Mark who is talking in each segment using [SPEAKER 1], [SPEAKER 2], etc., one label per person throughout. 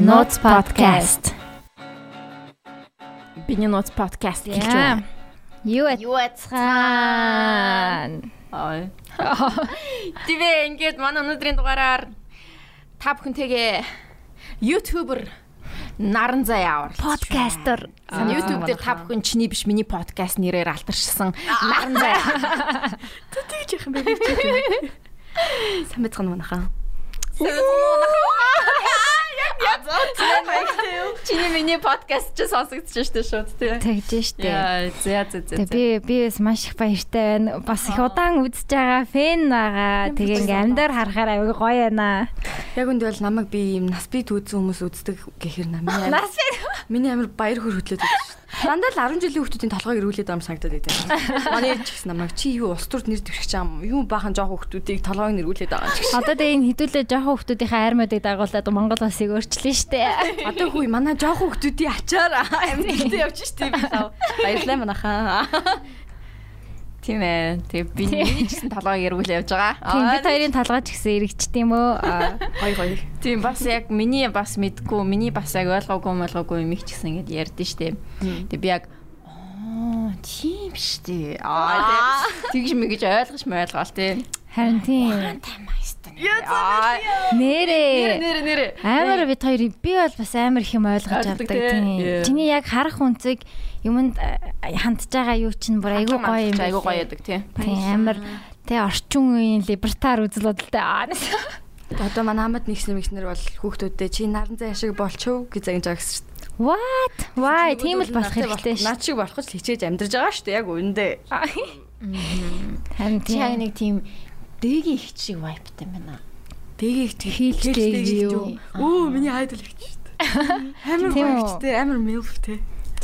[SPEAKER 1] Notes podcast.
[SPEAKER 2] Биний ноц подкаст гэлж
[SPEAKER 1] Яа.
[SPEAKER 2] байна.
[SPEAKER 1] Юу вэ?
[SPEAKER 3] Юу ацхан.
[SPEAKER 2] Ой. Тивэ ингээд манай өнөөдрийн дугаараар та бүхэнтэйгээ YouTuber Наран заяа аварлаа.
[SPEAKER 1] Podcaster.
[SPEAKER 2] Сан YouTube дээр та бүхэн чиний биш миний подкаст нэрээр алтаршсан Наран заяа.
[SPEAKER 1] Сайн байцгаана манайхаа.
[SPEAKER 2] Чиний миний подкаст ч сонсогдож штэ шууд тий.
[SPEAKER 1] Тэгж штэ.
[SPEAKER 2] Яа, зэ зэ зэ.
[SPEAKER 1] Тэгээ би би бас маш их баяртай байна. Бас их удаан үзэж байгаа фэн байгаа. Тэгээ ингээм амьдаар харахаар аяг гоё байна.
[SPEAKER 4] Яг үнд бол намайг би юм нас би түүдсэн хүмүүс үздэг гэхэр намайг амар
[SPEAKER 1] Нас фэн.
[SPEAKER 4] миний амар баяр хөөр хөтлөөд байдаг шүү дээ. Дандаа л 10 жилийн хүүхдүүдийн толгойг эргүүлээд байгаа юм санагдаад байдаг. Манай ээж гэсэн намайг чи юу улс төрд нэр дэвшчих юм юу баахан жоох хүүхдүүдийг толгойг нэргүүлээд байгаа юм шиг.
[SPEAKER 1] Одоо тэгээ энэ хідүүлээ жоохон хүмүүсийнхээ арь модыг дагуулад Монгол улсыг өөрчлөн штэ.
[SPEAKER 4] Одоо хүү манай жоох хүүхдүүдийн ачаар амьдралдаа явж штеп би тав. Баярлалаа манахаа.
[SPEAKER 2] Тийм ээ. Тэгээ би миний ч гэсэн толгой эргүүл явж байгаа.
[SPEAKER 1] Тийм
[SPEAKER 2] Аа,
[SPEAKER 1] бид хоёрын талгай ч гэсэн эргэжт юм өө. Аа.
[SPEAKER 4] Гоё гоё.
[SPEAKER 2] Тийм бас яг миний бас мэдгүй, миний бас яг ойлгоогүй ойлгоогүй юм их ч гэсэн ингэж ярьдэн штэ. Тэгээ би яг аа тийм штэ. Аа тийм. тэгж мэгж ойлгож мойлгоол тийм.
[SPEAKER 1] Харин тийм.
[SPEAKER 2] Яа.
[SPEAKER 1] Нэрээ.
[SPEAKER 2] Нэр нэр.
[SPEAKER 1] Амар бид хоёр би бол бас амар их юм ойлгож
[SPEAKER 2] Ойлгодог
[SPEAKER 1] авдаг
[SPEAKER 2] тий.
[SPEAKER 1] тийм.
[SPEAKER 2] Yeah.
[SPEAKER 1] Чиний яг харах үнцэг юмд э, хандж байгаа юу чинь бүр айгүй гоё юм
[SPEAKER 2] Айгу
[SPEAKER 1] байлээ.
[SPEAKER 2] гоё яадаг тийм.
[SPEAKER 1] Тийм амар тий орчин үеийн либертар үзэл бодолтой аа.
[SPEAKER 4] Одоо манай хамт нэгсэн мэгснэр бол хүүхдүүдээ чи наран зай ашиг болчихв гэж загнаж байгаа гэсэн шүү дээ.
[SPEAKER 1] What? Why? Тийм л болох хэрэгтэй шүү.
[SPEAKER 4] Наад шиг болох ч хичээж амьдарч байгаа шүү дээ яг үндэ.
[SPEAKER 1] Харин
[SPEAKER 3] Чи яг
[SPEAKER 1] тийм.
[SPEAKER 3] нэг тийм дэгийн их чиг вайптай байна.
[SPEAKER 4] Тэгээ их
[SPEAKER 1] Хэлж дэгдэж юу?
[SPEAKER 4] Өө миний айдол их ч шүү дээ. Амар
[SPEAKER 1] Тийм үү?
[SPEAKER 4] багчтэй, амар милфтэй.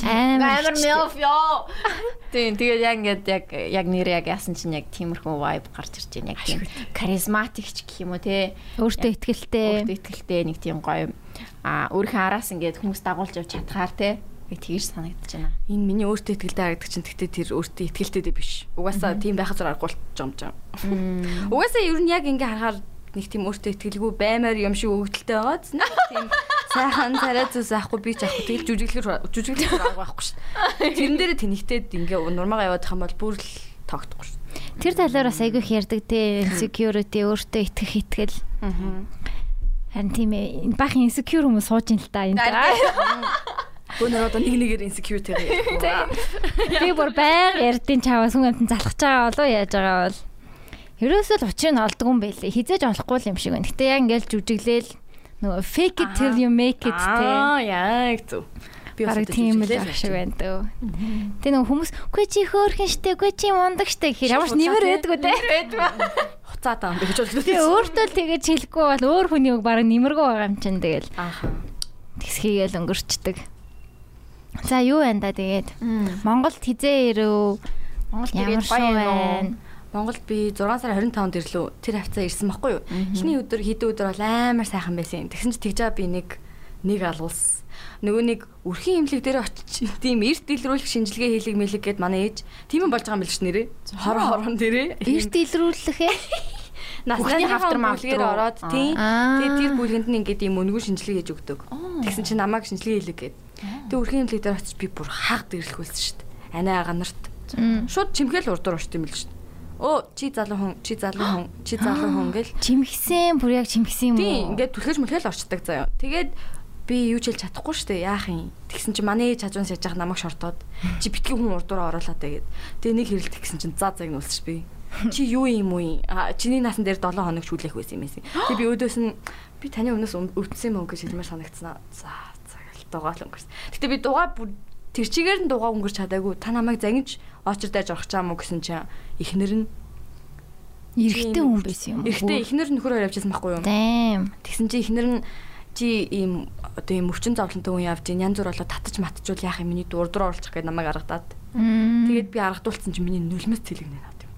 [SPEAKER 1] Амар
[SPEAKER 3] Амар
[SPEAKER 1] хичтэй.
[SPEAKER 3] мэлф ёо.
[SPEAKER 2] Тийм тэгээд яг ингээд яг яг нэр яг яасан чинь яг тиймэрхүү vibe гарч ирж байна яг тийм. Charismatic ч гэх юм уу тийм.
[SPEAKER 1] Өөртөө ихтгэлтэй.
[SPEAKER 2] өөртөө ихтэй нэг тийм гоё аа өөрийнхөө араас ингээд хүмүүс дагуулж явж чадхаар те би тэгж санагдаж байна.
[SPEAKER 4] Энэ миний өөртөө ихтэй харагддаг чинь тэгтээ тэр өөртөө ихтэй дэ биш. Угаасаа тийм байхад зур аргуулж юм жаа. Угаасаа ер нь яг ингээ харахаар нэг тийм өөртөө ихтэйгүй баймаар юм шиг өгдөлтэй байгаа зү. Нэг тийм сайхан царай зүс авахгүй би ч авахгүй тэгэл жүжиглэр жүжиглэр авахгүй байхгүй шүү дээ. Тэрэн дээрээ тэнэгтээд ингээ нурмаага яваад хам бол бүр л тогтохгүй шүү.
[SPEAKER 1] Тэр талаар бас айгүй их ярддаг тий. Security өөртөө итгэх итгэл. Харин тийм ээ. энэ Бахан insecure хүмүүс сууж ин л та энэ.
[SPEAKER 4] Өнөр одоо нэг нэгээр insecurity гэх.
[SPEAKER 1] Би бүр баян ярдын чаваас хүн амтан залхаж байгаа болов уу, яаж байгаа бол. Ерөөсөө л учрыг нь олдгүй юм байлээ. Хизээж олохгүй л юм шиг байна. Гэтэ яг ингээл жүжиглээл нөгөө fake it till you make it тий.
[SPEAKER 4] яг зөв. Би
[SPEAKER 1] Бараг
[SPEAKER 4] одоо
[SPEAKER 1] тийм л
[SPEAKER 4] жүжиглээд
[SPEAKER 1] ах
[SPEAKER 4] явж
[SPEAKER 1] шиг
[SPEAKER 4] байна.
[SPEAKER 1] байна дөө. Тэ нэг хүмүүс үгүй чи хөөрхөн штэ, үгүй чи мундаг штэ гэхээр ямар ч нэмэр байдгүй те.
[SPEAKER 4] Хуцаа таа гэж бодлоо.
[SPEAKER 1] Би өөртөө л тэгэж хэлэхгүй бол өөр хүний үг бараг нэмэргүй байгаа юм чинь тэгэл
[SPEAKER 4] Ааха.
[SPEAKER 1] тэгсхийгээл өнгөрчдөг. За юу байна да тэгээд. Монголд хизээ ирв.
[SPEAKER 2] Монгол
[SPEAKER 1] Ямар
[SPEAKER 2] тэгээд
[SPEAKER 1] шоу
[SPEAKER 2] гоё байна.
[SPEAKER 1] байна.
[SPEAKER 4] Монголд би 6 сарын 25-нд ирлээ. Тэр хавцаа ирсэн баггүй юу? Эхний өдөр хэдэн өдөр бол амар сайхан байсан. Тэгсэн чинь тэгж байгаа би нэг нэг алгуулсан. Нөгөө нэг өрхийн имлэг дээр очиж тийм эрт дэлрүүлэх шинжилгээ хийлэг мэлэг гэд манай ээж тийм юм болж байгаа юм биш нэрээ. Хор хорон дээрээ.
[SPEAKER 1] Эрт илрүүлэх ээ.
[SPEAKER 4] Насны
[SPEAKER 2] Бүхнийхээ
[SPEAKER 4] хавтар
[SPEAKER 2] хамтран
[SPEAKER 4] мавтар
[SPEAKER 2] руу.
[SPEAKER 4] ороод тийм.
[SPEAKER 1] Аа.
[SPEAKER 4] Тэгээд тэр бүлгэнд нь ингээд юм өнгөө шинжилгээ хийж өгдөг. Тэгсэн чинь намайг шинжилгээ хийлэг гэд. Тэг өрхийн имлэг дээр очиж би бүр хагд ирлэхүүлсэн шүү дээ. Анаа ганарт.
[SPEAKER 1] Мм.
[SPEAKER 4] Шууд чимхэл урд дуур очт юм л шүү дээ. Оо чи залуу хүн, чи залуу хүн, чи залуу хүн гэл.
[SPEAKER 1] Чимгсэн, бүр яг чимгсэн юм уу?
[SPEAKER 4] Тийм, ингээд түлхэж мүлхэл орчдаг заяа. Тэгээд би юу ч хэлж чадахгүй шүү дээ. Яах юм? Тэгсэн чи манай ээж хажуунс яж байгаа намайг шортоод чи битгий хүн урд дуур оруулаад тэгээд. Тэгээ нэг хэрэлдэх гэсэн чин заа заг нуулсч би. Чи юу юм уу? юм? Аа, Чиний насан дээр 7 хоног шүлэх байсан юм эсвэл. Тэгээ би өөдөөс нь би таны өмнөөс өм- өвдсөн юм уу гэж хэлмээр санагдсан. аа. За, цагаал дугаал өнгөрсөн. Гэтэ би дугаа бүр тэр чигээр нь дугаа өнгөрч чадаагүй. Та намайг зангиж очор дайж орох чам уу гэсэн чи эхнэр нь
[SPEAKER 1] эрэгтэй хүн байсан юм.
[SPEAKER 4] Эхтээ эхнэр нөхөр хоёр явчихсан байхгүй юу?
[SPEAKER 1] Дэм.
[SPEAKER 4] Тэгсэн чи эхнэр нь чи ийм одоо ийм өвчин зовлонтой хүн явж ийн янз бүр болоо татж матжуул яах юм миний дурдуур оруулах гэж намайг аргадаад.
[SPEAKER 1] Тэгээд
[SPEAKER 4] Тэгээд би аргадуулсан чи миний нүлмэс цэлэгнэ над юм.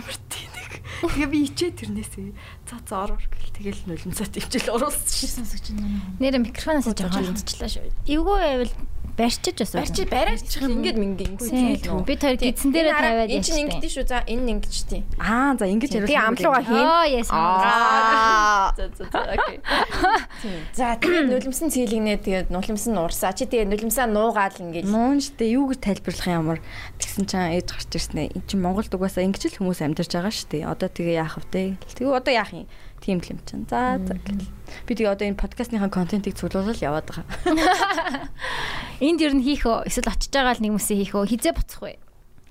[SPEAKER 4] Амар тэнэг. Тэгээ би ичээ тэрнээсээ цаа цаа орор гэл тэгэл нүлмсэт ивчэл оруулсан шээ.
[SPEAKER 1] нэр микрофоноос жоохон хандчихлаа шүү. Эвгүй байвал барьчиж бас
[SPEAKER 2] Барчи барайч ингээд мингээгүй.
[SPEAKER 1] Би тэр гидсэн дээрээ тавиад
[SPEAKER 2] энэ чинь ингэдэж шүү. За энэ ингэж тий.
[SPEAKER 4] Аа за ингэж
[SPEAKER 2] Би амлуугаа хийн.
[SPEAKER 1] Оо яасан.
[SPEAKER 2] Аа. За за за окей. Тийм. За тэгээд нулимсэн цэлэгнээ тэгээд нулимсэн нуурсаа. Чи тэгээд нулимсаа нуугаал ингээл.
[SPEAKER 4] Муунжтэй юу гэж тайлбарлах юм ямар тэгсэн чинь ээж гарч ирсэн ээ. Энд чинь Монголд угаасаа ингэж л хүмүүс амьдарч байгаа шүү дээ. Одоо тэгээ яах вэ? Тэгээ одоо яах юм? Тийм л юм чинь. За за гэл. Би тэгээ одоо энэ подкастныхаа контентыг цуглуулал яваад байгаа.
[SPEAKER 1] Энд юу н хийх үү? Эсвэл очиж байгаа л нэг юмсээ хийх үү? Хизээ буцах вэ?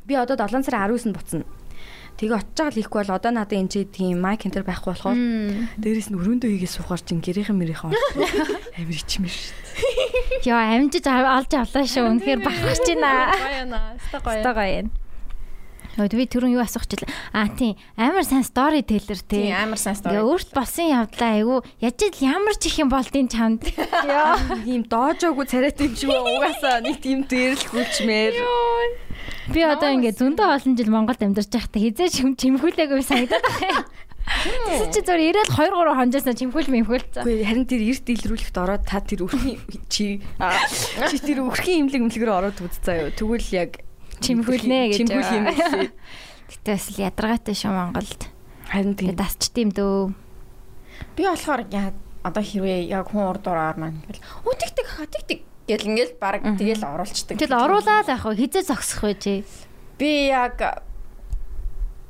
[SPEAKER 4] Би одоо 7 сарын 19-нд буцна. Тэгээ очиж байгаа л ихгүй бол одоо надад энэ чи тийм майк энтер байхгүй болохоор дээрээс нь өрөөндөө хийгээ суухаар чин гэрийнхэн мэрийнхэн амир ичмэр шүү дээ.
[SPEAKER 1] Йоо амжиж ав- олж авлаа шүү. Үнэхээр бахарч байна.
[SPEAKER 2] Баяна. Ста
[SPEAKER 1] Өстой гоё юм. Өөд би түрүүн юу асуух чил. А тийм амар сайн стори тейлер тий.
[SPEAKER 2] Тийм, амар сайн story.
[SPEAKER 1] Тэгээ өөрт болсон явдлаа айгүй яаж ил ямар ч их юм болдын чамд. Яа.
[SPEAKER 4] Ийм доожоогүй царайтай юм шиг угаасаа нэг тийм дээрлэхгүй чимээр.
[SPEAKER 1] Би одоо ингээ зөндөө олон жил Монголд амьдарч байхдаа хизээ шим чимхүүлээгүй санагдаад байна. Тэс чи зөв ирээд 2 3 хонжоосоо чимхүүл мэмхүүл.
[SPEAKER 4] Үгүй харин тэр эрт илрүүлэхд ороод та тэр өрхийн чи аа, чи тэр өрхийн имлэг имлэгрөө ороод үз заяа. Тэгвэл яг
[SPEAKER 1] Чимхүүлнэ гэж
[SPEAKER 4] Чимхүүл юм
[SPEAKER 1] байгаа.
[SPEAKER 4] биш.
[SPEAKER 1] Гэтэ бас л ядрагатай шүү Монголд.
[SPEAKER 4] Харин
[SPEAKER 1] Тэгээ
[SPEAKER 4] тийм.
[SPEAKER 1] дасч тийм дөө.
[SPEAKER 2] Би болохоор яа одоо хэрвээ яг хүн урд ураар маань ингээл үтгдэг хатгдэг гэл ингээл баг тэгэл оруулцдаг.
[SPEAKER 1] Тэгэл оруулаад яах вэ? Хизээ зогсох вэ чи?
[SPEAKER 2] Би яг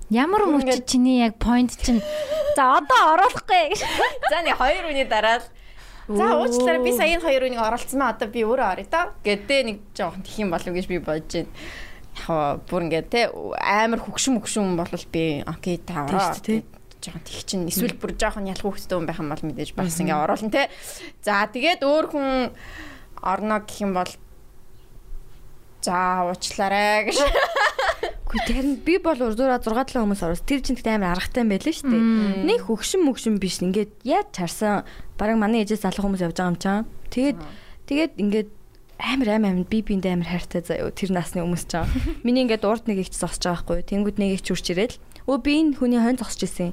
[SPEAKER 1] Ямар мөч чиний яг point чинь. За одоо оруулахгүй гэж.
[SPEAKER 2] за нэг хоёр үний дараа л За уучлаарай би сая энэ хоёр үнийг оролцсон маа одоо би өөрөө орё та гэдэг нэг жоохон тэх юм болов уу гэж би бодож байна. Яг бүр ингээд те амар хөгшин мөгшин хүн болвол би окей та ороо
[SPEAKER 4] шүү дээ, тэ.
[SPEAKER 2] жоохон тэг чин эсвэл бүр жоохон ялах хөвгтөө хүн байх юм бол мэдээж бас ингээд оруулна те. За тэгээд өөр хүн орно гэх юм бол за уучлаарай гэж
[SPEAKER 4] Үгүй харин би бол урдуура 6 7 хүмүүс орсон. Тэр чинь тэгтээ амар аргатай юм байлээ шүү дээ. Нэг хөгшин мөгшин биш. Ингээд яаж чарсан баг манай ээжээс залах хүмүүс явж байгаа юм чам. Тэгээд тэгээд ингээд амар амар амар би биэндээ амар хайртай заяо тэр насны хүмүүс чам. Миний ингээд урд нэг их зогсож байгаа хгүй. Тэнгүүд нэг их чүрч ирэл. Өө би энэ хүний хойно зогсож ирсэн.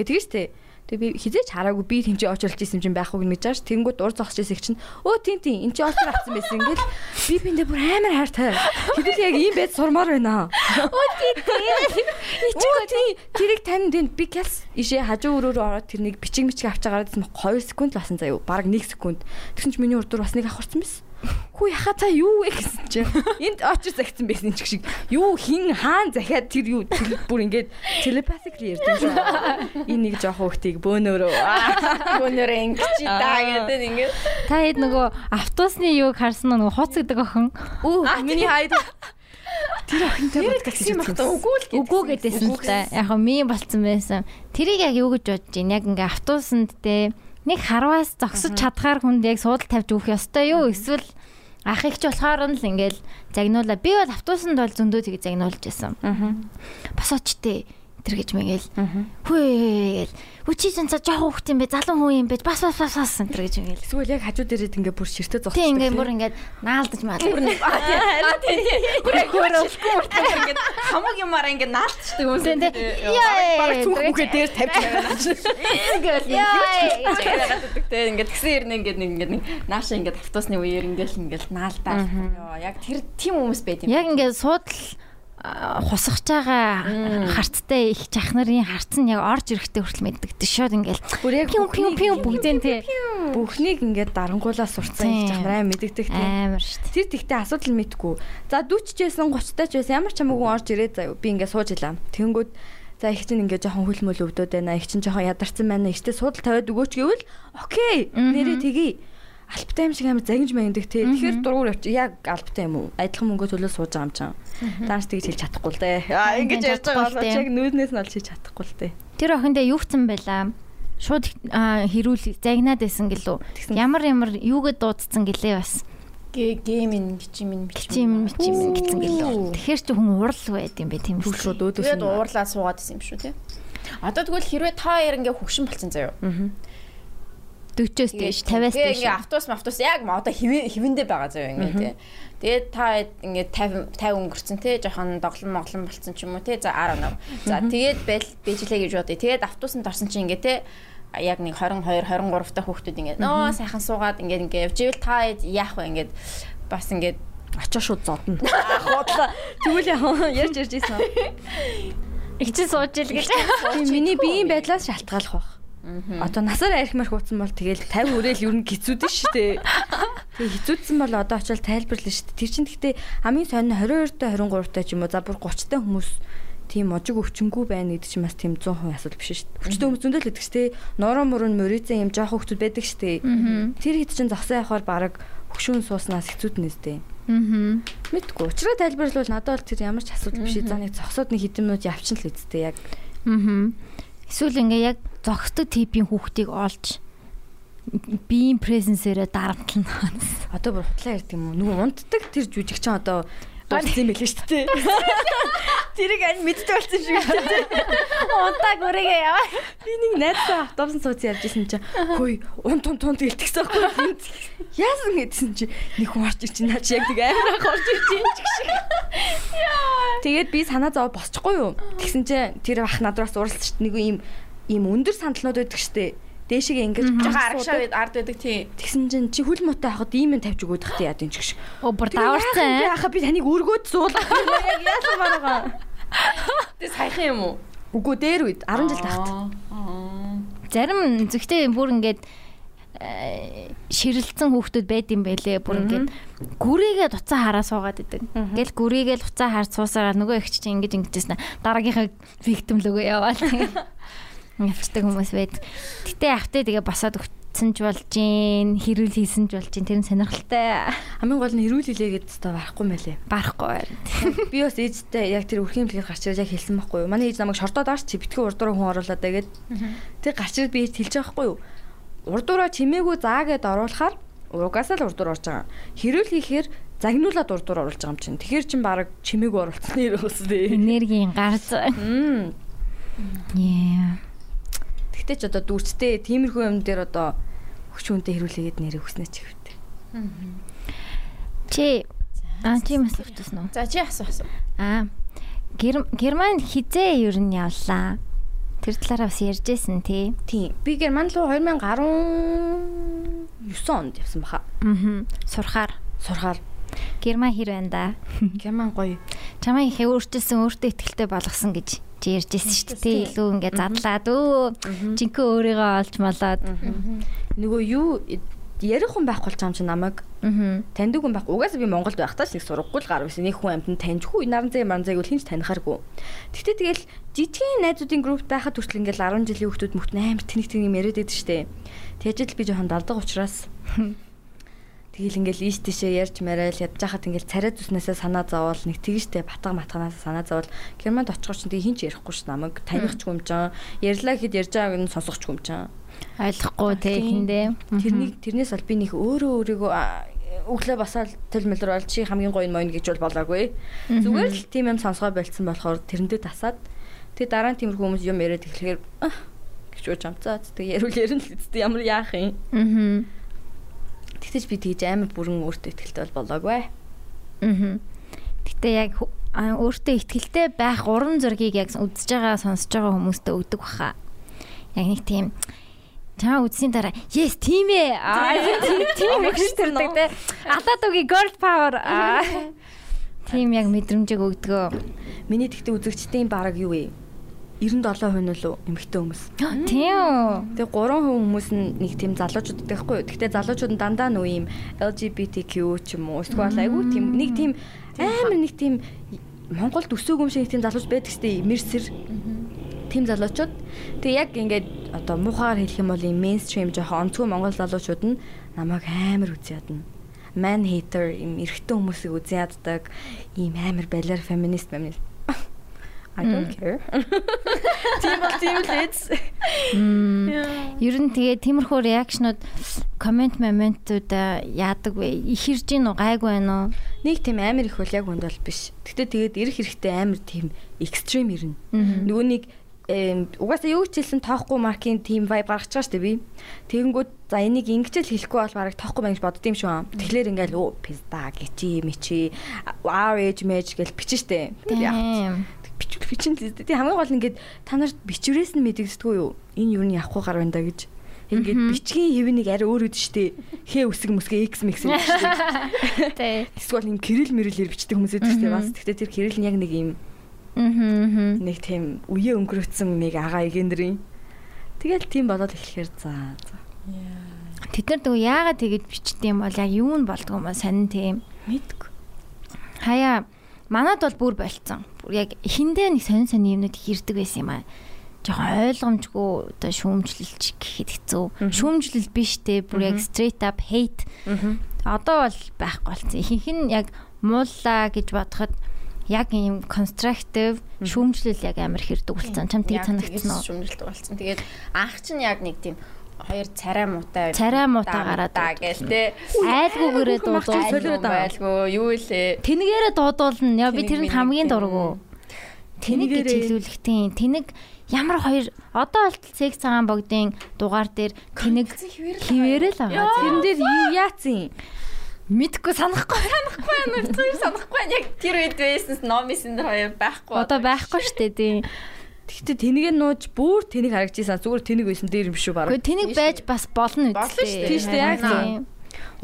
[SPEAKER 4] Гэ тэгэж шүү дээ. Тэг би хизээч хараагүй би тэмчи очролж исэн чинь байхгүй гэж мэдэж ш. Тэнгүүд урд зогсож исэн чинь өө тин тин эн чи очрол авсан байсан. Ингээл би биэндээ бүр амар хайртай. Хэдүүл яг ийм байд сурмаар байна аа. Ичгүй тий. Тэрийг тань дэнд би кэлс ишээ хажуу өрөөрөө ороод тэр нэг бичиг мичиг авч гараад байсан 2 секунд л басан заяа. Бараг 1 секунд. Тэгсэн чи миний урд дур бас нэг авахурсан байсан. Хүү яха та юу вэ гэсэн чи. Энд очир захицсан байсан ч шиг. Юу хин хаан захиад тэр юу тэр бүр ингээд телепатикли ярьдаг шүү. Энэ нэг жоох хөхтийг бөөнөрөө.
[SPEAKER 2] өнөөрэ ингэж даа гэдэг ингээд
[SPEAKER 1] Та хэд нөгөө автобусны юг харсан нөгөө хуц гэдэг охин.
[SPEAKER 4] Үу миний хайд. Тэр охинтой подкаст
[SPEAKER 2] гэсэн юм байна. Үгүй л
[SPEAKER 1] Үгүй гэдээсэн л та. Яг хөө мим болцсон байсан. Тэрийг яг юу гэж бодож ийн? Яг ингээ автобусанд те нэг харваас зогсож чадхаар хүнд яг суудал тавьж өгөх ёстой юу? Эсвэл ах ихч болохоор нь л ингээл загнуула. Би бол автобусанд бол зөндөө тийг загнуулж байсан. Бас очтээ тэр гэж мэгэл. Хөөе. Үчижэн за жоохон хөвгт юм бэ. Залуу хүн юм бэ. Бас бас бас бас энэ тэр гэж мэгэл.
[SPEAKER 4] Эсвэл яг хажуу дээрээд ингээд бүр ширтэ зогсчихсан.
[SPEAKER 1] Тэг ингээ бүр ингээд наалдаж маалдаж.
[SPEAKER 2] ингээд хамаг юмараа ингээд наалтчдаг юм.
[SPEAKER 1] Тэг тэг.
[SPEAKER 4] Бараг
[SPEAKER 1] Яа.
[SPEAKER 4] түүх бүгэ дээр тавьчихсан.
[SPEAKER 2] Тэ ингээд гисэн ирнэ ингээд нэг ингээд нэг нааша ингээд автобусны үеэр ингээд ингээд наалдаа. Йоо яг тэр тийм хүмүүс байт юм.
[SPEAKER 1] Яг ингээд суудл а, хусахж байгаа харттай их чахнарын харц нь яг орж ирэхдээ хүртэл мэддэгдэж шууд ингээл
[SPEAKER 4] Бүр яг
[SPEAKER 1] пиу пиу пиу бүгдэн тий
[SPEAKER 4] Бүхнийг ингээд дарангуулаа сурцсан
[SPEAKER 1] Тийм.
[SPEAKER 4] гэж амар мэддэг тийм.
[SPEAKER 1] амар штт
[SPEAKER 4] Тэр тэгтээ асуудал мэдгүй. За 40 ч байсан 30 таа ч байсан ямар ч хамаагүй орж ирээд заяа. Би ингээд сууж илаа. Тэнгүүд за их чинь ингээд жоохон хөлмөл өвдөд байна. Их чинь жоохон ядарсан байна. Ихтэй суудал тавиад өгөөч гэвэл окей. Нэрээ тэгье. Албатай юм шиг амар загинж мэндэг тий. Тэгэхээр дургуур явчих. Яг албатай юм уу? Адилхан мөнгөө төлөө сууж байгаа юм чам. Дараас тэгж хэлж чадахгүй л дээ.
[SPEAKER 1] Тэгж
[SPEAKER 4] Аа ингэж ярьж
[SPEAKER 1] чадахгүй л
[SPEAKER 4] байгаа бол
[SPEAKER 1] дээ.
[SPEAKER 4] яг нүүднээс нь олж хийж чадахгүй л дээ.
[SPEAKER 1] тэр охиндээ юу хцэн байла шууд а, хэрүүл загнаад байсан гэлөө
[SPEAKER 4] Тэгсэн.
[SPEAKER 1] ямар ямар юугээд дуудсан гэлээ бас
[SPEAKER 2] Гэ геймин гिचмин
[SPEAKER 1] чим чим гэсэн гэлөө тэгэхэр ч хүн урал байд юм бэ тийм
[SPEAKER 4] Түл шууд
[SPEAKER 1] үү
[SPEAKER 4] өөдөөс
[SPEAKER 2] Тэгээд
[SPEAKER 4] нь
[SPEAKER 2] уурлаа суугаад исэн юм шүү те. Одоо тэгвэл хэрвээ та яар ингээ хөвшин болцсон заяа.
[SPEAKER 1] 40-с дээш 50-аас
[SPEAKER 2] Тэгээ
[SPEAKER 1] дээш
[SPEAKER 2] ингээ автобус автобус яг ма одоо хэвэн- хэвэндээ байгаа заяа ингээ тий. Тэгээд та ингээ 50 50 өнгөрцөн тий жоохон доглон моглон болцсон ч юм уу тий за 18. За тэгээд байл бэжлээ гэж бодъё. Тэгээд автобусанд орсон чинь ингээ тий яг нэг 22 23 та хүүхдүүд ингээ нөө сайхан суугаад ингээ ингээ явж ивэл та яах вэ ингээ бас ингээд
[SPEAKER 5] Очоо шууд зодно.
[SPEAKER 4] Худлаа. Тэгвэл яа ярьж ярьж исэн.
[SPEAKER 1] Их чи сууж ил гэж.
[SPEAKER 4] Тийм миний биеийн байдлаас шалтгаалах байх. Одоо насаар арих марх хууцсан бол тэгэл 50 үрээл ер нь гизүүд нь шүү дээ. Тэгээ хизүүдсэн бол одоо очил тайлбарлаа шүү дээ. Тэр чинь гэхдээ амийн сонь 22 та 23 та ч юм уу за бүр 30 та хүмүүс тийм можиг өвчнгүү байна гэдэг чинь бас тийм 100% асуудал биш шүү дээ. Хүчтэй хүмүүс зөндөл өгдөг шүү дээ. Нороо мөрөн мөрийзэн юм жоохон хүмүүс байдаг шүү дээ. Тэр хэд чинь зогсоо явахаар баг хөшүүн сууснаас хизүүд нь нэстэй.
[SPEAKER 1] Аа.
[SPEAKER 4] Мэдгүй. Учраа тайлбарлавал надад бол тэр ямар ч асуудал биш. За нэг зогсоод нэг хэдэн минут явчихна л үсттэй яг.
[SPEAKER 1] Аа. Эсвэл ингээ яг зогсдог типийн хүүхдийг олж биеийн презенсээрээ дарамтлана.
[SPEAKER 4] Одоо бүр хутлаа ярьд юм уу? Нүг унтдаг тэр жүжиг чинь одоо дууссан юм билээ шүү дээ. Тэрийг ань мэддэг болсон шүү дээ.
[SPEAKER 1] Унтаа гүрэгээ яваа.
[SPEAKER 4] Би нэг найзтай автобусын сууц явж исэн чинь хөөе унт унт унт гэлтгсэн байхгүй. Яасан гэдсэн чи нэг хүн орж ирчихсэн наа чи яг нэг амар ах орж ирчихсэн ч гэх шиг. Тэгээд би санаа зов босчихгүй юу? Тэгсэн чинь тэр ах надраас уралцчих нэг юм ийм өндөр сандалнууд байдаг шүү дээ. Дээшээ ингэж
[SPEAKER 2] жоохон арагшаа байд- ард байдаг тийм.
[SPEAKER 4] Тэгсэн чинь чи хөл муутай хахад ийм юм тавьж өгөөд ихтэй яа дэнч гэх шиг.
[SPEAKER 1] Оо бүр даварсан.
[SPEAKER 4] Яаха би таныг өргөөд суулгах юм байна, яг яасан байгаа.
[SPEAKER 2] Тэ саяхан юм уу?
[SPEAKER 4] Үгүй дээр үед 10 жил тахт.
[SPEAKER 1] э. Зарим зөвхтэй бүр ингээд э, ширэлцэн хүүхдүүд байд юм байлээ. Бүр ингээд гүрийгээ туцаа хараа суугаад идэг. Гэл гүрийгээ л туцаа хаар суусараа нөгөө их чинь ингэж ингэжсэн. Дараагийнхаа виктим л өгөө яваал. Явцдаг хүмүүс байд. Гэтэ ахтай тэгээ басаад өгцөн ч болж гин, хэрүүл хийсэн ч болж гин. Тэр нь сонирхолтой.
[SPEAKER 4] Хамгийн гол нь эрүүл хилээгээд өстой барахгүй мэлээ.
[SPEAKER 1] Барахгүй байна.
[SPEAKER 4] Би бас ээжтэй яг тэр өрхийн импликат гарч ирээд яг хэлсэн байхгүй юу. Манай ээж намайг шортоод аарч чи битгий урд дураа хүн оруулаад тэгээд тэр гарч ирээд би ээж хэлж байгаа байхгүй юу. Урд дураа чимээгүй заагээд оруулахаар уруугаас л урд дур орж байгаа. Хэрүүл хийхээр загнуулаад урд дур оруулж байгаа юм чинь. Тэгэхэр чин баг чимээгүй оруулсан нэр ус дээ.
[SPEAKER 1] Энергийн гарц.
[SPEAKER 4] Мм.
[SPEAKER 1] Яа.
[SPEAKER 4] Тэгтээ ч одоо дүрцтэй тиймэрхүү юм дээр одоо хүч хүнтэй хэрүүлээгээд нэрээ хүснэ ч хэвтэй.
[SPEAKER 1] Чи А чи мэс утсан уу?
[SPEAKER 2] За чи асуу асуу.
[SPEAKER 1] Аа. Гер- Герман хизээ ер нь явлаа. Тэр талаараа бас ярьжсэн тий.
[SPEAKER 4] Тийм. Би Герман руу 2019 онд явсан баха.
[SPEAKER 1] Аа. Сурхаар.
[SPEAKER 4] Сурхаар
[SPEAKER 1] Герман хэр байна да?
[SPEAKER 4] Герман гоё.
[SPEAKER 1] Чамаа их өөрчлөсөн, өөртөө ихтэй болгосон гэж чи ярьжсэн шүү дээ. тий. Илүү ингээ задлаад өө жинхэнэ өөрийгөө олж малаад.
[SPEAKER 4] Нөгөө юу ярих хүн байхгүй ч юм чи намайг
[SPEAKER 1] Аа.
[SPEAKER 4] таньдаг хүн байх. Угаасаа би Монголд байхдаа ч нэг сургаггүй л гарав гэсэн. Нэг хүн амтнд таньжгүй, наранзыг маранзыг бол хинч танихааргүй. Тэгтээ тэгэл жижигхэн найзуудын групп байхад хүртэл ингээл 10 жилийн хүүхдүүд мөхт амар тэнэг тэнэг юм яриад байдаг штэ. Тэгэж л би жоохон далдаг учраас Тэгэл ингээл ийш тийшээ ярьж марайл ядчихад ингээл царай зүснээсээ санаа зовоол нэг тэгжтэй батга матганаас санаа зовоол германд очихор чинь тэг хинч ярихгүй ш намайг танихгүй юм чам ярьлаа гэхэд ярьж байгааг нь сонсохгүй юм чам
[SPEAKER 1] Ойлгохгүй тий эхэндээ.
[SPEAKER 4] Тэрний тэрнээс бол би нэг өөрөө өөрийгөө аа, өглөө басаал тэл мэлэр бол чи хамгийн гоё нь моё нь гэж бол болоогүй. Зүгээр л тийм юм сонсгоо болцсон болохоор тэрэндээ тасаад тэгээ дараа нь тиймэрхүү хүмүүс юм яриад эхлэхээр "Ах" гэж ууж амцаа. Тэгээ ярил ярил л үстэ ямар яах юм.
[SPEAKER 1] Аа.
[SPEAKER 4] Тэгтэж би тэгж амар бүрэн өөртөө ихтэй бол болоогүй.
[SPEAKER 1] Аа. Гэтэ яг хө- а, өөртөө ихтгэлтэй байх уран зургийг яг үзэж байгаа, сонсож байгаа хүмүүстээ өгдөг баха. Яг нэг тийм Таа үзсийн дараа yes тийм ээ. Аа тийм тийм их төрдөг те. Алаад үгүй girl power. Аа. Тийм яг мэдрэмжийг өгдөгөө.
[SPEAKER 4] Миний тэгтээ үзэгчдийн бараг юу вэ? 97% нь л эмэгтэй хүмүүс.
[SPEAKER 1] Тийм үү.
[SPEAKER 4] Тэгээ 3% хүмүүс нь нэг тийм залуучууд гэхгүй юу. Гэхдээ залуучууд нь дандаа нөө юм LGBTQ ч юм уу. Эсвэл айгүй тийм нэг тийм амар нэг тийм Монголд өсөөгүй юм шиг нэг тийм залууч байдаг штеп имерсэр. Тийм залуучууд. Тэгээ яг ингээд одоо мухаар хэлэх юм бол юм мейнстрим жоохон онцгой монгол залуучууд нь намайг амар үгүй ядна man hater им эрэгтэй хүмүүсийг үзэн яддаг ийм амар балер феминист феминист I don't care. Тийм бол тийм л эц.
[SPEAKER 1] Ер нь тэгээ тиймэрхүү реакшнууд комент моментууд яадаг вэ? Их ирж гин үү, гайгүй байна уу?
[SPEAKER 4] нэг тийм амар их бол яг хүнд бол биш. Гэхдээ тэгээд ирэх хэрэгтэй амар тийм экстрим ирнэ. Нөгөө нэг эм, угаасаа юу ч хэлсэн тоохгүй маркийн тийм vibe гаргаж байгаа шүү дээ би. Тэгэнгүүт за энийг ингэж л хэлэхгүй бол бараг тоохгүй байна гэж бодд юм шиг байна. Тэгэхээр ингээл оо пизда гэчи мичи our age match гэж бичэн шүү дээ. Тэгэл яах вэ?
[SPEAKER 1] Тийм.
[SPEAKER 4] Бичвэл бичэн л дээ. Тэг хамгийн гол нь ингээд та нарт бичвэрээс нь мэдэгддэггүй юу? Энэ юу нь явахгүй гар байна да гэж. Ингээд бичгийн хэв нэг арай өөр өд штэ. Хэ үсэг мөсгэ x mix үү штэ.
[SPEAKER 1] Тэ.
[SPEAKER 4] Эсвэл ин кирилл мэриллэр бичдэг хүмүүс байдаг штэ бас. Тэгтээ тэр кирилл нь яг нэг юм
[SPEAKER 1] Мм.
[SPEAKER 4] нэг тийм үе өнгөрөөцсөн нэг агаа эгэндрийн. Тэгэл тийм болоод эхлэхээр за. за.
[SPEAKER 1] Тэд нар дгүй яагаад тэгэд бичдэг юм бол яг юу нь болдгоо мөн сонин тийм.
[SPEAKER 4] Мэдгүй.
[SPEAKER 1] Хаяа манад бол бүр болцсон. Бүр яг эхэндээ нэг сонин сонин юмнууд их ирдэг байсан юм аа. Жохон ойлгомжгүй оо шүүмжлэлч гэхэд хэцүү. Шүүмжлэл биш те бүр яг straight up hate. Одоо бол байхгүй болсон. Ихэнх нь яг муулаа гэж бодоход яг ийм constructive шүүмжлэл яг амар хэрдэг болсон. Чам тэг санагдсан уу?
[SPEAKER 2] Шүмжилдэг болсон. Тэгээд анх чинь яг нэг тийм хоёр царай муутай
[SPEAKER 1] Царай муутай гараад
[SPEAKER 2] даа гээл те.
[SPEAKER 1] Айлгүйгээрээ дуудаад
[SPEAKER 2] Солиод байлгүй юу илээ.
[SPEAKER 1] Тэнэгээрээ дуудуулна. Яа би
[SPEAKER 2] Тэнэг
[SPEAKER 1] тэр нь
[SPEAKER 2] минэг
[SPEAKER 1] хамгийн
[SPEAKER 2] тийм.
[SPEAKER 1] дургу. Тэнэг гэж
[SPEAKER 4] Тэнэгээрээ.
[SPEAKER 1] хэлүүлэхтийн тэнэг ямар хоёр одоо болтол цэг цагаан богдын дугаар дээр тэнэг хിവэрэл байгаа.
[SPEAKER 4] Тэрэн дээр яац юм?
[SPEAKER 1] Мэдхгүй санахгүй.
[SPEAKER 2] Санахгүй байна. Зүгээр санахгүй байна. Яг тэр үед байсанс номисэн дэр хоёр байхгүй.
[SPEAKER 1] Одоо байхгүй штэ тий.
[SPEAKER 4] Тэгтээ тэнэг нь нууж бүр тэнэг харагч ийсэн. Зүгээр тэнэг байсан дээр юм шүү бараг.
[SPEAKER 1] Гэхдээ тэнэг байж бас болно үү?
[SPEAKER 2] Болно шүү дээ.
[SPEAKER 4] Тийм шүү дээ, яг
[SPEAKER 1] тийм.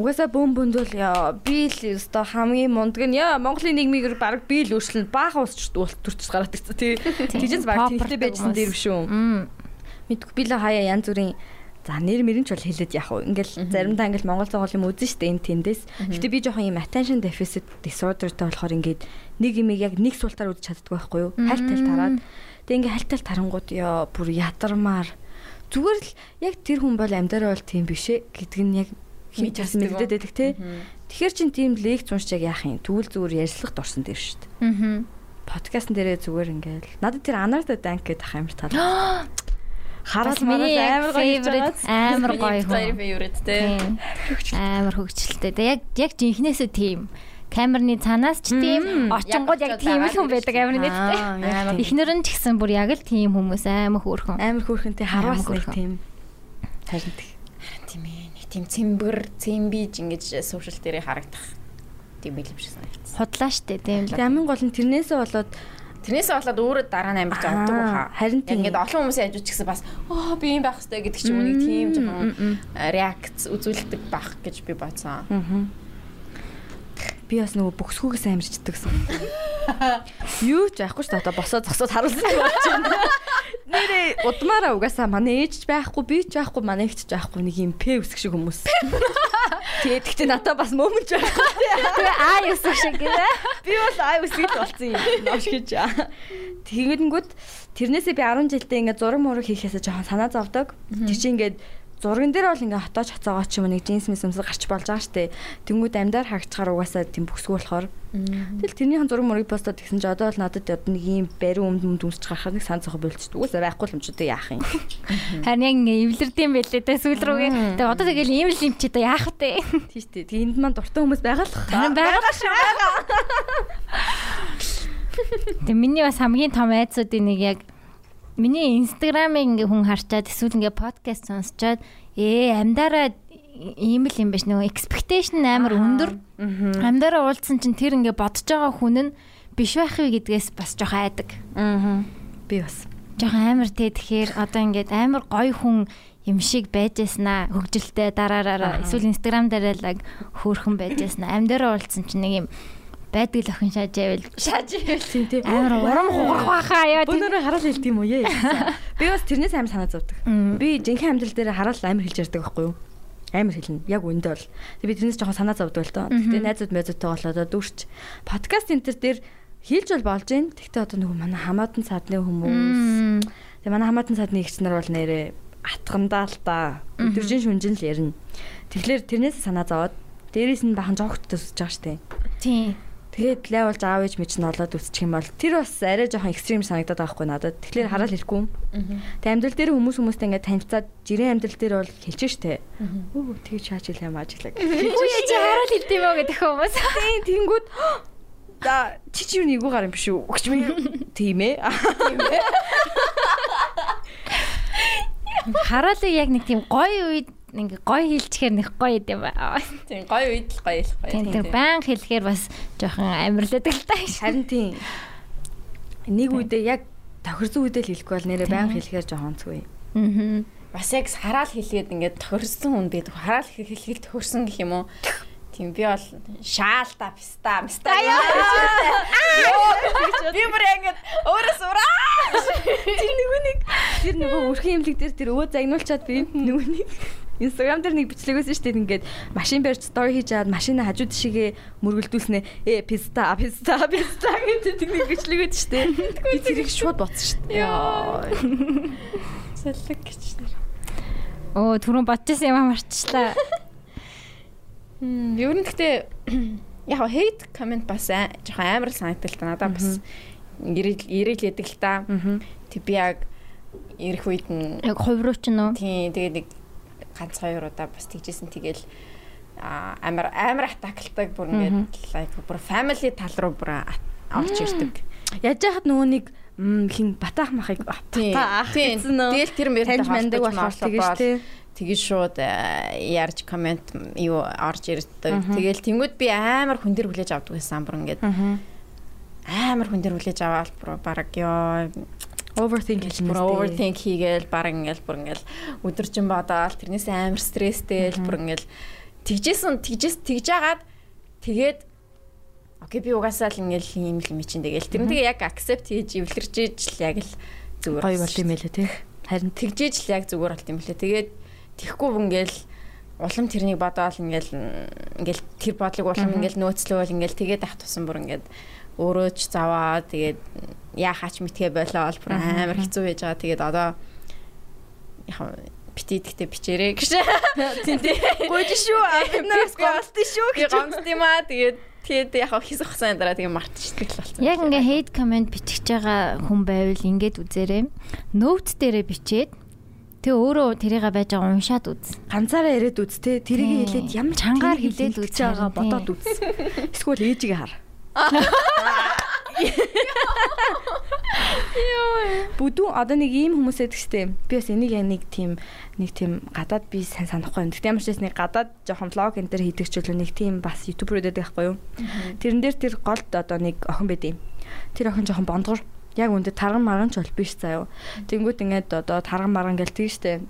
[SPEAKER 4] Угаасаа бөм бөндөл яа би л өстой хамгийн мундаг нь яа Монголын нэгмийг бараг би л өөрчлөн баах уусч төрч гараад ирсэн тий. Тэгжээс бараг
[SPEAKER 1] Поппорт
[SPEAKER 4] тэнэгтэй байжсан
[SPEAKER 1] хүмүүс.
[SPEAKER 4] дээр юм шүү.
[SPEAKER 1] Мм.
[SPEAKER 4] Мэдгүй би л хаяа янз бүрийн За нэр мөрөнч бол хэлээд яах вэ? Ингээл заримдаа ингээл монгол цогцол юм үзэн штэ энэ тэндээс. Гэтэ би жоохон юм attention deficit disorderтэй болохоор ингээд нэг юм яг нэг суултаар үзэж чаддгүй байхгүй юу? Хальт тал тараад. Тэг ингээл хальт тал тарангууд ёо бүр ядармаар. Зүгээр л яг тэр хүн бол амьдараа бол тийм биш ээ гэдг нь яг
[SPEAKER 2] Мэдж
[SPEAKER 4] хинт
[SPEAKER 2] авсан
[SPEAKER 4] мэддэд байдаг те. Тэгэхэр чин тийм лекц уншчих яах юм? Түгэл зүгээр ярьслах дурсан дээр штэ.
[SPEAKER 1] Мгм.
[SPEAKER 4] Подкастн дээрээ зүгээр ингээл надад тэр Anarda Dank гэдэг ах амар тал. Хараас
[SPEAKER 1] Бас миний
[SPEAKER 4] мараас
[SPEAKER 1] амар гоё
[SPEAKER 4] хийж байгаа.
[SPEAKER 1] favorite, амар гоё хүн.
[SPEAKER 2] Хоёр favorite те.
[SPEAKER 1] Тийм. Амар хөвгчлээ. Тэг яг яг жинхнээсээ тийм. Камерны цанаас ч тийм, орчингууд яг
[SPEAKER 2] Яг
[SPEAKER 1] тийм л хүн
[SPEAKER 2] орчингууд
[SPEAKER 1] байдаг амар нэттэй.
[SPEAKER 4] Аа, яа.
[SPEAKER 1] Эхнэр нь ч гэсэн бүр яг л тийм хүмүүс амар хөөрхөн.
[SPEAKER 4] Амар хөөрхөнтэй хараас
[SPEAKER 1] Амар
[SPEAKER 4] нэг
[SPEAKER 1] хөөрхөн.
[SPEAKER 4] тийм. Харин тэг.
[SPEAKER 2] Тийм ээ. Нэг тийм цэмбэр, цэмбиж ингэж сошиал дээрээ харагдах. Тийм билэм шиг санагдсан.
[SPEAKER 1] Худлаа штэ тийм л.
[SPEAKER 4] Тэг амин гол нь тэрнээсээ болоод
[SPEAKER 2] Тэрнээсээ болоод өөрөө дараа нь амарч авдаг уу хаа.
[SPEAKER 4] Аа, харин тийм.
[SPEAKER 2] Ингээд олон хүмүүс яаж ч гэсэн бас оо би юм байх хэрэгтэй гэдэг ч юм уу нэг тийм жоохон реакц үзүүлдэг байх гэж би бодсон.
[SPEAKER 4] би бас нөгөө бөхсгүүгээс амирчдаг гэсэн. Юу ч яахгүй ч одоо босоо зогсоод харуулсан юм болж байна. Нэрээ удмаараа угаасаа манай ээж ч байхгүй, би ч байхгүй, манай эгч ч байхгүй нэг юм п үсэх шиг хүмүүс. Тэгээд тэгтээ надад бас мөмөж байхгүй.
[SPEAKER 1] Тэгээ аа юусах шиг гээ.
[SPEAKER 4] Би бол ай үсгэж болсон юм. Нош гэж. Тэгэнгүүт тэрнээсээ би 10 жилдээ ингээ зураг мураг хийхээсээ жоохон санаа зовдөг. Тэр чинь ингээд зурган дээр бол ингээ хотооч хацаагаа ч юм уу нэг джинс мэс юмс гарч болж байгаа штэ. Тэнгүүд амдаар хаагчаар угаасаа тийм бүсгүй болохоор. Тэгэл тэрнийхэн зураг мурыг постод гэсэн чи одоо бол надад яд нэг юм барин өмд өмд үсч гарахад нэг санаа зовх болчихд. Угаасаа байхгүй л юм чи одоо яах юм.
[SPEAKER 1] Харин яг ингээ эвлэрдэм байлээ тэ сүүл рүүгээ. Тэгээ одоо тэгэл ийм л юм чи одоо яах вэ?
[SPEAKER 4] Тийм штэ. Тэг энд маань дуртай хүмүүс байгаа л хаа.
[SPEAKER 1] Харин байгаа шүү. Тэг миний бас хамгийн том айцуудын нэг яг миний инстаграмыг ингээ хүн харчаад эсвэл ингээ подкаст сонсчоод ээ амдаараа ийм л юм биш нөгөө expectation амар өндөр. Амдаараа уулзсан чинь тэр ингээ бодож байгаа хүн нь биш байх вэ гэдгээс бас жоох айдаг.
[SPEAKER 4] Би бас.
[SPEAKER 1] Жохон амар те тэгэхээр одоо ингээд амар гоё хүн юм шиг байж яснаа хөгжилтэй дараараа эсвэл инстаграм дээр л яг хөөрхөн байж яснаа амьдаараа уулзсан чинь нэг юм байдаг л охин шааж байвал
[SPEAKER 2] Шааж ивэл
[SPEAKER 4] Тийм тийм.
[SPEAKER 1] амар урам хугарах байхаа яа тийм
[SPEAKER 4] Өнөөрөө хараал хэлт юм уу яа. Би бас тэрнээс амар санаа зовдөг. Би жинхэнэ амьдрал дээр хараал амар хэлж ярьдаг байхгүй юу? Амар хэлнэ. Яг үндэ бол. Тэг би тэрнээс жоохон санаа зовдөг л тоо. Тэгтээ найзууд мэдүүдтэй болоод дүүрч подкаст энтер дээр хэлж бол болж гин. Тэгтээ одоо нөгөө манай хамаатан садны хүмүүс. Тэг манай хамаатан садны эгч нар бол нэрээ атгандаа л да. Өдөржин шүнжин л ярина. Тэгэхээр тэрнээс санаа зовоод дээрээс нь бахан жоогт төсөж байгаа штэ.
[SPEAKER 1] тийм
[SPEAKER 4] Тэгээд лайвлж аав ээж мэж нь олоод үсчих юм бол тэр бас арай жоохон экстрим санагдаад байгаа хгүй надад. Тэгэхээр хараал хэлэхгүй юм. Тэгээд амьдрал дээр хүмүүс хүмүүстэй ингээд танилцаад жирийн амьдрал дээр бол хэлж штэ. Үу тэгээд чаач хэл юм ажиглаг.
[SPEAKER 1] үгүй чи хараал хэлдэм юм гэдэг хүмүүс
[SPEAKER 4] Тийм тэнгүүд за чи чи юу нэг гар юм биш үү? Өгч минь тийм ээ.
[SPEAKER 1] хараалыг яг нэг тийм гоё үед ингээ гоё хэлчихээр нэх гоё юм байна.
[SPEAKER 2] тийм гоё үед л гоё л гоё.
[SPEAKER 1] Тийм тийм баян хэлэхээр бас жоохон амарлаад л таа шүү.
[SPEAKER 4] Харин тийм. Нэг үедээ яг тохирсон үедээ л хэлэхгүй бол нэрээ баян хэлэхээр жоохон онцгүй.
[SPEAKER 1] Аа.
[SPEAKER 2] бас яг хараал хэлгээд ингээд тохирсон хүн байдаг. Хараал хэлгээд тохирсон гэх юм уу? Тийм би бол шаалта, пста, мста гэж. Би бүр ингээд өөрөөс ураа.
[SPEAKER 4] Тэр нөгөө нэг тэр нөгөө өрхөн имлэг дээр тэр өвөө загнуулчаад би нөгөө нэг Instagram дээр нэг бичлэг өгсөн шүү дээ ингээд машин барьж story хийж аваад машина хажууд шигээ мөргөлдүүлснэ э писта писта писта гэдэг нэг бичлэг өгдөө шүү дээ. Би тэрийг шууд бодсон шүү дээ. Яа.
[SPEAKER 2] Сэлэг гэж.
[SPEAKER 1] Оо түрүүн бодчихсан юм аа марчлаа.
[SPEAKER 2] Мм, ер нь гэхдээ яг хейт комент бас аа- жоохон амар л санагдал та надад бас ирээлээдэг л та. Тэг би яг ирэх үед нь
[SPEAKER 1] Яг хувируу ч нөө.
[SPEAKER 2] тий тэгээ нэг ганц хоёр удаа бас тэгжсэн тэгэл а, амар амар атаклдаг бүр ингээд лайк бүр family тал руу бүр а- орж ирдэг.
[SPEAKER 4] Яаж яхад нөгөө нэг м, хин батаах махыг
[SPEAKER 2] Тий.
[SPEAKER 4] батаах
[SPEAKER 2] тий.
[SPEAKER 4] гэсэн нөө.
[SPEAKER 2] Тэгэл тэр мөрөд
[SPEAKER 4] Таньж мандаг болохоор тэгэж тий.
[SPEAKER 2] Тэгэж шууд э, ярьж комент юу орж ирдэг. Тэгэл тэнгууд би амар хүн дээр хүлээж авдаг байсан бүр ингээд. Амар хүн дээр хүлээж аваад бүр баг ёо
[SPEAKER 4] Overthink
[SPEAKER 2] ингээл бүр overthink хийгээл баг ингээл бүр ингээл өдөржин бодоол тэрнээс амар стресстэй л бүр ингээл тэгжсэн тэгжс тэгж агаад тэгээд окей би угаасаа л ингээл юм л юм чинь тэгээл тэр нь тэгээ яг accept хийж эвлэрч ижил яг л зүгээр
[SPEAKER 4] гоё болд юм элэ тий. Харин тэг
[SPEAKER 2] тэгжээж л яг зүгээр болт юм лээ. Тэгээд тэгхгүй ингээл улам тэрнийг бодоол ингээл м, ингээл тэр бодлыг улам ингээл нөөцлөөл ингээл тэгээд ах тусан бүр ингээд өөрөө ч заваа тэгээд яа хаач мэтгэ болоо бол бүр амар хэцүү байж байгаа. Тэгээд одоо яхаа битээдэгтээ бичээрэй гэж.
[SPEAKER 4] гооч шүү. Амнаас голтой шүү.
[SPEAKER 2] Би гомдд юм аа. Тэгээд тэгээд яхаа хийс ухсан дараа тэгээд мартчихдаг л болсон.
[SPEAKER 1] Яг ингээ хейт комент бичихж байгаа хүн байвал ингээд үзээрэй. Ноут дээрээ бичээд тэг өөрөө тэрийг байж байгаа уншаад үз.
[SPEAKER 4] ганцаараа яриад үз те тэрийг
[SPEAKER 1] Тий.
[SPEAKER 4] хэлээд ямар
[SPEAKER 1] Чангаар хэлээд
[SPEAKER 4] тэрийг хэлж
[SPEAKER 1] үз
[SPEAKER 4] байгаа
[SPEAKER 1] харин,
[SPEAKER 4] бодоод үз. Эсвэл ээжигээ хар. Бүдүүн одоо нэг ийм хүмүүс байдаг штеп. Би бас энийг яг нэг тийм нэг тийм гадаад би сайн санахгүй юм. Гэтэл ямар ч байсан нэг гадаад жоохон влог энэ төр хийдэг ч үлээ нэг тийм бас ютубер үүдэг байхгүй юу? Тэрэн дээр тэр голд одоо нэг охин байдیں۔ Тэр охин жоохон бондгор. Яг үндэ тарган марган ч бол биш заяо. Тэнгүүд ингээд одоо тарган марган гэл тэг штеп.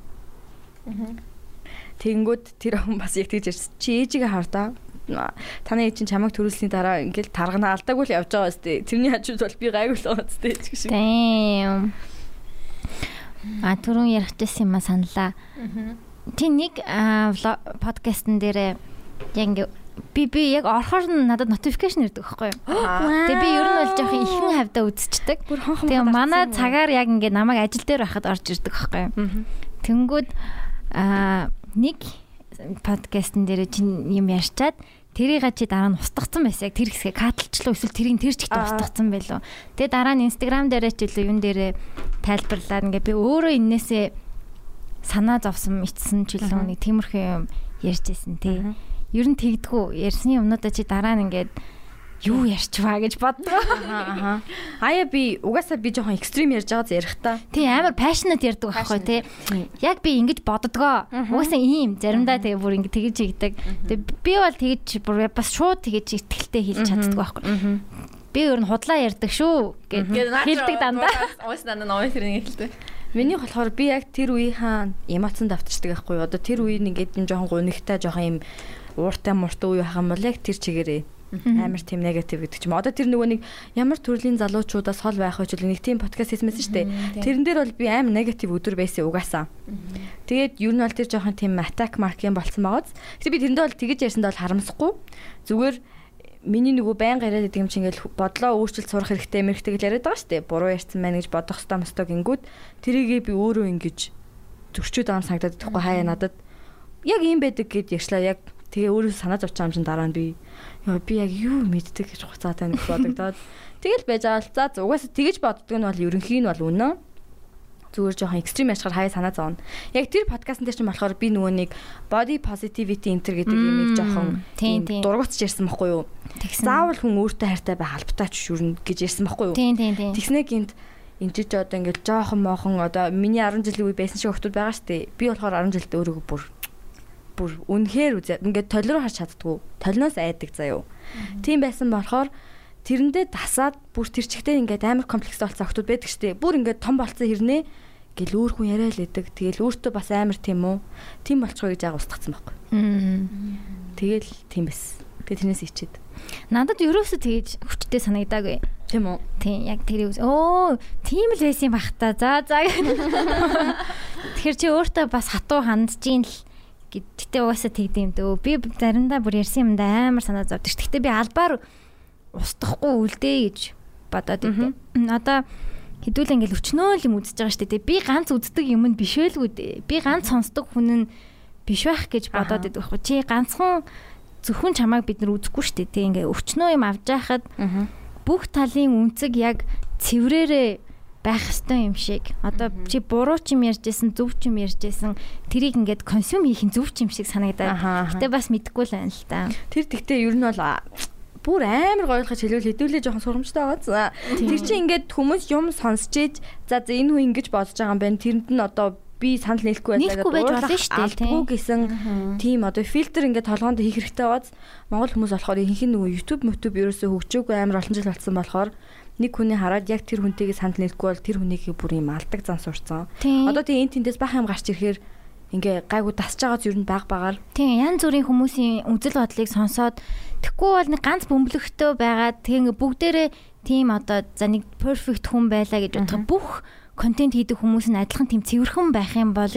[SPEAKER 4] Тэнгүүд тэр охин бас яг тэгж ярьсан. Чи ээжигээ хар та. Таны ээж чинь чамайг төрүүлсний дараа ингээл тарганаа алдаагүй л явж байгаа сте. Тэрний хажууд бол би гайгүй л байгаа сте гэж шиг.
[SPEAKER 1] Damn. А түрүүн ярихчихсан юм а саналаа. Тэ нэг аа, вло- подкастн дээрээ яг ингээ би би яг орохоор нь надад notification ирдэг байхгүй юу? Тэг би ер нь бол жоохон ихэн хавда үзчихдэг.
[SPEAKER 4] Бүр хонхон
[SPEAKER 1] Тэгээ
[SPEAKER 4] хатаарсан
[SPEAKER 1] манай
[SPEAKER 4] юм уу?
[SPEAKER 1] цагаар яг ингээ намайг ажил дээр байхад орж ирдэг байхгүй юу? Тэнгүүд аа нэг подкастн дээр чинь юм ярьчаад тэрийг чи дараа нь устгацсан байсан яг тэр хэсгээ каталчлаа эсвэл тэрийг тэр чигт устгацсан байлоо. Тэгээ дараа нь инстаграм дээрээ ч илүү юм дээрээ тайлбарлаад ингээ би өөрөө энээсээ санаа зовсон ичсэн ч илүү нэг тиймэрхүү юм ярьжсэн тий. Ер нь тэгдэггүй ярьсны юмнуудаа чи дараа нь ингээд юу ярьчваа гэж боддог.
[SPEAKER 4] Аа. Аяа би угаасаа би жоохон экстрим ярьж байгаа зэрэг та.
[SPEAKER 1] Тий амар passionate ярьдаг байхгүй тий. Яг би ингэж боддгоо. Угаасаа ийм заримдаа тэгээ бүр ингэ тэгж хийгдэг. Тэгээ би бол тэгж бүр бас шууд тэгж ихтгэлтэй хэлж чаддаг байхгүй. Би ер нь худлаа ярьдаг шүү гэдэг
[SPEAKER 2] Тэгээд наач
[SPEAKER 1] хэлдэг дандаа.
[SPEAKER 2] Уус дандаа ноёс хэрнээ хэлдэг.
[SPEAKER 4] Миний болохоор би яг тэр үеийн эмоцон давтчихдаг байхгүй юу. Одоо тэр үеийн ингээд юм жоохон гунигтай жоохон юм ууртай муртай үе хахам бол яг тэр чигээрээ амар тийм негатив гэдэг ч юм. Одоо тэр нөгөө нэг ямар төрлийн залуучуудаас хол байх хойч нэг тийм подкаст хийсмэсэн шүү дээ. Тэрэн дээр бол би амар негатив өдөр байсан угаасаа. Тэгээд ер нь бол тэр жоохон тийм attack mark юм болсон байгааз. Гэтэ би тэрэндээ бол тэгэж ярьсандаа бол харамсахгүй. Зүгээр миний нөгөө байнга яриад байдаг юм чи ингээл бодлоо өөрчилж сурах хэрэгтэй мэрэгтэй гэж яриад байгаа шүү дээ. Буруу ярьсан байна гэж бодох хэвээр мостог ингүүд тэрийгээ би өөрөө ингэж зөрчөөд аам санагдаад байхгүй хаяа надад. Яг ийм байдаг гэд ярьслаа яг тэгээ өөрөө санаа зовчих юм чин дараа нь би ёо би яг юу мэддэг гэж хуцаад байна гэж бодогдоод тэгэл байж байгаа л за угаасаа тэгэж боддог нь бол ерөнхийн нь бол үнэн зүгээр жоохон экстрим яшгаар хаяа санаа зовно. Яг тэр подкастн дээр ч юм болохоор би нөгөө нэг body positivity enter гэдэг юмыг жоохон
[SPEAKER 1] Тийм, тийм.
[SPEAKER 4] тийм дургуутч ярьсан байхгүй юу?
[SPEAKER 1] Тэгсэн.
[SPEAKER 4] заавал хүн өөртөө хайртай байх албатай ч шүрнэ гэж ярьсан байхгүй юу?
[SPEAKER 1] Тийм тийм тийм.
[SPEAKER 4] Тэгснэ гинт энэ ч одоо ингээл жоохон мохон одоо миний 10 жилийн үе байсан шиг охтууд байгаа штэ. Би болохоор 10 жилдээ өөрийгөө бүр бүр үнэхээр үзээ. Ингээд толь руу харж чаддгүй. Толноос айдаг заяо. Тийм байсан болохоор тэрэндээ дасаад бүр тэр чигтээ ингээд амар комплекс болсон охтууд байдаг штэ. Бүр ингээд том болцсон хэрнээ гэл өөр хүн яриа л идэг. Тэгэл өөртөө бас амар тийм үү? Тим болчихоо гэж яг устгацсан байхгүй. Тэгэл тийм байсан. Тэгээ тэрнээс ичээд.
[SPEAKER 1] Надад ерөөсөө тэгж хүчтэй санагдаагүй.
[SPEAKER 4] Тийм үү?
[SPEAKER 1] Тийм яг тэр үс. Оо, тийм л байсан юм бах та. За за. Тэгэхээр чи өөртөө бас хатуу хандж ийн л гэдэгтээ угаасаа тэгдэм дөө. Би заримдаа бүр ярьсан юмдаа амар санаа зовдөг. ш. Гэхдээ би албаар устдахгүй үлдээ гэж бодоод идэв. Одоо хэдүүлээ ингээл өчнөө л юм үзэж байгаа шүү дээ. Би ганц үздэг юм нь биш байлгүй дээ. Би ганц сонсдог хүн нь биш байх гэж бодоод идэв байхгүй. Чи ганцхан зөвхөн чамайг бид нар үзэхгүй шүү дээ. Тэ ингээ өчнөө юм авч яхад бүх талын үнцэг яг цэврээрээ байх ёстой юм шиг. Одоо чи буруу ч юм ярьж байсан, зөв ч юм ярьж байсан тэрийг ингээд консюм хийх нь зөв ч юм шиг
[SPEAKER 6] Аха, аха.
[SPEAKER 1] санагдаад. Гэтэ бас мэдгүй л байна л та.
[SPEAKER 4] Тэр тэгтээ ер нь бол аа, бүр амар гоёлохож хэлвэл хэдүүлээ жоохон сургамжтай байгаа. За, Тэр чинь ингээд хүмүүс юм сонсч ийж за за энэ хүн ингэж болж байгаа юм байна. Тэрэнд нь одоо би санал нийлэхгүй
[SPEAKER 1] Нийлэхгүй байж болно шүү дээ, тийм.
[SPEAKER 4] Алдгүй гэсэн тийм одоо фильтр ингээд толгоонд хийх хэрэгтэй байгааз Монгол хүмүүс болохоор ихэнх нь нөгөө YouTube, YouTube ерөөсөө хөгжөөгүй амар олон жил болсон болохоор нэг хүний хараад яг тэр хүнтэйгээ санал нийлэхгүй бол тэр хүнийг бүр юм алдаг зан сурцсан.
[SPEAKER 1] Тийм.
[SPEAKER 4] Одоо тийм эн тэндээс бах юм гарч ирэхээр ингээ гайгу тасж байгаа зүр нь баг багаар
[SPEAKER 1] Тийм, янз бүрийн хүмүүсийн үзэл бодлыг сонсоод тэггүй бол нэг ганц бөмбөлөгтөө байгаад тийм бүгдээрээ тийм одоо за нэг perfect хүн байлаа гэж бодох бүх контент хийдэг хүмүүс нь адилхан тийм цэвэрхэн байх юм бол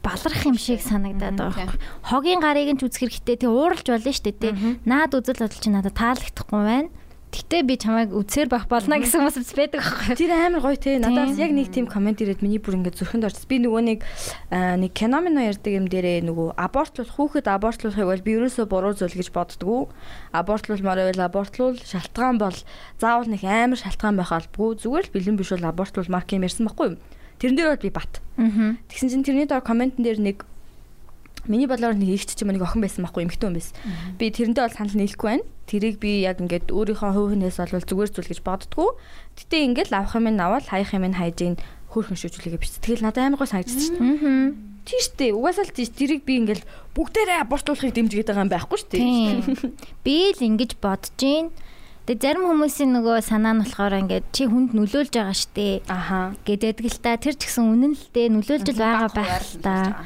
[SPEAKER 1] баларх юм шиг санагдаад байгаа юм. Хогийн гарыг нь ч үзэх хэрэгтэй тий ууралж болно шүү дээ тий. Наад үзэл бодол чи надад таалагдахгүй байна. Гэтэ би чамайг үсээр бах болно гэсэн хүмүүс бас байдаг аахгүй.
[SPEAKER 4] Тэр амар гоё те. Надаас
[SPEAKER 1] Тийм.
[SPEAKER 4] яг нэг тийм комент ирээд миний бүр ингээд зүрхэнд орчихсон. Би нөгөө нэг аа, нэг кино минь ярьдаг юм дээрээ нөгөө абортлуулах хүүхэд абортлуулахыг бол би ерөөсөө буруу зүйл гэж боддгоо. Абортлуулмаар байвал абортлуул шалтгаан бол заавал нэг амар шалтгаан байх албагүй. Зүгээр л бэлэн биш бол абортлуулмаар гэм ярьсан байхгүй юу? Тэрэн дээр бол би бат.
[SPEAKER 1] Аа.
[SPEAKER 4] Тэгсэн чинь тэрний доор комментэн дээр нэг миний бодлоор нэг ихч ч юм уу, нэг охин байсан байхгүй эмхтэн хүн байсан. Би тэрнтэй бол санал нийлэхгүй байна. Тэрийг би яг ингээд өөрийнхөө хувь хүнээс олвол зүгээр зүйл гэж боддгоо. Гэтэ ингээд л авах юм нь аваад хаях юм нь хайж ийн хөөрхөн шүүжүүлгээ биз. Тэгэл надад амар гоо санагдчихсан шүү дээ. Тийш дээ. Угаасаа л тийш тэрийг би ингээд бүгдээрээ абортлуулахыг дэмжигээд байгаа юм байхгүй шүү дээ.
[SPEAKER 1] Тийм. Би л ингэж бодож гин. Тэгээ зарим хүмүүсийн нөгөө санаа нь болохоор ингээд чи хүнд нөлөөлж байгаа штэ
[SPEAKER 4] Аха.
[SPEAKER 1] гэдэг л та тэр ч гэсэн үнэн л дээ нөлөөлж л байгаа байх л та.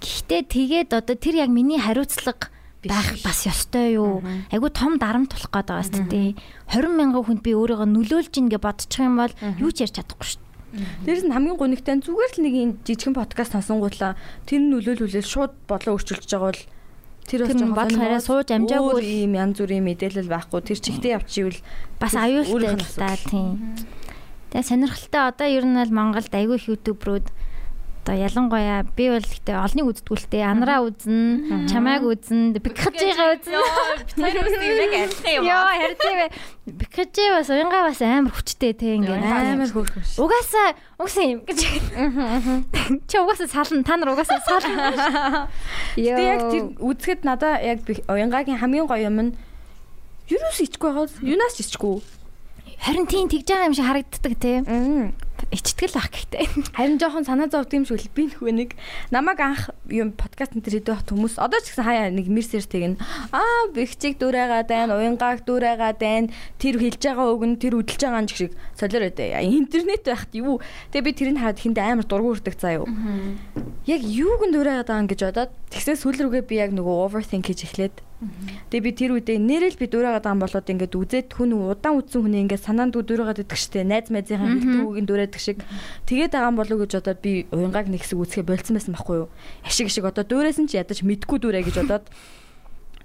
[SPEAKER 1] Гэхдээ тэгээд одоо тэр яг миний хариуцлага байх бас ёстой юу? Айгу том дарамт болох гээд байгаа шүү дээ. 20 мянган хүнд би өөрийгөө нөлөөлж ийн гэж бодчих юм бол юу ч ярьж чадахгүй шүү.
[SPEAKER 4] Дээрс нь хамгийн гонигтай нь зүгээр л нэг энэ жижигэн подкаст сонсонгуудлаа тэр нь нөлөөлүүлэл шууд болоо өөрчилж байгаа бол тэр
[SPEAKER 1] Тэр нь
[SPEAKER 4] жоохон
[SPEAKER 1] бодол хараа
[SPEAKER 4] сонирхол,
[SPEAKER 1] сууж амжаагүй
[SPEAKER 4] өөр юм янз бүрийн мэдээлэл байхгүй тэр чигтээ явчихвэл
[SPEAKER 1] Бас
[SPEAKER 4] тэр
[SPEAKER 1] аюултай
[SPEAKER 4] өөрийнх нь
[SPEAKER 1] л та тийм. Тэгээ сонирхолтой одоо ер нь бол Монголд айгүй их ютуберүүд одоо ялангуяа би бол гэхдээ олныг үздэггүйлтэй анараа үзэн, чамайг үзэн, бикхажигаа үзэн.
[SPEAKER 2] Тэр үстэй яг адилхан юм.
[SPEAKER 1] Йоо харьцаа бикхажи бас уянгаа бас амар хүчтэй те ингээ амар
[SPEAKER 4] амар хөөрхөн шүү.
[SPEAKER 1] Угаасаа угсан юм гэж. Чи угаасаа сална. Та нар угаасаа сална. Йоо.
[SPEAKER 4] Тэгээ яг тэр үзэхэд надаа яг би- уянгагийн хамгийн гоё юм нь юунаас ичгүй байгаа бол юунаас ч ичгүй.
[SPEAKER 1] харин тийм тэгж байгаа юм шиг харагддаг те.
[SPEAKER 4] Мм.
[SPEAKER 1] Ичтгэл ах гэхдээ.
[SPEAKER 4] Харин жоохон санаа зовдөг юм шиг л би нөгөө нэг намайг анх юм подкаст энэ төр хийдэг хүмүүс одоо ч гэсэн хаяа нэг мерсэртэйг нь аа бэхжиг дүрээгаад байна, уянгааг дүрээгаад байна. Тэр хэлж байгаа үг нь тэр үдэлж байгаа нь ч шиг солиор өдөө. Интернет байхад юу. Тэгээ би тэрийг хараад хинт амар дургу хүрдэг заяа. Яг юуг нь дүрээгаад байгаа юм гэж бодоод тэгсээ сүүл рүүгээ би яг нөгөө overthink хийж эхлээд Тэгээ би тэр үедээ нэрэл би дүрээгээд байгаа юм болоод ингээд үзээд хүн удаан үзсэн хүн ингээд санаанд дүрээгээд идэх штэ найз мэдзийнхэн хэлдэг үгийн дүрээдэг шиг тэгээд байгаа юм болов уу гэж бодоод би уянгааг нэг хэсэг үзэхэ болцсон байсан байхгүй юу ашиг ашиг одоо дүрээсэн чи ядаж мэдгүй дүрээ гэж бодоод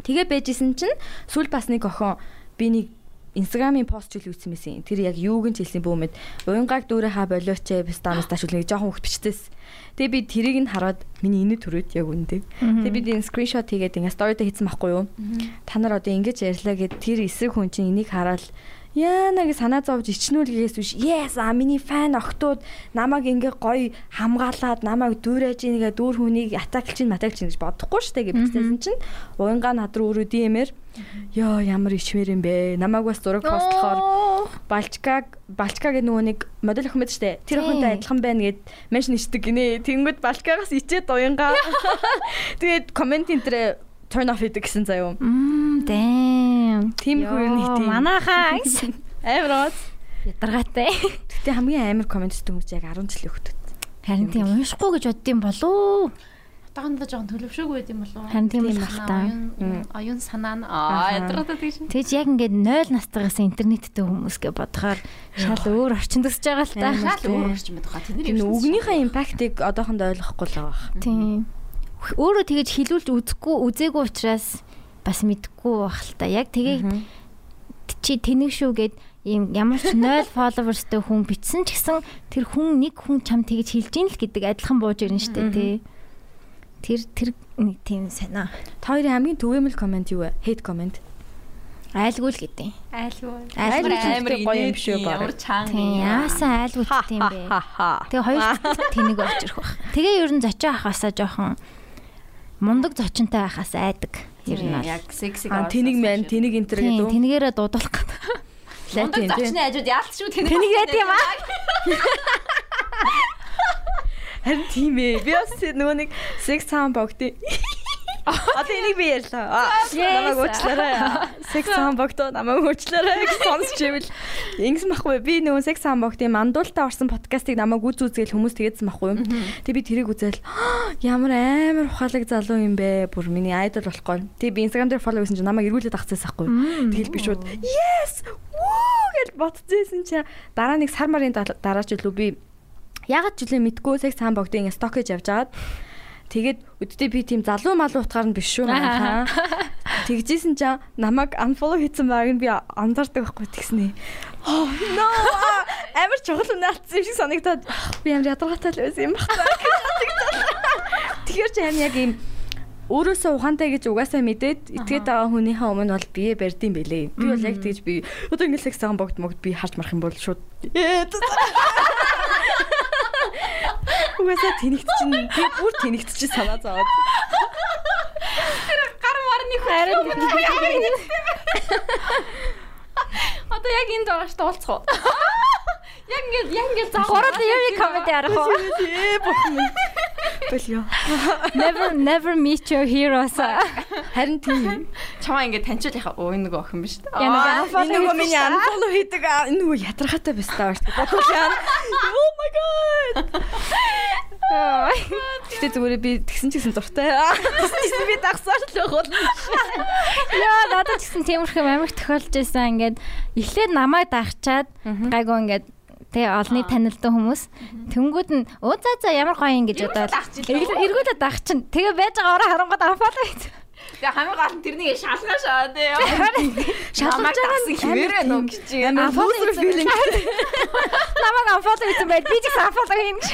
[SPEAKER 4] тэгээ байжсэн чинь сүл бас нэг охин би нэг Instagram-ийн пост жил үүсэн байсан. Тэр яг юуг нь ч хэлсэн бөөмэд уянгааг дүүрээ ха болооч ээ би станаас ташгүй нэг жоохон хөвт бичсэн. Тэгээ би тэрийг нь хараад миний инэ төрөөд яг үндэ. Тэгээ би энэ скриншот хийгээд ингээ сторид хийсэн байхгүй юу? Та нар одоо ингэж ярьлаа гэд тэр эсрэг хүн чинь энийг хараад Яна гэ санаа зовж ичнүүлгээс биш. Yes, а миний фан охтууд намайг ингээ гоё хамгаалаад намайг дүүрэж ингээ дүүр хүнийг атаклж чинь матаглж чинь гэж бодохгүй штэ гэж бичсэн чинь уянгаа над руу өрөө димээр ёо ямар ичмэр юм бэ? Намайг бас зураг постлохоор Балчкаг Балчкагийн нөгөө нэг модель охин мэт штэ. Тэр охинтой адилхан байна гэд меншн ичдэг гинэ. Тэнгүүд Балчкагаас ичээд уянгаа. Тэгээд комент энэ turn off хийдэг гэсэн заяа.
[SPEAKER 1] Мм, дэм.
[SPEAKER 4] Тийм хөрний тийм.
[SPEAKER 1] Манахаа.
[SPEAKER 4] Амар ууц.
[SPEAKER 1] Ядаргаатай.
[SPEAKER 4] Гэтэ хамгийн амар комент дүмж яг 10 жил өгдөг.
[SPEAKER 1] Харин тийм уншихгүй гэж боддсон болоо.
[SPEAKER 3] Тагнда жоохон төлөвшөөгүй байт юм болов.
[SPEAKER 1] Харин тийм л бах та.
[SPEAKER 3] Оюун санаа нь аа ядраад тийш.
[SPEAKER 1] Тэгж яг ингээд 0 настайгаас интернеттэй хүмүүс гэж бодохоор шал өөр орчин төсж байгаа л та.
[SPEAKER 3] Шал өөр орчин байдаг хаа. Тэдний
[SPEAKER 4] Энэ үгнийхээ импактыг одоохонд ойлгохгүй л байгаа.
[SPEAKER 1] Тийм. Өөрөө тэгэж хилүүлж үзэхгүй үзээгүй учраас бас мэдхгүй байх л та. Яг тэгээ чи тэнэг шүү гэд ийм ямар ч 0 followersтэй хүн бичсэн ч гэсэн тэр хүн нэг хүн чам тэгэж хилж ийн л гэдэг адилхан бууж ирнэ штэ тий. Тэр тэр нэг тийм санаа.
[SPEAKER 4] Та хоёрын хамгийн төвөөмөл комент юу вэ? Hate comment.
[SPEAKER 1] Айлгүй л гэдэг.
[SPEAKER 3] Айлгүй.
[SPEAKER 1] Айлгүй ч
[SPEAKER 3] амар гоё юм биш үү? Ямар чанга.
[SPEAKER 1] Тийм яасан айлгүй гэдэг юм бэ? Тэгээ хоёр тэнэг орж ирэх байх. Тэгээ ер нь зочин ахаасаа жоохон мундаг зочинтай байхаас айдаг. Ер нь бол.
[SPEAKER 3] Яг сексиг.
[SPEAKER 4] Аа тэнийг мэн, тэнийг энтер
[SPEAKER 1] Тийм
[SPEAKER 4] гэдэг үү?
[SPEAKER 1] тэнгэрээ дуудуулах гэдэг.
[SPEAKER 3] Мундаг зочны хажууд яалт шүү тэнийг.
[SPEAKER 1] Тэнийг яд юм аа.
[SPEAKER 4] Харин тийм ээ. Би бас тэр нөгөө нэг sex sound богд. Одоо энийг би ярьлаа. Аа, Намайг уучлаарай. Sex sound богд намайг уучлаарай гэж сонсч ивэл ингэсэн байхгүй. Би нөгөө sex sound богдын мандуултаа орсон подкастыг намайг үз үзгээл хүмүүс тэгээдсэн байхгүй. Тэгээ би тэрийг үзэл "Аа, ямар амар ухаалаг залуу юм бэ. Бүр миний айдол болохгүй. Тэгээ би Instagram дээр follow хийсэн чинь намайг эргүүлээд агцсан байхгүй. Тэгэл би шууд yes! Woo! гэж бодчихсэн чинь дараа нэг сар марын дал- дараа ч үлээ би Ягаад ч үлээ мэдгүй sex сайн богдын стокэж явжгаад тэгээд өдөртөө би тийм залуу малуу утгаар нь биш шүү манайхаа. Тэгжсэн чинь намайг unfollow хийсэн байгааг нь би анзаардаг байхгүй тэгснэ. Oh no! аа, Амар чухал үнэ алдсан юм шиг санагдаад ах, би амар ядаргатай л байсан юм байна. Тэгэхээр чи харин яг ийм өөрөөсөө ухаантай гэж угаасаа мэдээд итгээд байгаа хүнийхээ өмнө бол бие барьд юм бэлээ. Би бол яг тэгж би одоо ингээл sex сайн богд могд би харж марах юм бол шууд Э, ээ Угаасаа тэнэгт чинь тэг бүр тэнэгт чинь санаа зовоод.
[SPEAKER 3] Одоо яг энд байгаа шүү дуулцах уу? Яг ингээд яг ингээд зав.
[SPEAKER 1] Гурал юм юм комент ярах уу?
[SPEAKER 4] Ээ бохно. Болё.
[SPEAKER 1] Never never meet your heroes.
[SPEAKER 4] Харин тийм.
[SPEAKER 2] Чамаа ингэ таньчил яхаа өө энэ нөгөө охин биш үү?
[SPEAKER 1] Яна
[SPEAKER 4] Энэ нөгөө миний unfollow хийдэг аа, энэ нөгөө ядархаатай байс таа гэж бодож яана. Oh my god. Тэ зүгээр би тэгсэн ч гэсэн дуртай. Аа, Тэгсэн ч гэсэн би дагсаар л байх бол.
[SPEAKER 1] Яа надад ч гэсэн тиймэрхүү амиг тохиолж байсан. Ингээд эхлээд намайг дагчаад гайгүй ингээд тэг олны танилттай хүмүүс тэнгууд нь уу за за ямар гоё юм гэж бодоод эргүүлээ дагчин. Тэгээ байж байгаа ороо харангууд анфоло хийц.
[SPEAKER 2] Тэгээ хамгийн гол нь тэрнийг шалгааш аа тий.
[SPEAKER 1] Шалгаж байгаа нь
[SPEAKER 2] Хэмээрээ нөө гिचиг.
[SPEAKER 4] Амар loser feeling.
[SPEAKER 1] намайг анфоло хийсэн байл. Би ч гэсэн анфоло хийн гэж.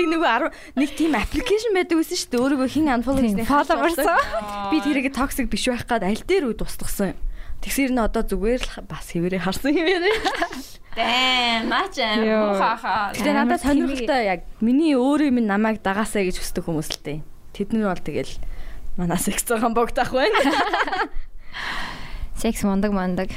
[SPEAKER 4] Яг нөгөө 10 нэг тийм application байдаг гэсэн шүү дээ. Өөрийгөө хин unfollow
[SPEAKER 1] Тийм,
[SPEAKER 4] хийсний
[SPEAKER 1] followers.
[SPEAKER 4] Би тэрийг toxic биш байх гад аль дээр үе тусдагсан. Тэгсэр нь одоо зүгээр л бас хэвээрээ харсан юм яа.
[SPEAKER 2] Дэн, наач
[SPEAKER 1] Йоо.
[SPEAKER 2] аим. Хахаа.
[SPEAKER 4] Гэтэ
[SPEAKER 1] Амар
[SPEAKER 4] надад сонирхолтой яг миний өөр юм намайг дагаасаа гэж хүсдэг хүмүүс л дээ. Тэд нар бол тэгэл манаас их цагаан богдах байна.
[SPEAKER 1] Секс мундаг мундаг.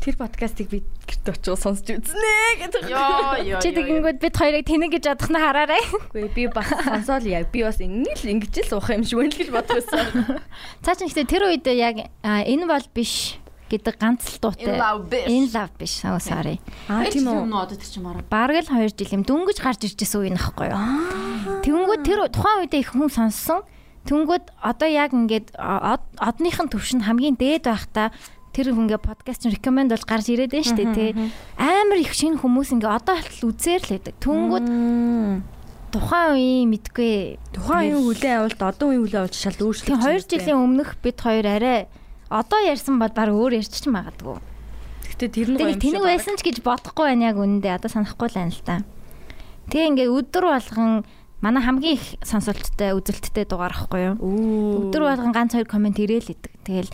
[SPEAKER 4] Тэр подкастыг би гэрт очиж сонсч үзнэ гэдэг.
[SPEAKER 2] Йоо, йоо.
[SPEAKER 1] Чи тэгэнгүүт бид хоёрыг тэнэг гэж бодох нь хараарай.
[SPEAKER 4] Гэхдээ би бас сонсоол яг би бас ингэж л ингэж л уух юм шиг байна л гэж бодчихсон.
[SPEAKER 1] Цааш нэгтэй тэр үед яг а, энэ бол биш гэдэг ганц л дуутай.
[SPEAKER 2] In love биш.
[SPEAKER 1] Энэ лав биш. Oh sorry.
[SPEAKER 4] Аа тийм үү.
[SPEAKER 2] Нөө одоо тэр чим аа.
[SPEAKER 1] Бараг л 2 жил юм дүнгэж гарч ирчихсэн үе нөхгүй юу. Тэнгүүд тэр тухайн үед их хүн сонссон. Тэнгүүд одоо яг ингээд а, од- одных нь төвшин хамгийн дээд байхдаа тэр хүн ингээд подкаст нь recommend бол гарч ирээд байна шүү дээ тий. Амар их шинэ хүмүүс ингээд одоо хальтал үзээр л байдаг. Тэнгүүд тухайн үеийн мэдгүй
[SPEAKER 4] Тухайн үеийн хүлэн авалт одоо үеийн хүлэн авалт шал өөрчлөгдөж.
[SPEAKER 1] Тэгээ 2 жилийн өмнөх бид хоёр арай одоо ярьсан бол баг өөр ярьчих магадгүй.
[SPEAKER 4] Гэтэ тэр нь
[SPEAKER 1] Тэгээ тэнэг байсан ч гэж бодохгүй байна яг үнэндээ одоо санахгүй л байна л та. Тэгээ ингээ өдөр болгон манай хамгийн их сонсолттой үзэлттэй дугаар ахгүй юу? Өдөр
[SPEAKER 4] Өдөр
[SPEAKER 1] болгон ганц хоёр комент ирээл идэг. Тэгэл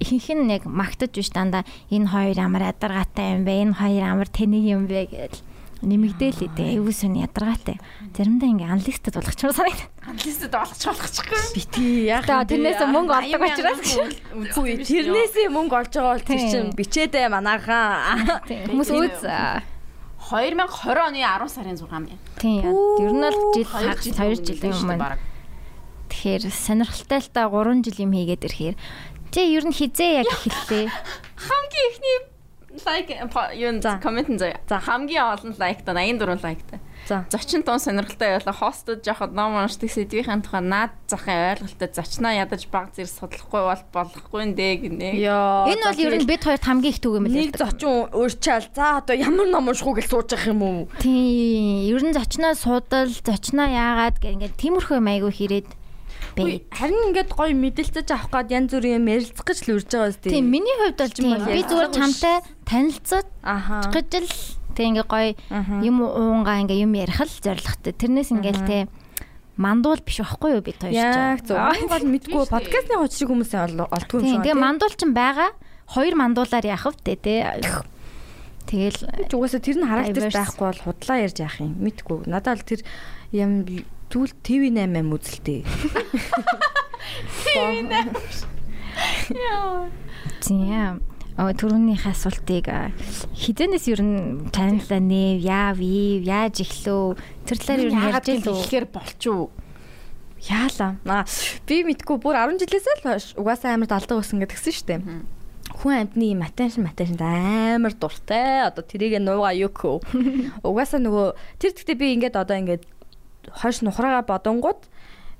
[SPEAKER 1] ихэнх нь яг магтаж биш дандаа энэ хоёр амар ядаргаатай юм бэ? Энэ хоёр амар тэнэг юм бэ гэж нэмэгдээл идэг. Эвгүй сонь ядаргаатай. Заримдаа ингээ анлистэд болгочихмор санагдав.
[SPEAKER 2] Аналистд олгоч болохчихгүй.
[SPEAKER 4] бити яах
[SPEAKER 1] Тэгээ тэрнээсээ мөнгө олдог учраас
[SPEAKER 2] Үгүй
[SPEAKER 4] Тэрнээсээ мөнгө олж байгаа бол тэр
[SPEAKER 1] Тийм.
[SPEAKER 4] чинь бичээдээ манаахан.
[SPEAKER 1] хүмүүс үз.
[SPEAKER 2] 2020 оны 10 сарын 6 мэн.
[SPEAKER 1] Тийм. Ер нь бол жил
[SPEAKER 2] 2 жил
[SPEAKER 1] 2 жилийн өмнө Тэгэхээр сонирхолтой л та 3 жил юм хийгээд ирэхээр чи ер нь хизээ яг эхэллээ.
[SPEAKER 2] Хамгийн ихний лайк юу
[SPEAKER 1] За.
[SPEAKER 2] коммент нь заяа. За хамгийн олон лайктай 84 лайктай.
[SPEAKER 1] За.
[SPEAKER 2] Зочин тун сонирхолтой байлаа. Хостод жоохот ном уншдаг сэдвийн тухай наад захын ойлголтой зочноо ядаж баг зэрэг судлахгүй бол болохгүй нэ гинэ.
[SPEAKER 7] Йоо.
[SPEAKER 1] Энэ бол ер нь бид хоёрт хамгийн их түгээмэл
[SPEAKER 4] Нэг
[SPEAKER 1] ярьдаг.
[SPEAKER 4] зочин уурчаал. За одоо ямар ном уншихуу гэж сууж явах юм уу?
[SPEAKER 1] Тийм, ер нь зочноо судал, зочноо яагаад гэх ингээд тиймэрхүү айгүй хэрэг бэ.
[SPEAKER 4] Үгүй, Харин ингээд гоё мэдээлцэж авах гээд янз бүрийн юм ярилцах гэж л үрж байгаа үст.
[SPEAKER 1] Тийм, миний хувьд бол тийм.
[SPEAKER 4] бол
[SPEAKER 1] Би зүгээр
[SPEAKER 4] ялгаагүй
[SPEAKER 1] чамтай танилцах
[SPEAKER 4] Ахаа.
[SPEAKER 1] гэж л тэг ингээ гоё юм уунгаа ингээ юм ярих л зоригтой. Тэрнээс ингээл те мандуул биш байхгүй юу бид хоёр ч.
[SPEAKER 4] Яг зөв.
[SPEAKER 1] Аа,
[SPEAKER 4] Би бол мэдгүй подкастны хучрыг хүмүүс ол- олдгүй юм шиг.
[SPEAKER 1] Тийм, тэгээ мандуул ч байгаа. Хоёр мандуулаар явах втэ те. Тэгэл
[SPEAKER 4] Угаасаа тэр нь характер
[SPEAKER 1] Diverse.
[SPEAKER 4] байхгүй бол худлаа ярьж яах юм. Мэдгүй. Надад бол тэр юм түүл TV8 юм үзэлтэй.
[SPEAKER 1] тийм. Оо түрүүнийх асуултыг аа, хизэнээс ер нь танилцаа нэ, яав, ив, яаж эхлэв? Тэр талаар ер нь ярьж илүү.
[SPEAKER 2] гэхээр болчих.
[SPEAKER 4] Яалаа. Аа, Би мэдгүй бүр 10 жилээс л хойш угаасаа амар далдаг өсөн гэдгсэн штеп. Хүн амьтны юм attention attention амар дуртай. Одоо тэрийг нь нуугаа юу гэх. Угаасаа нөгөө тэр гэхдээ би ингээд одоо ингээд хойш нухраага бодонгууд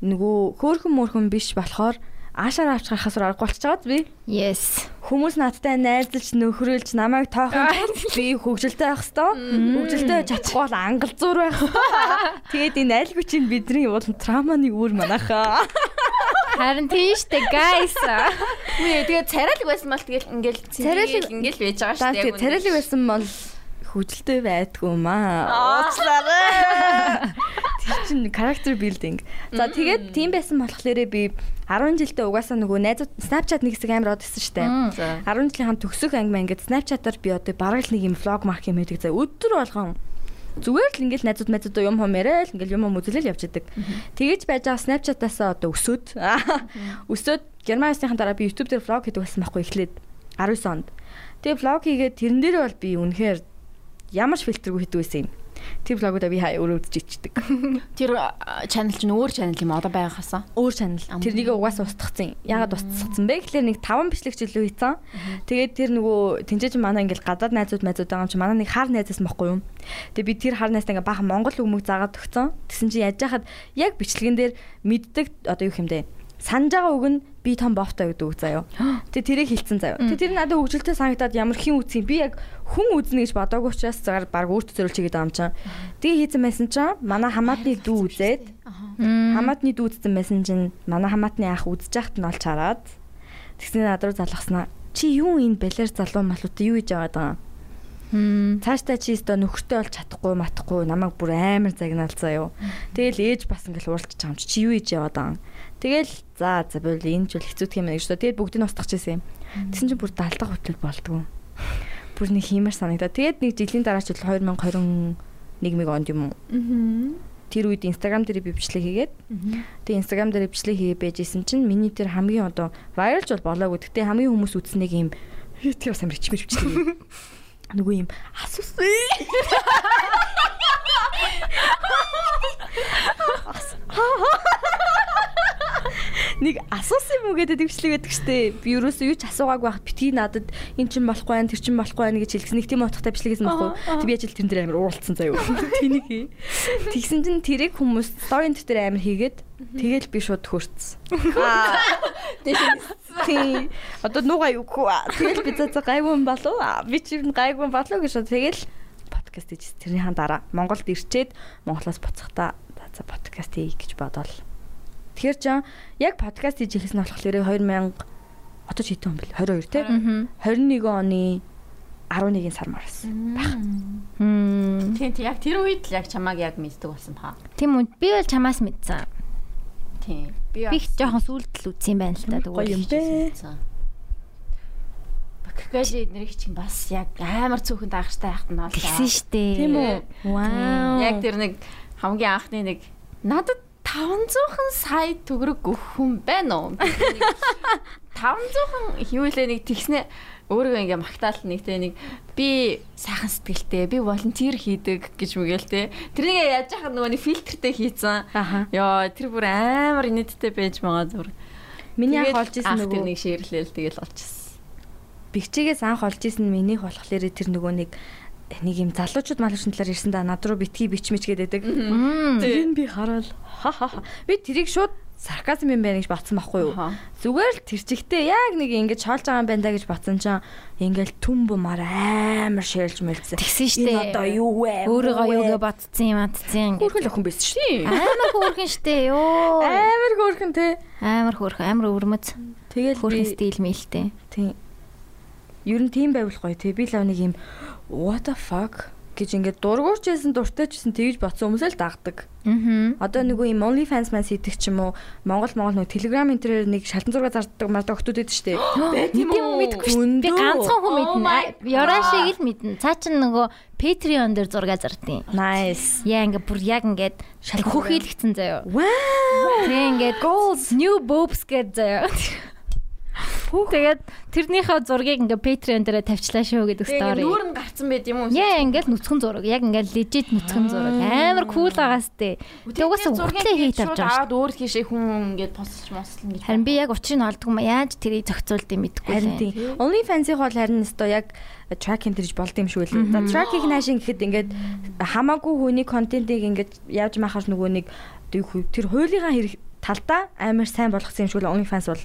[SPEAKER 4] нөгөө хөөхөн мөрхөн биш болохоор аашаар авч гарахаас өөр аргагүй болчиход би.
[SPEAKER 1] Yes.
[SPEAKER 4] хүмүүс надтай найзалж нөхрөлж намайг тоохон тул би хөвгөлтэй байх хэвээр хөвгөлтэй чадахгүй бол ангал зур байх хэвээр. тэгээд энэ аль хүчин бидний уул трауманы үүр манахаа
[SPEAKER 1] Харин тийм штэ, guys.
[SPEAKER 8] Үгүй тэгээ царайлаг байсан бол тэгэл ингээл
[SPEAKER 4] Царайлаг-
[SPEAKER 8] царайлаг ингээл байж байгаа шүү
[SPEAKER 4] даа тэгээд царайлаг байсан бол хөвгөлтэй байдгүй маа уучлаарай чин character building. За тэгээд тийм байсан болохоор би 10 жилдээ угаасаа нөгөө найзууд Snapchat нэг хэсэг амар од гэсэн штэ. 10 жилийн хам төгсөх анги маань ингээд Snapchat-аар би одоо бараг л нэг юм vlog mark юм хийдэг. За өдөр болгон зүгээр л ингээд найзууд найзууд юм хум яриа л ингээд юм юм үзлэл явж идэг. Тэгэж байж байгаа Snapchat-аас одоо өсөд. Өсөд Герман улсынхан дараа би YouTube дээр vlog хийдэг болсон байхгүй эхлээд 19 онд. Тэгээ vlog хийгээд тэрэн дээр бол би үнэхээр ямар ч фильтргүй хийдэг байсан юм. Тэр vlog-уудаа би хаяа өөрөө үзчихдэг.
[SPEAKER 2] Тэр а, channel чинь өөр channel юм одоо байгаасаа.
[SPEAKER 4] өөр channel. Тэрнийг угаасаа устгацсан. Ягаад устгацсан бэ гэхэлэр нэг 5 бичлэг жилүү хийцэн. Тэгээд тэр нөгөө тэнцээч манай ингээл гадаад найзууд найзууд байгаа юм чи манай нэг хар найзаас мөхгүй юм. Тэгээд би тэр хар найзтай ингээ баахан монгол өмг заагаад өгцөн. Тэсэн чи яж хахад яг бичлэгэн дээр мэддэг одоо юу хэмдэ санаж байгаа үг нь би том бовтой гэдэг үг заяо. Тэгээ тэрийг хилцэн заяо. Тэгээ тэр надад хөвгөлтэй санагдаад ямар хин үтсэн би яг хүн үзнэ гэж бодоагүй учраас зэрэг баг өөрт зөрүүлчихээ гэдэг юм чам. Тэгээ хийцэн байсан чам манай хамаатны дүү үзээд хамаатны дүүдсэн байсан чинь манай хамаатны ах үдж яхад нь олж хараад тэгснээр над руу залгаснаа. Чи юу энэ балер залуу малуутай юу хийж яваад байгаа юм? Цаашдаа чи өөртөө нөхөртэй болж чадахгүй матахгүй намайг бүр амар загнаалцаа юу. Тэгэл ээж бас ингээл ууралч чам чи юу хийж яваад байгаа юм. Тэгэл за за бол энэ жил хэцүүх юм аа гэж тэгэл бүгдийг нь устгах гэсэн юм. Тэгсэн чинь бүр далдах хөтөл болдгоо. Бүр нэг хиймэр санагдаа. Тэгэд нэг жилийн дараа ч 2021 мэг онд юм уу? тэр үед инстаграм дээр би бичлэг хийгээд тэгээ инстаграм дээр бичлэг хийе байжсэн чинь миний тэр хамгийн одоо виралж бол болоогүй гэхдээ хамгийн хүмүүс үзснэг юм хит юм амар ичмэр бичлэг юм. нөгөө юм асуус нэг асуус юм уу гэдэг төвчлэг гэдэг штэ би юуроос юу ч асуугаагүй байхад битгий надад эн чин болохгүй байх тэр чин болохгүй байх гэж хэлсэн нэг тийм утгатай бичлэг гэсэн байхгүй тэг би ажил тэрэн дээр амар уралцсан заяа тэнийг хий тэгсэн чин тэрийг хүмүүс сторийн дээр амар хийгээд тэгэл би шууд хөрцсөн Тий. Одоо нугаа юу гэх вэ? Тэгэл би цаа гайгүй юм болов уу? Би ч юм гайгүй юм болов гэж бод- тэгэл подкаст хийж тэрний хаан дараа Монголд ирчээд Монголоос буцахдаа за за подкаст хий гэж бодоол. Тэгэхэр ч яг подкаст хийж эхэлсэн нь болохоор 2000 одоо ч хэдэн он бэл 22 тий. 21 оны 11 сар мар байсан.
[SPEAKER 2] Тийм тийм яг тэр үед л яг чамааг яг мэддэг болсон баа.
[SPEAKER 1] Тийм үү. Би бол чамаас мэдсэн.
[SPEAKER 2] Тийм. Би
[SPEAKER 1] Би их жоохон сүулт л үзсэн байна л та
[SPEAKER 4] Гоё юм
[SPEAKER 1] тэгвэл.
[SPEAKER 4] бэ?
[SPEAKER 2] Баккажи эднэр их чинь бас яг амар цөөхөн даагчтай байхад нь бол.
[SPEAKER 1] Тэгсэн штэ.
[SPEAKER 4] Тийм үү? Вау.
[SPEAKER 2] Яг тэр нэг хамгийн анхны нэг надад 500хан сая төгрөг өгөх хүн байна уу? 500хан хийвэлээ нэг тэгснэ өөрөө ингээ магтаал нэг тэ нэг би сайхан сэтгэлтэй би волонтер хийдэг гэж мгил тэ тэрнийг яаж яхад нөгөө нэг фильтртэй хийцэн
[SPEAKER 4] Аха.
[SPEAKER 2] ёо тэр бүр амар инэдтэй байж байгаа зүр
[SPEAKER 4] Миний ах
[SPEAKER 2] Тэгээд
[SPEAKER 4] олж исэн
[SPEAKER 2] ах тэр
[SPEAKER 4] нөгөө
[SPEAKER 2] нэг ширлээл тэгэл олчихсан
[SPEAKER 4] бэгчээгээс анх олж исэн минийх болохоор тэр нөгөө нэг нэг юм залуучууд малчин талаар ирсэн да над руу битгий бичмич гэдэг. Тэр нь би хараад ха ха ха. Би тэрийг шууд сарказм юм байна гэж батсан байхгүй юу?
[SPEAKER 2] Аха.
[SPEAKER 4] Зүгээр л тэр чигтээ яг нэг ингэж шоолж байгаа юм байна да гэж батсан чинь ингээл түн бумаар амар шээлж мэлцсэн.
[SPEAKER 1] Тэгсэн шүү дээ.
[SPEAKER 4] Энэ одоо юу вэ?
[SPEAKER 1] Өөрөө юугээ бодцсон юм атцсан.
[SPEAKER 4] Хөөрхөн л охин байсан шүү.
[SPEAKER 1] Амар хөөрхөн штэ ёо.
[SPEAKER 4] Амар хөөрхөн те.
[SPEAKER 1] Амар хөөрхөн, амар өвөрмөц.
[SPEAKER 4] Тэгэл
[SPEAKER 1] Хөөрхөн стил мэлтэй.
[SPEAKER 4] Тийм. Ер нь тийм байвал гоё тий. Би л нэг юм what the fuck гэж ингээд дургуурч байсан дуртай ч гэсэн тэгж ботсон хүмүүсэл дагдаг.
[SPEAKER 1] Аа.
[SPEAKER 4] Одоо нэг үе Only fans man сэтг ч юм уу Монгол Монгол нэг Telegram интерээр нэг шалтан зураг зардаг мардаг өгтүүд байдаг шүү дээ.
[SPEAKER 1] Тийм үү мэдгүй шүү. дээ. Би
[SPEAKER 4] Өндөө.
[SPEAKER 1] ганцхан хүн
[SPEAKER 9] Oh my
[SPEAKER 1] мэднэ. Ярашиг л мэднэ. Цаа чин нөгөө Patreon дээр зурга зардیں۔
[SPEAKER 4] Nice.
[SPEAKER 1] Яа ингээ бүр яг ингээд шал хөхийлгцэн заяа.
[SPEAKER 4] Wow.
[SPEAKER 1] Тэгээ ингээд goals new boobs гэд заяа. Тэгээд тэрнийхээ зургийг ингээ Patreon дээр тавьчлаа шүү гэдэг
[SPEAKER 3] Тэгээ
[SPEAKER 1] story.
[SPEAKER 3] нүүр нь гарцсан байд юм уу?
[SPEAKER 1] Яа ингээл нүцгэн зураг, яг ингээл legit нүцгэн зураг. Амар cool байгаас тээ. Тэгээ угаасаа хурдлаа хийх тавьж байгаа шүү.
[SPEAKER 3] Аваад өөр хийшээ хүн ингээд тусалж мослно гэж.
[SPEAKER 1] Харин би яг учрыг нь олдгүй юм а. яаж тэрийг зохицуулдыг мэдэхгүй
[SPEAKER 4] Харин тийм. Only fans-ийн хол харин өсто яг track интерж болд юм шүү лээ. За track-ийг наашин гэхэд ингээд хамаагүй хүний контентийг ингээд явж махаар нөгөө нэг тэр хүү- тэр хуулийнхаа хэрэг талдаа амар сайн болгосон юм шүү лээ only fans бол.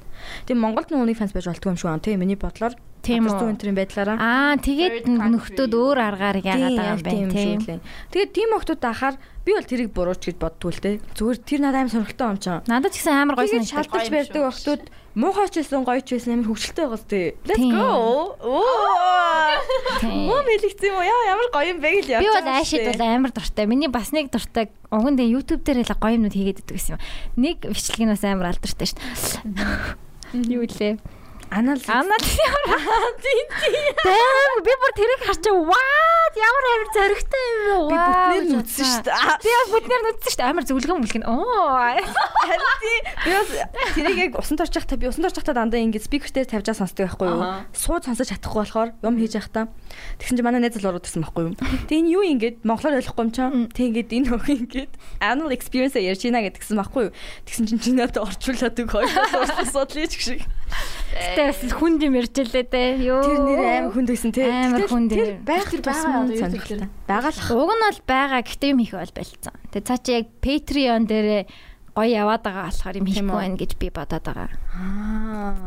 [SPEAKER 4] Тийм Монголд нь only fans байж болтгүй юм шүү аа тийм миний бодлоор.
[SPEAKER 1] Тийм үү.
[SPEAKER 4] Зүүн интерийн байдлаараа.
[SPEAKER 1] Аа тэгээд
[SPEAKER 3] Third country.
[SPEAKER 1] нөхдөд өөр аргаар яагаад байгаа юм бэ
[SPEAKER 4] Тийм яг тийм
[SPEAKER 1] тийм.
[SPEAKER 4] юм шүү лээ. Тэгээд тийм октод ахаар би бол тэрийг бурууч гэж боддгүй л дээ. Зүгээр тэр надад амар сонирхолтой юм чам.
[SPEAKER 1] Надад ч гэсэн амар гоё
[SPEAKER 4] Тэгээд
[SPEAKER 1] санагдав.
[SPEAKER 4] шалтгаалж барьдаг октод муухайч байсан гоёч байсан амар хөвгчлөлтэй байгаас тээ. Let's
[SPEAKER 1] Тийм.
[SPEAKER 4] go. Оо.
[SPEAKER 1] Тийм.
[SPEAKER 4] Муу мэлэгцсэн юм уу? Яа ямар гоё юм бэ гэж явж
[SPEAKER 1] Би бол аашид бол амар дуртай. Миний бас нэг дуртай. Уган дээр YouTube дээр л гоё юмнууд хийгээд байдаг гэсэн юм. Нэг бичлэг нь бас амар алдартай шүү дээ. Юу лээ? Анаа
[SPEAKER 4] анал
[SPEAKER 1] л ямар тийм тийм. Бэм би бүр тэрийг харчаа. Ваад ямар амар зоригтой юм бэ?
[SPEAKER 4] би
[SPEAKER 1] Вау,
[SPEAKER 4] бүтнээр нь
[SPEAKER 1] жоо.
[SPEAKER 4] үзсэн шүү дээ.
[SPEAKER 1] Би бас бүтнээр нь үзсэн шүү дээ. Амар зөвлөгөө мөлгөн. Оо.
[SPEAKER 4] Би бас тэрийг яг усанд орчих та би усанд орчих та дандаа ингэ спикер дээр тавьжаа сонсдог байхгүй юу? Сууд сонсож чадахгүй болохоор юм хийж явах та. Тэгсэн чинь манай найз л ороод ирсэн байхгүй юу? Тэг энэ юу ингэд монголоор ойлгохгүй юм чам. Тэг ингэд энэ хөх ингэд anal experience ярьж байна гэдгсэн байхгүй юу? Тэгсэн чинь чи надад орчуулаад өг хоёроос урсаад л ич шиг.
[SPEAKER 1] Тэ бас хүн юм ярьж лээ дээ. Йоо.
[SPEAKER 4] Тэр нэр амар хүнд байсан те.
[SPEAKER 1] Амар
[SPEAKER 4] Гэтэл
[SPEAKER 1] хүнд
[SPEAKER 4] Тэр
[SPEAKER 1] нэр.
[SPEAKER 4] байх
[SPEAKER 3] Тэр
[SPEAKER 4] тэр
[SPEAKER 3] байгаа
[SPEAKER 4] байгаа
[SPEAKER 3] одоо YouTube
[SPEAKER 4] сонирхолтой. Байгаа л
[SPEAKER 1] Уг нь бол байгаа гэхдээ юм хийх бол болцсон. Тэгээ цаа чи яг Patreon дээр гоё яваад байгаа болохоор юм хийхгүй байна гэж би бодоод байгаа.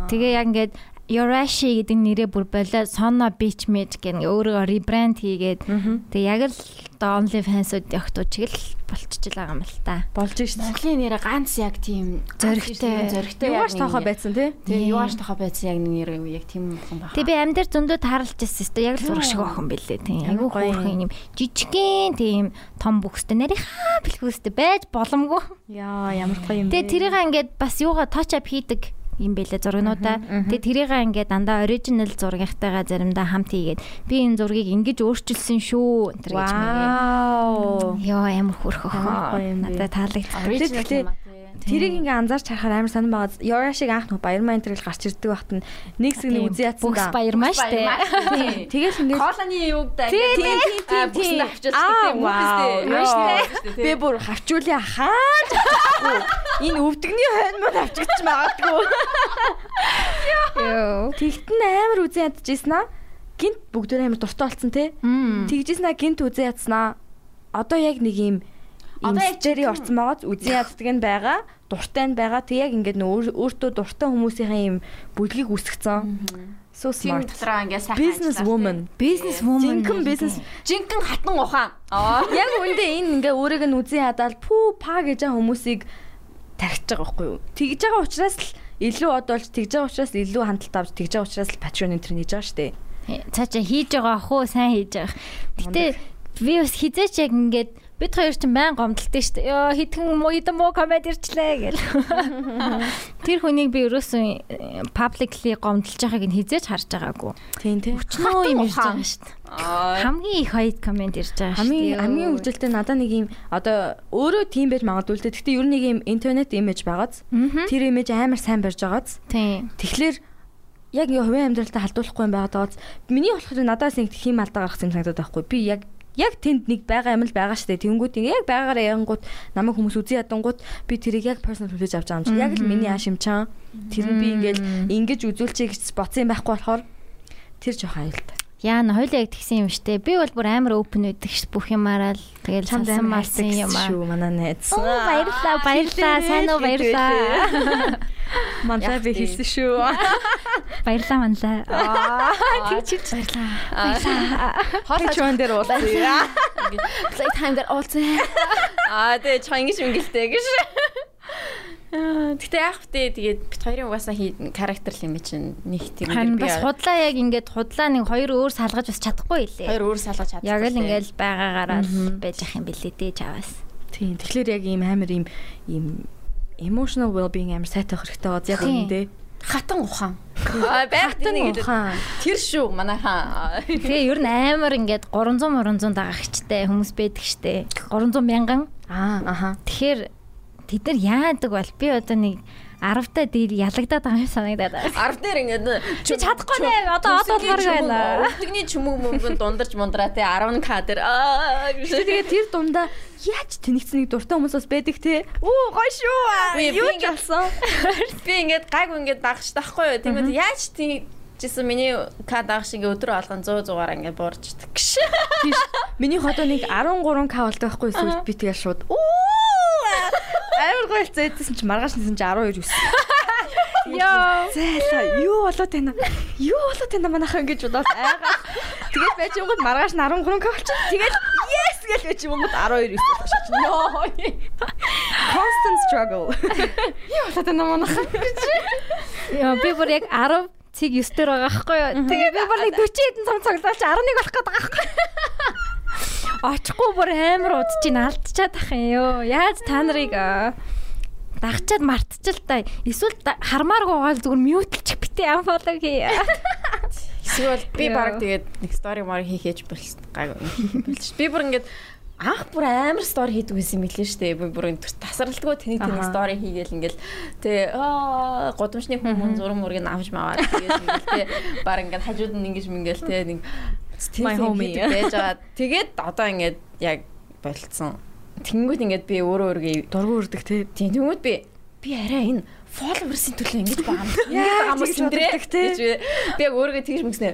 [SPEAKER 1] Тэгээ яг ингээд Yorashi гэдэг нэрээ бүр болоо Sono Beach Match гэнгээ өөрөө rebrand хийгээд тэгээ яг л Only Fans-ууд өгтөө чиг л болчихж байгаа юм л та.
[SPEAKER 4] болж шүү дээ.
[SPEAKER 3] Монголын нэрээ ганц яг тийм
[SPEAKER 1] Зоригтой.
[SPEAKER 3] зоригтой.
[SPEAKER 4] Юугаарч тахаа байдсан те.
[SPEAKER 3] Тэгээ юугаарч тахаа байсан яг нэр юм яг тийм юм байна.
[SPEAKER 1] Тэгээ би амь дээр зөндөө таралж ирсэн хэвээр яг л зураг шиг охин бэлээ тийм. Айгүй хөөрхөн юм жижигхэн тийм том бүхстэй нарийнхаа бэлгүүстэй байж боломгүй.
[SPEAKER 4] Яа ямар гоё юм
[SPEAKER 1] Тэгээ
[SPEAKER 4] бэ?
[SPEAKER 1] тэрийг ингээд бас юугаа touch up хийдэг юм бэлээ зургнуудаа. Тэгээ тэрийг ингээд дандаа original зургийнхтайгаа заримдаа хамт хийгээд би энэ зургийг ингэж өөрчилсөн шүү энэ гэж мэгээ.
[SPEAKER 4] Вау.
[SPEAKER 1] Йоо амар хөөрхөх.
[SPEAKER 4] Ямар гоё юм бэ?
[SPEAKER 1] Надад таалагдсан.
[SPEAKER 3] Original
[SPEAKER 4] Тэгтээ-
[SPEAKER 3] юм аа, тий.
[SPEAKER 4] Тэрийг ингээ анзаарч харахаар амар сонирн байгаа. Яра шиг анх нөх Баярман энтрэл гарч ирдэг багт нь нэг зэг нэг үзий ятсан
[SPEAKER 1] Бүхс
[SPEAKER 4] да.
[SPEAKER 1] баяр маш тээ.
[SPEAKER 4] Тэгэл ингээ
[SPEAKER 3] Колоны юуг даа.
[SPEAKER 4] Тийм, тийм, тийм, тийм.
[SPEAKER 3] Бүсэнд авчилдаг
[SPEAKER 4] Аа,
[SPEAKER 3] тийм мөхс
[SPEAKER 4] вау.
[SPEAKER 3] тийм.
[SPEAKER 4] Маш би бүр хавчуулъя хаач. Энэ өвдөгний хойно мөн авчигдчих магадгүй.
[SPEAKER 1] Йоо.
[SPEAKER 4] Тэгтэн амар үзий ядчихсэн аа. Гинт бүгдөө амар дуртай болсон те. Тэгжсэн аа гинт үзий ядсан аа. Одоо яг нэг юм
[SPEAKER 3] Одоо яг
[SPEAKER 4] Инстари орцсон байгааз үзэн яддаг нь байгаа, дуртай нь байгаа. Тэг яг ингээд нөө өөртөө дуртай хүмүүсийн юм бүлгийг үсгэцэн. So
[SPEAKER 3] Тийм
[SPEAKER 4] smart.
[SPEAKER 3] дотроо ингээд сайхан
[SPEAKER 4] business woman
[SPEAKER 1] Business woman.
[SPEAKER 4] Жинхэнэ бизнес
[SPEAKER 3] Жинхэнэ хатан ухаан. Аа.
[SPEAKER 4] яг үндэ энэ ингээ өөрийг нь үзен хадаад пүү па гэж байгаа хүмүүсийг тархиж байгаа байхгүй юу. Тэгж байгаа учраас л илүү одолж тэгж байгаа учраас л илүү хандлт авч тэгж байгаа учраас л патрон энтер нээж байгаа шүү дээ.
[SPEAKER 1] цаашаа хийж байгаа ах уу сайн хийж байгаа. Гэтэ би бас хизээч яг ингээд бид хоёр ч мэн гомдлоо шүү дээ. Йоо хитгэн муу хитэн муу комент ирчлээ гэл. Тэр хүнийг би ерөөсөн publicly гомдлж байгааг нь хизээч харж байгаагүй.
[SPEAKER 4] Тийм тийм.
[SPEAKER 1] Өчнөө юм ирж байгаа шүү дээ. Хамгийн их хоёрт комент ирж байгаа шүү дээ.
[SPEAKER 4] Хамгийн хамгийн үжилтэй надад нэг юм одоо өөрөө тийм байж магадгүй л дээ. Гэхдээ ер нь нэг юм интернет имиж байгааз. Тэр имиж амар сайн барьж байгааз.
[SPEAKER 1] Тийм.
[SPEAKER 4] Тэгэхээр яг ингээ хувийн амьдралтай халдуулахгүй юм байгаад байгааз миний болохоор надаас нэг хэм алдаа гарах юм санагдаад байхгүй. Би яг яг тэнд нэг байгаа юм л байгаа штэ. Тэнгүүд ингээ яг байгаараа ярангууд намайг хүмүүс үзий ядангууд би тэрийг яг personal privilege авч байгаа юм чи. Яг л миний аашимчаан тэр нь би ингээл ингэж үзүүлчихэ гэж ботсон юм байхгүй болохоор Тэр жоох аюултай.
[SPEAKER 1] Яа н хоёлаа яг тэгсэн юм штэ. Би бол бүр амар open байдаг ш бүх юмараа л тэгэл салсан марсан юм аа.
[SPEAKER 4] Шүү манай найз.
[SPEAKER 1] Оо баярлаа, баярлаа. Сайн уу баярлаа.
[SPEAKER 4] Мантай би хэлсэн шүү.
[SPEAKER 1] Баярлаа манлаа. Аа тэгж хэлж баярлаа.
[SPEAKER 2] Хоол
[SPEAKER 4] Чи юун дээр уулаа.
[SPEAKER 2] play time дээр уулзсан. Аа тэгээ чо ингэж мөнгөлтэй гэж. Аа, Гэтэ яах вэ тэгээд бит хоёрын угаасаа хий- характер л юм чинь нэг тийм
[SPEAKER 1] Харин
[SPEAKER 2] би
[SPEAKER 1] бас худлаа яг ингээд худлаа нэг хоёр өөр салгаж бас чадахгүй
[SPEAKER 2] хоёр
[SPEAKER 1] илээ.
[SPEAKER 2] өөр салгаж чадсан.
[SPEAKER 1] Яг л ингээд байгаагаараа л байж ах юм бэлээ дээ чаваас.
[SPEAKER 4] Тийм. Тэгэхээр яг ийм амар ийм ийм emotional well-being амар сайтай байх хэрэгтэй баз яг
[SPEAKER 1] Тийм.
[SPEAKER 4] үүндээ.
[SPEAKER 2] хатан ухан. Аа байхтан нэг хэлээд.
[SPEAKER 4] Ухаан.
[SPEAKER 2] Тэр шүү манайхан.
[SPEAKER 1] Тэгээ ер нь амар ингээд 300 300 дагагчтай хүмүүс байдаг штэ. 300 мянган.
[SPEAKER 4] Аа аха.
[SPEAKER 1] Тэгэхээр тэд нар яадаг бол би одоо нэг 10 та дээр ялагдаад байгаа юм санагдаад байна.
[SPEAKER 2] 10 дээр ингээд
[SPEAKER 1] Би чадахгүй нэ. Одоо одоо болохоор байна.
[SPEAKER 2] Өвдөгний чүмөг мөнгөнд дундарч мундраа те 10к дээр аа
[SPEAKER 4] Тэр
[SPEAKER 2] гэж.
[SPEAKER 4] тэгээ тэр дундаа яаж тэнэгцнийг дуртай хүмүүс бас байдаг те. Оо гоё шүү.
[SPEAKER 2] Би- би
[SPEAKER 4] Юу ч
[SPEAKER 2] ингээд-
[SPEAKER 4] болсон.
[SPEAKER 2] Би ингээд гайг ингээд дагш тахгүй юу. Тэгмэд яаж тий жисэн миний к дагш ингээд өдрө алган 100 100-аар ингээд буурч идэг гэж.
[SPEAKER 4] Тийш. Миний хотоо нэг 13к болтой байхгүй эсвэл би тэгээ шууд оо амар гоё хэлцээ хэдсэн чи маргааш нисэн чи 12 өссөн. Йоо. Зайлаа. Юу болоо тань? Юу болоо тань манайхан ингэж бодоод айгаа. Тэгээд байж юм гот маргааш нь 13к болчих. Тэгээд yes гэж байж юм гот 12 өссөн болчих. Йоо. Constant struggle. Юу болоо тань манайхан.
[SPEAKER 1] Яа би бүр яг 10 цэг 9 дээр байгаа байхгүй юу. Тэгээ би бүр нэг 40 хэдэн цам цоглуулч 11 болох гээд байгаа байхгүй. юу. Очихгүй бүр амар удаж ин алдчихад ах юм ёо. Яаж та нарыг аа, дагчаад мартчихл та. Эсвэл да- хармааргүй байгаа л зүгээр мьютлчих битээ амфолог хий.
[SPEAKER 2] Эсвэл би
[SPEAKER 1] Яа.
[SPEAKER 2] баг тэгээд нэг стори маар хийхээж болсон. Гайг хийхээ болсон. Би бүр ингээд анх бүр амар стори хийдэг байсан юм билээ штэ. Би бүр энэ тасралтгүй тэний тэний стори хийгээл ингээд тээ аа гудамжны хүмүүс зурм мөргийг авч маваад тэгээд ингээд тээ баг ингээд хажууд нь ингэж мингээл тээ нэг
[SPEAKER 4] My
[SPEAKER 2] My
[SPEAKER 4] homie.
[SPEAKER 2] homie байж байгаа. Тэгээд одоо ингээд яг болцсон. Тэнгүүд ингээд би өөрөө өөргөө
[SPEAKER 4] Дургу үрдэг те.
[SPEAKER 2] Тийм тэгмүүд би би арай энэ follower-сын төлөө ингэж баамс. Яа
[SPEAKER 4] Яа,
[SPEAKER 2] баамс
[SPEAKER 4] тэгж
[SPEAKER 2] сэндрээ
[SPEAKER 4] боддог, тий.
[SPEAKER 2] гэж би- би яг өөргөө тэгж мэгснэ.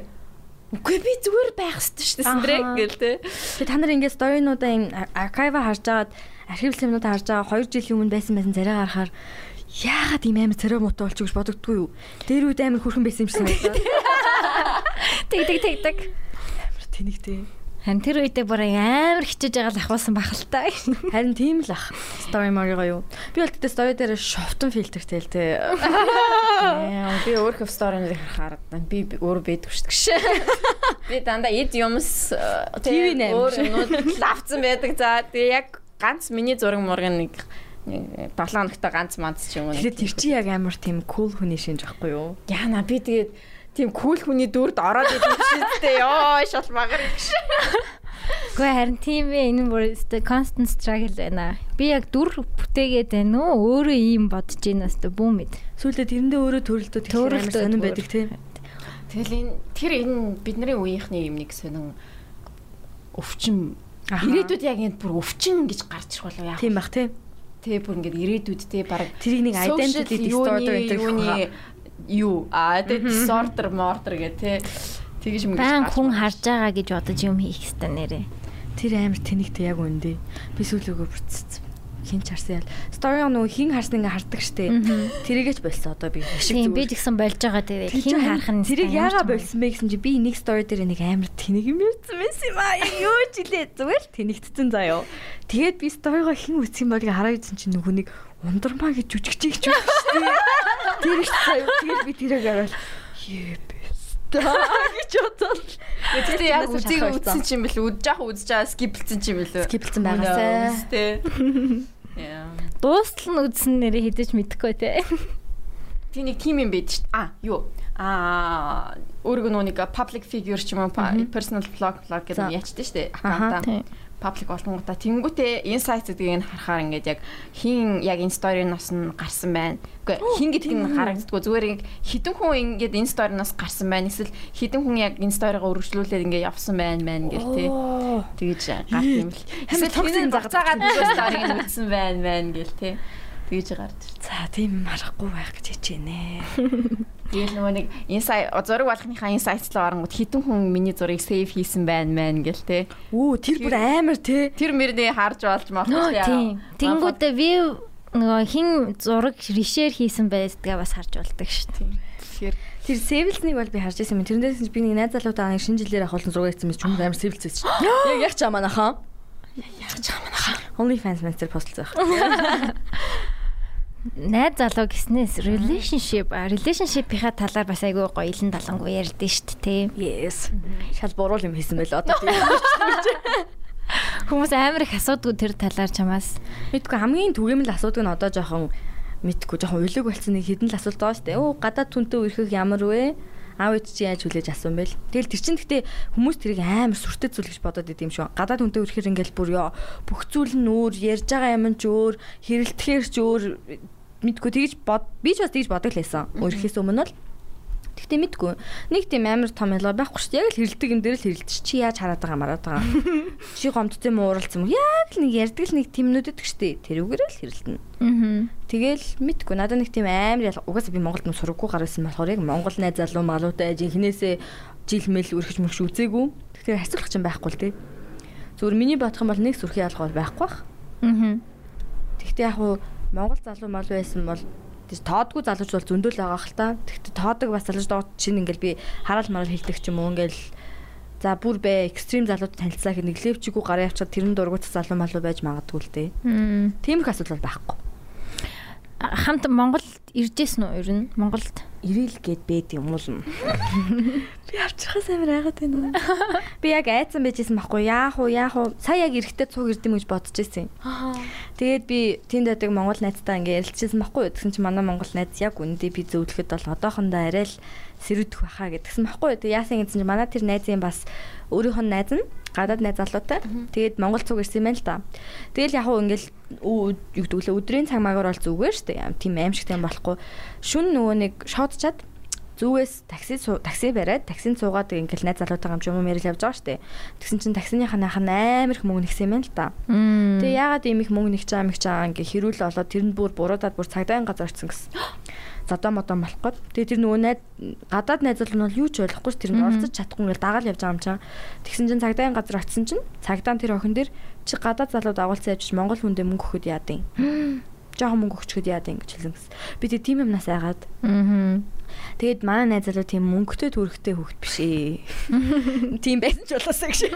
[SPEAKER 2] Үгүй би зүгээр байх хэрэгтэй шүү дээ сэндрээ
[SPEAKER 4] Ахаа.
[SPEAKER 2] гэл тээ.
[SPEAKER 4] Тэгээ та нар ингээд сторинуудаа юм архива харж агаад архив юмнуудаа харж байгаа 2 жилийн өмнө байсан байсан царайг харахаар яагаад ийм амар царай муутай болчих гэж бодогдгүй юу? Дээр үед амар хөрхөн байсан юм шиг санагдаад
[SPEAKER 1] Тэг тэг тэг тэг.
[SPEAKER 4] тэнэг тээ.
[SPEAKER 1] Хан тэр үедээ бүр амар хичээж байгаа л ахуулсан бахалтай.
[SPEAKER 4] Харин тийм л ах. Стори мориго юу? Би бол тэгтээ стори дээр шовтон фильтртэй л тээ.
[SPEAKER 2] Би өөрөө story-ныг хараад байна. би би өөр байдгүй шүү дээ. Би дандаа эд юмс э, тий,
[SPEAKER 4] TV найм.
[SPEAKER 2] өөр юмнууд лавцсан байдаг. За тэгээ яг ганц миний зураг мураг нэг нэг баглаанагтай ганц манц ч юм уу. нэг
[SPEAKER 4] Тэгэхээр тэр чи яг амар тийм кул хүний шинж байхгүй юу?
[SPEAKER 2] Яна би тэгээд тийм кул хүний дүрд ороод идэв шийдтэй ёо шал магар гэж.
[SPEAKER 1] Гэхдээ харин тийм ээ энэ бүр өстө constant struggle байна. Би яг дүр бүтээгээд байна уу? Өөрөө ийм бодож байна өстө бүүмэд.
[SPEAKER 4] Сүүлдээ тэрэндээ өөрөө төрөлтөө тэгэхээр амар
[SPEAKER 1] Төрөлтөө
[SPEAKER 4] сонирн
[SPEAKER 1] төрөл.
[SPEAKER 4] байдаг тээ.
[SPEAKER 2] Тэгэл энэ тэр энэ бидний үеийнхний юм нэг сонин өвчин
[SPEAKER 4] Аха.
[SPEAKER 2] ирээдүйд яг энэ бүр өвчин гэж гарч ирэх болов яа.
[SPEAKER 4] Тийм бах тээ.
[SPEAKER 2] Тэ бүр ингээд ирээдүйдтэй баг
[SPEAKER 4] Тэрийг нэг identity disorder гэдэг юм.
[SPEAKER 2] юм. Юу а тэ disorder mortar гэ тэ тэгж мэгж
[SPEAKER 1] Баян
[SPEAKER 2] гарч
[SPEAKER 1] хүн
[SPEAKER 2] болох.
[SPEAKER 1] харж байгаа гэж бодож юм хийх хэвээр нэрээ.
[SPEAKER 4] Тэр амар тэнэгтэй яг үндэ. Би сүүлөөгөө бүрцсэн. Хин ч харсан ял. Стори нөгөө хин харсан ингээ хардаг штэ. Тэрийгэч болсон одоо би ашиг
[SPEAKER 1] Тийм би ч гэсэн болж байгаа тэгээд хин харах нь
[SPEAKER 4] Тэрийг яага болсон бэ гэсэн чи би нэг стори дээр нэг амар тэнэг юм ярьсан байсан юм аа. Юу ч илээ зүгээр л тэнэгтсэн заа ёо. Тэгээд би сторигоо хин үсэх юм болгийг хараа гэсэн чи нөгөө нэг ундармаа гэж жүжигч гэж байна штэ. Тэр их заа ёо. Тэгээд би тэрийг арай Еп. Таач утал.
[SPEAKER 2] Тэ яг үзийг үзсэн
[SPEAKER 4] шалхалцсан.
[SPEAKER 2] ч юм бэл үд жах үзэж байгаа скиплсэн ч юм бэл.
[SPEAKER 4] Скиплсэн байгаасай.
[SPEAKER 2] Тэ. Яа.
[SPEAKER 1] дуустал нь үзсэн нэрээ хэдэж мэдэхгүй те.
[SPEAKER 2] Тэг нэг тим юм байдаг шүү дээ. А юу. А өөргөн нүг public figure ч юм уу па- personal blog blog гэдэг
[SPEAKER 4] За.
[SPEAKER 2] нь ячдаг шүү дээ.
[SPEAKER 4] Аха,
[SPEAKER 2] Аккаунтаа. Public болгонгуудаа тэнгүүтээ insight гэдгийг нь харахаар ингээд яг хин яг энэ story-ноос нь гарсан байна. Үгүй ээ, хин гэдэг нь харагддгүй зүгээр ингээд хідэн хүн ингээд энэ story-ноос гарсан байна. Эсвэл хідэн хүн яг энэ story-гоо өргөжлүүлээд ингээд явсан байна мэн гэх тээ. Тэгэж гарт юм л. Эсвэл токсин
[SPEAKER 4] токсин
[SPEAKER 2] загцаагаад нөгөө story-г нь үтсэн байна мэн гэл тээ. Тэгэж гарч.
[SPEAKER 4] За тийм юм харахгүй байх гэж хичээнэ.
[SPEAKER 10] Тэгэл нөгөө нэг инсай зураг болгохныхаа инсайт руу орнгууд хитэн хүн миний зургийг сейв хийсэн байна мэн гэл те.
[SPEAKER 4] Үу тэр бүр амар те.
[SPEAKER 10] Тэр мөрний харж болж мах те.
[SPEAKER 1] Тийм. Тэнгүүдээ би нөгөө хин зураг ришээр хийсэн байдгаа бас харж болдог шүү дээ.
[SPEAKER 10] Тэгэхээр
[SPEAKER 4] Тэр Sevils-ыг бол би харж ирсэн юм. Тэрнээс чинь би нэг найз залуутаа нэг шинэ жилээр ахуулсан зураг хийсэн мэт юм амар Sevils байсан шүү дээ. Яг яг чамаа нахаа. Яг чамаа нахаа. Only fans мэтэр постолцох.
[SPEAKER 1] Найд залуу гэснээс relationship а, relationship-ийнхаа талаар бас айгүй гоё илэн талангуу ярьдэн шүү дээ. тэ.
[SPEAKER 4] Yes. Шал буруу юм хийсэн байл одоо.
[SPEAKER 1] Хүмүүс амар их асуудгүй тэр талаар чамаас.
[SPEAKER 4] Мэдгүй хамгийн түгээмэл асуудаг нь одоо жоохон мэдгүй жоохон уйлэг болсон нэг хідэн л асуулт байгаа шүү дээ. Оо гадаад түнтэй өрхөх ямар вэ? Аав ээж чи яаж хүлээж асуун байл? Тэгэл тэр чинь гэтээ хүмүүс тэрийг амар сүртэй зүйл гэж бодоод идэм шүү. Гадаад түнтэй өрхөхөр ингээл бүр ёо бүх зүйл нь өөр, ярьж байгаа юм нь ч өөр, хэрэлдэхээр ч өөр мэдгүй тэгж бод би ч бас тэгж бодог л байсан. Өрхөхөөс өмнө л Тэгтээ мэдгүй. Нэг тийм амар том ялгаа байхгүй шүү дээ. Яг л хэрэлдэг юм дээр л хэрэлдэж чи яаж хараад байгаа мараад байгаа. Чи гомдтой юм уу уралцсан юм уу? Яг л нэг ярддаг л нэг тэмнүүд өгч штэ. Тэрүүгээр л хэрэлдэнэ.
[SPEAKER 1] Аа.
[SPEAKER 4] Тэгэл мэдгүй. Надад нэг тийм амар ялгаа. Угаасаа би Монголд нь сураггүй гарсан болохоор яг Монгол найз залуу малуутай ажи хинээсээ жил мэл өрхөж мөрхш үзээгүй. Тэгэхээр асуулах чинь байхгүй л дээ. Зүгээр миний бодох юм бол нэг сүрхий ялгаа бол байхгүй бах.
[SPEAKER 1] Аа.
[SPEAKER 4] Тэгтээ яг уу Монгол залуу мал байсан бол тэр тоодгүй залууч бол зөндөл байгаа хэл та. Тэгтээ тоодог бас залууч доо чинь ингээл би хараал марал хилдэг ч юм уу ингээл за бүр бэ экстрим залууд танилцаа гэх нэг левчгүй гараа явчаад тэрэн дургуутс залуу малуу байж магадгүй л дээ. Тийм их асуудал бол байхгүй.
[SPEAKER 1] Хамт Монголд иржсэн үү ер нь? Монголд.
[SPEAKER 4] Ирэл гээд бэд юм уу л. Би авчрахаас амар айгаад байна. Би яг айцсан байжсэн байхгүй яах уу яах уу сая яг эрэхтэй цуг ирдэм гэж бодож байсан юм. Тэгээд би тэнд байдаг Монгол найзтай ингээ ярилцчихсан байхгүй юу? Тэгсэн чинь манай Монгол найз яг үндэ би зөвлөхөд бол одоохондоо арай л сэрүүдэх баха гэдгсэн байхгүй юу? Тэгээд яасан гэсэн чинь манай тэр найзын бас өөрийнх нь найз нь гадаад найз залуутай. Тэгээд Монгол цуг ирсэн юм байна л да. Тэгэл яг уу ингээл өө- юу гэдэг вэ? Өдрийн цаг магаар бол зүгээр шүү дээ. Ям- Тийм аимшигтай юм болохгүй. Шүн нөгөө нэг шоодчаад зүгээс такси суу- такси бариад таксинд суугаад ингээл найз залуутайгаа юм ч юм ярил явж байгаа штэ. Тэгсэн чинь таксиныхаа найх нь амар их мөнгө нэгсэн юм л та.
[SPEAKER 1] Мм.
[SPEAKER 4] Тэгээ ягаад ийм их мөнгө нэгч байгаа мэгч байгаа ингээ хэрүүл олоод тэрэнд бүр буруудаад бүр цагдаагийн газар орцсон гэсэн. Задаа модон болох гээд. Тэгээ тэр нөгөө найз гадаад найзууд нь бол юу ч ойлгохгүй ш тэрэнд оролцож чадахгүй ингээ дагаал явж байгаа юм чам. Тэгсэн чинь цагдаагийн газар очсон чинь цагдаа нь тэр охин дээр чи гадаад залууд агуулсан явж Монгол хүндээ мөнгө өгөхөд яад юм. Жохон мөнгө өгчөхөд яад юм гэж хэлсэн гэсэн. Би тэг тийм юмнаас айгаад
[SPEAKER 1] Аа.
[SPEAKER 4] Тэгэд манай найз залуу тийм мөнгөтэй төрхтэй хөвгт биш ээ. Тийм байсан ч болоосаа гэж.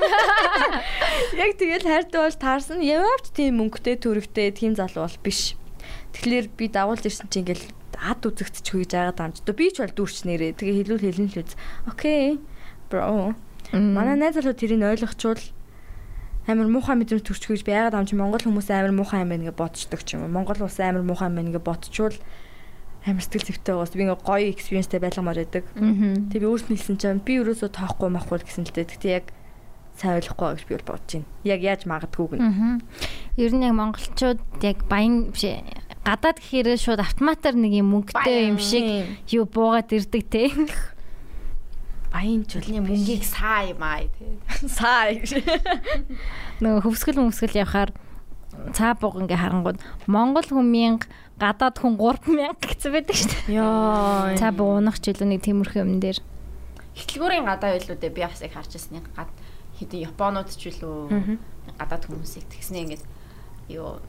[SPEAKER 4] Яг тэгэл хайртай бол таарсан яваач тийм мөнгөтэй төрхтэй тийм залуу бол биш. Тэгэхээр би дагуулж ирсэн чинь ингээл ад үзэгдчихгүй гэж айгаад амж. Би ч бол дүрч нэрээ. Тэгээ хэлүүл хэлэн л үз. Окей. Бро. Манай найз залуу тэрийг ойлгочвол амар муухай мэдрэмж төрчихгүй гэж би айгаад амж Монгол хүмүүс амар муухай юм байна гэж бодчдаг ч юм уу. Монгол улс амар муухай юм байна гэж бодчвол амар сэтгэл зүйтэй байгаас би ингээ гоё экспириенстэй байлгамаар байдаг. Тэгээ би өөрт нь хэлсэн чинь би өрөөсөө тоохгүй махгүй гэсэн л дээ. Тэгтээ яг сайн ойлгохгүй гэж би бол бодож байна. Яг яаж магадгүй гэнэ.
[SPEAKER 1] Аа. Ер нь яг монголчууд яг баян биш ээ. гадаад гэхээр шууд автоматар нэг юм мөнгөтэй юм шиг юу буугаад ирдэг те.
[SPEAKER 4] Баян ч үл
[SPEAKER 10] энэ мөнгийг саа юм аа те.
[SPEAKER 4] сай гэж.
[SPEAKER 1] Нөгөө хөвсгөл мөвсгөл явахаар цаа бууг ингээ харангууд монгол хүн 1000 гадаад хүн 3000 гэсэн байдаг шүү дээ.
[SPEAKER 4] Йоо.
[SPEAKER 1] Цаа бууг унах ч илүү нэг тиймэрхүү юм дээр.
[SPEAKER 2] Хөтөлбөрийн гадаа байлуу дээ би бас яг харж ирсэн нэг гад хэдэн японууд ч үлээ гадаад хүмүүсийг тэгснээ ингээд юу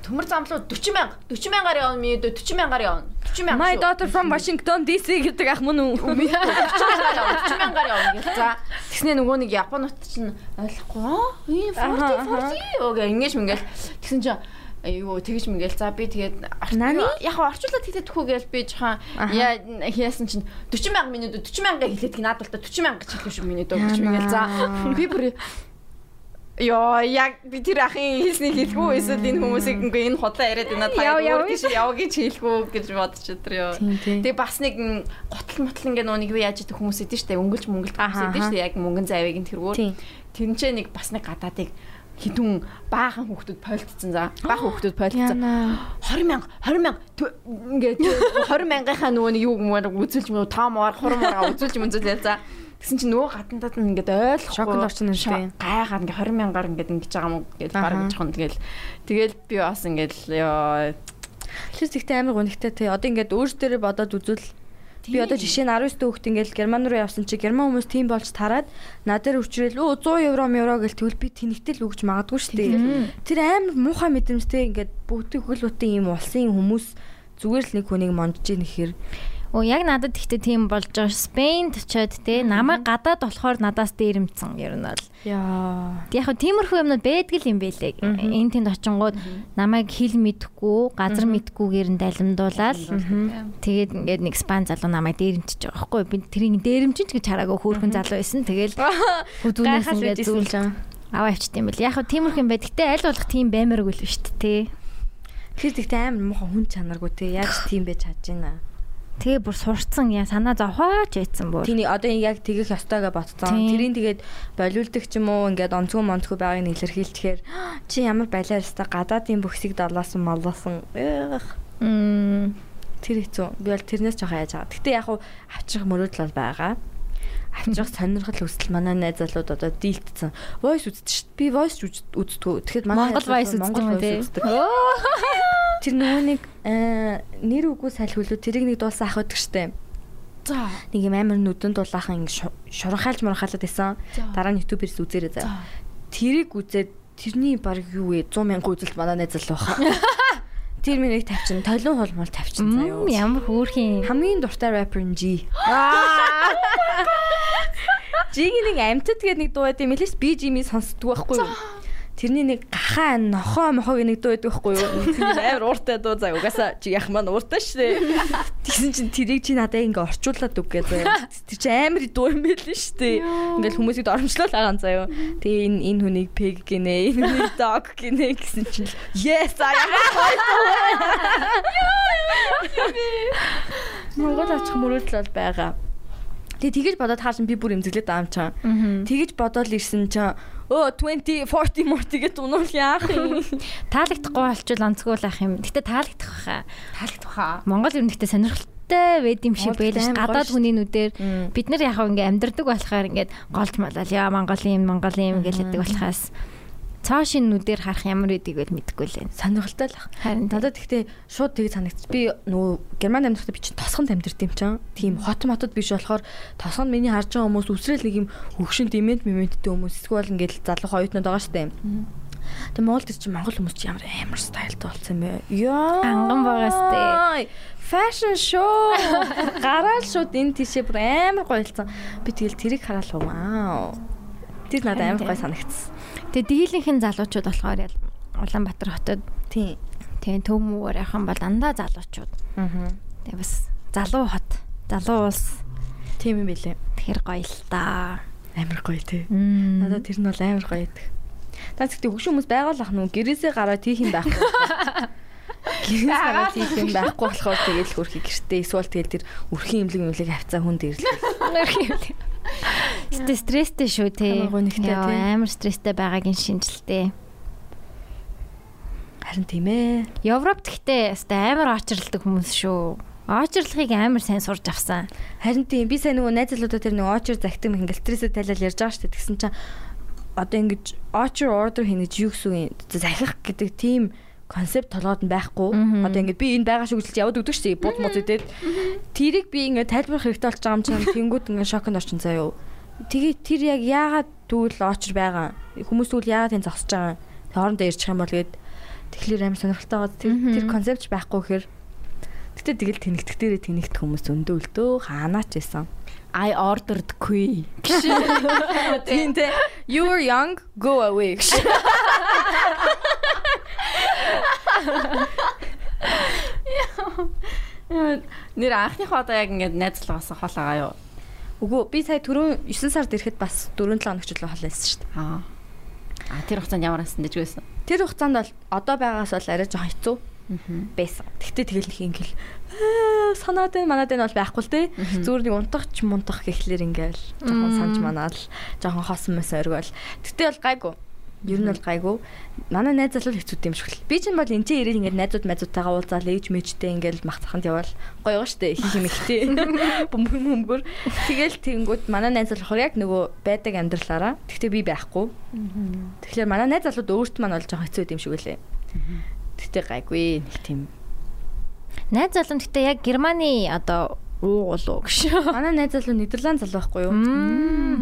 [SPEAKER 2] төмөр замлуу 40 мянга 40 мянгаар явна миний дүү 40 мянгаар явна 40 мянга
[SPEAKER 4] My
[SPEAKER 2] шүү.
[SPEAKER 4] daughter from Washington DC гэдэг ах мөн үү?
[SPEAKER 2] 40 мянгаар явна гэх. За тэгснээ нөгөө нэг японот чинь ойлгохгүй аа энэ 40 40 өгөө ингэж мгил тэгсэн чинь юу тэгж мгил за би тэгээд орч-
[SPEAKER 4] Нани?
[SPEAKER 2] яг хаа орчуулаад хэлээд төхөө гээл би жоохон яа- яасан чинь 40 мянга минут 40 мянга хэлээд гин надад л та 40 мянга ч хэлсэн шүү минут өгч мгил за би бүр Яа яг би тэр ахын хэлснийг хэлгүй эсвэл энэ хүмүүсийг ингээ энэ хотлоо яриад байна та
[SPEAKER 1] Яв, яв.
[SPEAKER 2] өөр тийш яв гэж хэлгүй гэж бодож өтер ёо.
[SPEAKER 4] тийм.
[SPEAKER 2] Тэгээ бас нэг м, готл мотл ингээ нөө нэг юу яаж идэх хүмүүс идэв штэ өнгөлж мөнгөлд хүмүүс идэв штэ яг мөнгөн завыг нь тэргүүр.
[SPEAKER 4] Тийм.
[SPEAKER 2] Тэрэн ч нэг бас нэг гадаадыг хитэн баахан хүмүүс полицсан за. Баахан хүмүүс полицсан. 20 мянга 20 мянга тө- ингээ тө- 20 мянгийнхаа нөгөө нэг юу юм үзүүлж мөн том ор хурм орга үзүүлж мөн зүйл за. Тэгсэн чинь нөгөө гаднадад нь ингээд ойлгохгүй.
[SPEAKER 4] Шокнд орчихно шүү дээ.
[SPEAKER 2] Гайхаад ингээ 20 мянгаар ингээд ингэж байгаа юм уу гэж
[SPEAKER 4] Аха.
[SPEAKER 2] барах жоохон тэгэл тэгэл би бас ингээл ёо
[SPEAKER 4] Тэс ихтэй амар гонхтой те. Одоо ингээд өөр дээрээ бодоод үзвэл би одоо жишээ нь 19 дэх хүүхэд ингээд Герман руу явсан чи Герман хүмүүс тийм болж тараад надад өчрөөл өө 100 евро евро гэл тэгвэл би тэнэгтэл өгч магадгүй шүү дээ. Тэр амар муухай мэдрэмжтэй ингээд бүгд хөл бүтэн юм улсын хүмүүс зүгээр л нэг хүнийг мондж ийн гэхээр
[SPEAKER 1] Оо яг надад ихтэй тийм болж байгаа. Спейнд очиод те намайг гадаад болохоор надаас дээрэмцэн ер нь бол.
[SPEAKER 4] яа
[SPEAKER 1] Яг хөө тиймэрхүү юмнууд байдаг л юм бэлээ. Энд тэнд очингууд намайг хэл мэдхгүй, газар мэдхгүйгээр нь далимдуулаад тэгээд ингээд нэг спан залуу намайг дээрэмчиж байгаа байхгүй юу? Би тэрийг дээрэмчин ч гэж хараагүй хөөрхөн залуу байсан. Тэгэл хөдүүнээс ингээд зүүлж аваа авчт юм бэл. Яг хөө тиймэрхэн байд. Гэтэ аль болох тийм баймаргүй л биш тээ.
[SPEAKER 4] Тэр тэгтээ амар муухай хүн чанаргүй те. Яаж тийм байж чадж байна.
[SPEAKER 1] Тэгээ бүр сурцсан я санаа зовхооч яйцсан бүр.
[SPEAKER 4] Тэний одоо энэ яг тэгэх ёстойгээ ботцсон.
[SPEAKER 1] Тийм.
[SPEAKER 4] Тэрийг тэгээд болиулдаг ч юм уу, ингээд онцгой монцгой байгааг нь илэрхийлчихээр чи ямар балиар ёстой гадаадын бөхсийг далаасан малласан. Эх,
[SPEAKER 1] Мм.
[SPEAKER 4] Тэр хэцүү. Би бол тэрнээс жоохон яаж байгаа. Гэтэ яг хуу авчрах мөрөөдөл бол байгаа. Авчрах сонирхол хүсэл манай найз залууд одоо дийлдсэн. Voice үздэг шүү дээ. Би voice ч үз- үздэггүй. Тэгэхэд манай
[SPEAKER 1] Монгол
[SPEAKER 4] найз
[SPEAKER 1] вайс
[SPEAKER 4] залууд
[SPEAKER 1] үздэг юм
[SPEAKER 4] Монгол voice
[SPEAKER 1] тий.
[SPEAKER 4] үздэг. Тэр нөгөө нэг аа, нэр үгүй салхилуу тэрийг нэг дуулсан ах байдаг штэ. За. Нэг юм амар нүдэн дулаахан ингэ шу- шуранхайлж муранхайлаад байсан. Дараа нь YouTube-ээс үзээрэй заа. Тэрийг үзээд тэрний баг юу вэ? 100 мянга үзэлт манай найз л баха. Тэр минийг тавьчин, толон холмол тавьчин заа юу.
[SPEAKER 1] Мм, Ямар хөөрхөн.
[SPEAKER 4] Хамгийн дуртай rapper нь G. G-ийн нэг амтд гэдэг нэг дуу байдаг юм лээс би G-ийг сонсдгүй байхгүй юу? Тэрний нэг гахаа нохоо мохоо гэх нэг дуу байдаг байхгүй юу? Тэр Амар ууртай дуу заа угаасаа чи яах маань ууртай шүү дээ. Тэгсэн чинь тэрийг чи надад ингээ орчуулад үг гэдэг. Тэр чи амар дуу юм байл нь шүү дээ. Ингээл хүмүүсийг доромжлол агаан заа юу. Тэгээ энэ энэ хүнийг peg гинэ, энэ хүнийг dog гинэ гэсэн чинь л, yes I am. Монгол очих мөрөөдөл бол байгаа. Тэгээ тэгэж бодоод хаалсан би бүр эмзэглээд байгаа юм чам. Тэгэж бодоод л ирсэн чам. Өө 20 40 мөр тэгээд унуул яах юм.
[SPEAKER 1] Таалагдахгүй болчвол онцгүй л ах юм. Гэтэ таалагдах байхаа.
[SPEAKER 11] таалагдах аа.
[SPEAKER 1] Монгол ер нь ихтэй сонирхолтой байд юм шиг
[SPEAKER 4] Монгол
[SPEAKER 1] байлж
[SPEAKER 4] аим гоё
[SPEAKER 1] гадаад
[SPEAKER 4] шүү.
[SPEAKER 1] хүний нүдээр бид нар яг хав ингээм амьдрдаг болохоор ингээд голж малал яа монгол юм монгол юм гэлээдэг болохоос цаашийн нүдээр харах ямар үдэг байл мэдгүй лээ.
[SPEAKER 4] Сонирхолтой л ах.
[SPEAKER 1] Харин тийм.
[SPEAKER 4] Надад ихтэй шууд тэг санагдчих. Би нөгөө Германд амьдардаг би чинь тосгонд амьдардаг юм чинь. Тийм хот мотод биш болохоор тосгонд миний харж байгаа хүмүүс үсрээл нэг юм хөвшин димент мементтэй хүмүүс эсвэл ингээд л залуу хоётнууд байгаа штэ. Тэг Монгол төр чинь монгол хүмүүс чинь ямар амар стайлтай болсон юм бэ? Йоо.
[SPEAKER 1] Анган байгаа штэ.
[SPEAKER 4] Fashion show. Гараал шууд энэ тийшээ бүр амар гойлцсан. Би тэгэл тэрийг хараал хумаа. Тэр надад амар гой санагдсан.
[SPEAKER 1] Тэгээ дийлэнхэн залуучууд болохоор ял Улаанбаатар хотод
[SPEAKER 4] Тийм.
[SPEAKER 1] тэгээ төв мөр яхан бол дандаа залуучууд.
[SPEAKER 4] Аа.
[SPEAKER 1] Тэгээ бас залуу хот, залуу улс
[SPEAKER 4] Тийм юм билээ.
[SPEAKER 1] тэгэхэр гоё л та.
[SPEAKER 4] Амар гоё тий.
[SPEAKER 1] Мм.
[SPEAKER 4] Надад тэр нь бол амар гоё байдаг. Таас ихтэй хөвшин хүмүүс байгаалах нү гэрээсээ гараад тийх юм байхгүй. Гэрээс гараад тийх юм байхгүй болохоор тэгэл хөрхий гэртээ эсвэл тэгэл тэр өрхийн имлэг имлэг хавцаа хүн дэрлээ.
[SPEAKER 1] Тэ стресстэй шүү те.
[SPEAKER 4] Амар гонигтай,
[SPEAKER 1] Яа,
[SPEAKER 4] тий.
[SPEAKER 1] Амар стресстэй байгаагийн шинжилтэй.
[SPEAKER 4] Харин тийм ээ.
[SPEAKER 1] Европт гэхдээ өстой амар очролдог хүмүүс шүү. Очрлохыг амар сайн сурж авсан.
[SPEAKER 4] Харин тийм би сайн нөгөө найзлуудаа тэр нөгөө очер захтаг мэх ингэлтрээсээ тайлал ярьж байгаа шүү дээ. Тэгсэн чинь одоо ингэж очер ордер хийнэ гэж юу гэсэн юм захих гэдэг тийм концепт толгойд нь байхгүй. Одоо ингэ би энэ байгаа шиг үйлчлж яваад өгдөг шүү дээ. Буд мод үдээд тэрийг би ингэ тайлбарлах хэрэгтэй болж байгаа юм чинь тэнгууд ингэ шокнд орчин заяа юу. Тэгээ тэр яг яагаад түүл очер байгаа юм? хүмүүс түүл яагаад тийм зогсож байгаа юм? Тэг хоорондоо ярьчих юм бол гээд тэгэхээр амар сонирхолтой байгаа тэр тэр концепт байхгүй хэр Гэтэ тэгэл тэнэгдэх дээрээ тэнэгдэх хүмүүс өндөө өлтөө хаанаач байсан.
[SPEAKER 11] I ordered quick.
[SPEAKER 4] Тийм те. You were young, go away.
[SPEAKER 11] Нэр анхныхоо одоо яг ингээд найзлагаасаа хол байгаа юу?
[SPEAKER 4] Үгүй би сая түрүүн 9 сард ирэхэд бас 4-7 өнөгч л хол байсан шүү дээ.
[SPEAKER 11] Аа. А тэр хугацаанд ямар асан дэж байсан?
[SPEAKER 4] Тэр хугацаанд бол одоо байгаас бол арай жоохон хэцүү байсан. Тэгтээ тэгэл нэг ингээл "Аа, санаад энэ манаад энэ бол байхгүй л те. Зүгээр нэг унтах ч мунтах гэхлээр ингээл жоохон санаж манаал жоохон хоосон мэс оргиол. Тэгтээ бол гайгүй. Ер нь бол гайгүй. Манай найз залуу л хэцүү юм шиг л. Би чинь бол энэ ч ирээд ингээд найзууд мазуудтайгаа уулзаал ээж мэжтэй ингээд мах цаханд яваал гоё гоо штэ их юм ихтэй. Бөмбөр бөмбөр. Тэгэл тэнгүүд манай найз залуу хор яг нөгөө байдаг амьдралаараа. Тэгтээ би байхгүй. Тэгэхээр манай найз залууд өөрт маань олж байгаа хэцүү юм шиг үлээ. Тэгтээ гайгүй нэг тийм
[SPEAKER 1] Найз залуу нь гэхдээ яг Германы одоо уу болоо гэж.
[SPEAKER 4] Манай найз залуу Нидерланд залуу байхгүй юу?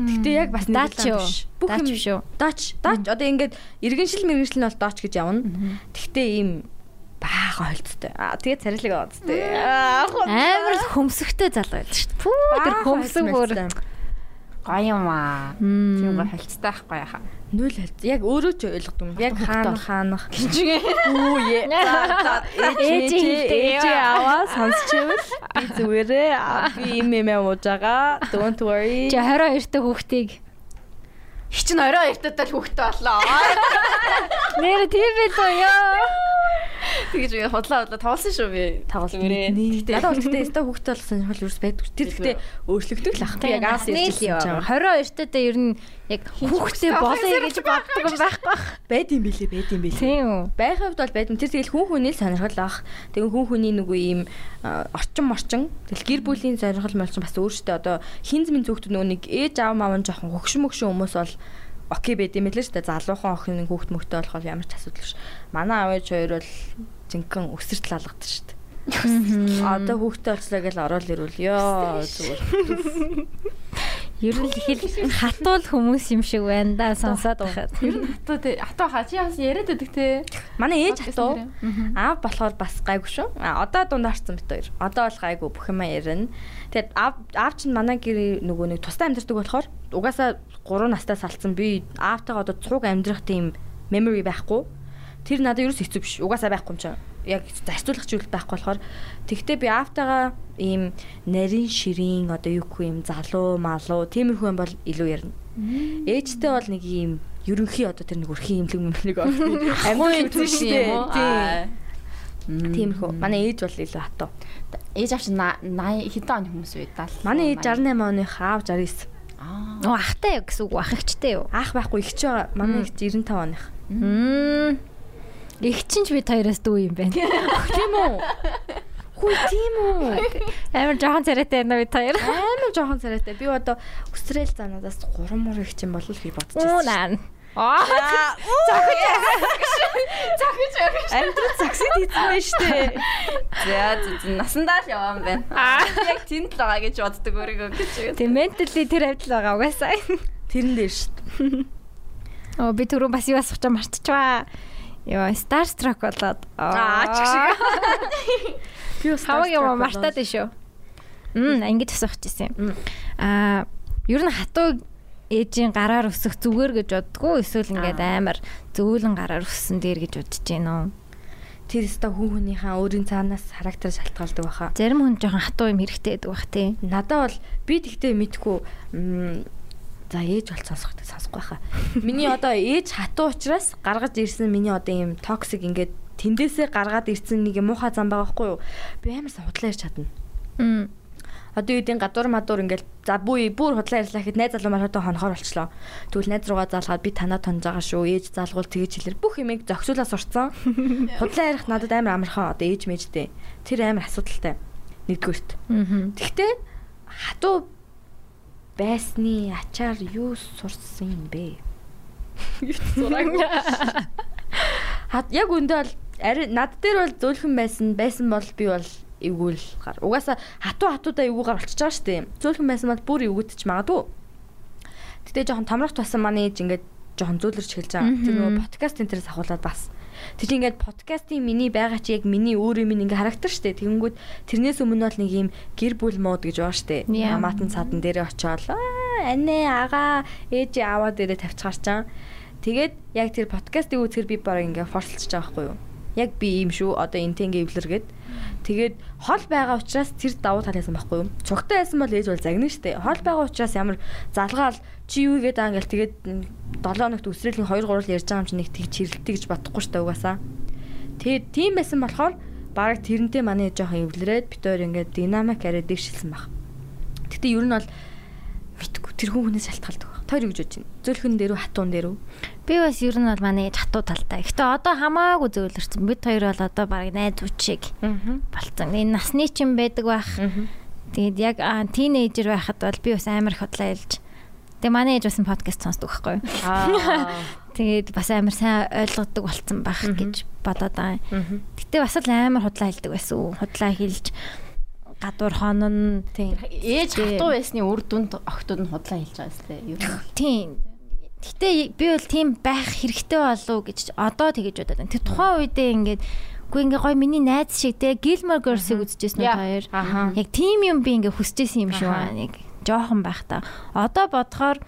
[SPEAKER 4] Гэтэ яг бас
[SPEAKER 1] Дач юу?
[SPEAKER 4] Нидерланд биш. Бүх
[SPEAKER 1] Дач
[SPEAKER 4] юм
[SPEAKER 1] шүү.
[SPEAKER 4] Дач, дач одоо ингээд иргэншил мэрэгшил нь бол дач гэж явна. Тэгтээ ийм бага холцтой. Аа тэгээ царилэг ооцтой.
[SPEAKER 1] Амар л хөмсөхтэй залуу байл шүү. Пүү тэр хөмсөг бүр.
[SPEAKER 11] Гоё юм аа. Тийм гоё хальцтай байхгүй яхаа.
[SPEAKER 4] Нүл холц. Яг өөрөө ч ойлгодгүй юм. Яг хаанах хаанах гэж.
[SPEAKER 1] Ээж ээж
[SPEAKER 4] аваа сонсчихвэл би зүгээрээ аа, би юм юм ууж байгаа. Don't worry.
[SPEAKER 1] чи 22 та хүүхдийг
[SPEAKER 11] Хичин орой хоёртойтой л хүүхдтэй боллоо.
[SPEAKER 1] нэр тийм байл уу ёо.
[SPEAKER 11] Тэгж би худлаа худлаа тоглосон шүү би.
[SPEAKER 4] Тоглосон.
[SPEAKER 11] Тэгтээ
[SPEAKER 4] Надад бол гэхдээ өстө хүүхдтэй болсон хөл юус байдаг. Тэр гэхдээ өөрчлөгдөв л ах. Би яг аас ирж байгаа.
[SPEAKER 1] 22 та та ер нь яг хүүхдтэй болоё гэж боддог юм байхгүй.
[SPEAKER 4] Байд юм билий, байд юм билий.
[SPEAKER 1] Тийм үү.
[SPEAKER 4] байх хувьд бол байд. Тэр тэгэл хүн хүний л сонирхол ах. Тэгээ хүн хүний нэг үе ийм а, орчин морчин. Тэгэл гэр бүлийн сонирхол морчин бас өөртөө одоо хинз минь зөвхөн нөгөө нэг ээж аав маав нь жоохон хөгшин мөгшин хүмүүс бол окей байд юм л л шүү дээ. Залуухан охин нэг хүүхд мөхтэй болохоор ямар ч асуудал биш. Манай аав ээж хоёр бол жинхэнэ өсөрт лалгад шүү дээ. Одоо хүүхдээ олцлоо гэж ороод ирүүл ёо зүгээр.
[SPEAKER 1] Ер нь их л хатуул хүмүүс юм шиг байна да сонсоод байхад.
[SPEAKER 3] Ер нь хатуу те. Хатуу хаа чи бас яриад байдаг те.
[SPEAKER 4] Манай ээж хатуу аав болохоор бас гайгүй шүү. А одоо дундаарцсан бит хоёр. Одоо бол гайгүй бүх юм ярина. Тэгээд аав аав чинь манай гэр нөгөө нэг тусдаа амьдэрдэг болохоор угаасаа 3 настаас алдсан би аавтайгаа одоо цуг амьдрах тийм memory байхгүй. Тэр надад ерөөс хэцүү биш. Угаасаа байхгүй юм чинь. Яг зарцуулах зүйл байхгүй болохоор тэгтээ би аавтайгаа ийм нарийн ширийн одоо юу гэх юм залуу малуу тиймэрхүү юм бол илүү ярина. Ээжтэй бол нэг ийм ерөнхий одоо тэр нэг өрхийн имлэг мэмлэг орсон. Амьд
[SPEAKER 11] биш юм уу? Аа.
[SPEAKER 4] Тиймэрхүү. Манай ээж бол илүү хатуу.
[SPEAKER 11] Ээж авч 80 хэдэн оны хүмүүс вэ? 70.
[SPEAKER 4] Манай ээж 68 оных, аав 69.
[SPEAKER 1] Оо ахтай гэсэн үг ах ихтэй юу?
[SPEAKER 4] Аах байхгүй эгч байгаа. Манай эгч 95 оных.
[SPEAKER 1] Мм. Их чинь ч бид хоёроос дүү юм байна.
[SPEAKER 4] Тийм үү? Хүү тийм үү?
[SPEAKER 1] Амар жоохон царайтай байна бид хоёр.
[SPEAKER 4] Амар жоохон царайтай. Би одоо өсрэл за надаас 3 мөр эгч юм болов би бодож
[SPEAKER 1] Уу
[SPEAKER 4] байсан.
[SPEAKER 1] наа.
[SPEAKER 4] Амьдрал загсад хийсэн байж тээ.
[SPEAKER 11] За за, за, насандаа л яваан байна. Аа. Яг тэнд л байгаа гэж боддог өөрийгөө гэж.
[SPEAKER 1] Тэг ментали тэр хавьд л байгаа угаасаа.
[SPEAKER 4] Тэрэн дээр шүү дээ.
[SPEAKER 1] Оо би түрүүн бас юу асуух гэж мартчихваа. Йоо, Starstruck болоод. Аа, чиг шиг.
[SPEAKER 4] Би бас
[SPEAKER 1] Хаваг юм уу,
[SPEAKER 4] starstruck болоод.
[SPEAKER 1] мартаад байна шүү. Мм, ингэж асуух гэсэн юм. Аа, ер нь хатуу ээжийн гараар өсөх зүгээр гэж боддгоо эсвэл ингээд амар зөөлөн гараар өссөн дээр гэж бодож гин үү.
[SPEAKER 4] Тэр өста хүн хүнийхээ өөрийн цаанаас характер шалтгаалдаг баха.
[SPEAKER 1] Зарим хүн жоохон хатуу юм хэрэгтэй гэдэг бах тий.
[SPEAKER 4] Надаа бол би тэгтээ мэдгүй м, за ээж бол сонсох гэж сонсохгүй хаа. Миний одоо ээж хатуу учраас гаргаж ирсэн миний одоо ийм токсик ингээд тэндээсээ гаргаад ирсэн нэг юм муухай зам байгаа байхгүй юу? Би амар судлаа ярьж чадна.
[SPEAKER 1] Мм.
[SPEAKER 4] Одоо юу гэдэг гадуур мадуур ингээд за буй бүр худлаа ярьлаа гэхэд найз залуу маань одоо хонохоор болчлоо. Тэгвэл найз руугаа залгаад би танаа тонж байгаа шүү. Ээж залгуул тэгэж хэлэр бүх юмыг зөксүүлээ сурцсан. Худлаа ярих надад амар амархан одоо ээж мэжтэй. Тэр амар асуудалтай. Нэгдүгürt.
[SPEAKER 1] Мм.
[SPEAKER 4] Тэгтээ хатуу байсны ачаар юу сурсан юм бэ? Хат яг өндөө бол ари над дээр бол зөөлхөн байсан байсан бол би бол эвгүүл гар. Угаасаа хатуу хатуудаа эвгүүгаар болчихж байгаа шүү дээ. Зөөлхөн байсан бол бүр эвгүүдч магадгүй. Тэгтээ жоохон томрохт басан манай ээж ингээд жоохон зөөлрч хэлж байгаа. Тэр нөгөө подкаст энэ төрөөс ахуулаад бас. Тэг чи ингээд подкастын миний байгаа чи яг миний өөрийн минь ингээ характер штэ. Тэгэнгүүт тэрнээс өмнө бол нэг юм гэр бүл мод гэж байгаа штэ.
[SPEAKER 1] Яа.
[SPEAKER 4] Хамаатан цадан дээрээ очиод аа анэ агаа ээж аваа дээрээ тавьчихарчаа. Тэгээд яг тэр подкастыг үзэхэр би бараг ингээ форсолчихж байгаа байхгүй юу? Яг би ийм шүү. Одоо энтэнгээ эвлэргээд. Тэгээд хол байгаа учраас тэр давуу тал байсан байхгүй юу? Цугтай байсан бол ээж бол загнана штэ. Хол байгаа учраас ямар залгаал чи юу гэдэг аа ингээл тэгээд 7 хоногт өсрөлийн 2 3 л ярьж байгаа юм чи нэг тэг чирэлтий гэж бодохгүй штэ угаасаа. Тэгээд тийм байсан болохоор бараг тэрнтэй манай жоохон эвлэрээд бит өөр ингээд динамик арай дэвшилсэн баг. Гэтэ ер нь бол битгүй тэр хүн хүнээс шалтгаалдаг баг. Тойр гэж бодож байна. Зөөлхөн дээрүү хатуун дээрүү.
[SPEAKER 1] Би бас ер нь бол манай хатуу талтай. Гэтэ одоо хамаагүй зөөлрсөн. Бид хоёр бол одоо баг найз үчиг
[SPEAKER 4] Аа.
[SPEAKER 1] болцсон. Энэ насны чинь байдаг бах.
[SPEAKER 4] Мгм.
[SPEAKER 1] Тэгээд яг тинейжер байхад бол би бас амар их худлаа ялж Тэгээ манай ээж бас энэ подкаст сонсдог байхгүй юу? Тэгээд бас амар сайн ойлгодог болцсон байх гэж бодоод байгаа. Гэтэ бас л амар худлаа хэлдэг байсан. үү. Худлаа хэлж гадуур хонон тийм
[SPEAKER 11] Ээж хатуу байсны үр дүнд охтууд нь худлаа хэлж байгаа сте. Юу вэ?
[SPEAKER 1] Тийм. Гэтэ би бол тийм байх хэрэгтэй болов гэж одоо тэгэж бодоод байна. Тэр тухайн үедээ ингээд үгүй ингээ гой миний найз шиг те Gilmore Girls-ыг үзчихсэн үү
[SPEAKER 11] Яа.
[SPEAKER 1] хоёр.
[SPEAKER 11] Аха.
[SPEAKER 1] Яг тийм юм би ингээ хүсчихсэн юм шиг байна. Яг жоохон байх та. Одоо бодохоор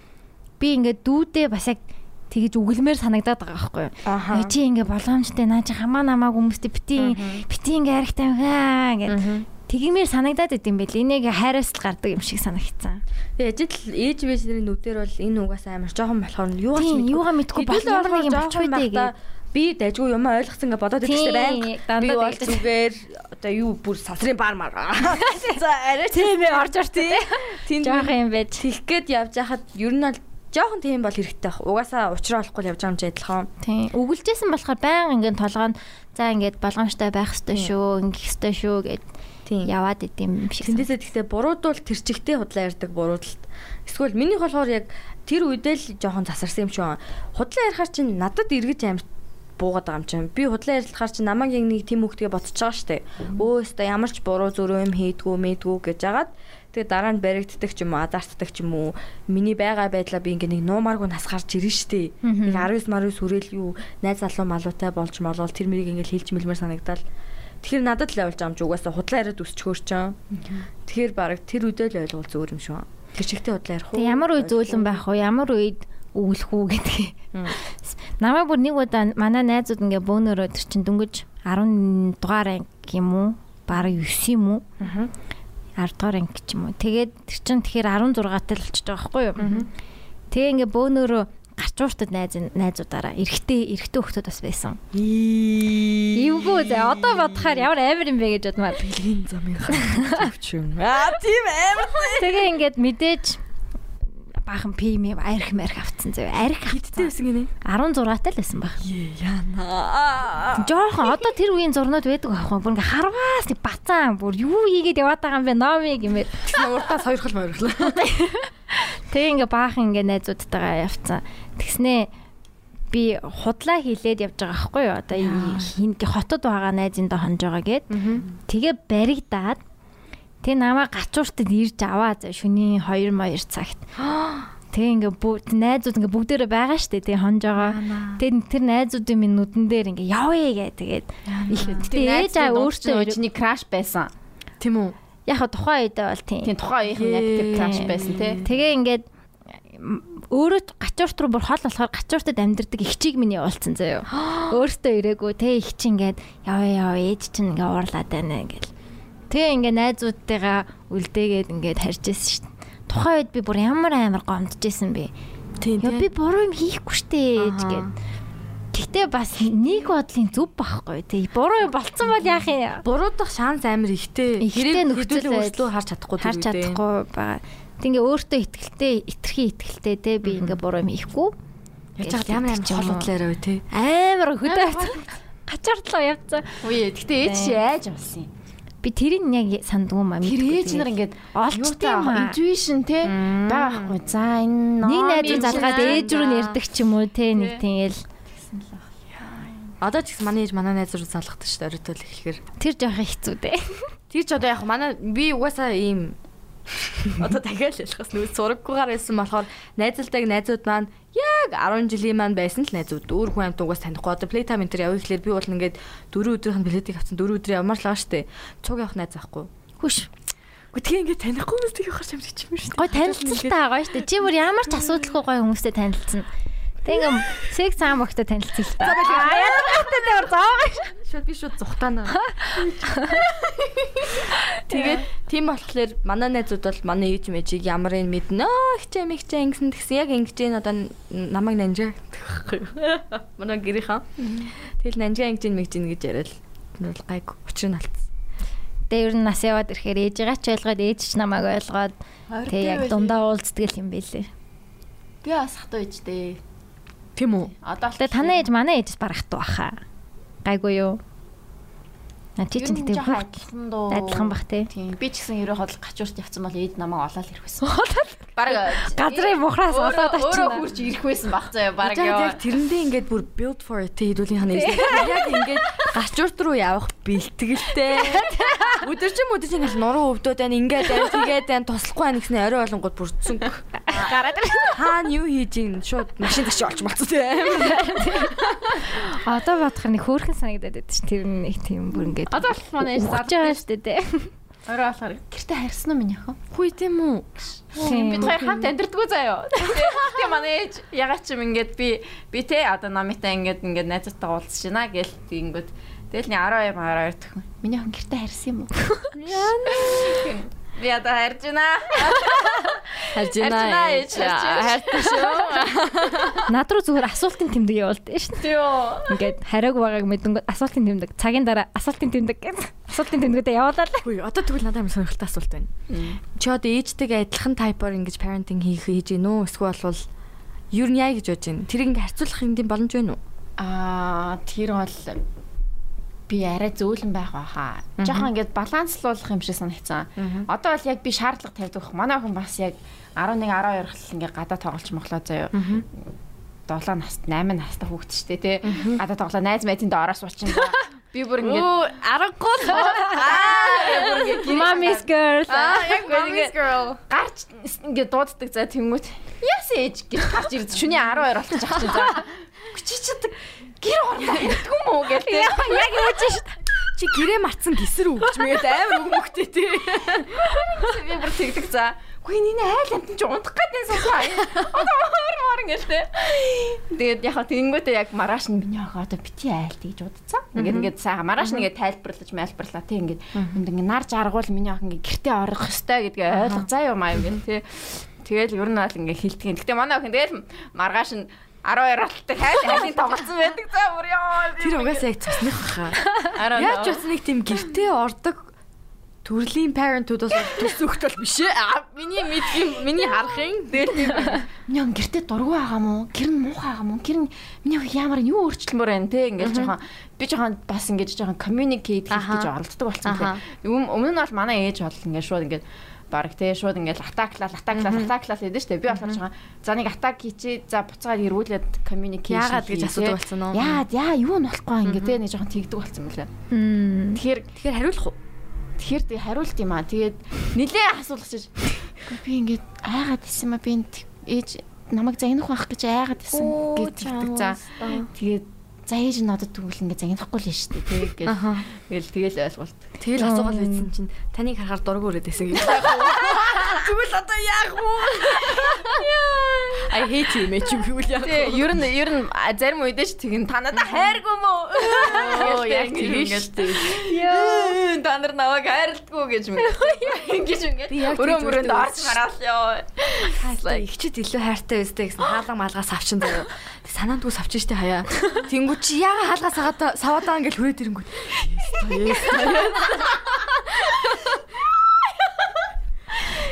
[SPEAKER 1] би ингээ дүүдээ бас яг тэгэж өгөлмөр санагдаад байгаа байхгүй юу.
[SPEAKER 4] Аха.
[SPEAKER 1] Яг Чи ингээ боломжтой наа чи хамаа намааг хүмүүстээ битийн битийн ингээ харагтай юм хаа гэдэг. Тэгмээр санагдаад байт юм бэл. Энийг хайраас л гардаг юм шиг санагдсан.
[SPEAKER 4] Тэгээ ажил ээж бэжний нүдээр бол энэ угаас амар жоохон болохоор нь юу
[SPEAKER 1] Тийм,
[SPEAKER 4] болчих
[SPEAKER 1] юугаа мэдгүй
[SPEAKER 4] Хэдүүл
[SPEAKER 1] болно, нэг
[SPEAKER 4] болохоор
[SPEAKER 1] юм
[SPEAKER 4] жоохон
[SPEAKER 1] болчих үү дээ
[SPEAKER 4] байхдаа Би дайггүй юм ойлгосон гэж бодоод
[SPEAKER 1] Тийм,
[SPEAKER 4] идэхтэй байна.
[SPEAKER 1] дандаа
[SPEAKER 4] Би бол
[SPEAKER 1] тэгэж.
[SPEAKER 4] зүгээр одоо юу бүр сасрын бар мар. За арай тийм орж ортой. Тийм
[SPEAKER 1] Жоохон юм байж.
[SPEAKER 4] Тэлэх гээд явж хахад ер нь бол жоохон тийм бол хэрэгтэй баг. Угаасаа уучраа болохгүй л явж байгаа юм чи адилхан.
[SPEAKER 1] Тийм. Өгөлжсэн болохоор баян ингээд толгойн за ингээд болгоомжтой байх ёстой шүү, ингэх ёстой шүү гэд
[SPEAKER 4] Тийм.
[SPEAKER 1] яваад идэм юм шиг.
[SPEAKER 4] Тэндээсээ тэгтээ буруудвал тэр чигтээ худлаа ярддаг буруудалт. Эсвэл минийх болохоор яг тэр үедээ л жоохон засарсан юм шиг байна. Худлаа ярихаар чинь надад эргэж амар буугаад байгаа юм чинь. Би худлаа ярилцахаар чинь намайг яг нэг тийм хөвгтгээ ботсож байгаа штэ. Өө өстө ямар ч буруу зөрөө юм хийдгүү мэдгүү гэж жагаад тэгээ дараа нь баригддаг ч юм уу, азартдаг ч юм уу. Миний байгаа байдлаа би ингээ нэг нуумааргүй насгарч ирэн штэ. Нэг 19 19 хүрэл юу найз залуу малуутай болж молол тэр мэрийг ингээ хэлж мэлмэр санагдал. Тэгэхээр надад л явуулж байгаа юм чи угаасаа худлаа яриад өсчихөөр чинь. Тэгэхээр баг тэр үдэл ойлгуул зүгээр юм шиг байна. Тэр чигтээ худлаа ярих
[SPEAKER 1] Тэгээ ямар үе зөөлөн байх вэ? Ямар үед өвлөх үү гэдэг. Намайг бүр нэг удаа манай найзууд ингээ бөөнөрөө тэр чин дөнгөж 10 дугаар анги юм уу? Бараг 9 юм уу? Аа. 10 дугаар анги ч юм уу. Тэгээд тэр чин тэгэхээр 16 тал болчихж байгаа байхгүй юу? Тэгээ ингээ бөөнөрөө гарчууртад найз найзуудаараа эргэтэй эргэтэй хөхтөд бас байсан. Эвгүй зэ одоо бодохоор ямар амар юм бэ гэж бодмаар.
[SPEAKER 4] бэлгийн замын хавч юм.
[SPEAKER 1] Тэгээ ингээд мэдээж баахан пим юм арх мэрх авцсан зөө. Арх
[SPEAKER 4] Хиттэй
[SPEAKER 1] авцсан.
[SPEAKER 4] байсан гинэ.
[SPEAKER 1] 16 тал байсан баг. Жохон одоо тэр үеийн зурнууд байдаг аахгүй. Бүр ингээ харваас нэг бацаан бүр юу хийгээд яваад байгаа юм бэ? Номи гэмээр.
[SPEAKER 4] Уртаас хоёр хол морьглоо.
[SPEAKER 1] Тэгээ ингээ баахан ингээ найзуудтайгаа явцсан. Тэгснээ би худлаа хилээд явж байгаа байхгүй юу? Одоо хин хотод байгаа найзынд хонж байгаа гээд. Тэгээ баригдаад тэг намаа гачууртад ирж аваа заа шөнийн 2 моёр цагт. Тэгээ ингээ бүгд найзууд ингээ бүгдээрээ байгаа штэ тэг хонж байгаа. Тэг тэр найзуудын минь нүдэн дээр ингээ явъя гэ тэгээд
[SPEAKER 11] Тэр
[SPEAKER 1] тэгээд
[SPEAKER 11] найзууд
[SPEAKER 1] өөртөө
[SPEAKER 11] өөртөө чиний краш байсан.
[SPEAKER 4] Тийм үү?
[SPEAKER 1] яг хаа тухайн үедээ бол тийм.
[SPEAKER 11] Тийм тухайн үеийнх нь яг тэр краш байсан тий.
[SPEAKER 1] Тэгээ ингээд м, өөрөө гачуурт руу бүр хол болохоор гачууртад амьдэрдэг их чиг минь явуулсан заяо. Өөртөө ирээгүй те их чи ингээд яваа яваа ээж чинь ингээд уурлаад байна ингээл. Тэгээ ингээд найзуудтайгаа үлдээгээд ингээд харж ирсэн шин. Тухайн үед би бүр ямар амар гомдж исэн бэ.
[SPEAKER 4] Тийм
[SPEAKER 1] Яа би буруу юм хийхгүй штэ ээж гэд. Гэхдээ бас нэг бодлын зүв байхгүй те. Буруу юм болцсон бол яах юм.
[SPEAKER 4] Буруудах шанс амар ихтэй.
[SPEAKER 1] Ихтэй нөхцөл
[SPEAKER 4] өөрчлөө
[SPEAKER 1] байдал.
[SPEAKER 4] харж чадахгүй тэр
[SPEAKER 1] харж
[SPEAKER 4] үедээ.
[SPEAKER 1] чадахгүй байгаа. Тэгээ өөртөө ихтгэлтэй, итерхий ихтгэлтэй те би ингээ буруу юм ихгүй.
[SPEAKER 4] Яаж яагаад ямар амар хол худлаараа вэ те?
[SPEAKER 1] Амар хөдөө авсан. Гачаардлаа явцсан.
[SPEAKER 11] Үе гэхдээ ээж чи айж болсон юм.
[SPEAKER 1] Би тэрийг яг сандгүй маа.
[SPEAKER 11] Тэр
[SPEAKER 1] мэдгүй
[SPEAKER 11] ээж нар
[SPEAKER 1] тэгээд.
[SPEAKER 11] ингээд
[SPEAKER 1] Олчтой юм аа.
[SPEAKER 11] интуишн тий байгаа байхгүй. За энэ
[SPEAKER 1] нэг
[SPEAKER 11] ном
[SPEAKER 1] найзууд
[SPEAKER 11] юм
[SPEAKER 1] залгаад
[SPEAKER 11] чинь
[SPEAKER 1] ээж рүү нэрдэг ч юм уу те нэг тийгэл
[SPEAKER 4] Одоо ч гэсэн манай ээж манай найз руу залгахдаг шүү дээ оройтол эхлэхээр.
[SPEAKER 1] тэр жоохон хэцүү дээ.
[SPEAKER 4] Тэр ч одоо яг манай би угаасаа ийм одоо дахиад л ялхас нүд сураггүйгээр байсан болохоор найзалтайг найзууд маань яг 10 жилийн маань байсан л найзууд өөр хүн амт угаас танихгүй одоо playtime энэ төр явъя гэхлээр би бол ингээд 4 өдрийн билетийг авсан 4 өдрийн ямар л байгаа штэ цуг явах найз байхгүй
[SPEAKER 1] Хүш.
[SPEAKER 4] гэтгээ ингээд танихгүй хүмүүст явах шам хичмэр штэ
[SPEAKER 1] Гой танилцалтаа гоё штэ. Чи бүр ямар ч асуудалгүй гоё хүмүүстэй танилцсан. Тэг ингээ сек цаан богтой танилцсан л та.
[SPEAKER 4] шууд би шууд зүхтаана. Тэгээд тийм болохоор манай найзууд бол манай ээж мэжийг ямар юм мэднэ хичээ мэгчээ ингэсэн тэгсэн яг ингэж энэ одоо н- намайг нанжаа гэхгүй юу. манай гэрийнхаа. Тэгэл нанжаа ингэж мэгж ин гэж яриад энэ бол гайг учрын алдсан.
[SPEAKER 1] Тэ ер нь нас яваад ирэхээр ээжигээ ч ойлгоод ээж ч намайг ойлгоод тэг яг дундаа уулздаг л юм бэлээ.
[SPEAKER 11] Би бас хатуу ээжтэй.
[SPEAKER 4] Тийм үү?
[SPEAKER 11] Одоо л
[SPEAKER 1] Тэгээ танай ээж манай ээжс барахт байхаа. Гайгүй юу? На чи чинь гэдэг
[SPEAKER 2] жоохон
[SPEAKER 1] хүүхд
[SPEAKER 2] адилхан дөө.
[SPEAKER 1] адилхан бах те.
[SPEAKER 2] Тийм. Би ч гэсэн хэрэв хотлох гачуурт явцсан бол ээд намаа олоод ирэх байсан. Бараг
[SPEAKER 1] Газрын мухраас
[SPEAKER 2] өөрөө-
[SPEAKER 1] олоод
[SPEAKER 2] Өөрөө
[SPEAKER 1] очино.
[SPEAKER 2] хурж ирэх байсан баг заяа бараг
[SPEAKER 4] Яг
[SPEAKER 2] яваа.
[SPEAKER 4] яг тэрэндээ ингээд бүр build for it хийдүүлийн хана юм. Яг ингээд гачуурт руу явах бэлтгэлтэй. Өдөржин өдөржин ингээд нуруу өвдөд байна. Ингээд байна, тэгээд байна, туслахгүй байна гэснээр орой болонгууд бүр зүнг. Гараад хаана юу хийж ин шууд машин таши олж болцсон тийм.
[SPEAKER 1] Одоо бодох нь хөөрхөн санагдаад байдаг ш. Тэр нэг тийм бүр ингээд.
[SPEAKER 3] Одоо болох манай
[SPEAKER 1] залж байгаа штэ те.
[SPEAKER 3] Орой болохоор
[SPEAKER 2] Гэртээ харьсан уу миний ах?
[SPEAKER 4] Хүй тийм үү?
[SPEAKER 1] Тийм.
[SPEAKER 3] бид хоёр хамт амьдрдггүй заяо.
[SPEAKER 2] Тэгээ манай ээж ягаад ч юм ингээд би би те одоо намитай ингээд ингээд найзтайгаа уулзж байна гэл ингээд тэгэл нэг 12 12 дэх юм. Миний охин гэртээ харьсан юм уу? Би одоо харьж байна.
[SPEAKER 4] Харж
[SPEAKER 2] Харьж байна
[SPEAKER 4] байна.
[SPEAKER 2] ээж. Харьж
[SPEAKER 1] Над руу зүгээр асуултын тэмдэг явуулдаг ш.
[SPEAKER 2] байна.
[SPEAKER 1] Ингээд хариаг байгааг мэдэнгүүт асуултын тэмдэг цагийн дараа асуултын тэмдэг гэсэн. Асуултын тэмдэгтээ явуулаад л.
[SPEAKER 4] Хүй одоо тэгвэл надад амар сонирхолтой асуулт байна. Чи одоо ээжтэйгээ адилхан тайпаар ингэж parenting хийх хийж гин үү? Эсвэл бол юу нь яа гэж бодож байна? Тэр ингэ харьцуулах юм боломж байна уу?
[SPEAKER 11] Аа, тэр бол би арай зөөлөн байх байхаа. Жохон ингээд баланслуулах юм шиг санагцсан. Одоо бол яг би шаардлага тавьдаг. Манай охин бас яг 11 12 хэл ингээд гадаа тоглолч моглоо заяо. 7 наст 8 настай хүүхэд ч тий, тэ гадаа тоглоо найз найзтай ороо суучин. Би бүр ингээд
[SPEAKER 1] Mommy's girl.
[SPEAKER 2] Яг Mommy's girl. Гарч ингээд дууддаг за тэнгүүт. Яс ээж гэж гарч ирд. Шүний 12 болчих жагч за. Күчичдэг. Гэр орно гэдэг юм уу гэл те.
[SPEAKER 1] Яг юу ч ш.
[SPEAKER 4] Чи гэрээ марцсан гэсэр үгч мэгээд амар үг мөхтэй тий.
[SPEAKER 2] Би бүр тэгдэг за. Гүй энэ айл амтан чи унтах гэдэг сонсоо. Одоо хоёр мөр ингээд те. Тэгээд яг хаа тэнгүүтээ яг маргааш нь миний охин одоо бити айл тэгж удацсан. Ингээд ингээд сайхан маргааш нь ингээд тайлбарлаж мэлбарлаа те ингээд энд ингээд нар жаргуул миний охин ингээд гэртээ орох ёстой гэдгээ ойлго заа юм аа юм гэн те. Тэгэл ер нь бол ингээд хилтгэн. Гэтэ манай охин тэгэл маргааш нь 12 алттай хайл хайлын тоглосон байдаг за бүр ёо.
[SPEAKER 4] Тэр угаасаа яг цусных баха.
[SPEAKER 2] Араа.
[SPEAKER 4] Яаж ч бас нэг тийм гэртээ ордог төрлийн parenthood бас төс өгтөл биш ээ. Аа, Миний мэдгийн миний харахын дээр
[SPEAKER 2] Миний он гэртээ дургүй байгаа мó, гэр нь муухай байгаа мó, гэр нь миний охин ямар нь юу өөрчлөлмөр байна те ингээл жоохон би жоохон бас ингэж жоохон communicate хийх гэж оролддог болсон тэгэхээр өм- өмнө нь бол манай ээж бол ингээд шууд ингээд бараг те шууд ингээд атаклаа атаклаа атаклаа гэдэг штэ би болохоор жоохон за нэг атак хийчи за буцаад эргүүлээд communication
[SPEAKER 4] Яагаад гэж
[SPEAKER 2] хий,
[SPEAKER 4] асуудаг
[SPEAKER 2] те.
[SPEAKER 4] болсон уу?
[SPEAKER 2] яа яа юу нь болохгүй ингээд те нэг жоохон тэгдэг болсон мөлий тэгэхээр
[SPEAKER 4] тэгэхээр хариулах уу?
[SPEAKER 2] Тэгэхээр тий хариулт юм аа. Тэгээд нилээ асуулах чиж. Гэхдээ Би ингээд айгаад исэн юм аа. Би энэ т- ээж намайг загнах байх гэж айгаад исэн гэж хэлдэг за. Тэгээд за ээж нь надад тэгвэл ингээд загнахгүй л нь шүү дээ. Тэгээд гэж. Тэгэл тэгэл ойлголт.
[SPEAKER 4] Тэгэл асуувал байсан чинь таныг харахаар дург өрөөд байсан гэж. Тэгвэл одоо яах вэ? I hate you мэт юм юу яах вэ?
[SPEAKER 2] ер нь ер нь зарим үедээч тэгин та надад хайргүй мө. Оо яг тийм шүү дээ. Яа та нар намайг хайрлахгүй гэж мэд. Гэж ингээд
[SPEAKER 4] өөрөө мөрөөнд орж
[SPEAKER 2] гараал ёо.
[SPEAKER 4] Хайртай ихчэд илүү хайртай байстай гэсэн хаалга малгаас авчин заяа. Тэг санаанд үс авчин штэ хаяа. Тэнгүү чи яага хаалгаас аваад саваад байгаа ингээл хүрээд ирэнгүүт.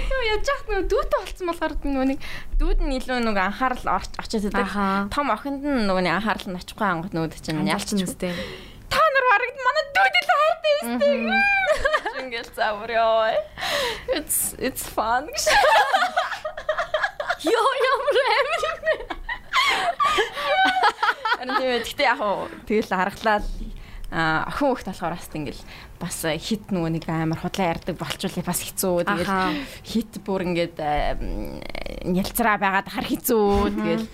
[SPEAKER 2] Юу яаж яах вэ? Дүүтэй болцсон болохоор нөгөө нэг дүүд нь илүү нөгөө анхаарал орч- очиж
[SPEAKER 4] Ахаа.
[SPEAKER 2] байдаг. Том охинд нь нөгөө нэг анхаарал нь очихгүй ангууд нөгөө чинь ялчин.
[SPEAKER 4] үстэй.
[SPEAKER 2] Та нар бараг манай дүүд илүү хайртай өстэй. Ингээл заавар ёо. It's it's fun. Йоо ямар амар юм бэ? Энд тэгтээ яг уу тэгэл харгалаа а охин хөхт болохоор бас ингээл бас э, хит нөгөө нэг амар худлаа ярддаг болчулээ бас хэцүү тэгэл
[SPEAKER 4] Ахаа.
[SPEAKER 2] хит бүр ингээд аа, м, нялцраа байгаад хар хэцүү тэгэл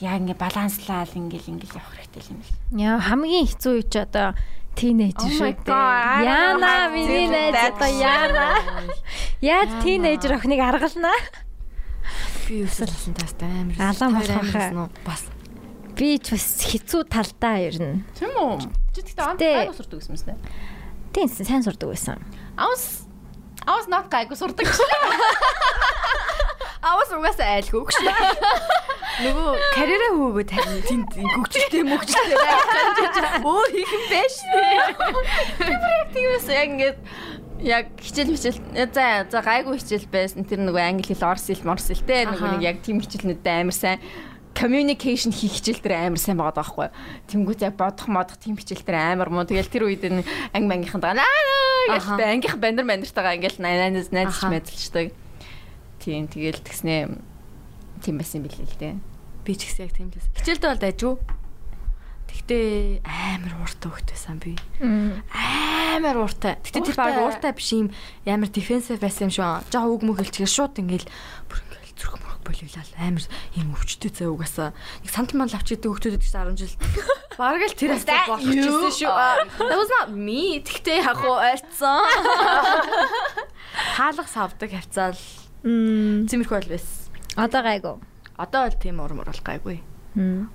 [SPEAKER 2] яг ингээд баланслал ингээл ингээл явах хэрэгтэй л юм л
[SPEAKER 1] Яа хамгийн хэцүү үе ч одоо тийнейж
[SPEAKER 2] Oh my
[SPEAKER 1] шүү дээ.
[SPEAKER 2] God, I
[SPEAKER 1] Яна
[SPEAKER 2] don't know how to
[SPEAKER 1] миний
[SPEAKER 2] do
[SPEAKER 1] найз
[SPEAKER 2] that.
[SPEAKER 1] одоо Яна. Яаж тийнейж охиныг аргалнаа?
[SPEAKER 4] Би өсөлсөн тастай амар.
[SPEAKER 1] Алан
[SPEAKER 4] Хоёр
[SPEAKER 1] болох
[SPEAKER 4] амар
[SPEAKER 1] хаа.
[SPEAKER 4] байсан уу? Бас
[SPEAKER 1] Би ч бас хэцүү талдаа ер нь.
[SPEAKER 11] тийм үү? Чи тэгтээ ам
[SPEAKER 1] Гэтэ-
[SPEAKER 11] байгуу сурдаг юм байна.
[SPEAKER 1] Тийм сайн сурдаг байсан.
[SPEAKER 11] Аус Аус not гайгүй сурдаг.
[SPEAKER 4] Авас угаасаа айлгүй гэж. Нөгөө карьераа хөөгөө тань тэнд гүгчлээ мөгчлээ. Өөр их юм байж тээ.
[SPEAKER 2] Тэгээс яг ингээд яг хичээл мичээл э, за за гайгүй хичээл байсан тэр нөгөө англи хэл орс хэл морс хэл те нөгөө нэг яг тийм хичээлнүүдэд амар сайн communication хийх хичээл дээр амар сайн байгаад байгаа байхгүй. Тэнгүү зай бодох модох тийм хичээл дээр амар муу. Тэгэл тэр үед нь анги мангийнхантаа наа наа гэж тэ ангийнх бандар бандартайгаа ингээл найз найз
[SPEAKER 4] Аха.
[SPEAKER 2] мэдэлчдэг. Тийм тэгэл тэгснээ тийм байсан билээ л дээ.
[SPEAKER 4] Би ч гэсэн яг тийм л байсан. Хичээлдээ бол дайжгүй. Тэгтээ амар ууртай хөхт байсан би. Амар ууртай. Тэгтээ тэр баг ууртай биш юм амар дефенсив байсан юм шиг. Жаа үг мөх хэлчихээ шууд ингээл бүр ингээл зүрх мөрөх болиулаад амар юм өвчтэй зай угасаа. Нэг сандал мал авчихдээ хөхтүүдэд ч 10 жил. Бараг л тэр асуу болчихсон шүү. Аа, That was not me. Тэгтээ яг уу ойрцсон. Хаалга савдаг хавцаал. Цэмэрхүү бол байсан.
[SPEAKER 1] Одоо гайгүй.
[SPEAKER 4] Одоо бол тийм урам урал гайгүй.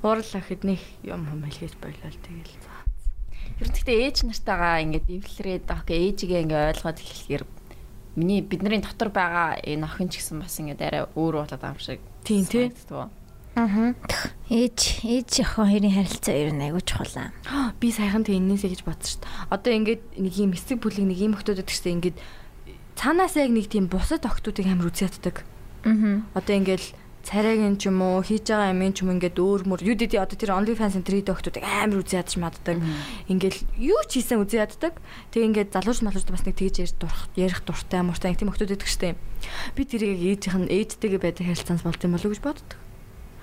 [SPEAKER 4] Урал гэхэд нэг юм юм хэлгээж болол тэгэл.
[SPEAKER 2] Гэхдээ ээж нартайгаа ингээд эвлэрээд окей ээжигээ ингээд ойлгоод эхлэхээр миний бидний дотор байгаа энэ охин ч гэсэн бас ингээд арай өөр болоод байгаа юм шиг.
[SPEAKER 4] Тийм тий.
[SPEAKER 2] санагддаг.
[SPEAKER 1] Ээж, ээж охин хоёрын харилцаа ер нь айгүй чухал аа.
[SPEAKER 4] Би сайхан тэг иннээсэ гэж бодсон шүү дээ. Одоо ингээд нэг юм эсэг бүлэг нэг юм өгтөдөд гэхтээ ингээд цаанаас яг нэг тийм бусад охтуудыг амар үзээддэг. Аа. Одоо ингээд царайг юм ч юм уу хийж байгаа юм ч юм ингээд өөр мөр UDD одоо тэр OnlyFans энэ охтуудыг амар үзээд шмаддаг. Ингээд юу ч хийсэн үзээддэг. Тэг ингээд залууч малууч бас нэг тэгж ярь дурах ярих дуртай муртай нэг тийм охтууд байдаг шүү дээ. Би тэрийг яг ээжийнх нь ээжтэйгээ байдаг харилцаанаас болд юм болов уу гэж боддог.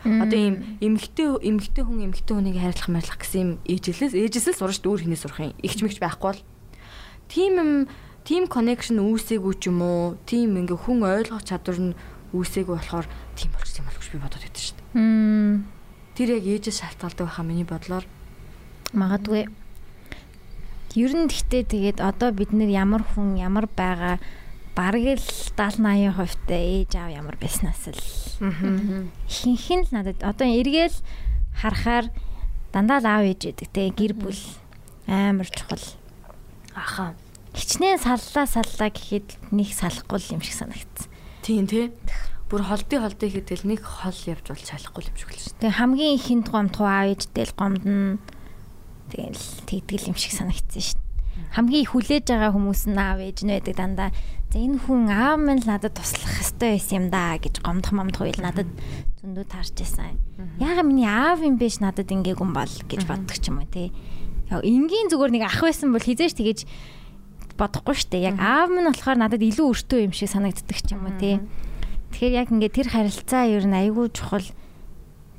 [SPEAKER 4] Одоо ийм эмгтэй эмгтэй хүн эмгтэй хүнийг хайрлах мэрлах гэсэн юм ээжлээс ээжээс л сурч өөр хинээс сурах юм. Игч мэгч байхгүй бол тийм юм тийм connection үүсээгүй ч юм уу, тийм ингээ хүн ойлгох чадвар нь үүсээгүй болохоор тийм болчихсон юм боловч би бодоод байдаг шүү дээ.
[SPEAKER 1] Мм,
[SPEAKER 4] Тэр яг ээжээс шалтгаалдаг байхаа миний бодлоор.
[SPEAKER 1] магадгүй. Ер нь гэхдээ тэгээд одоо бид нэр ямар хүн ямар байгаа бараг л 70 80% та ээж аав ямар байснаас л ихэнх нь л надад одоо эргээл харахаар дандаа л аав ээж гэдэг те гэр бүл амар чухал
[SPEAKER 4] Ахаа.
[SPEAKER 1] хичнээн саллаа саллаа гэхэд нэг салахгүй л юм шиг санагдсан
[SPEAKER 4] Тийм тий. Бүр холдый холдый хэдэл нэг хол явж бол чалахгүй юм шиг л шүү дээ.
[SPEAKER 1] тэгээ хамгийн ихэнд гомдхоо аав ээжтэй л гомдно тэгэл тэгдэл юм шиг санагдсан шин хамгийн их хүлээж байгаа хүмүүс нь аав ээж нь байдаг дандаа за энэ хүн аав минь л надад туслах ёстой байсан юм да гэж гомдох момдох үйл надад зөндөө таарч байсан яага миний аав юм биш надад ингээгүй юм бол гэж боддог ч юм уу те Яг энгийн зүгээр нэг ах байсан бол хизээш тэгэж бодохгүй штэ. Яг аав минь болохоор надад илүү өртөө юм шиг санагддаг ч юм уу тий. Тэгэхээр яг ингээд тэр харилцаа ер нь айгүй чухал.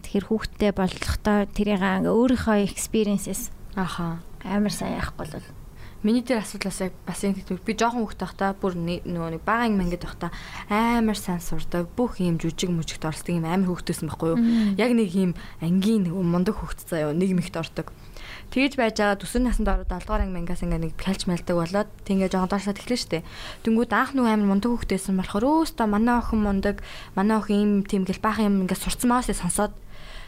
[SPEAKER 1] Тэгэхээр хүүхдтэй болохдоо тэрийг ингээ өөрийнхөө experiences
[SPEAKER 4] Ахаа.
[SPEAKER 1] амар сайн яахгүй л бол.
[SPEAKER 4] Миний тэр асуудлаас яг бас энэ гэдэг би жоохон хөвгт байхдаа бүр нэ- нөгөө нэг бага анги мангид байхдаа амар сайн сурдаг бүх юм жүжиг мүжигт оролцдог юм амар хөвгтсэн байхгүй юу яг нэг юм ангийн нөгөө мундаг хөвгт заяо нэг мэгт ордог тэгж байж байгаа төсөр насанд ороод 7 дугаар анги мангаас ингээ нэг пхалж мэлдэг болоод тэгээ жоохон доошлаад эхлэв штэ Тэнгүүд анх нөгөө амар мундаг хөвгтсэн болохоор өөстөө манай охин мундаг манай охин юм тийм гэл бага юм ингээ сурцсан маас сонсоод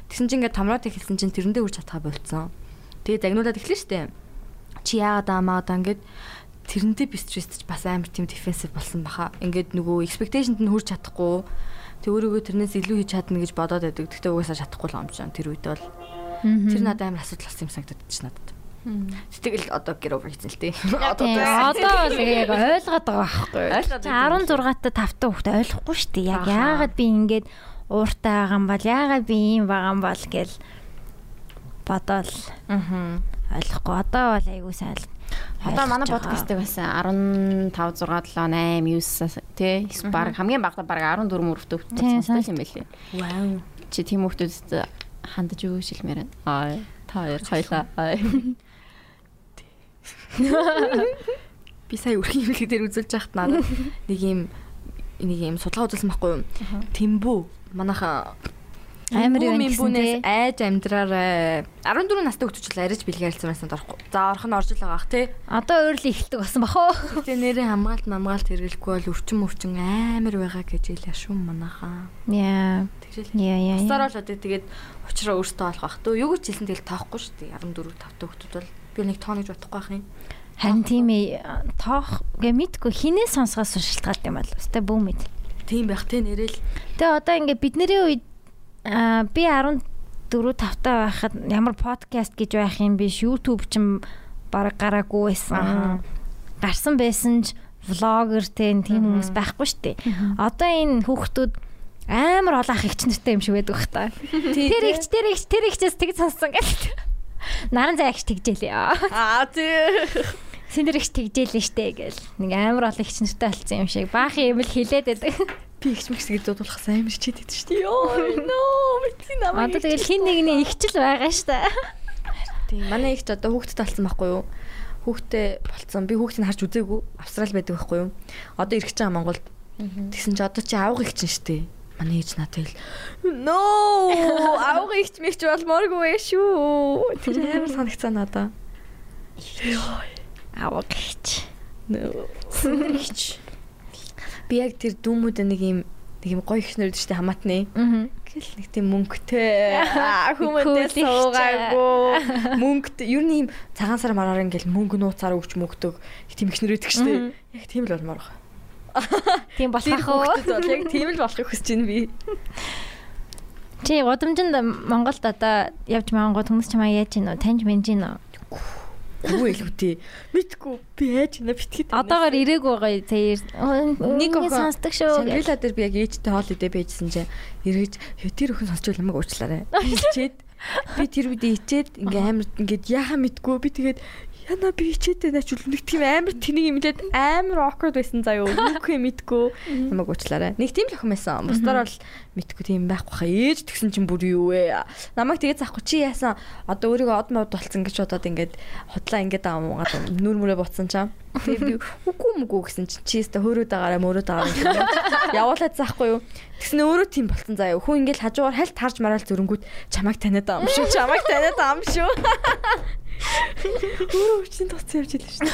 [SPEAKER 4] тэгсэн чинь ингээ томроод эхэлсэн чинь тэрэндээ үр чадхаа болцсон тэгээ загнуулаад эхлэв штэ чи яагаад аамаа одоо ингээд тэрэндээ би стрессч бас амар тийм дефенсив болсон баха. Ингээд нөгөө expectationд нь хүрч чадахгүй. Тэг өөрийгөө тэрнээс илүү хийж чадна гэж бодоод байдаг. Тэгтээ угаасаа чадахгүй л омчон тэр үед бол. Тэр надад амар асуудал болсон юм санагдаад чи надад. Тэгэл одоо get over хийсэн л тий. Одоо
[SPEAKER 1] Тийм, Одоо л яг ойлгоод байгаа байхгүй юу?
[SPEAKER 2] Ойлгоод
[SPEAKER 1] Чи 16-т 5-т хүүхдээ ойлгохгүй шүү дээ. Яг яагаад би ингээд ууртай байгаа юм бол, яагаад би ийм байгаа юм бол гэл бодоол. Аа. Ойлгохгүй. Одоо бол айгүй сайн. л-
[SPEAKER 2] Одоо манай
[SPEAKER 1] ойлгож байгаа.
[SPEAKER 2] подкастыг байсан 15 6 7 8 9 тий баг хамгийн багта баг 14 мөрөвтөө
[SPEAKER 1] Тийм,
[SPEAKER 2] хөтлөсөн юм байлээ.
[SPEAKER 4] Wow.
[SPEAKER 2] Чи тийм хүмүүст хандаж өгөөч хэлмээр байна. Аа та хоёр хоёлаа. Аа.
[SPEAKER 4] би сая үргэлж юм дээр үзүүлж яхад надад нэг юм нэг юм судалгаа үзүүлсэн байхгүй юу? Тэмбүү. Манайхаа
[SPEAKER 1] Амар юу юм гэсэн тий.
[SPEAKER 4] юмбүүнээс айж амьдраарэ. 14 настай хөлтөч л арайч бэлгийн харилцан байсан дөрхгүй. За орхон орж л байгаах тий.
[SPEAKER 1] Одоо өөр л ихэлдэг басан бахаа.
[SPEAKER 4] Гэтэ нэрээ хамгаалт намгаалт хэрэглэхгүй бол өрчм өрчм амар байгаа гэж хэлээ шүү манахаа.
[SPEAKER 1] Яа.
[SPEAKER 4] Тэгжэл.
[SPEAKER 1] Яа яа.
[SPEAKER 4] Тасаар бол одоо тэгээд учраа өөртөө олох бах. Төө юу гэж хэлсэн тэгэл тоохгүй шүү дээ. 14 5 төгтөд бол би нэг тоо гэж бодохгүй байх юм.
[SPEAKER 1] Харин тийм ээ тоох гэ мэдгүй хинээс сонсгоос шалтгаалт юм бол. Өстэй бүү мэд.
[SPEAKER 4] Тийм байх тий нэрэл.
[SPEAKER 1] Тэгээ одоо ингээд бидний үед аа, би 14 5 таа байхад ямар подкаст гэж байх юм биш YouTube ч юм бараг гараагүй байсан. Гарсан байсан ч vlogger тэн тийм хүмүүс байхгүй шүү дээ. Одоо энэ хүүхдүүд амар олон ах эгч нартай юм шиг байдаг бах та. Тэр эгч тэр эгч тэр эгчээс тэг сонссон гэдэг. Наран цай эгч тэгжээлээ.
[SPEAKER 4] Аа тий.
[SPEAKER 1] Синдэр эгч тэгжээлээ штэ гэл. Нэг амар олон эгч нартай болсон юм шиг. Баахын юм л хилээд байдаг.
[SPEAKER 4] Пигч мэгс гэж дуудлах сайн юм шиг хэдэд шүү дээ.
[SPEAKER 1] Одоо тэгэл хин нэгний эгчл байгаа штэ.
[SPEAKER 4] Тийм. Манай ихч одоо хүүхдэд талцсан байхгүй юу? Хүүхдээ болцсон. Би хүүхдийг харж үзээгүй. Австрал байдаг байхгүй юу? Одоо ирэх гэж байгаа Монголд. Тэгсэн чи одоо чи аавга ихч нь штэ. Манай ээж надад хэл. No! Аавга ихч мэгч болмооргүй ээ шүү. Тэр амар санагцаа надаа.
[SPEAKER 1] Аваа гэж.
[SPEAKER 4] No. Би яг тэр дүүмүүд нэг юм нэг юм гоё ихнэр дэжтэй хамаатны.
[SPEAKER 1] Мгм.
[SPEAKER 4] Гэл нэг тийм мөнгөтэй. Аа,
[SPEAKER 1] Cool
[SPEAKER 4] Хүмүүстээ
[SPEAKER 1] ихтэй.
[SPEAKER 4] суугаагүй. Мөнгөт ер нь юм цагаан сар мараар ингээл мөнгө нууцаар өгч мөгдөг. Их тийм ихнэр өгдөг штэ. Яг тийм л болмоор байна.
[SPEAKER 1] Тийм болох уу?
[SPEAKER 4] Хүүхдэд бол яг тийм л болохыг хүсэж байна би.
[SPEAKER 1] Чи удамжинд Монголд одоо явж маангууд хүмүүс чамаа яаж гинөө? Таньж мэнж гинөө?
[SPEAKER 4] Үгүй илүүтэй. Мэдгүй би яаж яна битгий.
[SPEAKER 1] Одоогоор ирээгүй байгаа тэр. Нэг охин сонсдог шүү. гэл.
[SPEAKER 4] Шангрила дээр би яг ээжтэй хоол идэ байжсан чинь эргэж "Хөө, тэр өхөн сонсч юм уучлаарай. Хичээд би тэр үед ичээд ингээ амар ингээд яха мэдгүй би тэгээд яна би ичээд наач үлэмдэгт юм амар тэнийг имлээд амар awkward байсан заа юу. Үгүй мэдгүй юм уучлаарай. Нэг тийм л охин байсан. Бусдаар бол мэдгүй тийм байхгүй хаа. Ээж тэгсэн чинь бүр юу вэ? Намайг тэгээд заахгүй чи яасан одоо өөрийгөө од мод болсон гэж бодоод ингээд худлаа ингээд аа муугаад нүр мөрөө буцсан чам. Тэгээд би үгүй мүгүй гэсэн чинь чи өстө хөөрөөд байгаараа мөрөөд байгаараа гэсэн. явуулаад заахгүй юу. Тэгснэ өөрөө тийм болсон заа юу. Хүн ингээд хажуугаар хальт тарж мараал зөрөнгүүд чамайг таниад байгаа юм шүү. Чамайг таниад байгаа юм шүү. Өөрөө хүчний тоц явж илээ шүү.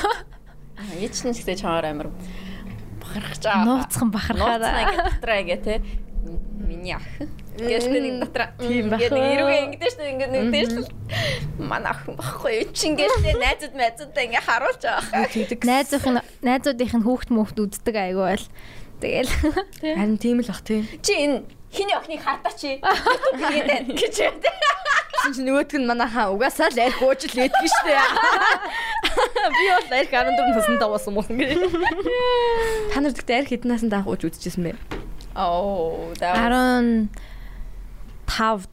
[SPEAKER 2] Ээж нь ихтэй чамаар амир бахархаж
[SPEAKER 1] Нууцхан бахархаад.
[SPEAKER 2] Нууцнаа дотраа ингээ те. Миний ах. Гэвч би нэг дотраа.
[SPEAKER 4] Тийм
[SPEAKER 2] Ингээ
[SPEAKER 4] баха.
[SPEAKER 2] нэг эрүүгээ ингэдэж шүү ингээ нэг дээшлэл. Манай ах юм багхгүй юу? Чи ингээ те найзууд найзуудтай ингээ харуулж байгаа.
[SPEAKER 1] Найзуудын найзуудынх нь хүүхд мөхд үздэг айгүй бол. Тэгэл
[SPEAKER 4] Харин тийм л бах тийм.
[SPEAKER 2] Чи энэ хиний охиныг хардаа чи. YouTube хийгээд байна гэж те.
[SPEAKER 4] Тэгсэн чинь нөгөөтг нь манайхаа угаасаа л арх уужил ээдгэн шүү дээ. Би бол арх 14 наснд даваасан юм гэнэ. Та нар гэдэгт арх хэдэн наснд даах ууж үзчихсэн бэ?
[SPEAKER 2] Оо, даа.
[SPEAKER 1] 15 6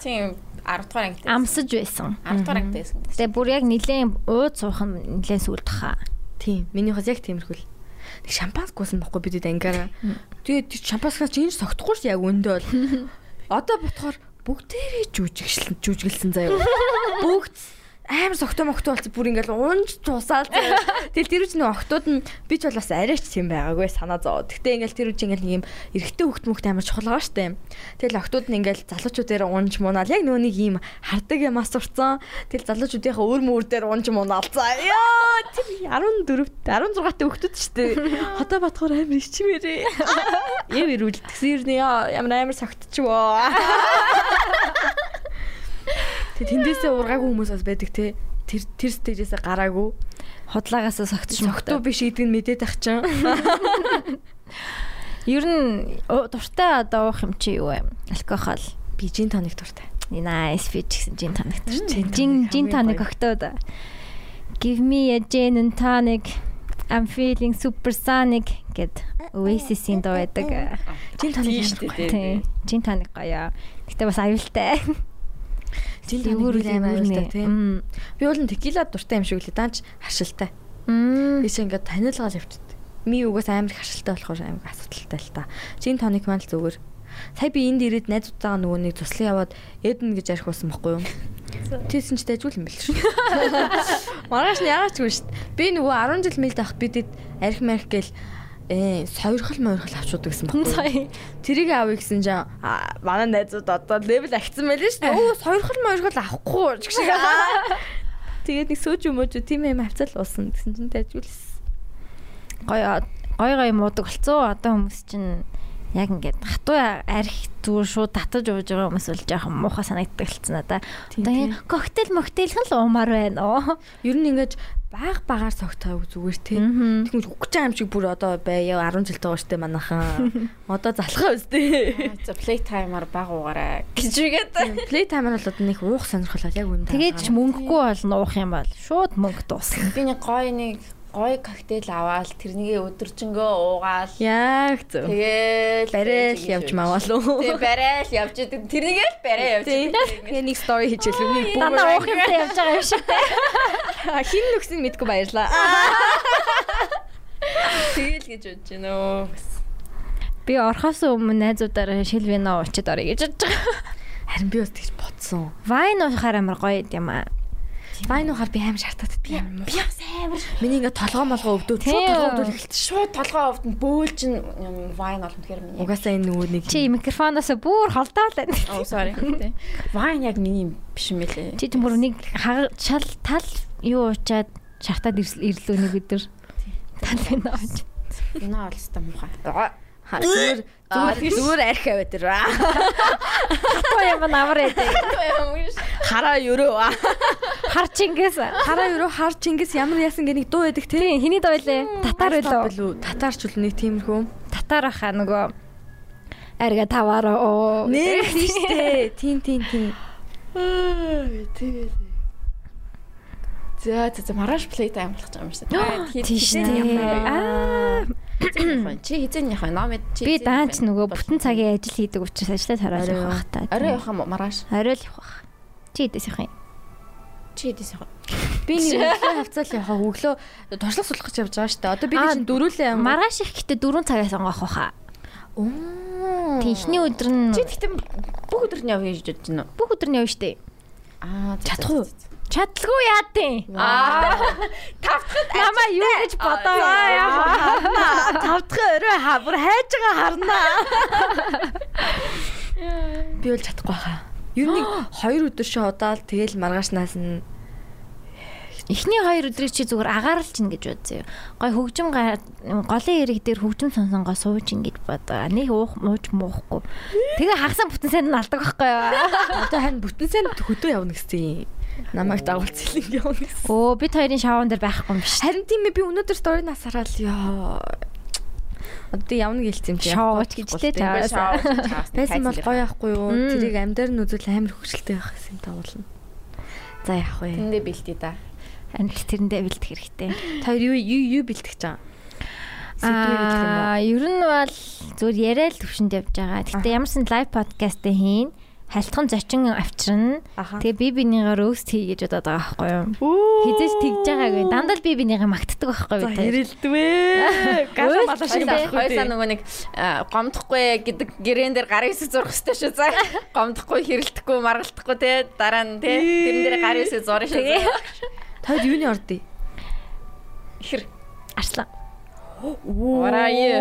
[SPEAKER 2] Тийм 10 дугаар ангид.
[SPEAKER 1] амсаж байсан.
[SPEAKER 2] 10 дугаар ангид байсан.
[SPEAKER 1] Тэгээ бүр яг нилийн ууд суух нь нилийн сүлд хаа.
[SPEAKER 4] Тийм. Миний хас яг тиймэрхүүл. Нэг шампанскуусан байхгүй бидэд ангиараа. Тэгээд тэр шампанскаас чинь согтхгүй ш яг өндөө бол. Одоо бодохоор бүгдээрээ жүжиглэн жүжиглсэн заяа. Бүгд амар согтоо мохтоо болсон бүр ингээл унж тусаал заяа. Тэгэл тэр үч нөө охтууд нь би ч бол бас арайч тийм байгаагүй санаа зовоод. Гэтэ ингээл тэр үч ингээл нэг юм эргэтэй хөхт мөхт амар чухал байгаа штэ. Тэгэл охтууд нь ингээл залуучуудаараа унж муунаал яг нөөний ийм хардаг юм асурцсан. Тэгэл залуучуудынхаа өөр мөр дээр унж муунаал заа. Яа тэр 14 16 та хөхтүүд штэ. Хотоо батхаар амар ичмээрээ. Яв ирүүл тэгсэн юм ямар амар согтчихвоо. Тэг тэндээсээ ургаагүй хүмүүс бас байдаг те. Тэр тэр стежээс гараагүй.
[SPEAKER 1] Худлаагаас согтч мөхд.
[SPEAKER 4] Тогтуу биш гэдэг нь мэдээд ах чинь.
[SPEAKER 1] Ер нь уу- дуртай одоо уух юм чи юу вэ? Алкохол.
[SPEAKER 4] Би жин тоник дуртай.
[SPEAKER 1] Nice fit гэсэн жин тоник төрч. Жин
[SPEAKER 4] Gin tonic
[SPEAKER 1] жин
[SPEAKER 4] хамгийн
[SPEAKER 1] тоник
[SPEAKER 4] гоё.
[SPEAKER 1] октоод. Give me a gin and tonic. I'm feeling supersonic гэд Oasis-ийн дуу байдаг.
[SPEAKER 4] Жин тоник шүү
[SPEAKER 1] Тийм. Жин тоник гоё. Гэтэ бас аюултай.
[SPEAKER 4] Жин
[SPEAKER 1] Дээгүүр
[SPEAKER 4] тоник амар аюултай те.
[SPEAKER 1] Мм.
[SPEAKER 4] Би бол н текила дуртай юм шиг лээ. Данч харшилтай.
[SPEAKER 1] Мм.
[SPEAKER 4] Биш ингээд танилцгаал явчихдаг. Ми угаас амар их харшилтай болохоор амар асуудалтай л та. Жин тоник маань л зүгээр. Сая би энд ирээд найзуудтайгаа нөгөө нэг туслан яваад эдэн гэж арих болсон байхгүй юу? Тэсэн ч дайжгүй юм бэл шүү. Маргааш нь яагаад ч үгүй шүү. Би нөгөө 10 жил мэл тахт бидэд арих марих гээл э сойрхол мойрхол авчууд гэсэн байна.
[SPEAKER 1] Сая.
[SPEAKER 4] Тэрийг авъя гэсэн чинь аа, манай найзууд одоо левел агцсан байл шүү дээ. Оо, сойрхол мойрхол авахгүй ч гэх шиг. Аа. Тэгээд нэг сөөж юм уу тийм юм авцал уусан гэсэн чинь дайжгүйлсэн.
[SPEAKER 1] гоё гоё гоё муудаг болцоо. Одоо хүмүүс чинь яг ингээд хатуу арх зүгээр шууд татаж ууж байгаа хүмүүс бол жоохон муухай санагддаг болсон надаа.
[SPEAKER 4] Тийм,
[SPEAKER 1] Одоо энэ коктейл моктейл хэн л уумаар байна оо.
[SPEAKER 4] Ер нь ингэж баг багаар согтойг зүгээр те.
[SPEAKER 1] Мгм.
[SPEAKER 4] Тэгмэж үхэж байгаа юм шиг бүр одоо байя 10 жил таа штэ манайхан. Одоо залхаа үстэй.
[SPEAKER 2] За playtime-аар баг угаарай.
[SPEAKER 4] Play time-аар бол одоо нэг уух сонирхол бол яг үнэ.
[SPEAKER 1] Тэгээд ч мөнгөгүй болно уух юм бол шууд мөнгө дуусна.
[SPEAKER 2] Би нэг гой нэг гоё коктейл аваад тэрнийгээ өдөржингөө уугаад
[SPEAKER 4] Яг зөв.
[SPEAKER 2] тэгээл
[SPEAKER 4] Барайл явж маваа л үү.
[SPEAKER 2] Тэг барайл явж идэг. Тэрнийгээ л барайл явж идэг.
[SPEAKER 4] Тэгээ нэг стори хийчихлээ. Нэг
[SPEAKER 1] Дандаа уух юмтай явж байгаа юм шиг.
[SPEAKER 4] бүүмер. хин нүгсэнд мэдгүй баярлаа.
[SPEAKER 2] Тэгэл гэж бодож байна өө.
[SPEAKER 1] Би орхоос өмнө найзуудаараа шил вино уучаад орё гэж бодож байгаа.
[SPEAKER 4] Харин би бас тэгж бодсон.
[SPEAKER 1] Вайн уухаар амар гоё юм аа.
[SPEAKER 4] Вайн ухаар би аим шаардаад би аим. Би бас аим. Миний ингээ толгоо молгоо өвдөв. Шууд толгоо өвдөв эхэлсэн.
[SPEAKER 2] Шууд толгоо өвдөн бөөл чин юм вайн олно тэгэхээр миний.
[SPEAKER 4] Угаасаа энэ нөгөө нэг
[SPEAKER 1] Чи микрофоноос бүр холдоол байна.
[SPEAKER 2] Оо sorry. Тэ. Вайн яг миний юм биш юм билэ.
[SPEAKER 1] Чи ч бүр нэг хага- шал тал юу уучаад шартаад ирс- ирлөө нэг өдөр. Тал вино ууж.
[SPEAKER 2] Вино олстой муухай.
[SPEAKER 4] Ха, зүгээр зүгээр зүгээр арх аваа тэр. Аа,
[SPEAKER 1] Тоо юм амар яа.
[SPEAKER 4] Хараа өрөө. аа.
[SPEAKER 1] Хар чингээс.
[SPEAKER 4] Хараа өрөө хар Чингис ямар ясан гэх нэг дуу байдаг тэр.
[SPEAKER 1] Тийм, Хиний дойлээ. Татар билүү?
[SPEAKER 4] билүү? Татарч үл нэг тиймэрхүү.
[SPEAKER 1] Татар аха нөгөө арга таваараа.
[SPEAKER 4] Нэр тийштэй. Тин тин тин.
[SPEAKER 2] За за за мараш плейт амлах юм шиг.
[SPEAKER 1] Тийш тийм. Аа
[SPEAKER 2] Чи хизээний явах вэ? Номид чи.
[SPEAKER 1] би
[SPEAKER 2] хизээний
[SPEAKER 1] даанч
[SPEAKER 2] явах вэ?
[SPEAKER 1] нөгөө бүтэн цагийн ажил хийдэг учраас ажиллаж хараад явах бах та.
[SPEAKER 2] Орой явах юм уу? мараш.
[SPEAKER 1] Орой л явах бах. Чи хэдэс явах юм?
[SPEAKER 2] Чи хэдээс явах вэ?
[SPEAKER 4] Би нэг өглөө хавцал явах өглөө туршлага суулгах гэж явж байгаа штэ. Одоо бид
[SPEAKER 1] Аа,
[SPEAKER 4] чинь дөрүүлээ.
[SPEAKER 1] Маргааш их гэдэг 4 цагаас онгох баха. Тэг ихний өдөр нь
[SPEAKER 2] Чи тэгтээ бүх өдөр нь явах гэж бодож байна уу?
[SPEAKER 1] бүх өдөр нь явна штэ.
[SPEAKER 2] Аа
[SPEAKER 4] чадах уу?
[SPEAKER 1] Чадлагүй яадын.
[SPEAKER 2] Аа
[SPEAKER 1] Намаа юу гэж бодоо.
[SPEAKER 4] Тавдах өрөө хаа бүр хайж байгаа харнаа. Би бол чадахгүй хаа. Юу нэг 2 өдөр ши удаал тэгэл маргаашнаас нь
[SPEAKER 1] Эхний хоёр өдрийг чи зүгээр агаарл чинь гэж бодсон юм. Гой хөгжим га- голын эрэг дээр хөгжим сонсонгоо сууж ингэж бодоо. Нэг уух мууч муухгүй. Тэгээ хагасан бүтэн сайн нь алдаг байхгүй юу?
[SPEAKER 4] одоо харин бүтэн сайн хөдөө явна гэсэн. Намайг дагуулц хэлэн явна гэсэн.
[SPEAKER 1] Оо бид хоёрын шаван дээр байхгүй юм биш.
[SPEAKER 4] Харин тийм ээ би өнөөдөр сторинаас хараал ёо. Одоо явна гэлцэм чи.
[SPEAKER 1] Шоуч гэж лээ
[SPEAKER 2] тэгвэл
[SPEAKER 1] та.
[SPEAKER 2] шоу гэж хаас.
[SPEAKER 4] Байсан бол гоё яахгүй юу?
[SPEAKER 1] Мм.
[SPEAKER 4] Тэрийг амьдаар нь үзвэл амар хөшөлтэй байх гэсэн тагуулна. За яах вэ?
[SPEAKER 2] Тэндээ бэлтээ да.
[SPEAKER 1] Амт тэрэндээ бэлдэх хэрэгтэй.
[SPEAKER 4] Тэр юу юу юу бэлтгэж байгаа? Сэдвээр бэлтгэх юм уу?
[SPEAKER 1] Аа, ер нь бол зүгээр яриа л төвшөнд явж байгаа. Гэтэ ямарсан лайв подкаст хийн халтхан зочин авчирна.
[SPEAKER 4] Аха.
[SPEAKER 1] Тэгээ би бинийгаа рост хий гэж бодоод байгаа байхгүй юу? Хизээч тэгж байгаагүй. Дандаа л би бинийгаа магтдаг байхгүй юу?
[SPEAKER 4] хэрэлдвээ. Гал малаа шиг байхгүй
[SPEAKER 2] Хоёсаа
[SPEAKER 4] дээ.
[SPEAKER 2] нөгөө нэг аа, гомдохгүй гэдэг гэрэн дээр гарын хэсэг зурх ёстой шүү заа. Гомдохгүй, хэрэлдэхгүй, маргалдахгүй те дараа нь те тэрэн дээр гарын хэсэг зурна шүү. заа.
[SPEAKER 4] Тойд юуны ордыг?
[SPEAKER 2] Хэр
[SPEAKER 1] Арслан.
[SPEAKER 2] Урай.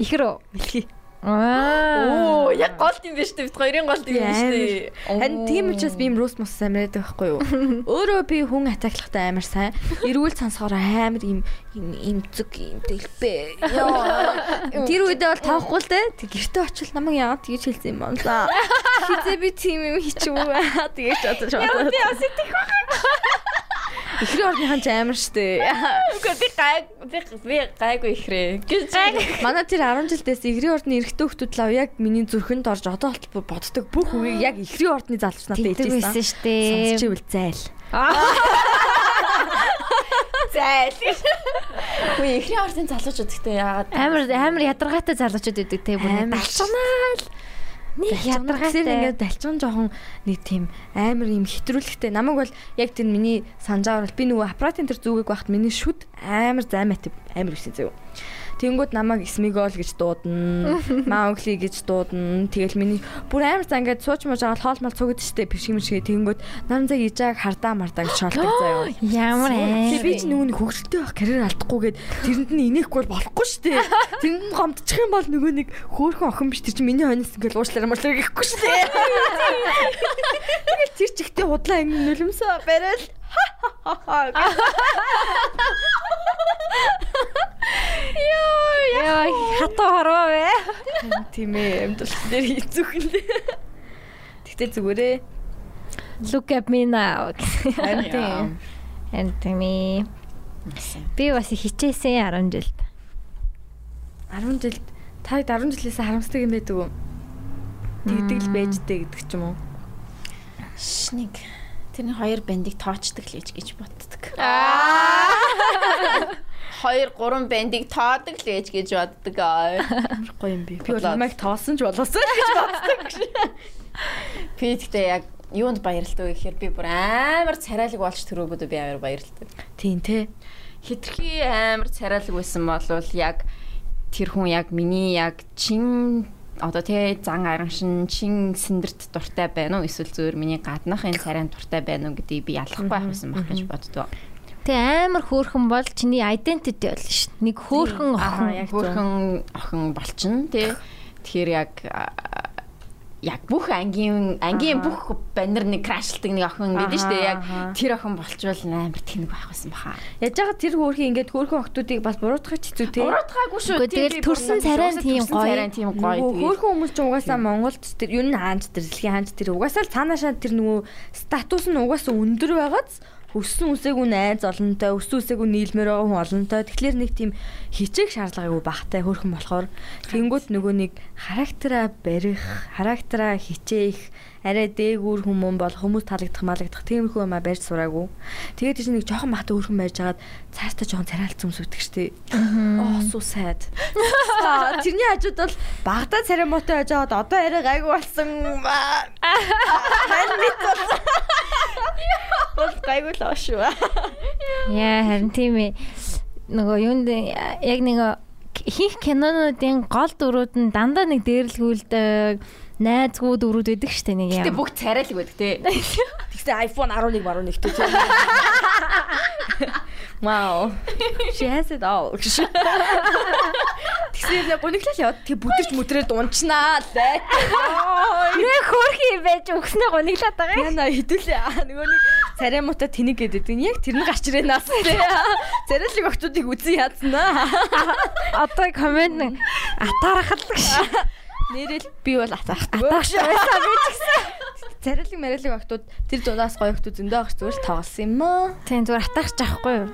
[SPEAKER 1] Ихрөө.
[SPEAKER 4] Мэлхий.
[SPEAKER 1] Аа.
[SPEAKER 2] Оо, яг гол юм биш үү? Бид хоёрын гол юм биш үү?
[SPEAKER 4] Харин тийм учраас би юм рост мус амраад байхгүй юу? Өөрөө би хүн атаклахтай амар сайн. Эрүүл сонсохоор амар им им имцэг им дэлбэ. Ёо. Тэр үедээ бол тавахгүй л дээ. Тэг гэртээ очил намайг яагаад тэгж хэлсэн юм бэ? Хизээ би тийм юм хийчихв. Тэгэж бодож байна.
[SPEAKER 2] Яа, сэтгэх
[SPEAKER 4] Эхний орныхан ч амар штэ.
[SPEAKER 2] үгүй би гай би би гайгүй ихрээ. Гэж
[SPEAKER 4] Манай тэр 10 жилдээс эхрийн ордны эрэгтэй хүмүүс лав яг миний зүрхэнд орж одоо болтол боддог бүх үеийг яг эхрийн ордны залуус надад
[SPEAKER 1] Тэгдэг
[SPEAKER 4] хэлжсэн.
[SPEAKER 1] байсан шүү дээ.
[SPEAKER 4] Сонсч ивэл зайл.
[SPEAKER 2] зайл. Үгүй ихрийн орсын залуучууд гэдэгтэй яагаад
[SPEAKER 1] Амар амар ядаргаатай залуучууд идэг те бүр
[SPEAKER 4] Амар.
[SPEAKER 1] далчганаа л. Нэг
[SPEAKER 4] Ялгаргаатай
[SPEAKER 1] ядаргаатай.
[SPEAKER 4] ингээд далчин жоохон нэг тийм амар юм хитрүүлэхтэй. Намайг бол яг тэр миний санджаар бол би нөгөө аппаратын тэр зүгээг байхад миний шүд амар займат амар биш зөө. Тэнгүүд намайг Смигол гэж дуудана, Маугли гэж дуудана. Тэгэл миний бүр амар за ингээд сууч мууж агаал хоол мал цугдчихтэй биш юм шигээ тэнгүүд намзаг ижааг хардаа мардаа гэж шолдог заяа.
[SPEAKER 1] Ямар
[SPEAKER 4] Тэгээ би
[SPEAKER 1] аа.
[SPEAKER 4] ч нөгөө нэг хөвгөлтэй байх карьер алдахгүйгээд тэрэнд нь инехгүй бол болохгүй шүү дээ. Тэрэнд нь гомдчих юм бол нөгөө нэг хөөхөн охин биш тэр чинь миний хойноос ингээл уушлаар муушлаар гэхгүй шүү дээ. Тэгэл тэр чигтээ худлаа ингэ нулимсаа барайл.
[SPEAKER 1] Яа хатуу хорвоо вэ?
[SPEAKER 4] Тийм ээ амьдрал дээр хийцүүхэн дээ. Тэгтээ зүгээрээ.
[SPEAKER 1] Look at me now.
[SPEAKER 2] тийм.
[SPEAKER 1] And to me. Би бас хичээсэн 10 жилд.
[SPEAKER 4] 10 жил та 10 жилээс харамсдаг юм байдаг уу? Тэгдэг л байж дээ гэдэг ч юм уу.
[SPEAKER 2] Шник. Тэрний хоёр бандыг тоочдаг л гэж гэж боддог.
[SPEAKER 1] Аа.
[SPEAKER 2] 2 3 бэндийг тоодог л ээж гэж боддог.
[SPEAKER 4] Болохгүй юм би. Би бол
[SPEAKER 2] Бодлоо.
[SPEAKER 4] намайг тоосон ч болоосон л гэж бодсон.
[SPEAKER 2] Би гэхдээ яг юунд баярлтав гэхээр би бүр амар царайлаг болж төрөөгөө би амар баярлтав.
[SPEAKER 4] Тийм те.
[SPEAKER 11] хитрхи амар царайлаг байсан болвол яг тэр хүн яг миний яг чин одоо тий зан араншин чин сэндэрт дуртай байна уу эсвэл зөвөр миний гадныхын царайнд дуртай байна уу гэдгийг би ялахгүй байх байсан байх гэж боддгоо.
[SPEAKER 1] Тэгээ амар хөөрхөн бол чиний identity болно шүү. Нэг хөөрхөн охин.
[SPEAKER 4] яг зөв.
[SPEAKER 11] Хөөхөн охин болчин тий. Тэгэхээр яг а, яг бүх ангийн ангийн бүх банер нэг крашлдаг нэг охин гэдэг нь шүү дээ. Яг тэр охин болчвол амар тэнэг байх байсан баха.
[SPEAKER 4] Яаж яагаад тэр хөөрхи ингээд хөөрхөн охтуудыг бас буруутгах ч хэцүү те.
[SPEAKER 11] Урагдгаагүй шүү.
[SPEAKER 1] Үгүй, тэгэл төрсэн царай нь тийм гоё.
[SPEAKER 11] Царай нь тийм
[SPEAKER 4] Нөгөө
[SPEAKER 11] гоё. тэгээд-
[SPEAKER 4] Хөөрхөн хүмүүс ч угаасаа Монголд тэр ер нь хаанч тэр дэлхийн хаанч тэр угаасаа л цаанаашаа тэр нөгөө статус нь угаасаа өндөр байгааз өссөн үсээгүй найз олонтой өссөн үсээгүй нийлмээр байгаа хүн олонтой тэгэхээр нэг тийм хичээх шаардлагагүй багтай хөөрхөн болохоор тэнгуут нөгөө нэг характераа барих характераа хичээх арай дээгүүр хүмүүн бол хүмүүс таалагдах малагдах тиймэрхүү юм а барьж сураагүй тэгээд тийч нэг жоохон бахтай хөөрхөн байж хагаад цаастаа жоохон царайлц зүмсвдэг штеп оо суу сайд Аа, Тэрний хажууд бол багада церемонтой байж байгаад одоо арай гайгүй болсон. Аа. Мань бит бол. Бол гайгүй л ааш шүү.
[SPEAKER 1] Яа харин тийм ээ. Нөгөө юунд яг нэг хийх кинонуудын гол дүрүүд нь дандаа нэг дээрлгүүлдэг найзгүй дүрүүд байдаг штэ нэг
[SPEAKER 11] Тэ
[SPEAKER 1] юм.
[SPEAKER 11] бүх царайлаг байдаг те.
[SPEAKER 4] Тэгсэн iPhone 11 11 төч. Вау. She has it all. Тэгсэн яг гониглал яваад тэг бүдэрч мөдрөөр дунчнаа л бай.
[SPEAKER 1] Нэ хөөрхи байж өгснөө гониглаад байгаа.
[SPEAKER 4] Яна хідүүлээ. Аа, Нөгөө нэг царай муута тэнэг гэдэг нь яг тэр нь гарч ирэнаас тий. Царайлаг охтуудыг үзэн яадснаа.
[SPEAKER 1] Одоо комент нэг атаархалдаг шээ.
[SPEAKER 4] Нэрэл би бол атаахгүй. Атаахгүй байсан би ч гэсэн. Царайлаг марайлаг охтууд тэр зунаас гоё охтууд зөндөө охт зүгээр л тоглосон юм аа.
[SPEAKER 1] Тийм зүгээр атаарч авахгүй юу?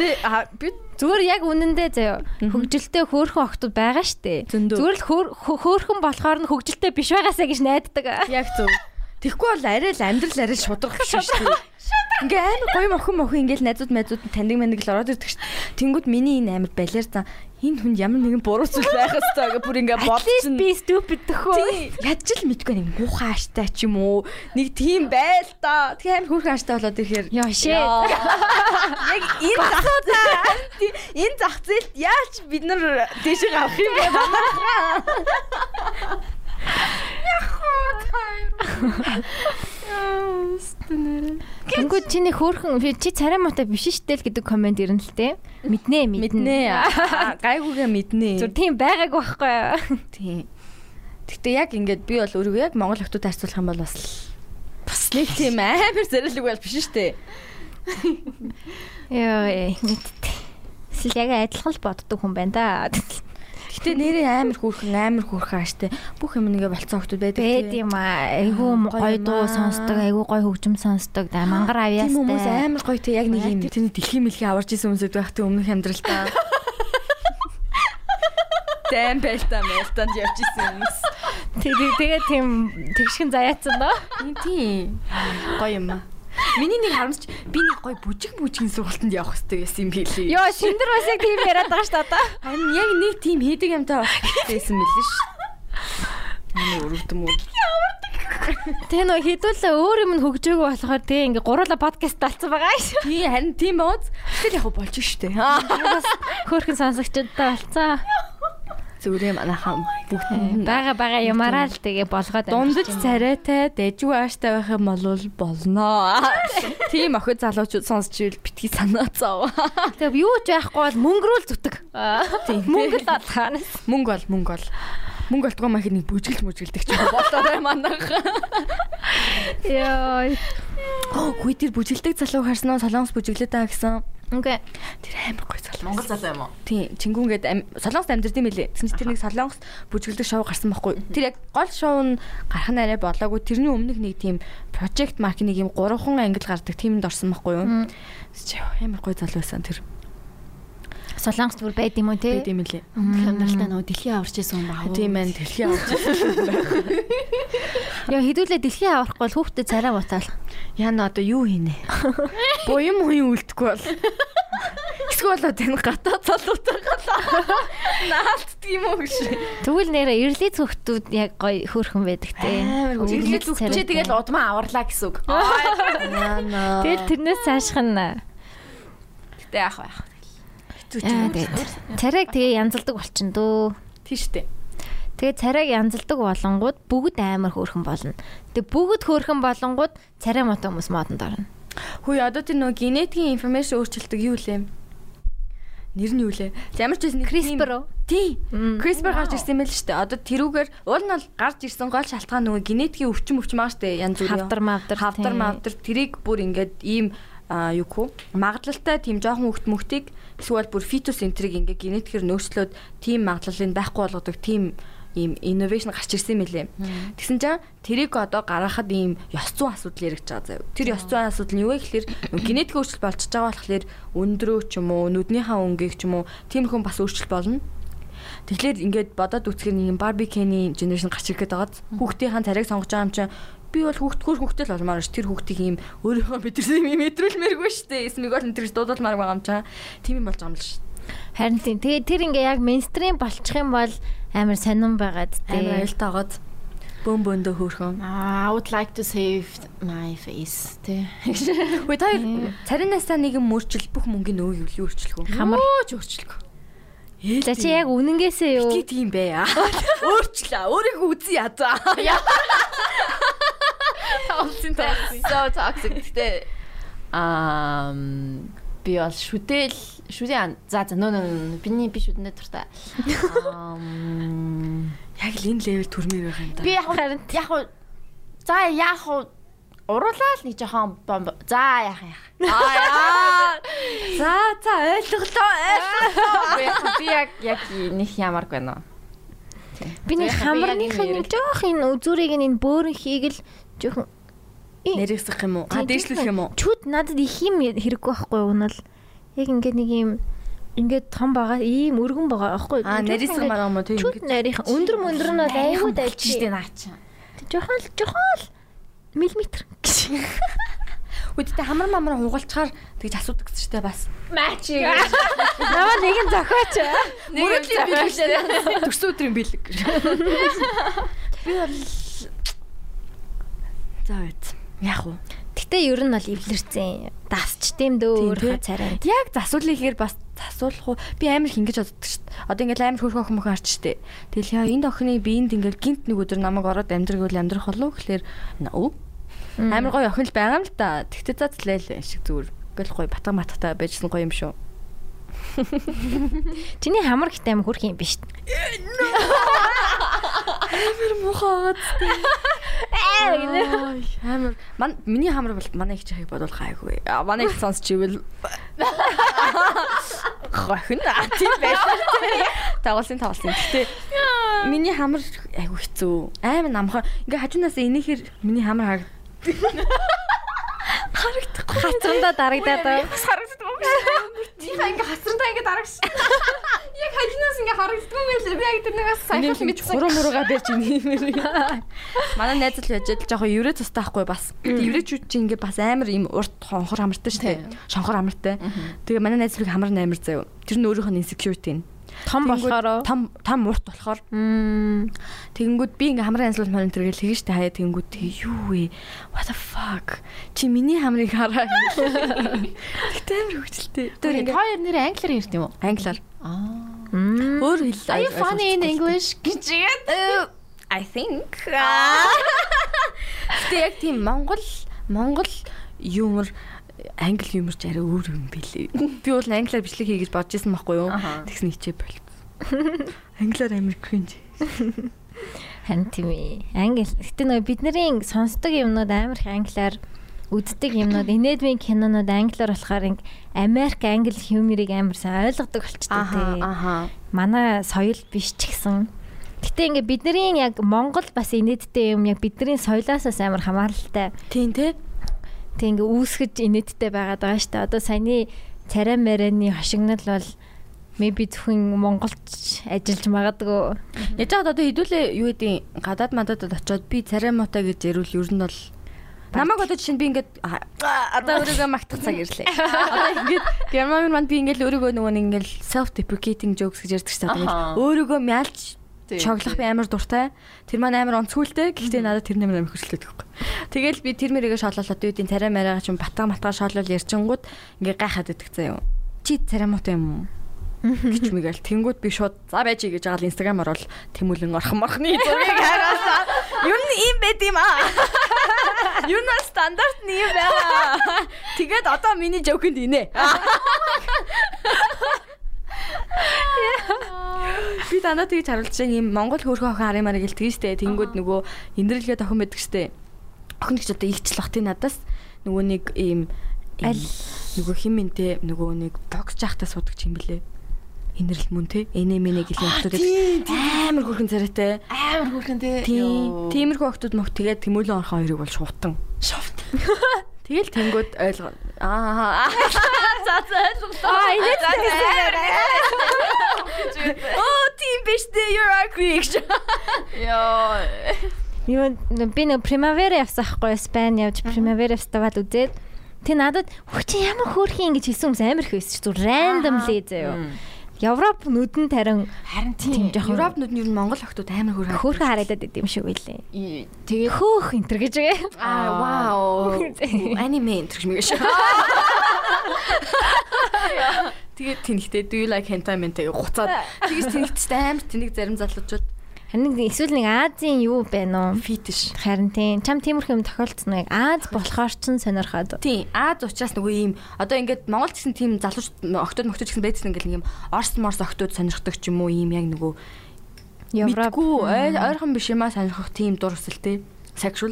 [SPEAKER 4] Гэтэ аа, би
[SPEAKER 1] Зүгээр яг үнэндээ заяа. Хөгжилтэй хөөрхөн охтууд байгаа штэ.
[SPEAKER 4] Зөндөө.
[SPEAKER 1] Зүгээр л хөөр- хө- хөөрхөн болохоор нь хөгжилтэй биш байгаасаа гэж найддаг.
[SPEAKER 4] яг зөв. Тэгэхгүй бол арай л амьдрал арай л шудрах биш шүү дээ. Ингээ амар гоё мохин мохин ингээл найзууд найзууд нь таньдаг мэнийг л ороод ирдэг шүү дээ. Тэнгүүд миний энэ амар балер зан энэ хүн ямар нэгэн буруу зүйл байх ёстой гэж бүр ингээ
[SPEAKER 1] At least
[SPEAKER 4] бодчихно.
[SPEAKER 1] би stupid төхөө.
[SPEAKER 4] Тий, Яаж л мэдгүй нэг муухай аштай ч юм уу. Нэг тийм байл та. Тэгээ амар хөөрхөн аштай болоод ирэхээр
[SPEAKER 1] Яа шээ.
[SPEAKER 4] Яа. яг энэ зах Тий, энэ зах зээлд яаж бид нар дэжиг авах юм бэ?
[SPEAKER 1] Тэнгүүд чиний хөөрхөн чи царай муутай биш штэ л гэдэг комент ирнэ л те. Мэднэ мэднэ.
[SPEAKER 4] Мэднэ. Гайгүйгээ мэднэ.
[SPEAKER 1] Зүр тийм байгаагүй байхгүй юу?
[SPEAKER 4] Тий. Гэтэ яг ингээд би бол өөрөө яг монгол охтууд харьцуулах юм бол бас л- бас нэг тийм амар зэрэлэг байл биш шүү дээ.
[SPEAKER 1] Йоо ээ мэдтээ. Эсвэл яг адилхан л боддог хүн байна да.
[SPEAKER 4] Гэтэ нэрээ амар хөөрхөн амар хөөрхөн ааштай. Бүх юм нэгэ болцсон охтууд байдаг. тий.
[SPEAKER 1] Бэд юм аа. Айгу гоё
[SPEAKER 4] Гоё юм
[SPEAKER 1] дуу
[SPEAKER 4] аа.
[SPEAKER 1] сонсдог, айгу гоё хөгжим сонсдог. да, Мангар авьяастай.
[SPEAKER 4] Тийм хүмүүс амар гоё те яг нэг юм тэр дэлхийн мэлхий аварч исэн хүмүүс байдаг те өмнөх амьдралдаа. Тэм бэлтэн мэлтэнд явчихсан хүмүүс.
[SPEAKER 1] Тэгээ тэгээ тийм тэгшхэн заяатсан ба.
[SPEAKER 4] Тийм. Гоё юм аа. Миний нэг харамсч би нэг гоё бүжиг бүжгийн сургалтанд явах хэрэгтэй байсан юм билий.
[SPEAKER 1] Йоо шиндэр бас яг тийм яриад байгаа шүү дээ.
[SPEAKER 4] Харин яг нэг тийм хийдэг юмтай болох байсан мэлээ ш. Миний өрөвдөм үү?
[SPEAKER 1] Тэ нөө хідүүлээ өөр юм нь хөгжөөгөө болохоор тэг ингээ гуруула подкаст талцсан байгаа шүү.
[SPEAKER 4] Тий, харин тийм бооз. Тэгэл яг болж штэ.
[SPEAKER 1] Бас хөөрхөн сонсогчдтай болцсон.
[SPEAKER 4] Зүгээр манайхан бүгд
[SPEAKER 1] Бага бага ямаараа л тэгээ болгоод
[SPEAKER 4] дундаж царайтай дэжгүй ааштай байх юм бол болно. Тийм охид залуучууд сонсч ивэл битгий санаа зов.
[SPEAKER 1] тэг юу ч байхгүй бол мөнгөрөөл зүтг. Мөнгө л олхоно.
[SPEAKER 4] Мөнгө бол мөнгө бол. Мөнгө олтгоо махи нэг бүжгэлж мүжгэлдэг ч болоорой манайхан.
[SPEAKER 1] Йоо.
[SPEAKER 4] Хөөе тэр бүжгэлдэг залуу харснаа солонгос бүжгэлээд байгаа гэсэн.
[SPEAKER 1] Ингээ
[SPEAKER 4] Тэр амар гоё залуу.
[SPEAKER 11] Монгол залуу юм уу?
[SPEAKER 4] Тийм, Чингүнгээд ам- Солонгост амьдэрдэг юм билээ. Тэгсэн чинь тэр нэг Солонгост бүжгэлдэг шоу гарсан байхгүй. Тэр яг гол шоу нь гарах нь арай болоогүй. Тэрний өмнөх нэг тийм project mark нэг юм гурван ангил гардаг тиймд орсон байхгүй юу? Тэгсэн чинь, "Йоо, Амар гоё залуу байсан тэр.
[SPEAKER 1] солонгос бүр байд юм уу те?
[SPEAKER 4] Байд юм билээ.
[SPEAKER 11] Тэгэх амьдралтай нөгөө дэлхий аварч исэн юм баа.
[SPEAKER 4] Тийм байна. Дэлхий авч.
[SPEAKER 1] Йоо хідүүлээ дэлхий аврахгүй бол хүүхдээ царай муутаал.
[SPEAKER 4] Яна одоо юу хийнэ? Буян мууийн үлдэхгүй бол. Эсвэл одоо тань гатаа залуутай
[SPEAKER 12] Наалтдаг юм уу гэж.
[SPEAKER 1] Тэгвэл нэрээ ирлээ цогтүүд яг гоё хөөрхөн байдаг те.
[SPEAKER 4] Амар хөөрхөн.
[SPEAKER 1] Өвлөл
[SPEAKER 12] Ирлээ зүгтчээ
[SPEAKER 1] царайтай.
[SPEAKER 12] тэгэл удмаа аварлаа гэсэн үг.
[SPEAKER 4] Яна.
[SPEAKER 1] Тэгэл тэрнээс цаашх нь аа,
[SPEAKER 12] Гэтэ яах вэ?
[SPEAKER 1] тэгээд царайг тэгээ янзалдаг болчин дөө.
[SPEAKER 12] Тийш үү?
[SPEAKER 1] Тэгээ царайг янзалдаг болонгууд бүгд амар хөөрхөн болно. Тэгээ бүгд хөөрхөн болонгууд царай мото хүмүүс модонд орно.
[SPEAKER 4] Хөөе одоо тэр нөгөө генетикийн информашн өөрчлөлтөг юу лээ? Нэр нь юу лээ? За, Ямар ч байсан нэг тийм-
[SPEAKER 1] CRISPR уу?
[SPEAKER 4] Тий. CRISPR гарч ирсэн байл шүү дээ. Одоо тэрүүгээр уул нь бол гарч ирсэн гол шалтгаан нөгөө генетикийн өвчин өвчм байгаа шүү дээ. Янз бүрийн.
[SPEAKER 1] Хавдар мавдар,
[SPEAKER 4] Хавдар
[SPEAKER 1] тий.
[SPEAKER 4] мавдар тэрийг бүр ингээд ийм а юу хөө магадлалтай тийм жоохон хөвгт мөхтийг эсвэл бүр фитус энтриг ингээ генетикээр нөөцлөөд тийм магадлалыг байхгүй болгодог тийм ийм инновашн гарч ирсэн мэлээ. Тэгсэн чинь тэрийг одоо гаргахад ийм ёс зүйн асуудал яригч байгаа заяа. Тэр ёс зүйн асуудал нь юу вэ гэхэлэр генетик өөрчлөлт болчихж байгаа болохоор өндрөө ч юм уу, нүднийхээ өнгийг ч юм уу тиймэрхүү бас өөрчлөлт болно. Тэгэхээр ингээд бодоод үцгэр нэг юм барбикений генерашн гарч ирэх гээд байгааз хүүхдийн хаан царайг сонгож байгаа юм чинь би бол хүүхдгөр хүүхдэл болмоор ш тэр хүүхдийн юм өөрийнхөө мэдэрсэн юм мэдрүүлмээргүй шүү дээ. Эсвэл нэг бол энэ төрж дуудалмаар байгаа юм чаа. Тим юм болж байгаа юм л ш.
[SPEAKER 1] Харин тийм. Тэгээ тэр ингээ яг мейнстрим болчих юм бол амар сонирн байгаад
[SPEAKER 4] Амар
[SPEAKER 1] тээ.
[SPEAKER 4] аюултай байгааз бөөм бөөндөө хөөрхөн.
[SPEAKER 11] Ah, I would like to save my face. Тэ.
[SPEAKER 4] Үгүй та хоёр царинасаа нэг юм мөрчил бүх мөнгөний өө юу юу өрчлөх үү?
[SPEAKER 1] Хамар.
[SPEAKER 4] Хамаач өрчлөх.
[SPEAKER 1] За чи яг үнэнгээсээ юу?
[SPEAKER 4] Ти тийм бэ. аа. Өөрчлөө. Өөрийгөө үзье язаа.
[SPEAKER 11] So toxic. Тэ. Ам би бол шүдэл шүдэн за за нөө нөө биний би шүдэндээ туртаа. Ам
[SPEAKER 4] Яг л энэ левел төрмөр байх юм да.
[SPEAKER 11] би яг харин яг уу- за яг уу уруулаа л нэг жоохон бомб. За яах яах.
[SPEAKER 4] За за ойлголоо.
[SPEAKER 11] Би яг- Би яг яг нэг ямарг байна.
[SPEAKER 1] Би нэг
[SPEAKER 11] яг- би яг
[SPEAKER 1] хамарных
[SPEAKER 11] энэ
[SPEAKER 1] нэг жоох энэ үзүүрийг энэ бөөрөнхийг л жоохон
[SPEAKER 4] Нэрэгсэх юм уу? А дээшлүүлэх юм уу?
[SPEAKER 1] Чүд надад их юм хэрэггүй байхгүй юу нэл. Яг ингээ нэг юм ингээ том байгаа ийм өргөн байгаа байхгүй юу? Жоох
[SPEAKER 4] А, нарийнхан
[SPEAKER 1] ингээ-
[SPEAKER 4] байгаа юм уу? Тэг
[SPEAKER 1] Чүд нарийнх өндөр мөндөр нь бол аюул дайчтэй.
[SPEAKER 11] наач.
[SPEAKER 1] Жохон л жохон л миллиметр гэж.
[SPEAKER 4] Үдтэй хамар мамар хугалчаар тэгж асуудаг гэсэн чтэй бас.
[SPEAKER 1] Намаа нэг нь зохиоч.
[SPEAKER 4] Мөрөдлийн бэлэг шээ. Төрсөн өдрийн бэлэг. Би бол За үт. Яг уу.
[SPEAKER 1] Гэтэ ер нь бол эвлэрсэн. Дасч тийм дөө өөр ха царай.
[SPEAKER 4] Яг засуулах ихээр бас засуулах уу? Би амар их ингэж боддог шүү дээ. Одоо ингээд амар хөрхөн охин мөхөн харч штэ. Тэгэл яа энд охины биэнд ингээд гинт нэг өдөр намайг ороод амьдраггүй л амьдрах болов уу гэхлээр өө. Амар гоё охин л байгаа юм л та. Тэгтээ за злээл шиг зүгээр. Гэл гоё батга матгатай байжсэн гоё юм шүү.
[SPEAKER 1] Чиний хамар гэдэг юм хөрх юм биш.
[SPEAKER 4] муухай байгаад тест. Амар. Ман миний хамар бол манай их чахыг бодуулах айгүй. А, Манай их сонсч ивэл хохин а тийм байсан. Тавлын тавлын. Гэтэ миний хамар айгүй хэцүү. Амар намхан. Ингээ хажуунаас энийхэр миний хамар хараг
[SPEAKER 1] Хацрандаа дарагдаад байна.
[SPEAKER 3] Бас харагддаг юм шиг. Тийхээ ингээ хасрантаа ингээ дарагш. Яг хажинаас ингээ харагддаг юм байлээ. Би яг тэр нэг бас
[SPEAKER 4] Миний
[SPEAKER 3] сайхан
[SPEAKER 4] ингэж
[SPEAKER 3] мэдсэн.
[SPEAKER 4] гурван муруугаа барьж инээмэр. Манай найз л байж л жоохон еврей цустай байхгүй бас. Еврейчүүд чинь ингээд бас амар юм урт хонхор хамартай шүү дээ. Шонхор хамартай. Тэгээ манай найз бүрийг хамар наймар заяа. Тэр нь өөрийнх нь insecurity нь.
[SPEAKER 1] Том
[SPEAKER 4] Тэнгүүд
[SPEAKER 1] болохоро.
[SPEAKER 4] том том урт болохоор тэгэнгүүт би ингээ хамрын анслуул монитор гэж хийгээ штэ хаяа тэгэнгүүт тэгээ, юу вэ what the fuck чи миний хамрыг хараа гэхдээ амар хөвчлөлтэй
[SPEAKER 11] Тэр хоёр нэр англиар ирд юм уу?
[SPEAKER 4] англиар
[SPEAKER 11] Аа.
[SPEAKER 4] өөр хэл
[SPEAKER 11] Are you funny in English? Гэжгээд.
[SPEAKER 4] I think. Гэтэ яг тийм Монгол Монгол юмор англи юморч арай өөр юм билээ. Би бол англиар бичлэг хий гэж бодож исэн байхгүй юу? Тэгсэн хичээ болт. Англиар амир кринж.
[SPEAKER 1] Хан тийм ээ. Англи. Гэтэ нөгөө бидний сонсдог юмнууд амар их англиар үздэг юмнууд инедмийн кинонууд англиар болохоор ингээ Америк англи хьюмерийг амар сайн ойлгодог болчтой тий.
[SPEAKER 4] аха.
[SPEAKER 1] манай соёл биш ч гэсэн. Гэтэ ингээ бидний яг Монгол бас инээдтэй юм яг бидний соёлоос бас амар хамааралтай.
[SPEAKER 4] Тийм те.
[SPEAKER 1] Тэг ингээ үүсгэж инээдтэй байгаад байгаа штэ. Одоо саяны царай мэрэний хошигнол бол maybe зөвхөн монголч ажиллаж магадгүй.
[SPEAKER 4] Яж хаад одоо хэдүүлээ юу гэдэг гадаад мададад очиод би царай мота гэж ярил ер нь бол Намаг одоо жишээ нь би ингээд аа, одоо өөрийгөө магтах цаг ирлээ. Одоо ингээд герман манд би ингээд өөрийгөө нөгөө нэг ингээд self deprecating jokes гэж ярьдаг шээ. Одоо ингээд
[SPEAKER 11] Ахаа.
[SPEAKER 4] өөрийгөө мялж
[SPEAKER 11] Тий,
[SPEAKER 4] чоглох би амар дуртай. Тэр маань амар онцгүйтэй. Гэхдээ надад тэр нэмэр амар хөшлөд байхгүй. Тэгэл би тэр мэрийгэ шолоолоод үүдийн царай марайгаа ч юм батга матга шоолол ярьчингууд ингээ гайхаад өгдөг заяа. Чи царай муу юм уу? гэж мэгэл тэнгууд би шууд за байж ий гэж байгаа л инстаграмаар бол тэмүүлэн орхон морхны зургийг хараасаа ер нь ийм байд юм аа. Ер нь стандарт нь юм байна. Тэгээд одоо миний жокнд инэ. Би дандаа тэгж харуулж байгаа юм Монгол хөөрхөн охин арын марыг илтгэн штэ. Тэнгүүд нөгөө эндэрлэгээ тохин байдаг штэ. Охин гэж одоо илчл бах тий надаас нөгөө нэг ийм ийм
[SPEAKER 1] Аль?
[SPEAKER 4] нөгөө хим минтэ нөгөө нэг бокс жахтаа суудаг ч юм блэ. Энэрл мөн тий энэмэнэ гэлийн охтууд амар хөөрхөн царайтай.
[SPEAKER 11] Амар хөөрхөн тий.
[SPEAKER 4] Тий. Тиймэрхүү охтууд мөх тэгээд тэмүүлэн орхон хоёрыг бол шуутан.
[SPEAKER 11] Шовт.
[SPEAKER 4] Тэгэл тэнгүүд ойлгоо. Аа.
[SPEAKER 2] Аа, энэ
[SPEAKER 4] Оо тийм биш дээ you're ugly гэж.
[SPEAKER 11] Йоо.
[SPEAKER 1] Юу н- би нэг Primavera явсан хгүй Спань явж Primavera фестивал үзээд Тэ надад хүч ямар хөөрхөн ингэж хэлсэн хүмүүс амар их байсан ч зүр randomly заяо. Европ нүдэн тарин
[SPEAKER 11] Харин
[SPEAKER 1] тийм
[SPEAKER 11] тийм.
[SPEAKER 1] жоохон
[SPEAKER 4] Европ нүд нь ер нь монгол охтууд амар хөөрхөн.
[SPEAKER 1] хөөрхөн харагдаад байд юм шиг үйлээ.
[SPEAKER 11] Тэгээд
[SPEAKER 1] Хөөх энэ төр гэж.
[SPEAKER 4] Аа вау. Аниме энэ гэж мэгш. Тэгээд тэнхтэй do you like hentai мэнтэй гуцаад тэгс тэнхтэй амар тэнэг зарим залуучууд
[SPEAKER 1] Харин нэг- эсвэл нэг Азийн юу байна уу?
[SPEAKER 4] fetish.
[SPEAKER 1] Харин тийм чам тиймэрхүү юм тохиолдсон яг Аз болохоор ч сонирхоод.
[SPEAKER 4] Тийм, Аз учраас нөгөө ийм одоо ингээд Монгол гэсэн тийм залууч охтууд мөхтөж гэсэн байдсан ингээл юм Орс морс охтууд сонирхдаг ч юм уу ийм яг нөгөө
[SPEAKER 1] Европ.
[SPEAKER 4] мэдгүй ой- ойрхон биш юмаа сонирхох тийм дур хүсэлтэй sexual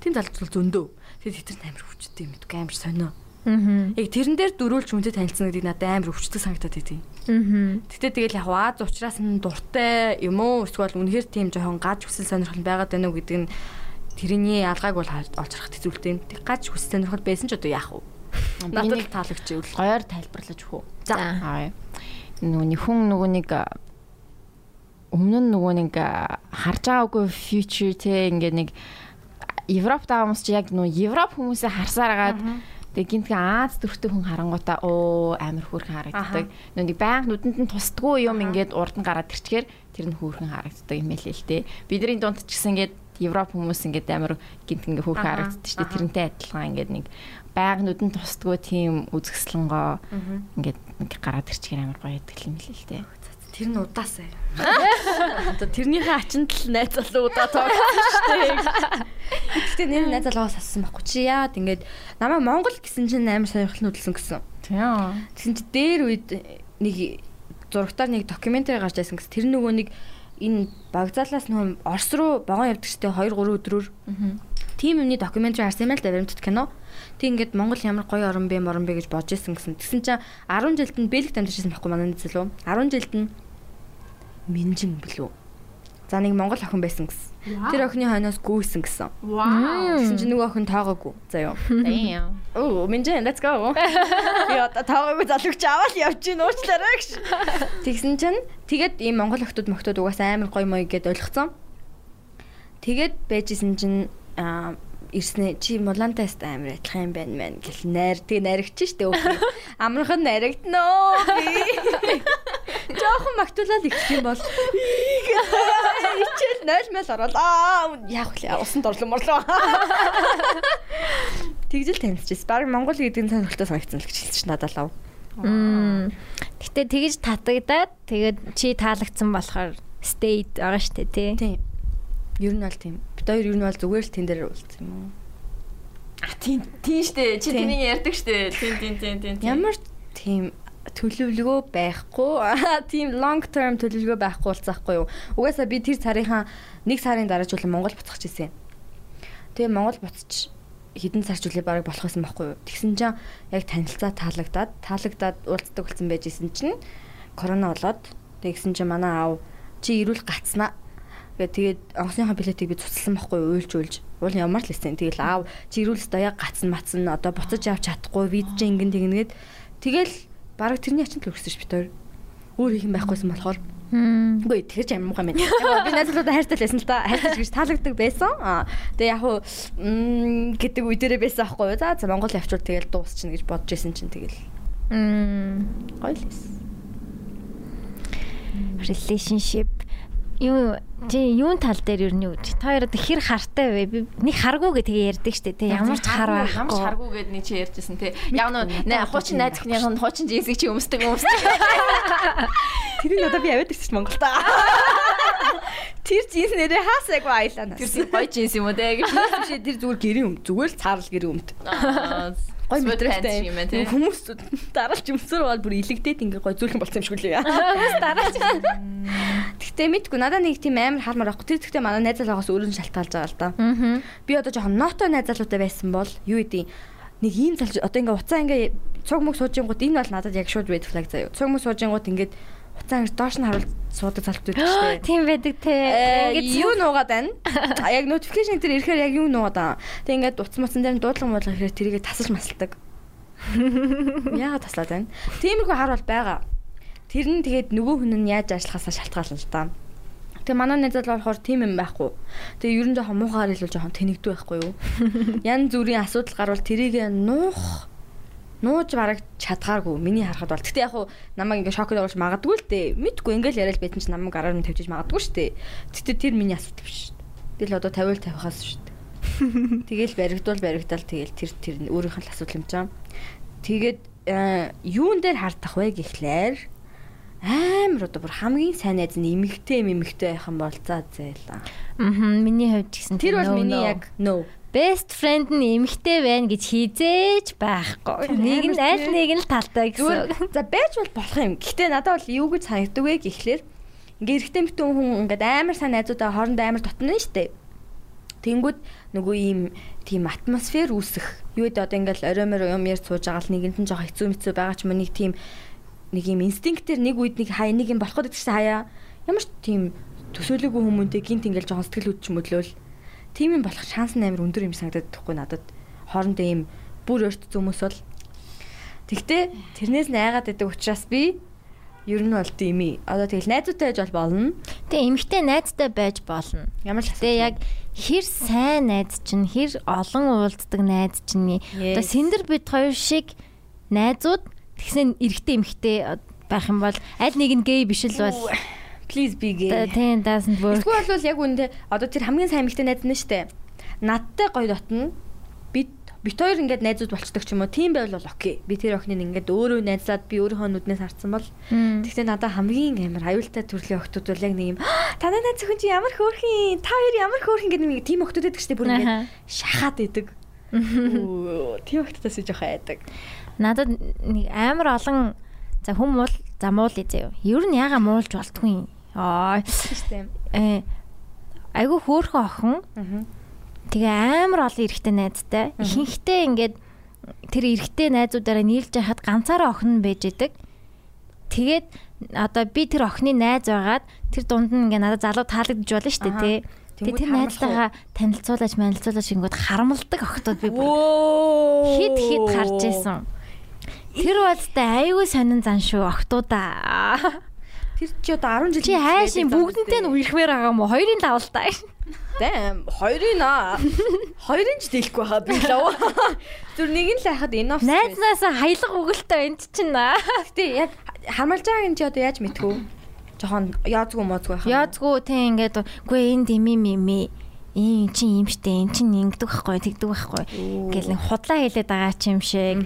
[SPEAKER 4] тийм залуучууд зөндөө. Тэгээд хитэр амар хүчтэй мэдгүй амар сонио.
[SPEAKER 1] Мгм.
[SPEAKER 4] Яг тэрэн дээр дөрүүлж хүнтэй танилцсан гэдэг надад амар өвчтөг санагдаад байдгийг.
[SPEAKER 1] Мгм.
[SPEAKER 4] Гэтэ тэгэл яг Аз ухраас нь дуртай юм уу эсвэл үнэхээр тийм жоохон гаж хүсэл сонирхол байгаад байна уу гэдэг нь тэрний ялгааг бол хар- олж харах хэцүүлтэй. Тэг гаж хүсэл сонирхол байсан ч одоо яах вэ? Надад
[SPEAKER 11] Энийг-
[SPEAKER 4] таалагч өвл.
[SPEAKER 11] гоёор тайлбарлаж өгөө.
[SPEAKER 1] За.
[SPEAKER 11] Аа. Нүг хүн нөгөө нэг а, өмнө нь нөгөө нэг а, харж байгаагүй future те ингээд нэг Европ таамаас чи яг нөгөө Европ хүмүүсээ харсаар агаад тэг гинтгээ Аз төрхтэй хүн харангуудаа оо амар хөөрхөн харагддаг. Нөгөө нэг баян нүдэнд нь тусдгүй юм ингээд урд нь гараад ирчихээр тэр нь хөөрхөн харагддаг юм ээ л те. Бидний дунд ч гэсэн ингээд Европ хүмүүс ингээд амар гинт ингээ хөөрхөн харагддаг шүү дээ. Тэрнтэй адилхан ингээд нэг баян нүдэнд тусдгүй тийм үзэсгэлэнгоо ингээд нэг гараад ирчихээр амар гоё идэх юм хэлээ л дээ.
[SPEAKER 4] Тэр нь удаасаа. Одоо тэрнийхэн ачинд л найз залуу удаа тоглосон шүү дээ. Гэтэ нэр нь найз залуугаас ассан байхгүй чи яад ингээд намайг Монгол гэсэн чинь амар сонирхол нүдлсэн гэсэн.
[SPEAKER 11] Тийм.
[SPEAKER 4] Тэгсэн чи дээр үед нэг зурагтаар нэг докюментари гарч байсан гэсэн. Тэр нөгөө нэг энэ багзаалаас нөө Орос руу богоон явдагчтай 2 3 өдрөөр тийм юмны докюментари харсан юм л да баримтат кино. Тэг ингээд Монгол ямар гоё орон бэ, морон бэ гэж бодож исэн гэсэн. Тэгсэн чи 10 жилд нь бэлэг дамжижсэн байхгүй манай нэзэл үү? 10 жилд нь Минжин билүү. За нэг Монгол охин байсан гэсэн. Тэр охины хойноос гүйсэн гэсэн.
[SPEAKER 3] Вау.
[SPEAKER 4] Тэгсэн чи нөгөө охин таагаагүй. За юу. Оо, Минжин, let's go. Би одоо тааваагүй залууч аваад явж гин уучлаарай гэж. Тэгсэн чинь тэгэд ийм монгол охтууд мохтууд угаасаа амар гой моё гэдээ ойлгоцсон. Тэгэд байжсэн чинь аа ирснэ чи молантайс амар адилхан юм байна мэн гэл найр тэг найрагч штэ өөх. Амархан найрагтноо би. Жохон магтуулаад их юм бол ичээл 0 мэл орол аа яах вэ усан дорлон морлоо. Тэгжэл танилцчихс. Бараг монгол гэдэг нь сонирхолтой санагдсан л гэж хэлчих надад лав.
[SPEAKER 1] Мм. Гэтэ тэгж татагдаад тэгээд чи таалагдсан болохоор stayed байгаа штэ тий.
[SPEAKER 4] Тийм. Ер нь бол тийм. Бид хоёр ер нь бол зүгээр л тэн дээр уулзсан юм уу?
[SPEAKER 11] Тийм. Тийм штэ. Чи
[SPEAKER 4] Тийм.
[SPEAKER 11] тэрийг ярьдаг штэ. Тийм тийм тийм тийм.
[SPEAKER 4] Ямар ч тийм төлөвлөгөө байхгүй. Аа, Тийм long term төлөвлөгөө байхгүй болцсахгүй юу. Угаасаа би тэр сарынхаа нэг сарын дараа ч үл Монгол буцах гэсэн. Тэгээ Монгол буцаж хэдэн сар чүлээ бараг болох байсан байхгүй юу. Тэгсэн чинь яг танилцаа таалагдаад таалагдаад уулздаг болсон байж исэн чинь корона болоод тэгсэн чинь манай аав чи ирүүл гацнаа. Тэгээд тэгээд онгоцныхаа билетийг би цуцлсан байхгүй юу уйлж уйлж. Уул ямар л лсэн. Тэгэл аав чи ирүүл өстой яг гацсан матсан одоо буцаж явж чадахгүй виз чи ингэн тэгнгээд тэгэл бараг тэрний ачаанд л өргөсөн ш битэр. Өөр хийх юм байхгүйсэн болохоор Үгүй тэгэж аммуугаа минь. Яг би найзлуудаа хайртай л байсан л да. Хайртай гэж таалагддаг байсан. Аа, Тэгээ яг уу м, гэдэг үе дээрээ байсан аахгүй юу. За за, Монгол явчвал тэгэл дуусчихна гэж бодож исэн чинь тэгэл гоё л байсан.
[SPEAKER 1] relationship юу чи юун тал дээр ер нь юу гэж та хоёроо хэр хартай вэ би нэг харгуу гэ тэгээ ярьдаг штэ те ямар ч хар
[SPEAKER 11] Харгуу, Ямар ч
[SPEAKER 1] байхгүй
[SPEAKER 11] харгуу гэд нэг чи ярьжсэн те. Яг нөө нэ, хуучин найз ихнийх нь хуучин жинсийг чи өмсдөг өмсдөг.
[SPEAKER 4] Тэрийг одоо би аваад ирчихсэн Монголд. Тэр жинс нэрээ хаасаа яг байлаа надад.
[SPEAKER 11] Тэр гоё жинс юм уу те. гэж.
[SPEAKER 4] Биш ээ, тэр зүгээр гэрийн өмд зүгээр л цаарл гэрийн өмд.
[SPEAKER 11] Аа,
[SPEAKER 4] Гой
[SPEAKER 11] сууд
[SPEAKER 4] мэдрэлтэй
[SPEAKER 11] таньс юм байна, те.
[SPEAKER 4] Хүмүүс дараалж өмсөр бол бүр илэгдээд ингээ гой зүлхэн болсон юм шиг үлээ. Хүмүүс дараалж. Тэгтээ мэдгүй надад нэг тийм амар хармаар авахгүй. Тэр тэгтээ манай найзаалаагаас өөрөө шалтгаалж байгаа л да. Би одоо жоохон ноото найзаалуутай байсан бол юу идэв нэг ийм залж одоо ингээ уцаа ингээ цуг мөг суужингууд энэ бол надад яг шууд red flag заяа. Цуг мөг суужингууд ингээд уцаа ингээ доош нь харуул суудаг залт үүд чинь.
[SPEAKER 1] тийм байдаг те
[SPEAKER 4] Ингээд Э, юу нуугаад байна? А, Яг notification дээр ирэхээр яг юу нуугаад байна? Тэг ингээд утсан мутсан дээр нь дуудлага муудлага ирэхээр тэрийгэ тасалж масалдаг. Яагаад таслаад байна? Тиймэрхүү хар бол байгаа. Тэр нь тэгээд нөгөө хүн нь яаж ажиллахаасаа шалтгаална л та. Тэгээ манай нэзэл болохоор тийм юм байхгүй. Тэгээ ерөн жоохон муухаар илүү жоохон тэнэгдүү байхгүй юу? Ян зүрийн асуудал гарвал тэрийгэ нуух нууж бараг чадгааргүй миний харахад бол. Гэтэ яг хуу намайг ингээ шокд оруулж магадгүй л дээ. Мэдгүй ингээл яриад байсан чинь намайг гараар нь тавьчих магадгүй шүү дээ. Гэтэ тэр миний асуудал биш шүү дээ. Би л одоо 50 л тавихаас шүү дээ. Тэгэл баригдвал баригдаал тэгэл тэр тэр нь өөрийнх нь л асуудал юм чам. Тэгээд аа, юун дээр хардах вэ гэхлээр амар одоо бүр хамгийн сайн найз нь эмэгтэй эмэгтэй байх юм бол за зайлаа.
[SPEAKER 1] мхм миний хувьд ч гэсэн
[SPEAKER 4] Тэр
[SPEAKER 1] no,
[SPEAKER 4] бол миний
[SPEAKER 1] no.
[SPEAKER 4] яг no.
[SPEAKER 1] best friend нь эмхтэй байна гэж хизээж байхгүй нэг нь аль нэг нь л талтай гэсэн
[SPEAKER 4] Зүгээр за байж бол болох юм. Гэхдээ надад бол юу гэж санагддаг вэ гэхлээр ингээ эргэтэй битэн хүн ингээд амар сайн найзуудаа хоорондоо амар дотно нь штэ. Тэнгүүд нөгөө ийм тийм атмосфер үүсэх. Юу гэдэг одоо ингээл орой морой юм ярь сууж байгаа л нэгэнд нь жоохон хэцүү хэцүү байгаа ч юм уу, нэг тийм нэг юм инстинктээр нэг үед нэг хай нэг юм болох гэдэг чинь хаяа. Ямар ч тийм төсөөлөөгүй хүмүүнтэй гинт ингээл жоохон сэтгэл хөдлөж мөдлөөл. Тийм юм болох шанс нь амар өндөр юм санагдаад тахгүй надад. Хоорондоо ийм бүр өрт зөөмөс бол Тэгтээ тэрнээс найгаад байдаг учраас би ер нь бол дими. Одоо тэгэл найзуудтай байж бол болно.
[SPEAKER 1] тэгээ эмхтэй найзтай байж болно
[SPEAKER 4] Ямар ч
[SPEAKER 1] Тэгээ яг хэр сайн найз чинь хэр олон уулздаг найз чинь
[SPEAKER 4] Yes.
[SPEAKER 1] одоо сэндэр бид хоёр шиг найзууд тэгсэн эрэгтэй эмэгтэй байх юм бол аль нэг нь гей биш л бол
[SPEAKER 4] please be
[SPEAKER 1] одоо
[SPEAKER 4] gay.
[SPEAKER 1] тийм doesn't work
[SPEAKER 4] Эсвэл бол яг үндэ одоо тэр хамгийн сайн мэгтэй найз нь штэ. Надтай гоё дотно бид бит хоёр ингээд найзууд болцдог ч юм уу. Тийм байвал бол окей. Би тэр охиныг ингээд өөрөө найзлаад би өөрийнхөө нүднээс харсан бол
[SPEAKER 1] Мм.
[SPEAKER 4] Тэгтээ надаа хамгийн амар аюултай төрлийн охтууд бол яг нэг юм "Аа, танай найз зөвхөн чи ямар хөөрхөн та хоёр ямар хөөрхөн гэдэг нэг тийм охтууд байдаг шүү дээ бүр
[SPEAKER 1] Аха.
[SPEAKER 4] ингээд шахаад идэг. Өө, Тийм охтуудаас би жоохон айдаг.
[SPEAKER 1] надад нэг амар олон за хүм муул за муул ээ юу ер нь яга муулж болтгүй аа
[SPEAKER 4] Систем.
[SPEAKER 1] э айгу хөөхөн охин Тэгээ амар олон эрэгтэй найзтай. Ихэнхдээ ингээд тэр эрэгтэй найзуудаараа нийлж байхад ганцаараа охин нь байж идэг. Тэгээд одоо би тэр охины найз байгаад тэр дунд нь ингээд надад залуу таалагдж болно шүү дээ тий. Тэгээд тэр найзтайгаа танилцуулж, манилцуулж ингээд харамлдаг охтууд би бүр
[SPEAKER 4] Оо.
[SPEAKER 1] хид хид гарч исэн. Тэр болстай айгүй сонин зан шүү охтуудаа.
[SPEAKER 4] Тэр чи одоо 10 жил
[SPEAKER 1] Чи хайшийн бүгднтэй нь үерхмээр байгаа юм уу? Хоёрын давалтай.
[SPEAKER 4] Дэм, хоёрын аа. Хоёрын ч дэлэхгүй хаа би лав. Зүр нэг нь л хахад энэ офс.
[SPEAKER 1] Найзнаасаа хаялга өгөлтэй энд чинь аа.
[SPEAKER 4] Гэтэ яг хамарж байгааг нь чи одоо яаж мэдхүү? Жохон яазгүй моозгүй хаа.
[SPEAKER 1] Яазгүй тийм ингээд үгүй энэ дими мими ийм чин юм штэ эн чин ингэдэг байхгүй тэгдэг байхгүй гэл нэг худлаа хэлээд байгаа ч юм шиг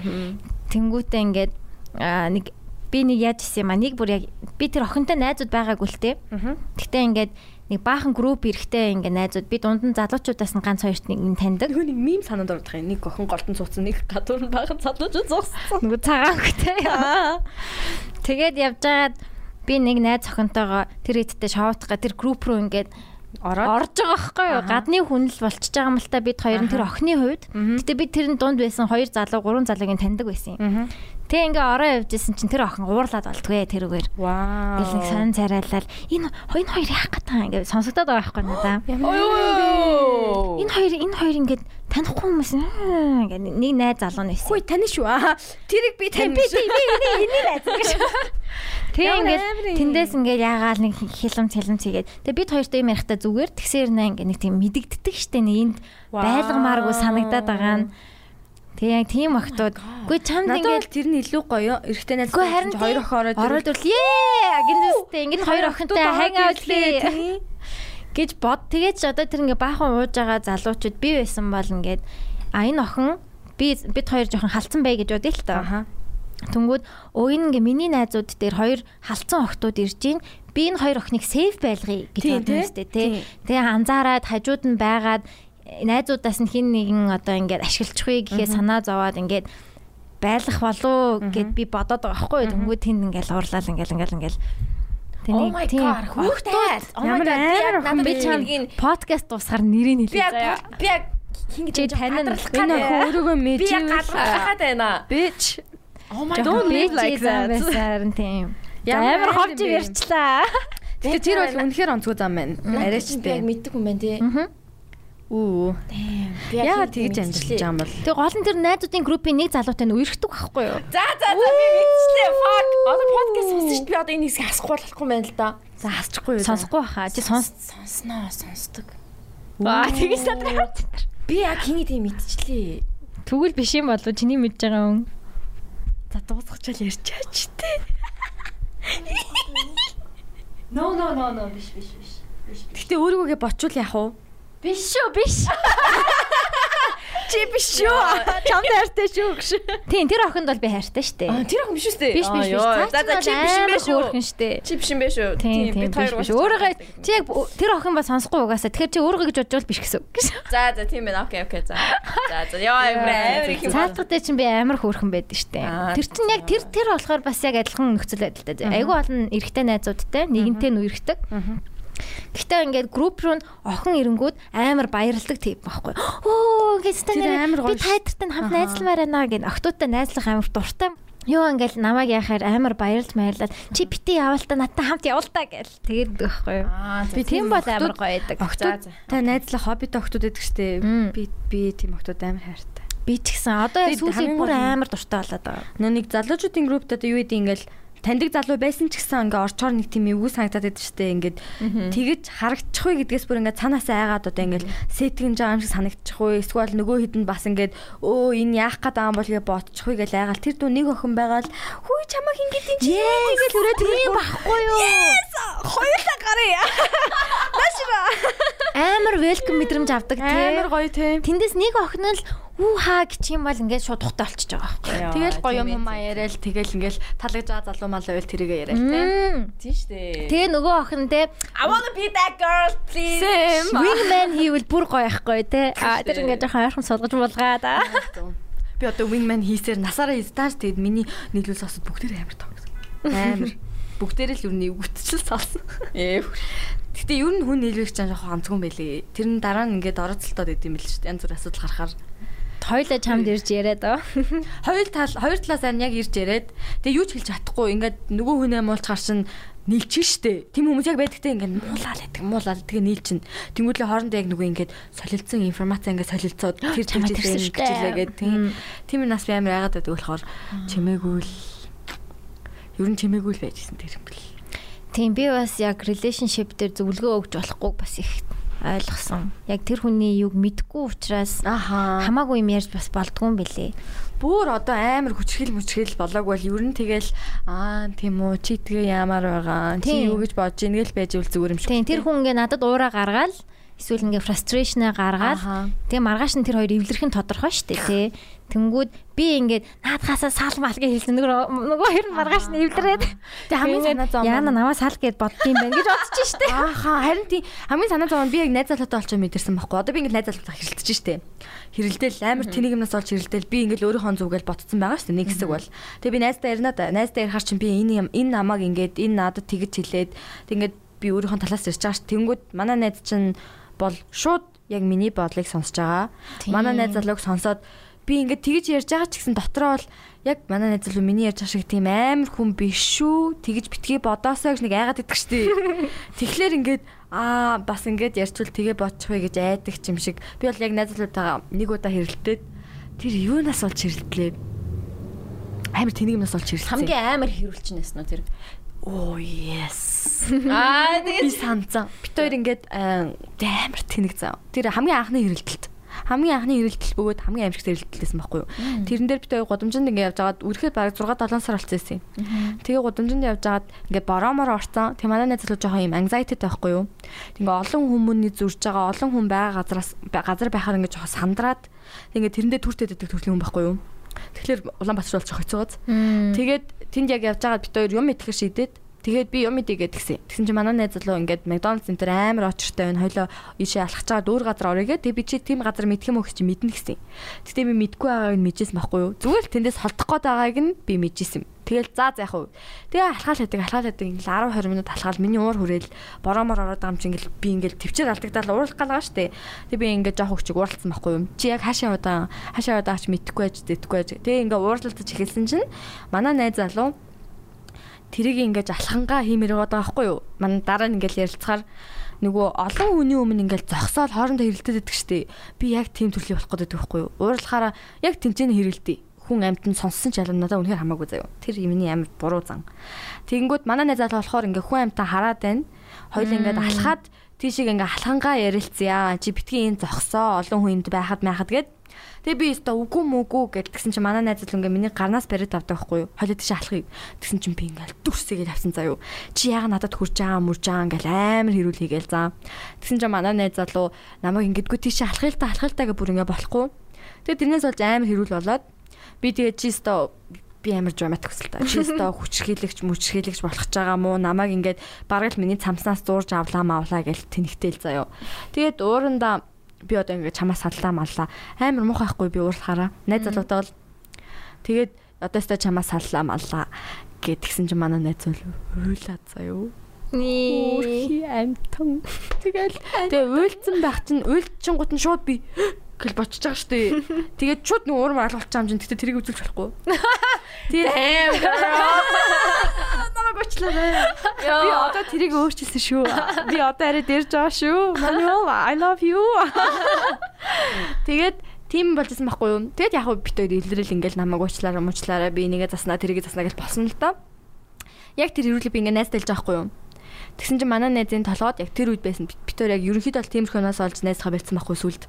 [SPEAKER 1] тэнгүүтээ ингээд аа, нэг би нэг яаж хийсэн юм аа нэг бүр яг би тэр охинтой найзууд байгаагүй л те гэхдээ ингээд нэг баахан групп эрэхтэй ингээд найзууд би дунд нь залуучуудаас нь ганц хоёрт нэг нь таньдаг
[SPEAKER 4] Нөгөө нэг мим санаанд ордог юм. Нэг охин голтон цууцсан, нэг гадуур нь багт залууж зогссон.
[SPEAKER 1] нөгөө цагаанхтэй тэгээд явжгаад би нэг найз охинтойгоо тэр хэдтэй шавуутгаа тэр групп руу ингээд орж байгаа байхгүй юу? Гадны хүн л болчихж байгаа юм л та бид хоёр нь тэр охины хувьд. Гэтэ бид тэрэн дунд байсан хоёр залуу, гурван залуугийн таньдаг байсан юм. Тэ ингээ ороо явжсэн чинь тэр охин уурлаад болтгүй тэрүүгээр.
[SPEAKER 4] Вау.
[SPEAKER 1] Гэл нэг сонин царайлал энэ энэ хоёр яах гээд байгаа ингээ сонсогдоод байгаа байхгүй надаа. Энэ хоёр энэ хоёр ингээ танихгүй хүмүүс аа, ингээ нэг найз залуу нь байсан.
[SPEAKER 4] Хүй тань шүү. Аа, Тэрийг би тань биш.
[SPEAKER 1] би энэ энэ найз гэж. Тэгээ ингээд тэндээс ингээд яагаал нэг хилэм цэлэм цэгээд. Тэгээ бид хоёртой юм ярихтаа зүгээр тэгсээр нэ ингээд нэг тийм мэдэгддэг штэ нэг энд байлгамааргүй санагдаад байгаа нь. Тэгээ яг тийм октод. Гүй чамд
[SPEAKER 4] Надад
[SPEAKER 1] ингээд
[SPEAKER 4] бол тэр нь илүү гоё. Эрэгтэй найз
[SPEAKER 1] Гүй харин
[SPEAKER 4] чинь хоёр охороо
[SPEAKER 1] ороод ирлээ. Гинтэстэй ингээд хоёр охинтой хань авлаа гэж бод. Тэгээд ч одоо тэр ингээ баахан ууж байгаа залуучууд би байсан бол ингээд а энэ охин би бид хоёр жоохон халтсан бай гэж бодъё л та. Аха. Тэнгүүд өө энэ ингээ миний найзууд дээр хоёр халтсан охтууд ирж гин би энэ хоёр охиныг сейф байлгая гэж
[SPEAKER 4] Тийм,
[SPEAKER 1] бодсон
[SPEAKER 4] тий?
[SPEAKER 1] юм шүү дээ тий. Тэгээ анзаараад хажууд нь байгаад э, найзуудаас нь хин нэгэн одоо ингээд ашиглахгүй гэхээ санаа зовоод ингээд байлах болоо гэд би бодоод байгаа байхгүй юу. Тэнгүүд тэнд ингээд уурлал ингээд ингээд ингээд
[SPEAKER 2] Oh
[SPEAKER 1] Тэнийг
[SPEAKER 2] my
[SPEAKER 1] тийм.
[SPEAKER 2] god. Хүүхдээ.
[SPEAKER 1] Ямар амар охин би
[SPEAKER 2] би
[SPEAKER 1] чамд
[SPEAKER 2] чамгийн
[SPEAKER 1] подкаст дуусахаар нэрийг
[SPEAKER 2] би яг
[SPEAKER 1] хэлээ.
[SPEAKER 2] би яг хингэж
[SPEAKER 1] Чи танин
[SPEAKER 4] Энэ охин өөрийгөө
[SPEAKER 2] би яг
[SPEAKER 4] мэдээ.
[SPEAKER 2] гадгалахад байна.
[SPEAKER 4] Bitch.
[SPEAKER 2] Oh my
[SPEAKER 1] Don't
[SPEAKER 4] live like that.
[SPEAKER 1] Байсаар нь тийм. За,
[SPEAKER 4] Ямар
[SPEAKER 1] Амар
[SPEAKER 4] айл
[SPEAKER 1] ховж
[SPEAKER 4] юм бэ?
[SPEAKER 1] ярьчлаа.
[SPEAKER 4] Тэгэхээр тэр бол үнэхээр онцгой зам байна. Арайч
[SPEAKER 2] би яг
[SPEAKER 4] тийм.
[SPEAKER 2] мэддэг юм байна тий.
[SPEAKER 4] Үү. Яа тэгж амжилт
[SPEAKER 2] юм.
[SPEAKER 4] байгаа юм бол.
[SPEAKER 1] Тэгээ гол нь тэр найзуудын группийн нэг залуутай нь үерхдэг байхгүй юу?
[SPEAKER 2] За за за би мэдчихлээ. Fuck. Одоо подкаст сонсож би одоо энэ хэсгийг асахгүй болохгүй юм байна л да.
[SPEAKER 4] За хасчихгүй юу?
[SPEAKER 1] Сонсохгүй хаа. Чи сонс.
[SPEAKER 2] Сонсноо сонсдог.
[SPEAKER 1] Аа тэгэж надад
[SPEAKER 2] Би яг хиний тийм мэдчихлээ.
[SPEAKER 1] тэгвэл биш юм болов чиний мэдж байгаа хүн.
[SPEAKER 4] За дуусгачаал ярьчаач те.
[SPEAKER 3] No no no no биш биш биш.
[SPEAKER 4] Гэтэ өөрийгөө бочвол яах вэ?
[SPEAKER 3] Биш шүү, биш.
[SPEAKER 4] Чи биш шүү. Чамд хайртай шүү гэж.
[SPEAKER 1] Тийм тэр охинд бол би хайртай штэ.
[SPEAKER 2] Тэр ах юм биш үстэй.
[SPEAKER 1] Биш биш биш.
[SPEAKER 2] За за чи биш юм
[SPEAKER 1] юм
[SPEAKER 2] бэ шүү.
[SPEAKER 1] Хөөрхөн штэ.
[SPEAKER 2] Чи биш юм бэ шүү.
[SPEAKER 1] Тийм тийм биш биш. Өөрөө чи яг тэр охин ба сонсохгүй угаасаа. Тэгэхээр чи өөрөө гэж бодвол биш гэсэн. үг.
[SPEAKER 2] За за тийм байна. Окей окей за. За за яа юм бэ? Амар их юм.
[SPEAKER 1] Цаалтгатай чинь би амар хөөрхөн байдаг штэ.
[SPEAKER 2] Аа.
[SPEAKER 1] Тэр чинь яг тэр тэр болохоор бас яг адилхан нөхцөл байдалтай. Айгүй олон эрэгтэй найзуудтай нэгэнтэй нь үерхдэг. Гэхдээ ингээд групп руу н охин ирэнгүүд амар баярлдаг тип байхгүй. Оо ингээд
[SPEAKER 4] Тэр
[SPEAKER 1] стандарт
[SPEAKER 4] амар
[SPEAKER 1] би
[SPEAKER 4] гоё ш-
[SPEAKER 1] тайдтай нь хамт найзлмаар байна гэн. Охтуудтай найзлах амар дуртай. Йоо ингээл намайг яхаар амар баярлж маялаад чи бити яваалтаа надтай хамт яваалтаа гэл тэгээд байхгүй юу. Би тийм бол амар гоё байдаг.
[SPEAKER 4] Охтууд та найзлах хоббит охтууд гэдэг штэ.
[SPEAKER 1] Мм.
[SPEAKER 4] Би би тийм охтууд амар хайртай.
[SPEAKER 1] Би ч гэсэн одоо яг
[SPEAKER 4] Тэгээд
[SPEAKER 1] сүүлийн
[SPEAKER 4] хамгийн
[SPEAKER 1] бүр
[SPEAKER 4] гол нь-
[SPEAKER 1] амар дуртай болоод байгаа.
[SPEAKER 4] Нөө нэг залуучуудын групт одоо юу гэдэг ингээл таньдаг залуу байсан ч гэсэн ингээ орчоор нэг тийм эвгүй санагдаад байдаг штэ ингээд тэгэж харагдчихгүй гэдгээс бүр ингээ цанаасаа айгаад одоо ингээл сэтгэнж байгаа юм шиг санагдчихгүй эсвэл нөгөө хідэн бас ингээд өө энэ яах гээд байгаа юм бол гэж ботчихгүй гэж айгаал тэр дүү нэг охин байгаа л хүү чамаг ингээд юм чи гэж өрөөд
[SPEAKER 1] Тийм багхгүй юу?
[SPEAKER 4] хоёулаа гараа
[SPEAKER 1] амар welcome мэдрэмж авдаг
[SPEAKER 4] амар
[SPEAKER 1] тийм.
[SPEAKER 4] гоё тийм
[SPEAKER 1] Тэндээс нэг охин нь л үү хаа гэх юм бол ингээд шууд тухтай олчиж байгаа байхгүй.
[SPEAKER 4] Тэгэл гоё юм маа яриа л тэгэл ингээл талагж байгаа залуу мал байвал тэрийгээ яриа л тийм.
[SPEAKER 1] Мм.
[SPEAKER 2] Тийм штэ.
[SPEAKER 1] Тэгээ нөгөө охин те
[SPEAKER 2] I want to be that girl please.
[SPEAKER 1] wingman хийвэл бүр гоё байхгүй те. А тэр ингээд жоохон ойрхон сулгаж булгаад. аа.
[SPEAKER 4] Би одоо wingman хийсээр насаараа стаж тэгэд миний нийлүүлс осод бүгдээр амар таг. Амар. Бүгдээр л юу нэг үтчил салсан.
[SPEAKER 2] Ээ.
[SPEAKER 4] Гэтэ ер нь хүн нийлүүлэх чинь жоохон онцгой байлээ. Тэр нь дараа нь ингээд оролцолтоод идэм бил шүү дээ. Янз бүр асуудал гарахаар.
[SPEAKER 1] Хоёлаа чамд ирж яриад аа.
[SPEAKER 4] Хоёр тал хоёр талаас нь яг ирж яриад тэгээ юу ч хэлж чадахгүй ингээд нөгөө хүнээ муулчаар чинь нийлчин штэ. Тим хүмүүс яг байдагтай ингээд муулаад байдаг, муулаад тэгээ нийлчин. Тэнгүүдлээ хоорондоо яг нөгөө ингээд солилцсон информац ингээд солилцоод тэр
[SPEAKER 1] Чамаа тэрсэн штэ.
[SPEAKER 4] гэжлээгээд тийм. Тим нас би амар айгаад байдаг болохоор чимээгүй л ер нь чимээгүй л байжсэн тэр юм бэл.
[SPEAKER 1] Тийм би бас яг relationship дээр зөвлөгөө өгж болохгүй бас их ойлгосон. Яг тэр хүний юг мэдгүй учраас
[SPEAKER 4] Ахаа.
[SPEAKER 1] хамаагүй юм ярьж бас болдгүй юм бэлээ.
[SPEAKER 4] Бүр одоо амар хүчрхийл мүчрхийл болоог бол ер нь тэгэл аа тийм үү чи тэгээ ямар байгаа чи
[SPEAKER 1] Тийм.
[SPEAKER 4] юу гэж бодож ийн гэл байж үл зүгээр юм шиг.
[SPEAKER 1] Тийм тэр хүн ингээ надад уураа гаргаал эсвэл ингээ frustration-аа
[SPEAKER 4] Ахаа.
[SPEAKER 1] гаргаал тэгээ маргааш нь тэр хоёр эвлэрэх нь тодорхой шүү дээ тий. Тэнгүүд би ингээд наадхаасаа салмал гэж хэлсэн нөгөө нөгөө хоёр нь маргааш нь эвлэрээд
[SPEAKER 4] Тэ хамгийн санаа зовмор.
[SPEAKER 1] яана намаа сал гэд боддгийм байна гэж бодчих шүү дээ.
[SPEAKER 4] Ааха харин тийм хамгийн санаа зовоо би яг найз залуутай олчоо мэдэрсэн баггүй. Одоо би ингээд найз залуутай хэрэлдэж штэ. Хэрэлдэл амар тэнийг юмнаас олж хэрэлдэл би ингээд өөрийнхөө зүгээл ботцсон байгаа штэ нэг хэсэг бол. Тэгээ би найзтай ярина да. Найзтай ярихаар чинь би энэ юм энэ намааг ингээд энэ надад тэгж хэлээд тэг ингээд би өөрийнхөө талаас ярьж байгаа ш. Тэнгүүд манай найз чинь бол шууд яг миний бодлыг сонсож байгаа. Манай найз залууг сонсоод би ингээд тэгж ярьж байгаа ч гэсэн дотроо бол яг манай найз залуу миний ярьж байгаа шиг тийм амар хүн биш шүү. Тэгж битгий бодоосоо гэж нэг айгаад идэх штий. Тэгэхээр ингээд аа бас ингээд ярьчвал тэгээ бодчих вэ гэж айдаг ч юм шиг. Би бол яг найз залуутайгаа нэг удаа хэрэлдээд тэр юунаас олж хэрэлдлээ. Амар тэнийг юмнаас олж хэрэлсэн.
[SPEAKER 2] Хамгийн амар хэрүүлч нэс нь тэр.
[SPEAKER 4] оо yes.
[SPEAKER 2] Аа
[SPEAKER 4] Би санацсан. Бид хоёр ингээд аа, амар тэнэг зав. Тэр хамгийн анхны хэрэлдэлт. Хамгийн анхны хэрэлдэл бөгөөд хамгийн аимшигт хэрэлдэлтэйсэн байхгүй юу? Тэрэн дээр бид хоёр гудамжинд ингээд явж байгаад үргэлж бараг 6 7 сар болчихсон юм. Тэгээ гудамжинд явж байгаад ингээд бороомоор орсон. Тэг манай найз залуу жоохон юм anxiety байхгүй юу? Тэгээ олон хүмүүний зурж байгаа олон хүн байгаа газраас ба- газар байхаар ингээд жоохон сандраад ингээд тэрэндээ түртээд идэх төрлийн хүн байхгүй юу? Тэгэхээр Улаанбаатар болчих хэцүүгээс. Тэгээд тэнд яг явж байгаад бит хоёр юм итгэх шийдээд тэгээд би юм идэгээд гисэн. Тэгсэн чинь манай найз залуу ингээд McDonald's энэ төр амар очртой байна. Хойлоо ийшээ алхаж чагаа дөөр газар орё гэдэг. Тэгээд би чи тийм газар мэдэх юм уу гэж чи мэднэ гэсэн. Тэгтээ би мэдгүй байгааг нь мэдчихсэн байхгүй юу? Зүгээр л тэндээс холдох гээд байгааг нь би мэдчихсэн. Тэгэл за за яг уу. Тэгээ алхаал хэдэг алхаал хэдэг ингээл 10 20 минут алхаал миний уур хүрээл бороомор ороод байгаа юм чи ингээл би ингээл төвчээр алдагдаад уурлах гал байгаа штэ. Тэг би ингээд жоох хүчиг уурлцсан байхгүй юм. Чи яг хаашаа удаан хаашаа удаан ч мэдэхгүй байж дэдгүй байж. Тэгээ ингээ уурлалтаж эхэлсэн чинь манай найз залуу тэрийг ингээд алхангаа хиймээр байгаа байхгүй юу? Манай дараа нь ингээд ярилцахаар нөгөө олон хүний өмнө ингээд зогсоол хоорондоо хэрэлдэт байдаг штеп. Би яг тийм төрлийн болох гэдэг байхгүй юу? Уурлахаараа яг тэмцээний хэрэлдэе. Хүн амт нь сонссон ч ялан надаа үнэхээр хамаагүй заяа. Тэр юмний амар буруу зан. Тэгэнгүүт манай найз залуу болохоор ингээд хүн амтаа хараад байна. Хоёул ингээд алхаад тийшээ ингээд алхангаа ярилцъя. Чи битгий энэ зогсоо олон хүн энд байхад майхад гэд Тэгээ би өөртөө үгүй мөггүй гэж тэгсэн чинь манай найз л ингээ миний гарнаас барьад авдаг байхгүй юу? Хойлоо тийш алахыг тэгсэн чинь би ингээл дүрсгээд авсан заяо. Чи яг надад хурж байгаа мурж байгаа ингээл амар хэрүүл хийгээл заа. Тэгсэн чинь манай найз залуу намайг ингэдэггүй тийш алахыг та алахыг та гэж бүр ингээ болохгүй. Тэгээ тэрнээс болж амар хэрүүл болоод би тэгээ чисто би амар драматик хүсэлтэй. Чисто хүчрхийлэгч, мүчрхийлэгч болох ч байгаа мó намайг ингээд бараг л миний цамснаас зурж авлаа мавлаа гэж тэнэгтэл заяо. Тэгээд уурандаа би одоо ингээд чамаас саллаа маллаа. Амар муухайхгүй би уурлахаараа. Найз залуутай бол тэгээд одоо ч чамаас саллаа маллаа гэд тэгсэн чинь манай найз үл уйлаа заяо. Өөрхи амтан. Тэгэл тэгээ уйлцсан байх чинь уйлчингууд нь шууд би гэл бочиж байгаа шүү дээ. Тэгээд шууд нэг уурам алгуулчих юм чинь тэгтээ тэрийг үзүүлж болохгүй. Тэгээд damn girl. Намайг очлаа. Би одоо тэрийг өөрчилсөн шүү. Би одоо арай дэрж байгаа шүү. Маньо I love you. Тэгээд тийм болжсэн байхгүй юу? Тэгээд яг хөө бит өөр илрэл ингээл намайг уучлаараа муучлаараа би энийгээ заснаа тэрийгээ заснаа гэж болсон л доо. Яг тэр ирүүлээ би ингээд найзтайлж байхгүй юу? Тэгсэн чинь манай найзын толгойд яг тэр үед байсан бит бит өөр яг ерөнхийдөө бол тиймэрхүү нас олж найзхаа барьсан байхгүй сүлд.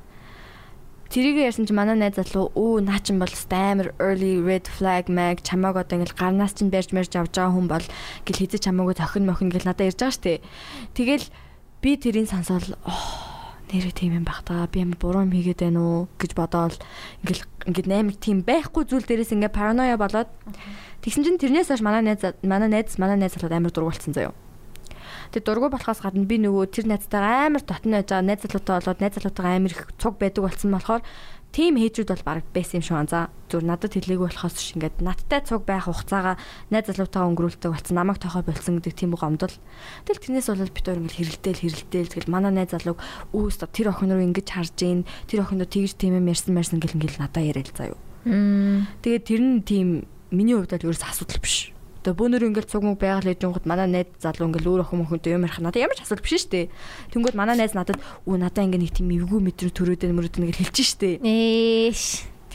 [SPEAKER 4] Тэрийг ярьсан чи манай найз залуу өө наа чин бол өстой амар early red flag mag чамааг одоо ингээл гарнаас чин барьж мэрж авч байгаа хүн бол гэл хэзээ чамаагүй зохин мохин гэл надад ярьж байгаа штэ. Тэгэл би тэрийг сонсоол оо нэрээ тийм юм баг та би амар буруу юм хийгээд байна уу гэж бодоол ингээл ингээд амар тийм байхгүй зүйл дээрээс ингээ параноя болоод тэгсэн чин тэрнээс хойш манай найз манай найз манай найз залууд амар дургуулсан заяо. Тэгээ дургуй болохоос гадна би нөгөө тэр найзтайгаа амар тотно байж байгаа. Найз залуутай болоод найз залуутайгаа амар их цуг байдаг болсон болохоор тийм хээжүүд бол баг байсан юм шиг анзаа. Зүр надад хэлээгүй болохоос ш ингээд надтай цуг байх хугацаагаа найз залуутайгаа өнгөрүүлдэг болсон. Намайг тохой болсон гэдэг тийм гомдол. Тэгэл тэрнээс бол бид хоёр ингээд хэрэлдээл хэрэлдээл тэгэл манай найз залууг өөс тэр охин руу ингэж харж ийн тэр охин руу тэгж тийм юм ярьсан мэрсэн гэл ингээд надаа яриад заяа. Тэгээд тэр нь тийм миний хувьд бол ерөөс асуудал биш. Одоо бөөнөр ингээл цуг мөг байгаль гэж юмхад манай найз залуу ингээл өөр охин охинтой юм ярих надад ямар ч асуудал биш шүү дээ. Тэнгүүд манай найз надад үу надаа ингээ нэг тийм эвгүй мэдрэмж төрөөд энэ мөрөд ингээ хэлчихсэн шүү дээ.
[SPEAKER 1] Нээш.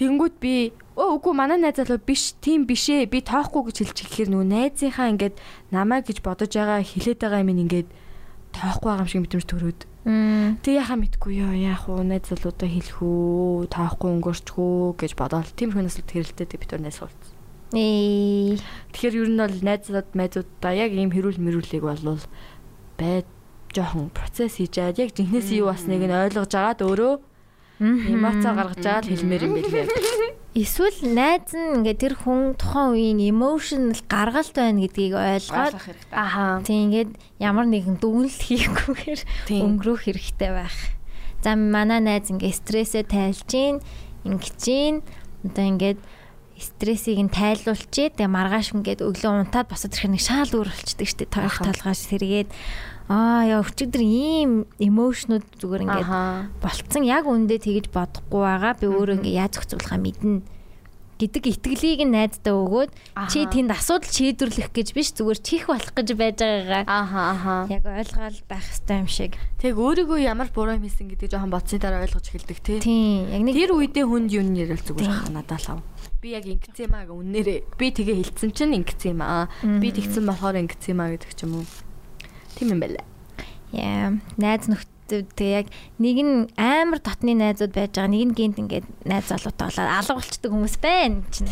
[SPEAKER 4] Тэнгүүд би оо үгүй манай найз залуу биш тийм биш ээ би тоохгүй гэж хэлчих гэхээр нөгөө найзынхаа ингээд намайг гэж бодож байгаа хилээд байгаа юм ингээд тоохгүй байгаа юм шиг мэдрэмж төрөөд. Тэг яхаа мэдгүй ёо яах уу найз залуудаа хэлэх үү тоохгүй өнгөрчих үү гэж бодоод тийм хүнээс л тэрэлтээд бид өөр найз суулц.
[SPEAKER 1] Ээ.
[SPEAKER 4] Тэгэхээр ер нь бол найзууд майзуудаа яг ийм хэрүүл мэрүүлэг болвол бай жоохон процесс хийж аваад яг жинхнээс юу басныг нь ойлгож агаад өөрөө эмоцо гаргаж агаад хэлмээр юм билээ.
[SPEAKER 1] Эсвэл найз нь ингээ тэр хүн тухайн үеийн emotional гаргалт байна гэдгийг ойлгоод
[SPEAKER 11] Ойлгох хэрэгтэй.
[SPEAKER 4] Ахаа.
[SPEAKER 1] тийм ингээд ямар нэгэн дүгнэлт хийхгүйгээр
[SPEAKER 4] Тийм.
[SPEAKER 1] өнгөрөх хэрэгтэй байх. За манай найз ингээ стрессээ тайлж гин, ингээ чин одоо ингээд стрессийг нь тайлуулчих. Тэгээ маргааш ингээд өглөө унтаад босоод ирэх нэг шаал өөр болчдөг штеп. Тоох толгоос сэргээд аа яа өчигдөр ийм эмошнуд зүгээр ингээд
[SPEAKER 4] Ахаа.
[SPEAKER 1] болцсон яг үндэ тэгж бодохгүй байгаа би өөрөө ингээ яаж зохицуулахаа мэднэ гэдэг итгэлийг нь найздаа өгөөд чи тэнд асуудал шийдвэрлэх гэж биш зүгээр чих болох гэж байж байгаагаа
[SPEAKER 4] Ахаа ахаа.
[SPEAKER 1] яг ойлгоал байх хэрэгтэй юм шиг
[SPEAKER 4] Тэг өөрийгөө ямар буруу юм хийсэн гэдэг жоохон бодсны дараа ойлгож эхэлдэг тий.
[SPEAKER 1] тийм яг нэг
[SPEAKER 4] Тэр үедээ хүнд юу нэрэл зүгээр хаа надад л ав. би яг ингэсэн маа гэ үнээрээ би тэгээ хэлсэн чинь ингэсэн юм аа. Би тэгсэн болохоор ингэсэн маа гэдэг ч юм уу. Тийм юм байлаа.
[SPEAKER 1] Яа, найз нөхдөд тэг яг нэг нь амар дотны найзууд байж байгаа, нэг нь гинт ингээд найз залуутай болоод алга болчдөг хүмүүс байна чинь.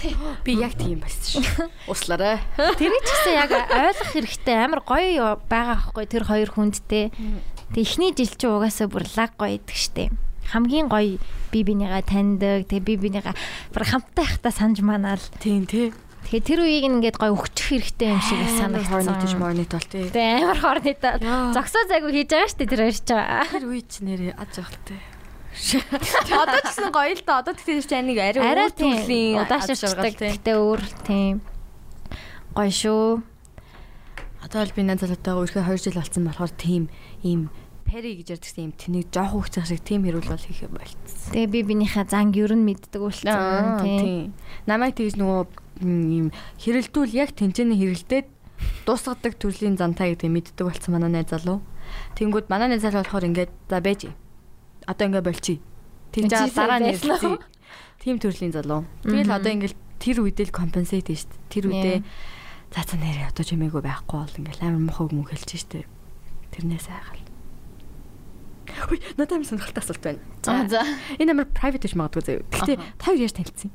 [SPEAKER 4] Би яг тийм байсан шүү. Услаарай.
[SPEAKER 1] Тэрийг ч гэсэн яг ойлгох хэрэгтэй амар гоё байгаа байхгүй тэр хоёр хүнд те. Тэг ихний жил чи угаасаа бүр лаг гоё идэг штэ. Хамгийн гоё би бинийгаа таньдаг, тэг би бинийгаа бүр хамттай байхдаа санаж манаал.
[SPEAKER 4] Тийм тий.
[SPEAKER 1] Тэгээ тэр үеийг нь ингээд гоё өгчих хэрэгтэй юм шиг
[SPEAKER 4] Hornet
[SPEAKER 1] санагдсан.
[SPEAKER 4] Hornet бол тий.
[SPEAKER 1] Тэг амар хорны та
[SPEAKER 4] Яа.
[SPEAKER 1] зогсоо зайгүй хийж байгаа штэ тэр хоёр ч байгаа.
[SPEAKER 4] Тэр үе чи нэрээ аж ахалтай. Одоо ч гэсэн гоё л да. Одоо тэгтээ чи нэг арай
[SPEAKER 1] Арай
[SPEAKER 4] өөр
[SPEAKER 1] тийм
[SPEAKER 4] төрлийн
[SPEAKER 1] удаашрчдаг. Гэтэ өөр тийм гоё шүү.
[SPEAKER 4] Одоо л би найз залуутайгаа өөрөө 2 жил болсон болохоор тийм ийм Перри гэж ярьдагсан юм тэнийг жоох хөвчих шиг тийм хэрүүл бол хийх болцсон.
[SPEAKER 1] Тэгээ би бинийхээ занг ер нь мэддэг үлцэн тийм.
[SPEAKER 4] Намайг тэгж нөгөө м, ийм хэрэлдүүл яг тэнцэнэ хэрэлдээд дуусгадаг төрлийн зантай гэдэг мэддэг болсон манай найз залуу. Тэнгүүд манай найз залуу болохоор ингээд за байж. Одоо ингээд болчих.
[SPEAKER 1] Чи
[SPEAKER 4] Тэгж жаа дараа
[SPEAKER 1] сайн
[SPEAKER 4] нь нэрлэе. Тийм төрлийн залуу. Тэгэл одоо ингээд тэр үедэл компенсейт шүү дээ. Тэр үедээ за за нэрээ одоо чимээгүй байхгүй бол ингээд амар мохог мөн хэлж шүү дээ. Тэрнээс айхал. Хөөе, надад юм сонирхолтой асуулт байна.
[SPEAKER 11] За за.
[SPEAKER 4] Энэ амар private гэж магадгүй заяа. Гэхдээ та хоёр яаж танилцсан? Э,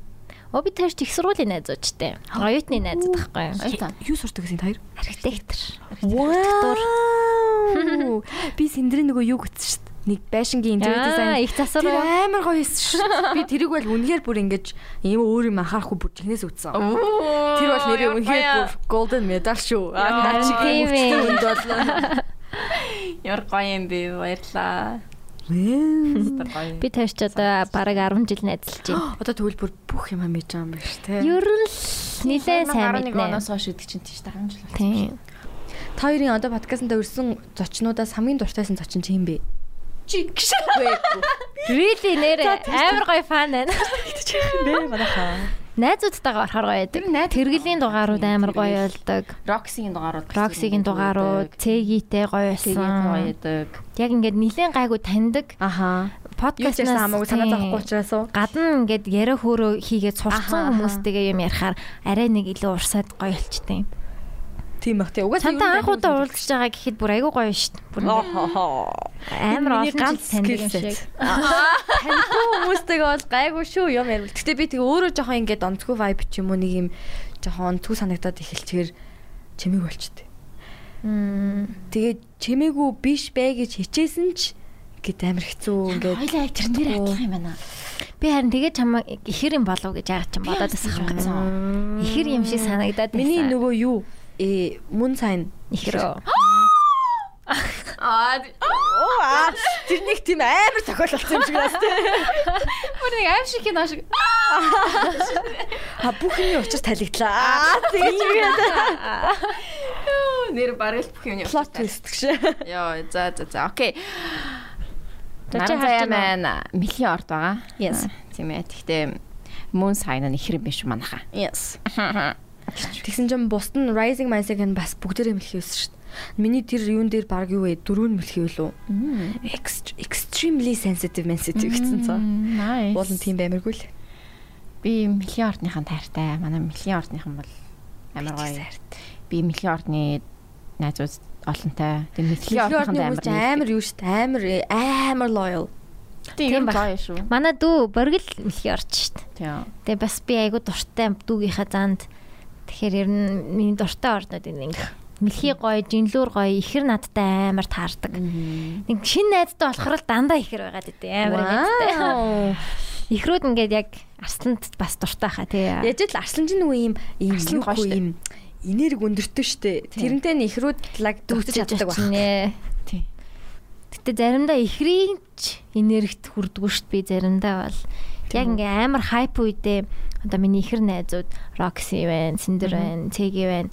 [SPEAKER 1] Оо би тааш их сургуулийн найзуучтай. Оюутны найзууд байхгүй юу?
[SPEAKER 11] Ойлтаа.
[SPEAKER 4] Юу сурдаг гэсэн та хоёр?
[SPEAKER 1] Архитектор.
[SPEAKER 4] Архитектур. Би сэндэр нөгөө юу гэсэн шүү дээ. Нэг байшингийн интерьер
[SPEAKER 1] Яа,
[SPEAKER 4] дизайн.
[SPEAKER 1] их засвар уу?
[SPEAKER 4] Тэр амар гоё байсан шүү дээ. Би тэрийг бол үнэхээр бүр ингэж юм өөр юм анхаарахгүй бүр чихнээс үтсэн. Тэр бол нэрээ үнэхээр бүр golden medal шүү. Аа,
[SPEAKER 1] Харин тийм ээ.
[SPEAKER 4] Энд бол
[SPEAKER 11] Ямар гоё юм бэ? Баярлаа. Тэр гоё.
[SPEAKER 1] Би тааш ч одоо бараг 10 жил найзалж байна.
[SPEAKER 4] одоо төвлөр бүх юм мэдэж байгаа юм байна шүү дээ.
[SPEAKER 1] Ер нь л нилээ сайн
[SPEAKER 11] 11
[SPEAKER 1] мэднэ.
[SPEAKER 11] оноос хойш гэдэг чинь тийш 10 жил болсон.
[SPEAKER 1] Тийм.
[SPEAKER 4] Та хоёрын одоо подкастнда өрсөн зочнуудаас хамгийн дуртайсан зочин чи юм бэ?
[SPEAKER 1] Really нэрээ амар гоё фан байна.
[SPEAKER 4] Бэ манайхаа.
[SPEAKER 1] Найзуудтайгаа болохоор гоё байдаг. Тэргэлийн дугаарууд амар гоё болдог.
[SPEAKER 11] Roxy-гийн дугаарууд.
[SPEAKER 1] Roxy-гийн дугаарууд, Цэгийтэй гоё
[SPEAKER 11] гоё
[SPEAKER 1] байсан.
[SPEAKER 11] байдаг.
[SPEAKER 1] Яг ингээд нилээн гайгүй таньдаг
[SPEAKER 4] Аха. Юу ч
[SPEAKER 1] подкаст
[SPEAKER 4] яасан хамаагүй санаа зовхгүй учраас уу.
[SPEAKER 1] гадна ингээд яриа хөөрөө хийгээд
[SPEAKER 4] Аха, аха.
[SPEAKER 1] сурцсан хүмүүстэйгээ юм ярихаар арай нэг илүү урсаад гоё болчтой юм.
[SPEAKER 4] Тийм бах тий. Угаасаа
[SPEAKER 1] Чамтай анх удаа уулзж байгаа гэхэд бүр айгүй гоё шүү дээ. Бүр ингээд амар
[SPEAKER 4] Миний
[SPEAKER 1] олон ганц
[SPEAKER 4] ганц
[SPEAKER 1] таньдаг юм
[SPEAKER 4] skill
[SPEAKER 1] шиг.
[SPEAKER 4] Танихгүй хүмүүстэйгээ бол гайгүй шүү юм ярил. Гэтэ би тэг өөрөө жоохон ингээд онцгүй vibe ч юм уу нэг юм жоохон онцгүй санагдаад эхэлчихээр чимээг болчтой. Тэгээд чимээгүй биш бай гэж хичээсэн ч ингээд амар хэцүү ингээд
[SPEAKER 11] Хойлоо тэр нэр атлах юм байна.
[SPEAKER 1] Би харин тэгээд чамаа ихэр юм болов гэж яагаад ч юм бодоод тасахгүй. Ихэр юм шиг санагдаад
[SPEAKER 4] Миний
[SPEAKER 1] байсан.
[SPEAKER 4] нөгөө юу э мөн сайн
[SPEAKER 1] ихэр.
[SPEAKER 3] Аа
[SPEAKER 4] тэр нэг тийм амар тохиол болсон юм шиг байна.
[SPEAKER 3] бүр нэг аим шиг кино шиг.
[SPEAKER 4] А бүхний учир талигдлаа. Тэгээд чи
[SPEAKER 11] Нэр бараг л бүх юм явж
[SPEAKER 4] plot twist гэж.
[SPEAKER 11] Йоо, за за за. Окей.
[SPEAKER 1] За, чи
[SPEAKER 11] Манай
[SPEAKER 1] харж
[SPEAKER 11] заяа
[SPEAKER 1] байна уу?
[SPEAKER 11] маань мөлийн орд байгаа.
[SPEAKER 1] Yes.
[SPEAKER 11] Тийм ээ. Тэгтээ мөн сайн нэг хэрэг биш манайха.
[SPEAKER 4] Yes. Тэгсэн чинь бусд нь Rising Mindset гэн бас бүгдээрээ мэлхий байсан шүү дээ. Миний тэр юун дээр баг юу вэ? Дөрөв нь мэлхий билүү? Ext- Extremely sensitive mindset гэсэн цаа.
[SPEAKER 11] Nice.
[SPEAKER 4] Уулын тийм баймиргүй л.
[SPEAKER 11] Би мөлийн ордныхан таартай. Манай мөлийн ордныхан бол амар гоё. Би мөлийн ордны найзууд олонтай. Тэгээ мөлийн
[SPEAKER 4] Мэлхий
[SPEAKER 11] ордныхан
[SPEAKER 4] орны хүмүүс
[SPEAKER 11] амар
[SPEAKER 4] чинь амар юу шүү дээ. Амар э, амар loyal.
[SPEAKER 1] Тийм
[SPEAKER 11] Тийм
[SPEAKER 1] баг.
[SPEAKER 11] гоё шүү.
[SPEAKER 1] Манай дүү боргил мэлхий орч штт.
[SPEAKER 11] Тийм.
[SPEAKER 1] Тэгээ бас би айгу дуртай дүүгийнхаа занд. Тэгэхээр ер нь миний дуртай орнууд энэ ингээ мэлхий гоё, жинлүүр гоё, ихэр надтай амар таардаг. Нэг шин найзтай болохоор л дандаа ихэр байгаад өгдөө амар ихтэй. Ихрүүд ингээд яг арсланд бас дуртай хаа тий.
[SPEAKER 4] Яаж л арслан чинь нөгөө юм юм
[SPEAKER 11] Арслан гоё шүү
[SPEAKER 4] юугүй
[SPEAKER 11] дээ.
[SPEAKER 4] юм энерги өндөртэй шүү дээ. Тэрнтэй нь ихрүүд лаг дүүцэж чаддаг байна.
[SPEAKER 1] байна.
[SPEAKER 11] Тийм.
[SPEAKER 1] Гэтэ заримдаа ихрийн ч энергит хүрдгүү штт би заримдаа бол. Яг ингээ амар хайп үедээ одоо миний ихэр найзууд Roxy байна, Cinder байна, Tegi байна.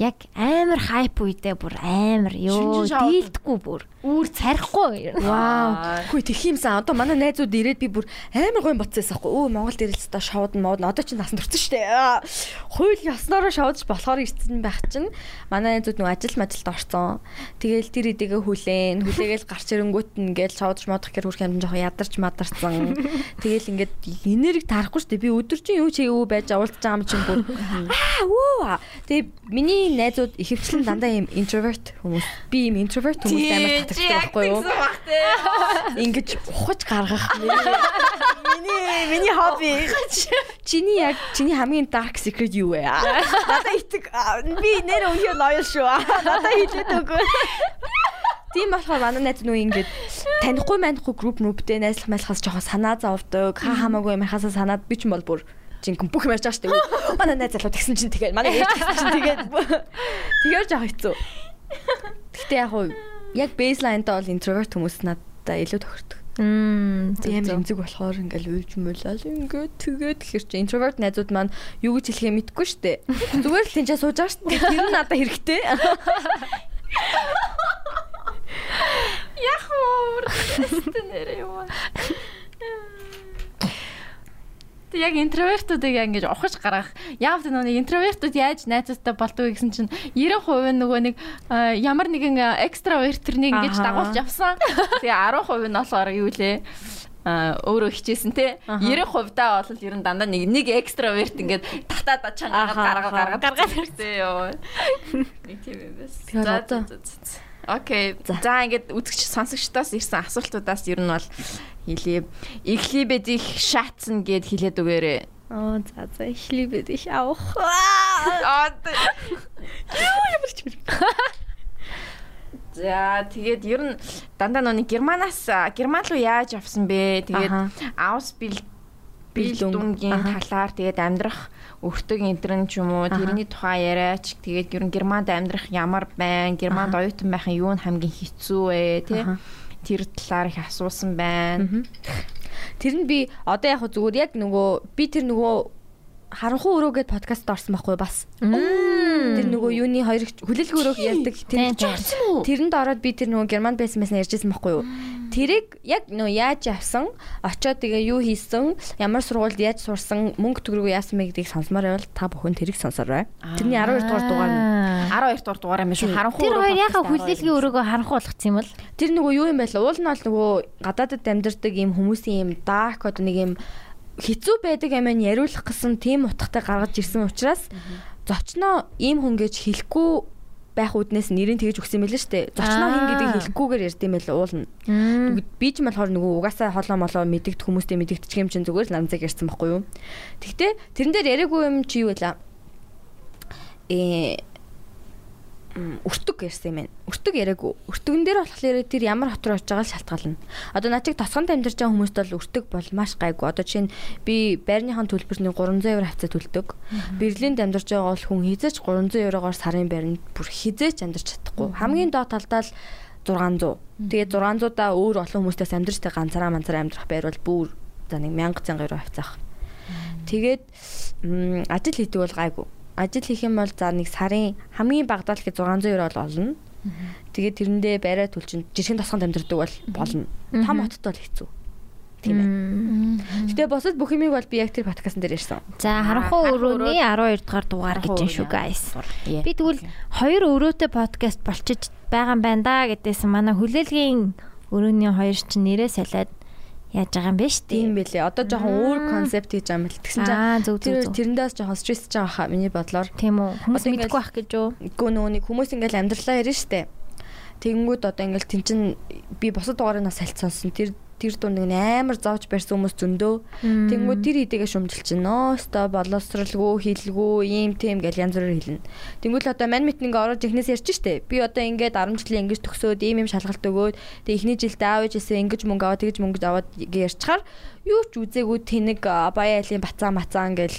[SPEAKER 1] Яг амар хайп үедээ бүр амар ёо
[SPEAKER 11] Шинжин шоуд.
[SPEAKER 1] дийлдэхгүй бүр. Үүр царихгүй.
[SPEAKER 4] Вау. Хөөе тэх юмсан. Одоо манай найзууд ирээд би бүр амар гоё боцсон байхгүй. Өө Монголд ирэл та шоуд нь мод. Одоо ч насан турсан шүү дээ. Аа. Хууль яснараа шоудж болохоор ирсэн байх чинь манай найзууд нөгөө ажил мажилд орсон. Тэгээл тэр идэгээ хүлээн. Хүлээгээл гарч ирэнгүүт ингээл шоудж модох гэр хүрх юм жоохон ядарч мадарсан. Тэгээл ингээд энерги тарахгүй шүү дээ. Би өдөржин юу ч хийв байж авалдаж байгаа юм чинь бүр. Аа өө. Тэгээ миний найзууд ихэвчлэн дандаа юм introvert хүмүүс. Би юм introvert хүмүүс амар татдаг байхгүй юу? ингэж ухаж гаргах миний миний хобби чиний яг чиний хамгийн dark secret юу вэ Аа, надад итг аа, би нэр өнгөө loyal шүү Аа, надад хэлээд өгөө Тийм болохоор манай найз нүү ингэж танихгүй манихгүй group нүбтэй найзлах мэлхаас жоохон санаа зовдөг хаа хамаагүй мэрхаас санаад би ч юм бол бүр жинхэнэ бүх юм ярьж байгаа шүү дээ. Манай найз залуу тэгсэн чинь тэгээд манай ээж тэгсэн чинь тэгээд тэгээд жоохон хэцүү. Гэтэ яг уу яг baseline та бол introvert хүмүүс надад илүү тохирдог.
[SPEAKER 1] Мм.
[SPEAKER 4] Би амар эмзэг болохоор ингээл уйлж муулаад ингээд тэгээд ихэр чи introvert найзууд маань юу гэж хэлэхээ мэдэхгүй шүү дээ. Зүгээр л тэнцээ сууж байгаа шүү дээ. Тэр нь надад хэрэгтэй.
[SPEAKER 3] Яах вэ? Нэрээ юу?
[SPEAKER 11] Тэг яг интровертуудыг яг ингэж ухаж гаргах. Яг тэр нөгөө интровертууд яаж найзуудтай болдгоо гэсэн чинь 90% нь нөгөө нэг аа, ямар нэгэн аа, экстраверт тэрнийг ингэж
[SPEAKER 4] Ахаа.
[SPEAKER 11] дагуулж явсан. Тэгээ 10% нь болохоор юу лээ? а өөрөө хичээсэн те 90% даа бол ер нь дандаа нэг нэг экстраверт ингээд татаа чангаа гаргаа гаргаа гаргаа хэрэгтэй ёо. Нэг тийм юм байна.
[SPEAKER 4] Тэгэхээр
[SPEAKER 11] За,
[SPEAKER 4] одоо-
[SPEAKER 11] за, за, за. Окей. За ингээд үзэгч сонсогчдоос ирсэн асуултуудаас ер нь бол хэлээ. Эхлибэд их шаацсан гэд хэлээд өгөөрэй.
[SPEAKER 4] Оо за за эхлэв их авах.
[SPEAKER 11] Аа. За тэгээд ер нь дандаа нөө нэг Германаас а, Герман руу яаж авсан бэ?
[SPEAKER 4] Аха.
[SPEAKER 11] Тэгээд Аус бил
[SPEAKER 4] Bildung.
[SPEAKER 11] билдүнгийн
[SPEAKER 4] Аха.
[SPEAKER 11] талаар тэгээд амьдрах өртөг энтрэн ч юм уу тэрний тухай яриач тэгээд ер нь Германд амьдрах ямар байна? Германд оюутан байх нь юу нь хамгийн хэцүү вэ? Тэ?
[SPEAKER 4] Аха.
[SPEAKER 11] Тэр талаар их асуусан байна.
[SPEAKER 4] Тэр нь би одоо яг хөө зүгээр яг нөгөө би тэр нөгөө харанхуй өрөөгээд подкастт орсон байхгүй юу? бас. Тэр нөгөө юуны хоёр их- хүлээлгийн өрөөх ярьдаг тэр
[SPEAKER 1] Тийм, тийм.
[SPEAKER 4] Тэрэнд ороод би тэр нөгөө герман байсан байсан ярьжсэн байхгүй юу? Тэрийг яг нөгөө яаж авсан, очоод тэгээ юу хийсэн, ямар сургуульд яаж сурсан, мөнгө төгрөгөө яасан мэй гэдгийг сонсомоор байвал та бүхэн тэрийг сонсоорой. Тэрний 12 дугаар дугаар нь.
[SPEAKER 11] 12 дугаар дугаараа мэш харанхуй
[SPEAKER 1] Тэр
[SPEAKER 11] өрөө
[SPEAKER 1] хоёр яхаа
[SPEAKER 11] подкаст аваад
[SPEAKER 1] хүлээлгийн өрөөгөө харанхуу болгоцсон юм бол.
[SPEAKER 4] Тэр нөгөө юу юм бэ? Уул нь бол нөгөө гадаадд амьдардаг юм хүмүүсийн юм dark одоо нэг юм хэцүү байдаг юм ань яриулах гэсэн тийм утгатай гаргаж ирсэн учраас зочноо ийм хүн гэж хэлэхгүй байх үднээс нэрийг тэгж өгсөн мэлэн штэ. Зочноо хин гэдэг
[SPEAKER 1] Аа.
[SPEAKER 4] хэлэхгүйгээр ярьд юм байл уул нь. Би ч болохоор нөгөө угаасаа холоо молоо мэдэгд хүмүүстэй мэдэгдчих юм чинь зүгээр л намзаг ярьсан байхгүй юу. Тэгтээ тэрэн дээр яриаггүй юм чи юу вэ? Э м, өртөг ярьсан юм байна. Өртөг яриаггүй. Өртөгөн дээр болохоор тэр ямар хот руу очиж байгааг шалтгаална. Одоо начиг тосгонд амьдарч байгаа хүмүүст бол өртөг бол маш гайгүй. Одоо жишээ нь би байрныхан төлбөрний 300 евро хавцаа төлдөг. Берлинд амьдарч байгаа бол хүн хизээч 300 еврогоор сарын байранд бүр хизээч амьдарч чадахгүй. Хамгийн доод талдаа л 600. Тэгээд 600 даа өөр олон хүмүүстээс амьдарч байгаа ганцаараа манцаараа амьдрах байр бол бүр за нэг 1000 цангаар хавцаах. Тэгээд м, ажил хийдэг бол гайгүй. Ажил хийх юм бол за нэг сарын хамгийн багадаа л ихе 600 евро бол олно. Тэгээд тэрэндээ барай төлчин жирхэн тосгонд амьдрдаг бол болно. Том хотод бол хэцүү. Тийм ээ. Гэтэ босод бүх юмыг бол би яг тэр подкастн дээр ярьсан.
[SPEAKER 1] За харанхуу өрөөний 12 дугаар дугаар гэж юм шүү guys. Би тэгвэл хоёр өрөөтэй подкаст болчиж байгаа юм байна да гэдээсэн манай хүлээлгийн өрөөний хоёр ч нэрээ солиод яаж байгаа юм бэ шүү дээ.
[SPEAKER 4] Тийм байлээ. Одоо жоохон өөр концепт хийж байгаа юм л тэгсэн
[SPEAKER 1] Аа,
[SPEAKER 4] чинь
[SPEAKER 1] зөв, зөв,
[SPEAKER 4] тэр
[SPEAKER 1] зөв.
[SPEAKER 4] тэрэндээс жоохон стресс жаах хаа миний бодлоор.
[SPEAKER 1] Тийм үү. Хүмүүс
[SPEAKER 4] Одоо
[SPEAKER 1] мэдэхгүй байх гэж юу?
[SPEAKER 4] гөө нөгөө нэг хүмүүс ингээл амьдралаа ярина штэ. Тэгэнгүүт одоо ингээл тэн чин би босод дугаарыг нас салт сонсон. Тэр тэр дунд нэг амар зовж барьсан хүмүүс зөндөө. Тэнгүүд тэр идэгээ шүмжилчин. Ноостой боловсралгүй хилгүй ийм тийм гэл янз бүрээр хэлнэ. Тэнгүүд л одоо мань митнинг ороод ихнээс ярьж штэ. Би одоо ингээд 10 жилийн ингэж төгсөөд ийм юм шалгалт өгөөд тэг эхний жилдээ аав ээжээсээ ингэж мөнгө аваад тэгж мөнгө аваад гэж ярьчихаар юу ч үзээгүй тэнэг а, баяа айлын бацаа мацаа ингээл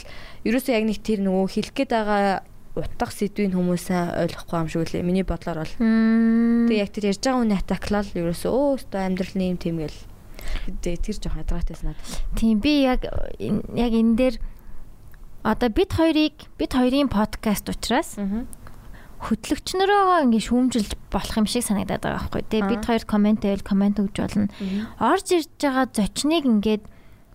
[SPEAKER 4] ерөөсөө яг нэг тэр нөгөө хэлэх гээд байгаа утга сэдвийн хүмүүсээ ойлгохгүй юм шиг үлээ. Миний бодлоор бол. Тэгээ яг тэр ярьж байгаа хүний атаклал ерөөсөө өө өстой амьдралны юм тэмгэл. Тэгээ тэр жоохон ядрагатай санагдав.
[SPEAKER 1] Тийм би яг энэ- яг энэ дээр одоо бид хоёрыг бид хоёрын подкаст учраас хөтлөгчнөрөөгөө ингэ шүүмжилж болох юм шиг санагдаад байгаа байхгүй тий бид хоёр комент байл комент өгж болно орж ирж байгаа зочныг ингээд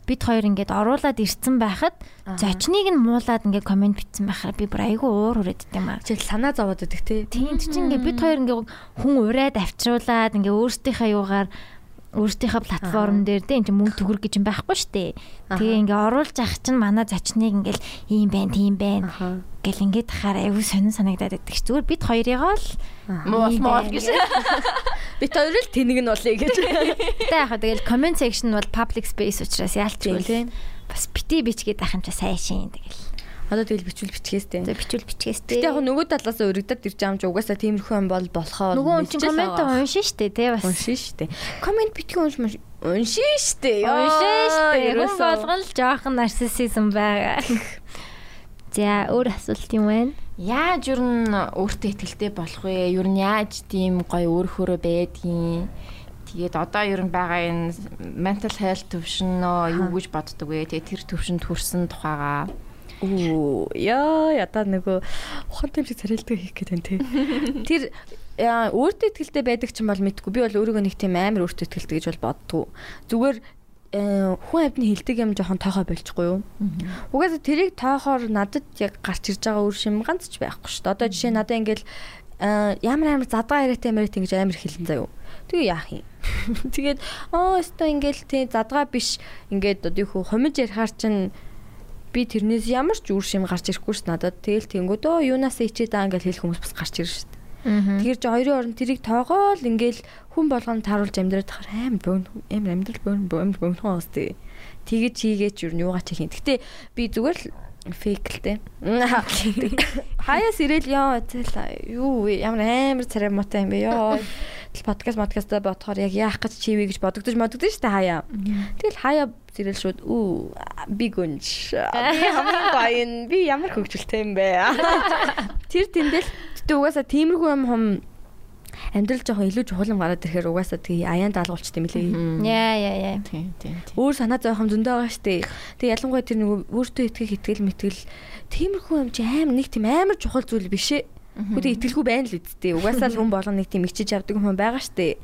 [SPEAKER 1] бид хоёр ингээд оруулаад ирцэн байхад зочныг нь муулаад ингээд комент битсэн байхаар би бүр айгүй уур хүрээд дим аа
[SPEAKER 4] Жишээл санаа зовоод өгдөг тий.
[SPEAKER 1] Тийм ч чинь ингээ бид хоёр ингээ хүн ураад авчруулад ингээ өөрсдийнхээ юугаар өөрсдийнхээ платформ дээр тийм ч мөнгө төгрөг гэж юм байхгүй штэ. Тэгээ ингээ оруулж авах чинь манай зочныг ингээл ийм байна, тийм байна гэл ингээд тахаар айгүй сонин санагдаад байдаг ш. Зүгээр бид хоёрыгоо л
[SPEAKER 11] Муул муул гэж.
[SPEAKER 4] Бид хоёр л тэнэг нь болъё гэж.
[SPEAKER 1] Тэ яг хаа тэгэл comment section бол public space учраас яалтчгүй тийм. Бас бити бичгээд ахын ч сайн шин тэгэл.
[SPEAKER 4] Одоо тэгэл бичвэл бичгээстэй.
[SPEAKER 1] За бичвэл бичгээс тийм.
[SPEAKER 4] Гэтэ яг нөгөө талаас нь өргөдөд ирж амж угаасаа тиймэрхүү юм бол болохоо.
[SPEAKER 1] нөгөө хүн чинь comment уншин штэ тий бас.
[SPEAKER 4] уншин штэ. Комент битгий уншмаш уншин штэ.
[SPEAKER 1] Уншин штэ. Хүн болгон л жоохон нарциссизм байгаа. За өөр асуулт юм байна.
[SPEAKER 11] Яаж юу н өөртөө ихтэй болох вэ? Юу н яаж тийм гоё өөрхөрөө байдгийн? Тэгээд одоо юу н байгаа энэ mental health төвшин нөө юу гэж боддог вэ? Тэгээд тэр төвшөнд хүрсэн тухайгаа.
[SPEAKER 4] Оо яа ята нөгөө ухаантай юм шиг царилдаг хийх гэдэг нь тий. Тэр яа, өөртөө ихтэй байдаг ч юм бол мэдгүй. Би бол өөрийгөө нэг тийм амар өөртөө ихтэй гэж бол боддгоо. Зүгээр э, хүн амьтны хилдэг юм жоохон тойхоо болчихгүй юу? Угаасаа тэрийг тойхоор надад яг гарч ирж байгаа үр шим ганц ч байхгүй шүү дээ. Одоо жишээ нь надад ингээл э, ямар амар задгаа яриатай юм яриа гэж амар хэлэн заяа. Тэгээ яах юм? Тэгээд оо өстой ингээл тий задгаа биш ингээд одоо юу хөө хумиж ярихаар чинь би тэрнээс ямар ч үр шим гарч ирэхгүй ш надад тэгэл тэнгүүд оо юунаас ичээд аа ингээл хэлэх хүмүүс бас гарч ирж ш Тэгэрч хоёрын орон тэрийг тоогоол ингээл хүн болгоно тааруулж амьдраад тахаар аим бөөн аим амьдрал бөөн бөөн бөөн хоос тий. Тэгэж хийгээч юу нуугаа чи хийн. Гэтэ би зүгээр л фейк л тий. Хаяас ирээл ёо зайлаа юу вэ? ямар амар царай мотой юм бэ ёо. Тэл подкаст подкастаа бодохоор яг яах гэж чивэ гэж бодогдож модогдож штэ хаяа. Тэгэл хаяа зэрэл шууд үу би гүнж. Би хамгийн гоё ин би ямар хөвгөлтэй юм бэ? Тэр тэндэл гэтээ угаасаа тиймэрхүү юм хум амьдрал жоохон илүү чухал юм гараад ирэхээр угаасаа тэгээ аяан даалгуулч тийм лээ.
[SPEAKER 1] Яа яа яа.
[SPEAKER 11] Тийм тийм тийм.
[SPEAKER 4] Өөр санаа зовх юм зөндөө байгаа штэ. Тэгээ ялангуяа тэр нөгөө өөртөө итгэх итгэл мэтгэл тиймэрхүү юм чи аим нэг тийм амар чухал зүйл биш ээ. Хөөе итгэлгүй байна л үсттэй. Угаасаа л хүн болгоно нэг тийм ичиж явдаг хүн байгаа штэ.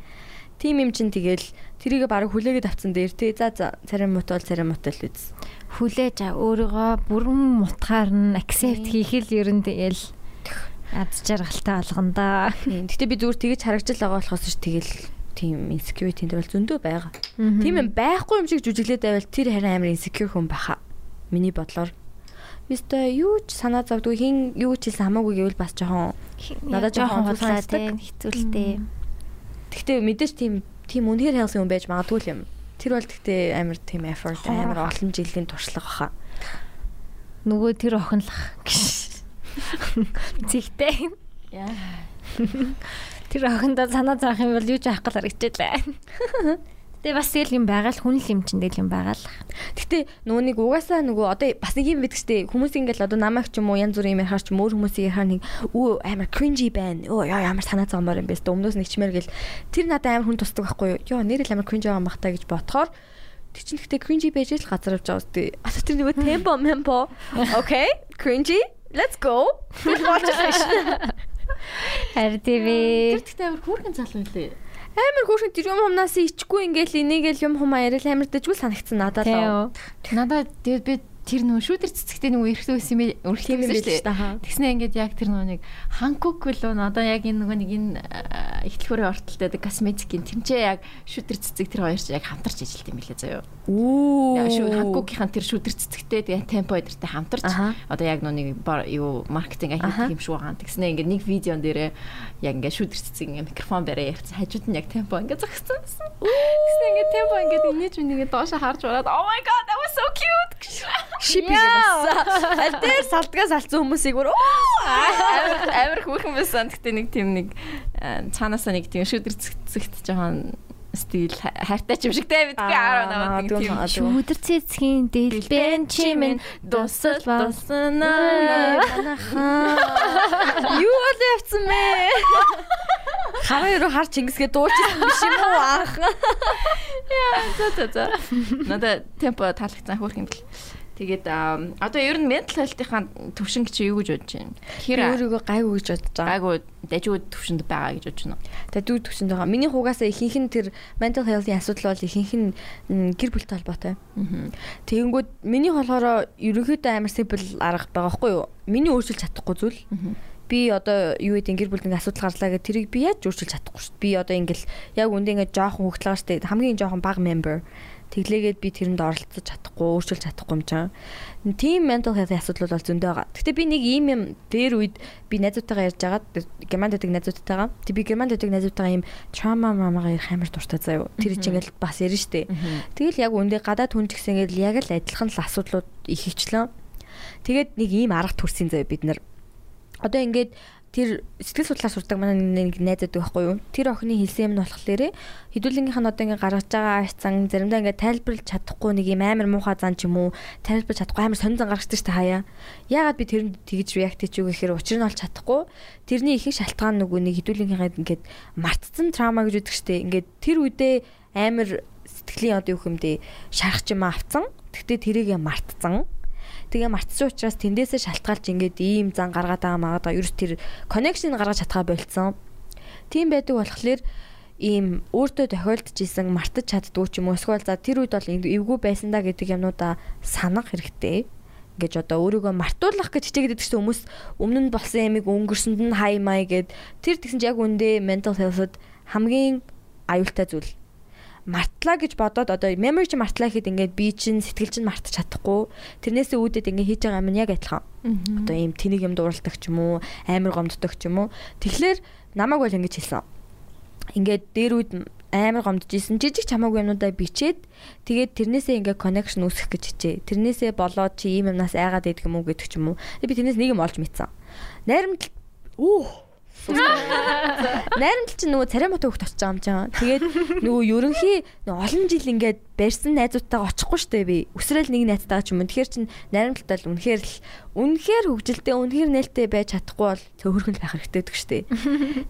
[SPEAKER 4] Тим юм чин тэгэл тэрийг баг хүлээгээд авцсан дээр тий за за царим мут бол царим мут л үз.
[SPEAKER 1] Хүлээж аа өөрийгөө бүрэн мутгаар нь accept хийх л ер нь тэгэл ад жаргалтай болгоно да.
[SPEAKER 4] Тийм. Гэтэ би зүгээр тэгэж харагдж л байгаа болохоос ш тэгэл тийм insecurity дээр бол зөндөө байгаа. Тийм юм байхгүй юм шиг жүжиглээд байвал тэр харин амар insecure хүн баха. Миний бодлоор Мистер юу ч санаа зовдгүй хин юу ч хэлсэн хамаагүй гэвэл бас жоохон Надад жоохон
[SPEAKER 1] хулгай
[SPEAKER 4] хулгайлдаг.
[SPEAKER 1] тийм хэцүүлтэй.
[SPEAKER 4] Тэгтээ мэдээж тийм тийм үнэхээр хэлсэн юм байж магадгүй л юм. Тэр бол тэгтээ амар тийм effort амар олон жилийн туршлага баха.
[SPEAKER 1] Нөгөө тэр охинлах гэж. Зихтэй.
[SPEAKER 11] Яа.
[SPEAKER 1] Тэр охиндоо санаа зовх юм бол юу ч авахгүй л харагдчихлаа. Тэгээ бас тэгэл юм байгаа л хүн л юм чинь тэгэл юм байгаа л.
[SPEAKER 4] Гэтэ нүунийг угаасаа нөгөө одоо бас нэг юм бидгэжтэй хүмүүс ингээл одоо намайг ч юм уу янз бүрийн юм ярихаар ч мөр хүмүүсийн ярихаар нэг өө амар cringy байна. Өө ёо ямар санаа зовмоор юм бэ? Тэ Өмнөөс нэгчмээр гэл тэр надад амар хүн тусдаг байхгүй юу? Ёо нэр л амар cringy байгаа юм бах та гэж бодохоор тэр чинь гэтээ cringy байж л газар авч байгаа үстэй. Одоо тэр нөгөө tempo tempo. Okay, cringy. Let's go. Тэр болчихсон шүү.
[SPEAKER 1] Харин тийм ээ.
[SPEAKER 11] Тэр ихтэй амар хүүрхэн залуу үлээ.
[SPEAKER 4] Амар хөөрхөн тэр юм хумнаас ичгүй ингээл энийгэл юм хумаа ярил амар дэжгүй санагцсан надад л.
[SPEAKER 1] Тийм.
[SPEAKER 11] Надад тэгээд би тэр нөө шүүдэр цэцэгтэй нэг эрхтэй байсан юм
[SPEAKER 4] Тийм юм
[SPEAKER 11] өрхлөсөн
[SPEAKER 4] биш
[SPEAKER 11] шүү
[SPEAKER 4] та
[SPEAKER 11] дээ.
[SPEAKER 4] хаа.
[SPEAKER 11] Тэгснэ ингээд яг тэр нөө нэг Ханкук лөө надаа яг энэ нөгөө нэг энэ аа, ихтлхүүрийн ортолтой дэг косметикийн тэмчээ яг шүүдэр цэцэг тэр хоёр ч яг хамтарч ажилладаг юм билээ заяо.
[SPEAKER 4] Үу.
[SPEAKER 11] Яа шүү Ханкукийн тэр шүүдэр цэцэгтэй тэгээ темпо эдэртэй хамтарч
[SPEAKER 4] Аха.
[SPEAKER 11] одоо яг нөө нэг бар- юу маркетинг
[SPEAKER 4] Аха.
[SPEAKER 11] ахих юм шүү гаан. Тэгснэ ингээд нэг видеон дээрээ яг ингээд шүүдэр цэцэг ингээд микрофон бариа ярьсан. Хажууд нь яг темпо ингээд зогссон. Тэгснэ ингээд темпо ингээд инеж минийгээ доошо харж бараад oh my god that was so cute.
[SPEAKER 4] шип хийсэн. Аль дээр салдгаас алдсан хүмүүсийг бүр
[SPEAKER 11] амар амар хүүхэн байсан. Гэтэ нэг тийм нэг э, цаанаасаа нэг тийм шүдэр цэгцэгт жоохон стил хай- хайртай ч юм шигтэй битгий 10 наваад нэг тийм
[SPEAKER 1] Шүүдэр цэцгийн дэлбэн чимэн дусал болсноо.
[SPEAKER 4] Юу бол явцсан бэ? Хараа юу хар чингэсгээ дуулчихсан биш юм уу анх?
[SPEAKER 11] За за за. Надаа темпо таалагцсан хүүхэн бил. Тэгээд аа, одоо ер нь mental health-ийнхаа төвшин гэж юу гэж бодож байна? Тэр
[SPEAKER 4] Би өөрийгөө гайгүй гэж бодож байгаа.
[SPEAKER 11] агуу дажгүй төвшөнд байгаа гэж бодож байна.
[SPEAKER 4] Тэгээд дүү төвчөнд байгаа. Миний хугаасаа ихэнх нь тэр mental health-ийн асуудал бол ихэнх нь м, гэр бүлтэй холбоотой. Тэгэнгүүт миний болохоор ерөнхийдөө амар simple арга байгаа хгүй юу? Миний өөрчилж чадахгүй зүйл. Би одоо юу гэдэг гэр бүлд ингэ асуудал гарлаа гэх тэрийг би яаж өөрчилж чадахгүй шүү дээ. Би одоо ингээл яг үндэ ингэ жоохон хөвгт байгаа шүү дээ. Хамгийн жоохон бага member. Тэглээгээд би тэрэнд оролцож чадахгүй, өөрчилж чадахгүй юм чам. Тим mental health асуудлууд бол зөндөө байгаа. Гэхдээ би нэг ийм юм дээр үед би найзуудтайгаа ярьж агаад германд байдаг найзуудтайгаа. Тэг би германд байдаг найзуудтайгаа ийм trauma мамагаар ярих амар дуртай заяа. Тэр чинь ингээл бас ярина штэ. Тэгэл яг үндэ гадаад хүн ч гэсэн ингээл яг л адилхан л асуудлууд их хвчлэн. Тэгээд нэг ийм арга төрсөн заяа бид нар. Одоо ингээд тэр сэтгэл судлаар сурдаг манай нэг найзаад байхгүй юу? Тэр охины хэлсэн юм нь болохоор хэдүүлгийнх нь одоо ингээд гаргаж байгаа айцсан заримдаа ингээд тайлбарлаж чадахгүй нэг юм амар муухай зан ч юм уу тайлбарлаж чадахгүй амар сонин зан гаргаждаг шүү дээ хаяа. Яагаад би тэрэнд тэгж react хийж үг гэхээр учир нь олж чадахгүй. Тэрний ихэнх шалтгаан нөгөө нэг хэдүүлгийнхээ ингээд мартцсан трама гэж үүдэг шүү дээ. Ингээд тэр үедээ амар сэтгэлийн одоо юу юм бэ? Шарах ч юм авцсан. Тэгтээ тэрийгэ мартцсан. Тэгээ мартсан учраас тэндээсээ шалтгаалж ингээд ийм зан гаргаад байгаа маяг даа. Юу ч тэр connection гаргаж чадхаа болцсон. Тийм байдаг болохоор ийм өөртөө тохиолдож исэн мартаж чаддгүй ч юм уу эсвэл за тэр үед бол эвгүй байсан да гэдэг юмнуудаа санах хэрэгтэй гэж одоо өөрийгөө мартуулах гэж хичээгээд идэгчтэй хүмүүс өмнө нь болсон ямиг өнгөрсөнд нь хай май гэд тэр тэгсэн чинь яг үндэ mental health-д хамгийн аюултай зүйл мартлаа гэж бодоод одоо memory чи мартлаа гэхэд ингээд би чин сэтгэл чин мартаж чадахгүй тэрнээсээ үүдээд ингээд хийж байгаа юм нь яг адилхан одоо ийм тэнэг юм дууралдаг ч юм уу амар гомддог ч юм уу тэгэхээр намайг бол ингэж хэлсэн ингээд дээр үед амар гомдж исэн жижиг чамаагүй юмнуудаа бичээд тэгээд тэрнээсээ ингээд connection үүсгэх гэж хичээ. Тэрнээсээ болоод чи ийм юмнаас айгаад идэх юм уу гэдэг ч юм уу. Би тэрнээс нэг юм олж мэдсэн. Найрамдал Оо Найрамдал чинь нөгөө царимбат хөвгт очиж байгаа юм чам. Тэгээд нөгөө ерөнхий нөгөө олон жил ингээд барьсан найзуудтайгаа очихгүй шүү дээ би. Өсрөөл нэг найзтайгаа ч юм уу. Тэгэхэр чин найрамдалт бол үнэхээр л үнэхээр хөвгөлтэй, үнэхээр нээлттэй байж чадахгүй бол цөөхөрхөн л байх хэрэгтэй гэдэг шүү дээ.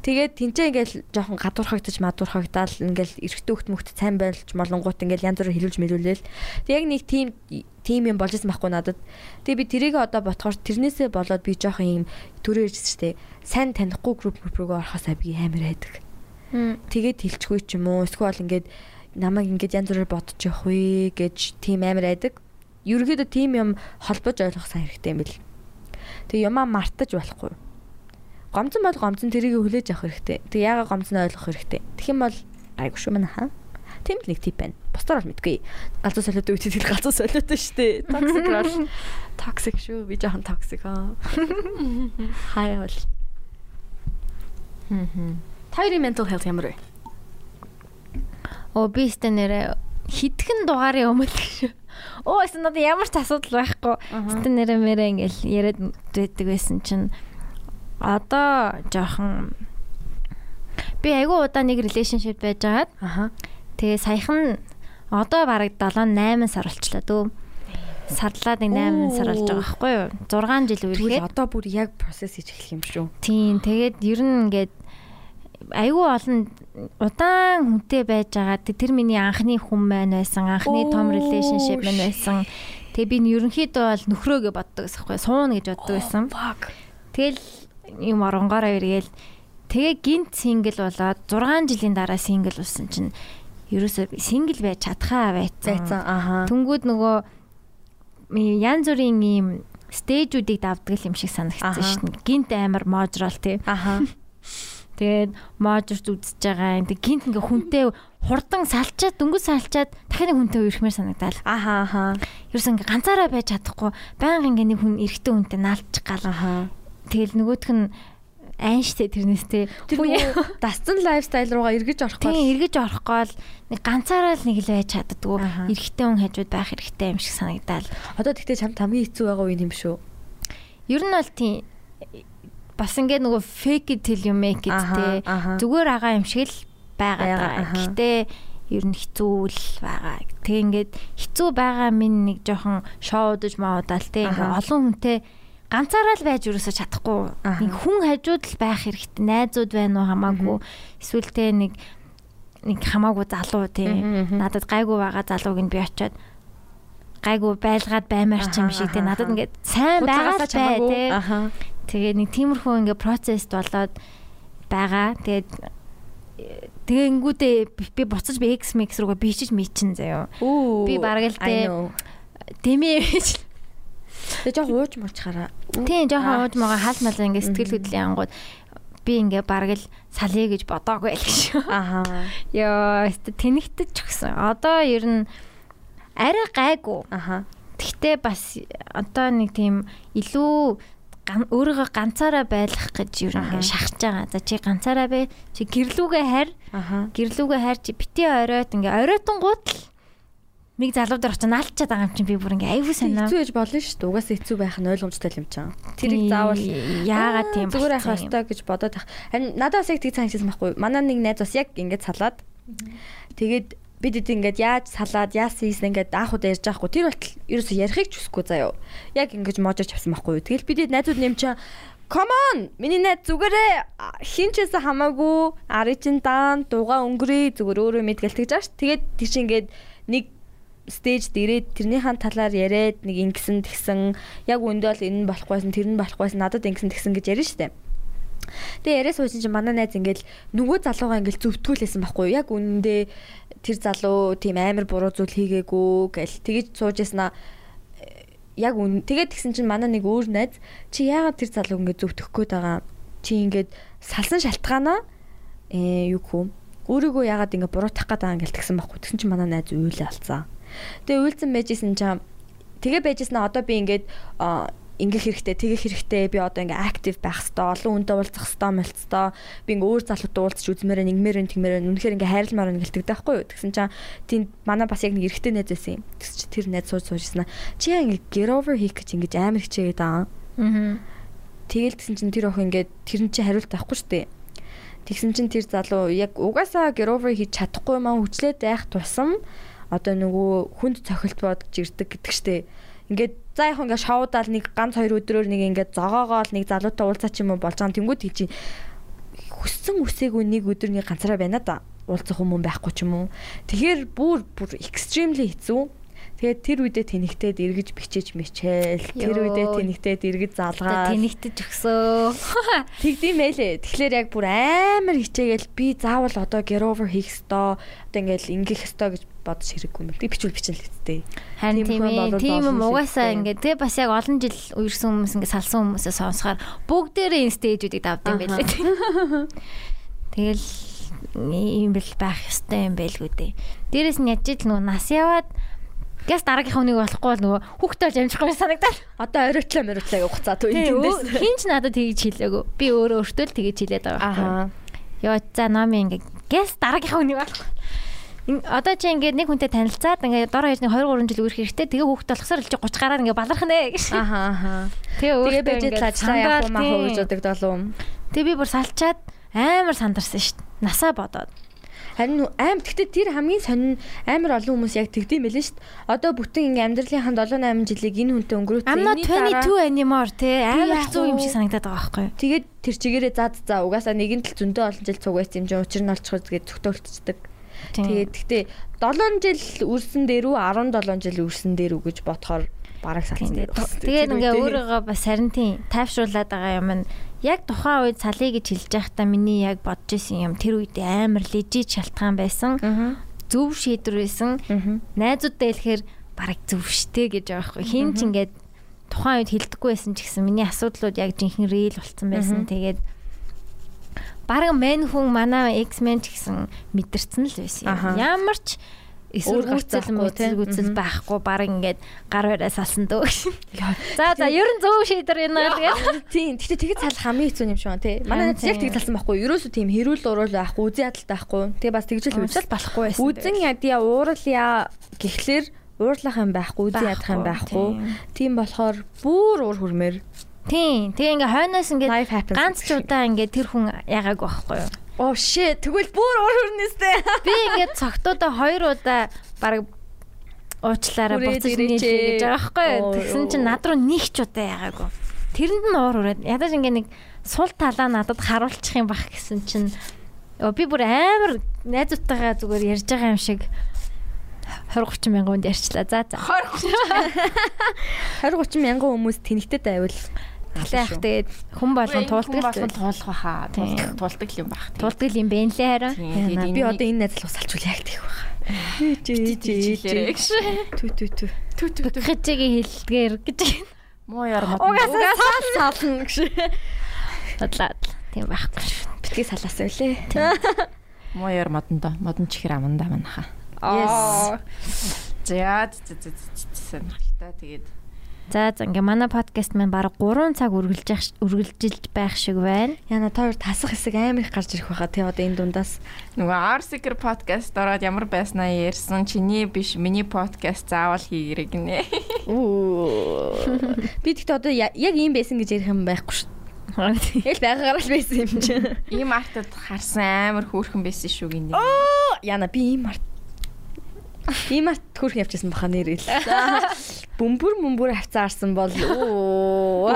[SPEAKER 4] Тэгээд тэнцээ ингээл жоохон гадуурхагдчих, мадуурхагдаал ингээл эргэтэй хөхт мөхт цайн байлж молонгууд ингээл янз бүрээр хилүүлж мэлүүлээл. Тэг яг нэг тим тим юм болж ирсэн байхгүй надад. Тэгээ би тэрийг одоо ботхоор тэрнээсээ болоод би жоохон юм төрөө ирж штэ. Сайн танихгүй групп групп рүүгээ орохосоо би амар байдаг. Тэгээд хэлчихгүй ч юм уу. Эсвэл ингээд намайг ингээд янз бүрээр бодож явах вэ гэж тим амар байдаг. Ерөнхийдөө тим юм холбож ойлгох сайн хэрэгтэй юм бэл. Тэг юмаа мартаж болохгүй. Гомцон бол гомцон тэрийг хүлээж авах хэрэгтэй. Тэг яага гомцон ойлгох хэрэгтэй. Тэгэх юм бол айгу шүү мэн хаа. Тийм л нэг тип байна. Бусдаар бол мэдгүй. Галзуу солиод үйтээд хэл галзуу солиод нь шүү дээ. Toxic crush. Toxic шүү. Би жоохон toxic аа. Хаяа бол. Тайри mental health ямар вэ?
[SPEAKER 1] Оо би өстө нэрэ хитгэн дугаарыг өмнө шүү. Оо эсвэл надад ямар ч асуудал байхгүй. Өстө нэрэ мэрэ ингээл яриад байдаг байсан чинь одоо жоохон би айгүй удаа нэг relationship байж байгаад
[SPEAKER 4] Аха.
[SPEAKER 1] Тэгээ саяхан одоо бараг 7 8 сар болчлаа дөө. Сарлаад 8 сар болж байгаа байхгүй юу? 6 жил
[SPEAKER 4] Тэгвэл
[SPEAKER 1] үргэлээ.
[SPEAKER 4] одоо бүр яг process хийж эхлэх юм шүү.
[SPEAKER 1] Тийм. Тэгээд ер нь ингээд айгүй олон удаан хүнтэй байж байгаа. Тэ- Тэр миний анхны хүн маань байсан. Анхны том relationship маань байсан. Тэгээ би нь ерөнхийдөө бол нөхрөөгээ боддог гэсэн байхгүй юу? Сууна гэж боддог байсан.
[SPEAKER 4] Fuck.
[SPEAKER 1] Тэгэл юм оронгороо эргээл тэгээ гинт сингл болоод 6 жилийн дараа сингл болсон чинь ерөөсөө сингл байж чадхаа
[SPEAKER 4] Зайцсан
[SPEAKER 1] байцсан.
[SPEAKER 4] аха.
[SPEAKER 1] Түнгүүд нөгөө м, янз бүрийн ийм стейжүүдийг давдаг юм шиг санагдсан
[SPEAKER 4] Аха.
[SPEAKER 1] шин. Гинт амар можрол тий.
[SPEAKER 4] Аха.
[SPEAKER 1] Тэгээд можрж үзэж байгаа. Тэг гинт ингээ хүнтэй хурдан салчаад дөнгөж салчаад дахин нэг хүнтэй өрхмээр санагдал.
[SPEAKER 4] Аха аха.
[SPEAKER 1] Ерөөс ингээ ганцаараа байж чадахгүй баян ингээ нэг хүн эргэтэй хүнтэй наалдчих гал.
[SPEAKER 4] Аха.
[SPEAKER 1] Тэгэл нөгөөх нь айнштэй тэрнээс те.
[SPEAKER 4] Тэр нөгөө дасцсан lifestyle руугаа эргэж орох
[SPEAKER 1] Тийм
[SPEAKER 4] бол
[SPEAKER 1] эргэж орох гол нэг ганцаараа л нэг л байж чаддгүй.
[SPEAKER 4] Аха.
[SPEAKER 1] Эрэгтэй хүн хажууд байх хэрэгтэй юм шиг санагдал.
[SPEAKER 4] одоо тэгтээ чамд хамгийн хэцүү байгаа үе юм шүү.
[SPEAKER 1] Ер нь бол тийм бас ингээд нөгөө fake it till you make it
[SPEAKER 4] Аха,
[SPEAKER 1] те.
[SPEAKER 4] аха.
[SPEAKER 1] Зүгээр агаа юм шиг л
[SPEAKER 4] Байгаа,
[SPEAKER 1] байгаа даа.
[SPEAKER 4] аха.
[SPEAKER 1] Гэхдээ ер нь хэцүү л байгаа. Тэг ингээд хэцүү байгаа минь нэг жоохон шоудж маудаал те. Ингээ
[SPEAKER 4] Аха.
[SPEAKER 1] олон хүнтэй ганцаараа л байж юусоо чадахгүй.
[SPEAKER 4] Аха.
[SPEAKER 1] Нэг хүн хажууд л байх хэрэгтэй. Найзууд байна уу хамаагүй. Эсвэл те нэг нэг хамаагүй залуу тий.
[SPEAKER 4] Мгм, мгм.
[SPEAKER 1] Надад гайгүй байгаа залууг нь би очиод гайгүй байлгаад баймаар ч юм шиг тий надад ингээд сайн байгаа л бай тий
[SPEAKER 4] Аха.
[SPEAKER 1] тэгээ нэг тиймэрхүү ингээд процесс болоод байгаа тэгээд э, тэгэнгүүтээ би- би буцаж би X Mix руугаа бичиж мичин заяа
[SPEAKER 4] Үу.
[SPEAKER 1] Би бараг л дээ.
[SPEAKER 4] I know.
[SPEAKER 1] Дэмий биш
[SPEAKER 4] Тэ жоо хууч мууч хараа.
[SPEAKER 1] Тийм жоохон ууж байгаа хаал мал ингээ сэтгэл хөдлөлийн ангууд би ингээ бараг л салъя гэж бодоогүй л шүү.
[SPEAKER 4] Аха.
[SPEAKER 1] Йоо, тэ- тэнэгтэж өгсөн. Одоо ер нь арай гайгүй.
[SPEAKER 4] Аха.
[SPEAKER 1] Тэгтээ бас одоо нэг тийм илүү ган- өөрийгөө ганцаараа байлгах гэж ер нь ингээ шахаж байгаа. За чи ганцаараа бай. Чи гэрлүүгээ харь.
[SPEAKER 4] Аха.
[SPEAKER 1] гэрлүүгээ хайрч бити оройт ингээ оройтон гууд л миг залуу дээр очиж наалчаад байгаа юм чинь би бүр ингээ айгүй санаа.
[SPEAKER 4] Хэцүү ээж болно шүү дээ. Угаасаа хэцүү байх нь ойлгомжтой юм чам. Тэрийг
[SPEAKER 1] Тий,
[SPEAKER 4] заавал
[SPEAKER 1] яагаад тийм
[SPEAKER 4] зүгээр
[SPEAKER 1] болсон
[SPEAKER 4] яхах
[SPEAKER 1] юм?
[SPEAKER 4] ёстой гэж бодоод байх. Харин надаас яг тийг цаанчсан байхгүй. Манай нэг найз бас яг ингэж салаад тэгээд бид эд ингээд яаж салаад яасан ийсэн ингээд аах удаа ярьж байхгүй. Тэр болтол ерөөсө ярихыг ч хүсэхгүй заяо. Яг ингэж можож авсан байхгүй. Тэгэл бид эд найзууд нэмчээ Come on! Миний найз зүгээрээ а, хин ч гэсэн хамаагүй ари чин даан дуга өнгөрөө зүгээр өөрөө мэдгэлтэж байгаа ш. Тэгээд тийш ингээд нэг стейж дээрээд тэрнийхэн талаар яриад нэг ингэсэн тэгсэн яг өндөө л энэ нь болохгүйсэн тэр нь болохгүйсэн надад ингэсэн тэгсэн гэж ярина штэ. Тэгээ яриа суусан чинь манай найз ингээл нөгөө залуугаа ингээл зөвтгүүлсэн байхгүй юу? яг үнэндээ тэр залуу тийм амар буруу зүйл хийгээгүй гэл тэгэж сууж яснаа яг үн тэгээд тэгсэн чинь манай нэг өөр найз чи яагаад тэр залууг ингэ зөвтгөх гээд байгаа чи ингээд салсан шалтгаанаа э юу хөө өөрийгөө яагаад ингэ буруутгах гээд байгаа ингээл тэгсэн байхгүй тэгсэн чинь манай найз уйлаа алцсан тэгээд уйлсан байжсэн чинь тэгээ байжсэн аа одоо би ингээд а, ингээх хэрэгтэй тэгэх хэрэгтэй би одоо ингээ актив байх хэрэгтэй олон хүнтэй уулзах хэрэгтэй мэлцтэй би ингээ өөр залуутай уулзч үзмээр нэгмээр энэ тэгмээр энэ үнэхээр ингээ хайрлмаар нь гэлдэг байхгүй юу тэгсэн чинь тэнд манай бас яг нэг эрэгтэй найз байсан юм тэгсэн чи тэр найз сууж суужсна чи яа ингээ get over хийх гэж ингээ амар хичээгээд аа
[SPEAKER 1] Аа.
[SPEAKER 4] тэгэл тэгсэн чинь тэр охин ингээ тэр нь чи хариулт авахгүй шүү дээ тэгсэн чинь тэр залуу яг угаасаа get over хийж чадахгүй маань хүчлээд байх тусам одоо нөгөө хүнд цохилт бодож ирдэг гэдэг штеп ингээд за яг ингээ шоудаал нэг ганц хоёр өдрөөр нэг ингээ зогоогоол нэг залуутай уулзаач юм уу болж байгаа юм тэнгууд хэл чинь хүссэн үсээгүй нэг өдрний ганцаараа байна да уулзах хүмүүс байхгүй ч юм уу тэгэхээр бүр бүр extremely хэцүү тэгээд тэр үедээ тэнэгтээд эргэж бичиж мичээл тэр
[SPEAKER 1] Йоо.
[SPEAKER 4] үедээ тэнэгтээд эргэж залгаа
[SPEAKER 1] Тэнэгтэж өгсөө.
[SPEAKER 4] Тэгдэм байлээ. Тэгэхээр яг бүр амар хичээгээл би заавал одоо get over хийх ёстой. Одоо ингээл ингээх ёстой гэж бодож хэрэггүй юм. Тэг бичвэл бичэн л хэвчтэй.
[SPEAKER 1] Харин
[SPEAKER 4] Тийм
[SPEAKER 1] тийм
[SPEAKER 4] хүн
[SPEAKER 1] ээ.
[SPEAKER 4] болвол
[SPEAKER 1] Тийм
[SPEAKER 4] болно
[SPEAKER 1] юм
[SPEAKER 4] шүү
[SPEAKER 1] угаасаа
[SPEAKER 4] дээ.
[SPEAKER 1] ингээд тэгээ бас яг олон жил үерсэн хүмүүс ингээд салсан хүмүүсээ сонсохоор бүгдээрээ энэ стейжүүдийг давдсан байлээ. Тэгэл юм бэл байх ёстой юм байлгүй дээ. Дээрээс нь яж ил нөгөө нас яваад гэс дараагийнхаа хүнийг болохгүй бол нөгөө хүүхдээ олж амжихгүй юм санагдал.
[SPEAKER 4] Одоо оройтла мөрөтлөө явах цаа туу эндээс.
[SPEAKER 1] хинч надад тэгж хэлээгүй. Би өөрөө өөртөө л тэгж хэлээд байгаа. байхгүй юу?
[SPEAKER 4] Аха.
[SPEAKER 1] Йоо за номи ингээ гэс дараагийнхаа хүнийг болох. Ин- Одоо чи ингээд нэг хүнтэй танилцаад ингээ дор хаяж нэг 2 3 жил үрэх хэрэгтэй. Тэгээ хүүхд толгосоор л чи 30 гараар ингээ баларх нэ гэж.
[SPEAKER 4] Аха аха.
[SPEAKER 1] Тэгээ
[SPEAKER 4] Тэгээ
[SPEAKER 1] өөртөө
[SPEAKER 4] байж
[SPEAKER 1] ингээд
[SPEAKER 4] л ажиллаа
[SPEAKER 1] сандал,
[SPEAKER 4] явах юм ахаа
[SPEAKER 1] тийм.
[SPEAKER 4] гэж бодогдол юм.
[SPEAKER 1] Тэгээ би бүр салчаад амар сандарсан шít. Насаа бодоод.
[SPEAKER 4] Харин нү- аим гэхдээ тэр хамгийн сонин амар олон хүмүүс яг тэгдэм байлээ шүү дээ. Одоо бүтэн ингээм амьдралын ханд 7 8 жилийг энэ хүнтэй өнгөрөөсөн.
[SPEAKER 1] Амна 22 anymore те амар
[SPEAKER 4] яг
[SPEAKER 1] хэцүү юм
[SPEAKER 4] уу.
[SPEAKER 1] шиг санагдаад байгаа байхгүй юу?
[SPEAKER 4] Тэгээд тэр чигээрээ зад за угаасаа нэгэн тал зөндөө олон жил цугаас юм чинь учир нь олчихгүй тэгээд зүгтөлтцдэг.
[SPEAKER 1] Тийм.
[SPEAKER 4] Тэгээд гэхдээ 7 жил үрсэн дээрүү 17 жил үрсэн дээрүү гэж бодохоор бараг салсан дээр.
[SPEAKER 1] Тэгээд ингээ өөрийгөө бас харин тийм тайвшруулад байгаа юм нь яг тухайн үед салъя гэж хэлж байхдаа миний яг бодож исэн юм тэр үед амар лежит шалтгаан байсан. Зөв шийдвэр байсан. Найзуудтай хэлэхээр бараг зөв штэ гэж байгаа байхгүй. Хин ч ингээд тухайн үед хэлдэггүй байсан ч гэсэн миний асуудлууд яг жинхэнэ рейл болсон байсан. Тэгээд бараг мэн хүн манай X-Men ч гэсэн мэдэрсэн л байсан. юм.
[SPEAKER 4] Аха.
[SPEAKER 1] Ямар ч эсвэл
[SPEAKER 4] Өөр гарц
[SPEAKER 1] гүцэл
[SPEAKER 4] байхгүй, тий?
[SPEAKER 1] мөцөл гүцэл байхгүй бараг ингээд гар бараа салсан дөө гэж. За за ер нь зөв шийдвэр юм аа тэгээд.
[SPEAKER 4] Тийм. Гэхдээ тэгэд салах хамгийн хэцүү юм шиг байна тий. Манай
[SPEAKER 1] Харин
[SPEAKER 4] нэг яг
[SPEAKER 1] тийм.
[SPEAKER 4] тэгж салсан байхгүй. Ерөөсөө тийм хэрүүл уруул байхгүй, үзэн ядалт байхгүй. Тэгээ бас тэгжэл хөвсөл
[SPEAKER 1] болохгүй байсан.
[SPEAKER 4] Үзэн ядя уурал яа гэхлээр уурлах юм байхгүй, үзэн ядах юм байхгүй.
[SPEAKER 1] Байхгүй,
[SPEAKER 4] Тийм болохоор бүр уур хүрмээр
[SPEAKER 1] Тийм. Тэгээ ингээ хойноос ингээ
[SPEAKER 4] life happens.
[SPEAKER 1] ганц ч удаа ингээ тэр хүн ягааг байхгүй юу?
[SPEAKER 4] Oh shit. Тэгвэл бүр уур хүрнэстэй.
[SPEAKER 1] Би ингээд цогтуудаа хоёр удаа баг уучлаараа
[SPEAKER 4] Хүрээд
[SPEAKER 1] буцаж нийлээ
[SPEAKER 4] ирээч
[SPEAKER 1] гэж
[SPEAKER 4] ээ.
[SPEAKER 1] байгаа байхгүй юу?
[SPEAKER 4] Ой,
[SPEAKER 1] Тэгсэн чинь
[SPEAKER 4] ой.
[SPEAKER 1] над руу нэг ч удаа яагаагүй. Тэрэнд нь уур ураад ядаж ингээд нэг сул талаа надад харуулчих юм бах гэсэн чинь өө, би бүр амар найзуудтайгаа зүгээр ярьж байгаа юм шиг 20 30 мянган хүнд ярьчлаа. За за.
[SPEAKER 4] 20 30 мянган хүмүүс тэнэгтэд байвал
[SPEAKER 1] Тэлээх тэгээд хүн болгон
[SPEAKER 11] хүн
[SPEAKER 1] туулдаг л
[SPEAKER 11] болгон туулах баха.
[SPEAKER 1] Тийм.
[SPEAKER 11] Туулдаг туулдаг л юм бах. тийм.
[SPEAKER 1] туулдаг юм бэ нэлээ хараа.
[SPEAKER 11] Тийм,
[SPEAKER 4] яана,
[SPEAKER 11] тэгээд
[SPEAKER 4] би
[SPEAKER 11] энэ-
[SPEAKER 4] одоо энэ найзлыг салчвал яг тийх байх.
[SPEAKER 11] хичээлээрэй гэж.
[SPEAKER 4] Түү түү түү.
[SPEAKER 1] Бэхэжигийн хилдгээр гэж
[SPEAKER 11] Муу ярмад.
[SPEAKER 4] Угасаа сал сална гэж.
[SPEAKER 1] бодлаад тийм байхгүй шүү.
[SPEAKER 4] Битгий салаасаа үлээ.
[SPEAKER 11] Муу ярмад энэ доо. Модон чихэр аманда манаха.
[SPEAKER 4] Yes.
[SPEAKER 11] За за за сонирхолтой. Тэгээд
[SPEAKER 1] За за ингээ манай подкаст маань баг 3 цаг үргэлж явах- үргэлжилж байх шиг байна.
[SPEAKER 4] Яна та хоёр тасах хэсэг амар их гарч ирэх байхаа тий одоо энэ дундаас
[SPEAKER 11] нөгөө Arsicker podcast ороод ямар байснаа ярьсан. Чиний биш миний podcast заавал хийгэрэй гинэ.
[SPEAKER 4] би тэгтээ одоо я- яг ийм байсан гэж ярих юм байхгүй шүү. Яг л байгаагаараа л байсан юм чи.
[SPEAKER 11] Ийм артад харсан амар хөөрхөн байсан шүү гинэ.
[SPEAKER 4] Яна би ийм март ийм март хөрх явчихсан баха нэрэл. За, Бөмбөр мөмбөр авцаарсан бол оо.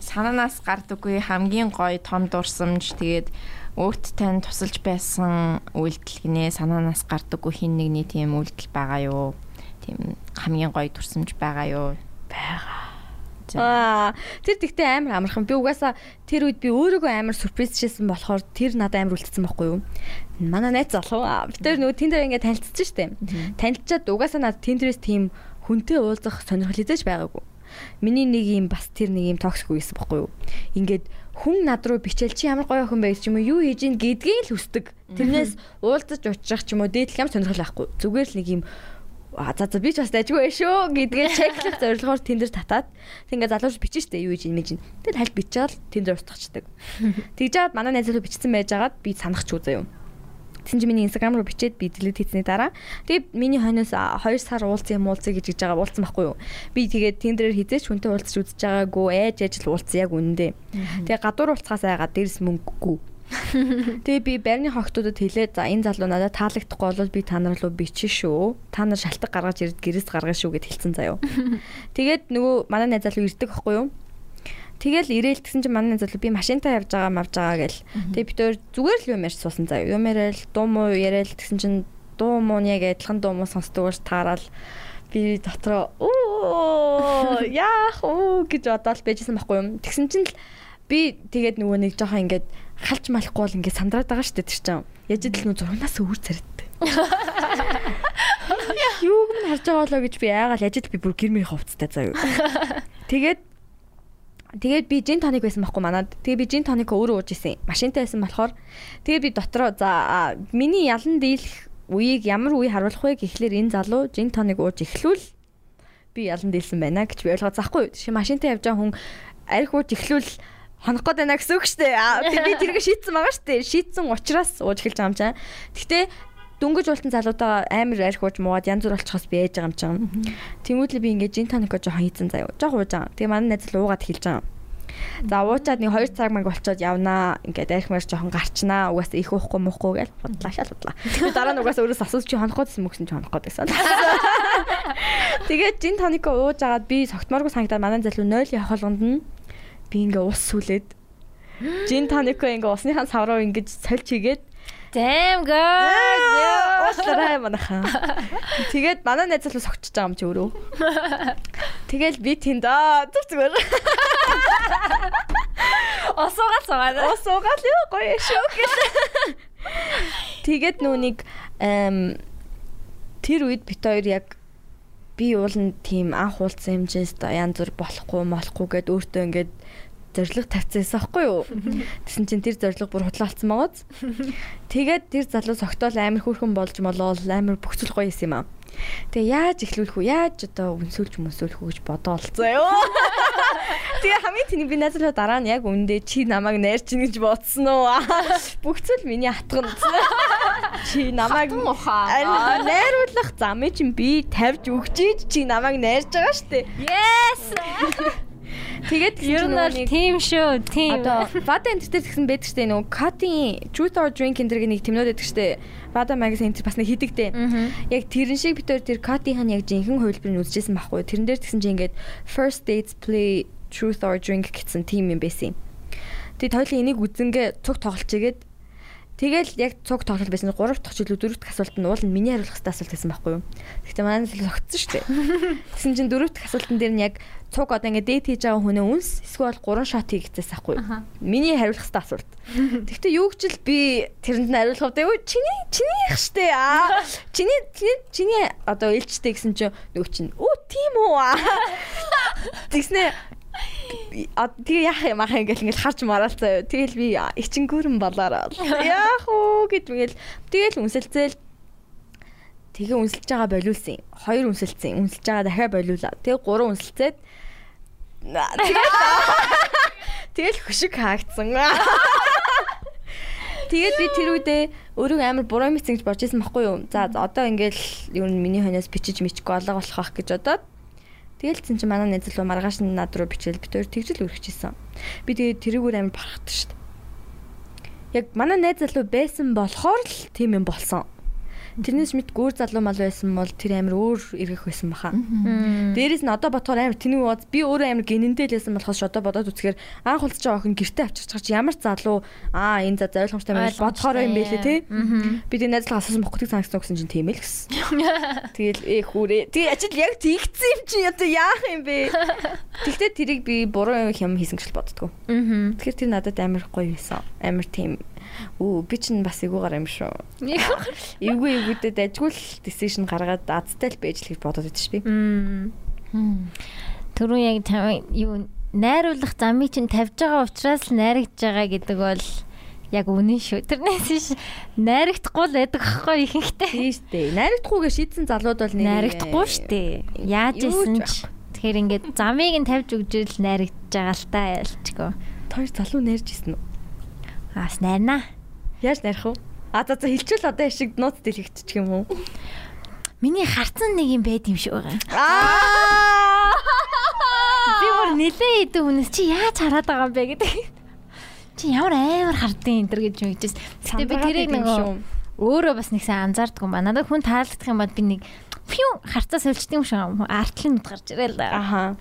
[SPEAKER 11] санаанаас гардаггүй хамгийн гоё том дурсамж тэгээд өөрт тань тусалж байсан үйлдэл гинэ санаанаас гардаггүй хин нэгний тийм үйлдэл байгаа юу тийм хамгийн гоё дурсамж байгаа юу
[SPEAKER 4] Аа, тэр тэгтээ амар амархан. Би угаасаа тэр үед би өөрийгөө амар сюрпризчсэн болохоор тэр надад амар үлдсэн байхгүй юу? Манай найз залуу. аа, Би тэр нөгөө тэнд ингээ танилцсан штеп. Танилцчаад угаасаа надад тэндрээс тийм хүнтэй уулзах сонирхол эзэж байгаагүй. Миний нэг юм бас тэр нэг юм токсик үйсэн байхгүй юу? Ингээд хүн над руу бичээл чи ямар гоё охин байг ч юм уу юу хийж ийн гэдгийг л хүсдэг. Тэрнээс уулзаж уулзах ч юм уу дээдлэх юм сонирхол байхгүй. Зүгээр л нэг юм А за за би ч бас дайггүй шүү гэдгээ чеклэх зорилгоор тэндэр татаад тэгээ залууш бичэн штэ юу гэж имэж ин. Тэгэл хальт бичээл тэндэр устгачдаг. Тэгж жаад манай найз руу бичсэн байжгаад би санах ч үзээ юм. Тэгсэн чи миний инстаграм руу бичээд би дэлгэт хийсний дараа тэгээ миний хойноос 2 сар уулзсан юм уулзъя гэж гэж байгаа уулзсан байхгүй юу. Би тэгээд тэндэрээр хизээч хүнтэй уулзч үзэж байгаагүй ээж ажил уулзсан яг үнэндээ. Тэгээ гадуур уулзахаас айгаад дэрс мөнгөгүй. Тэгээ би барьны хогтуудад хэлээ. За энэ залуу надад таалагдахгүй бол би та нар руу бичэн шүү. Та нар шалтгаан гаргаж ирээд гэрээс гаргана шүү гэд хэлсэн заяо. Тэгээд нөгөө манай найз залуу ирдэг байхгүй юу? Тэгэл ирээл гэсэн чинь манай найз залуу би машинтаа явж байгаа мавж байгаа гэл. Тэгээ бид өөр зүгээр л юм ярьж суусан заяо. Юм яриад дуу муу яриад гэсэн чинь дуу муу нь яг адилхан дуу муу сонсдог ууш таарал би дотроо оо яах уу гэж бодоод байжсэн байхгүй юм. Тэгсэн чинь л би тэгээд нөгөө нэг жоохон ингээд халж малахгүй бол ингээд сандраад байгаа шүү дээ тэр чинь. Яаж идэл нүү зурнаас өөр цариттай. Юуг минь харж байгаа болоо гэж би айгаал яж идэл би бүр гэрмийн ховцтой заяа. Тэгээд Тэгээд би жин тоник байсан байхгүй манад. Тэгээд би жин тоник өөрөө ууж исэн. Машинтай байсан болохоор тэгээд би дотроо за а, миний ялан дийлэх үеийг ямар үе харуулах вэ гэхлээр энэ залуу жин тоник ууж эхлүүл би ялан дийлсэн байна гэж би ойлгоо. Захгүй юу? Жишээ машинтай явж байгаа хүн арх ууж эхлүүл хонох гээд байна гэсэн үг шүү дээ. Аа, Би би тэрийг шийтсэн байгаа шүү дээ. Шийтсэн учраас ууж эхэлж байгаа юм чам. Гэхдээ дөнгөж уултан залуутаа амар арх ууж муугаад янз бүр олчихоос би ээж байгаа юм чам. Тэнгүүтлээ би ингээд жин тоник жоохон хийцэн заяа. Жоохон ууж байгаа. Тэгээ манай найз л уугаад эхэлж байгаа. За уучаад нэг 2 цаг маяг болцоод явнаа. Ингээд архимаар жоохон гарчнаа. Угаас их уухгүй муухгүй гээл бодлаа шал бодлаа. Би дараа нь угаас өөрөөс асууж чи хонох гэсэн мөксөн чи хонох гэсэн. Тэгээд жин тоник ууж агаад би согтмооргүй санагдаад манай залуу 0 явах болгонд нь би ингээ ус сүлээд жин тоник ингээ усныхаа савруу ингэж сольж игээд
[SPEAKER 1] Damn girl.
[SPEAKER 4] ууслараа манахаа. Тэгээд манай найз залуу согтж байгаа юм чи өөрөө. Тэгэл би тэнд аа зүг зүгээр.
[SPEAKER 1] Осуугаал суугаа.
[SPEAKER 4] Ус уугаал юу гоё шүү гэж. Тэгээд нүуник эм тэр үед бит хоёр яг би уулын тийм анх уулзсан хэмжээс да янз бүр болохгүй молохгүй гэд өөртөө ингээд зориг тавьчихсан байхгүй юу? Тэсэн чинь тэр зориг бүр хутлаалцсан байгааз. Тэгээд тэр залуу согтоол амар хөөрхөн болж молоо амар бөхцөл гоё юм аа. Тэгээ яаж эхлүүлэх үү? Яаж одоо үнсүүлж мөсөөлөх үү гэж бодоолцоо ёо. Тэгээ хамгийн тэний би найзлаа дараа нь яг үндэ чи намайг найрч ин гэж бодсон уу? Бүгцэл миний хатганд. Чи намайг Аа, найруулах замыг чинь би тавьж өгчиж чи намайг найрж байгаа штэ.
[SPEAKER 1] Yes.
[SPEAKER 4] Тэгээд
[SPEAKER 1] Ер нь бол тийм шүү, тийм.
[SPEAKER 4] Одоо Vada Enter дээр тэгсэн байдаг штэ нөгөө Cutting Truth or Drink энэ дэргийн нэг тэмнүүд байдаг штэ. Vada magazine энэ бас нэг хийдэгтэй. Яг тэрэн шиг битээр тэр Cutting хань яг жинхэнэ хувилбарыг үзчихсэн байхгүй. Тэрэн дээр тэгсэн чинь ингээд First Dates Play Truth or Drink гэсэн тим юм байсан. Тэгээд хоёлын энийг үзэнгээ цуг тоглолч игээд Тэгэл яг цуг тоглол байсан 3 дахь жилүү 4 дахь асуулт нь уул нь миний хариулах хэсэг асуулт гэсэн байхгүй юу. Гэхдээ манай нь тогтсон шүү дээ. Тэгсэн чинь 4 дахь асуултан дээр нь яг цуг одоо ингээд дэйт хийж байгаа хүнээ үнс эсвэл 3 шат хийгдээс байхгүй юу. Миний хариулах хэсэг асуулт. Тэгтээ юу ч жил би тэрэнд нь хариулах хөдөө юу чиний чинийх шүү дээ. Аа чиний чиний- чиний одоо ээлжтэй гэсэн чинь нөгөө чинь оо тийм үү аа. Тэгснэ А тий яах юм ах ингээл ингээл харж мараал заяа. Тэгэл би ичэнгүүрэн болоороо. Яах уу гэд ингээл тэгэл үнсэлцээл тэгээ үнсэлж байгаа болиулсан. Хоёр үнсэлцэн. Үнсэлж байгаа дахиад болиулаа. Тэгээ гурван үнсэлцээд наа, тэгэл тэгэл хөшиг хаагдсан. Тэгээд би тэр үедээ өөрөө амар буруу мэт гэж бодож байсан байхгүй юу? За одоо ингээл ер нь миний хойноос бичиж мичгүй алга болох байх гэж одоо Тэгэлсэн чи манай нэзэл рүү маргааш нь над руу бичээл бид хоёр тэгжил үргэжсэн. Би тэгээд тэрүүгээр амар барахт шүү дээ. Яг манай найз залуу байсан болохоор л тийм юм болсон. Тэрнээс мэд гүр залуу мал байсан бол тэр амар өөр эргэх байсан баха. Дээрээс нь одоо бодохоор амар тэнэг ууз би өөрөө амар гинэндээ л байсан болохоос одоо бодоод үзэхээр анх уулзч байгаа охин гэртээ авчирч байгаа чи ямар залуу аа энэ за зориулгомжтой юм биш бодохоор юм байлээ те. Би тэр найзлаа асуусан бохгүй санагдсан гэсэн чинь тийм ээ л гэсэн. Тэгэл ээ хүрээ. Тэгээ ажил яг тэгсэн юм чи одоо яах юм бэ? Тэгтээ тэрийг би буруу юм хийсэн гэж л боддгоо. Аа. Тэгэхээр тэр надад амар гоё байсан. Амар тийм Оо би чинь бас эйгүү гараа юм шүү. Эйгүү эйгүүдэд ажгүй л decision гаргаад азтай л байж л гэж бодоод байдаг шүү би.
[SPEAKER 1] Түрүү яг тав- юу найруулах замыг чинь тавьж байгаа учраас л найрагж байгаа гэдэг бол яг үнэн шүү. Тэрнээс биш найрагдахгүй л байдаг аахгүй ихэнхдээ.
[SPEAKER 4] Тийм шүү дээ. Найрагдахгүйгээ шийдсэн залууд бол нэрээ-
[SPEAKER 1] Найрагдахгүй шүү дээ. Яаж
[SPEAKER 4] Юу ч
[SPEAKER 1] исэн ч. Тэгэхээр ингээд замыг нь тавьж өгжөөл найрагдж байгаа л та ялчгүй.
[SPEAKER 4] Тэр залуу найрж исэн үү?
[SPEAKER 1] Аас найрнаа.
[SPEAKER 4] Яаж найрах вэ? А за за хилчүүл одоо яшиг нууц дэлгэчих юм уу?
[SPEAKER 1] Миний харцан нэг юм байд юм шиг байгаа.
[SPEAKER 4] Аа!
[SPEAKER 1] Би бүр нилээ идэв хүнээс чи яаж хараад байгаа юм бэ гэдэг. Чи ямар амар хардын энэ төр гэж мэдчихсэн. Гэтэ би тэрийг нөгөө өөрөө бас нэгсэн анзаардгүй ба. Надад хүн таалагдах юм бол би нэг пью харцаа сольчдгийм шиг юм. артлын нүд гарч ирэл.
[SPEAKER 4] Аха.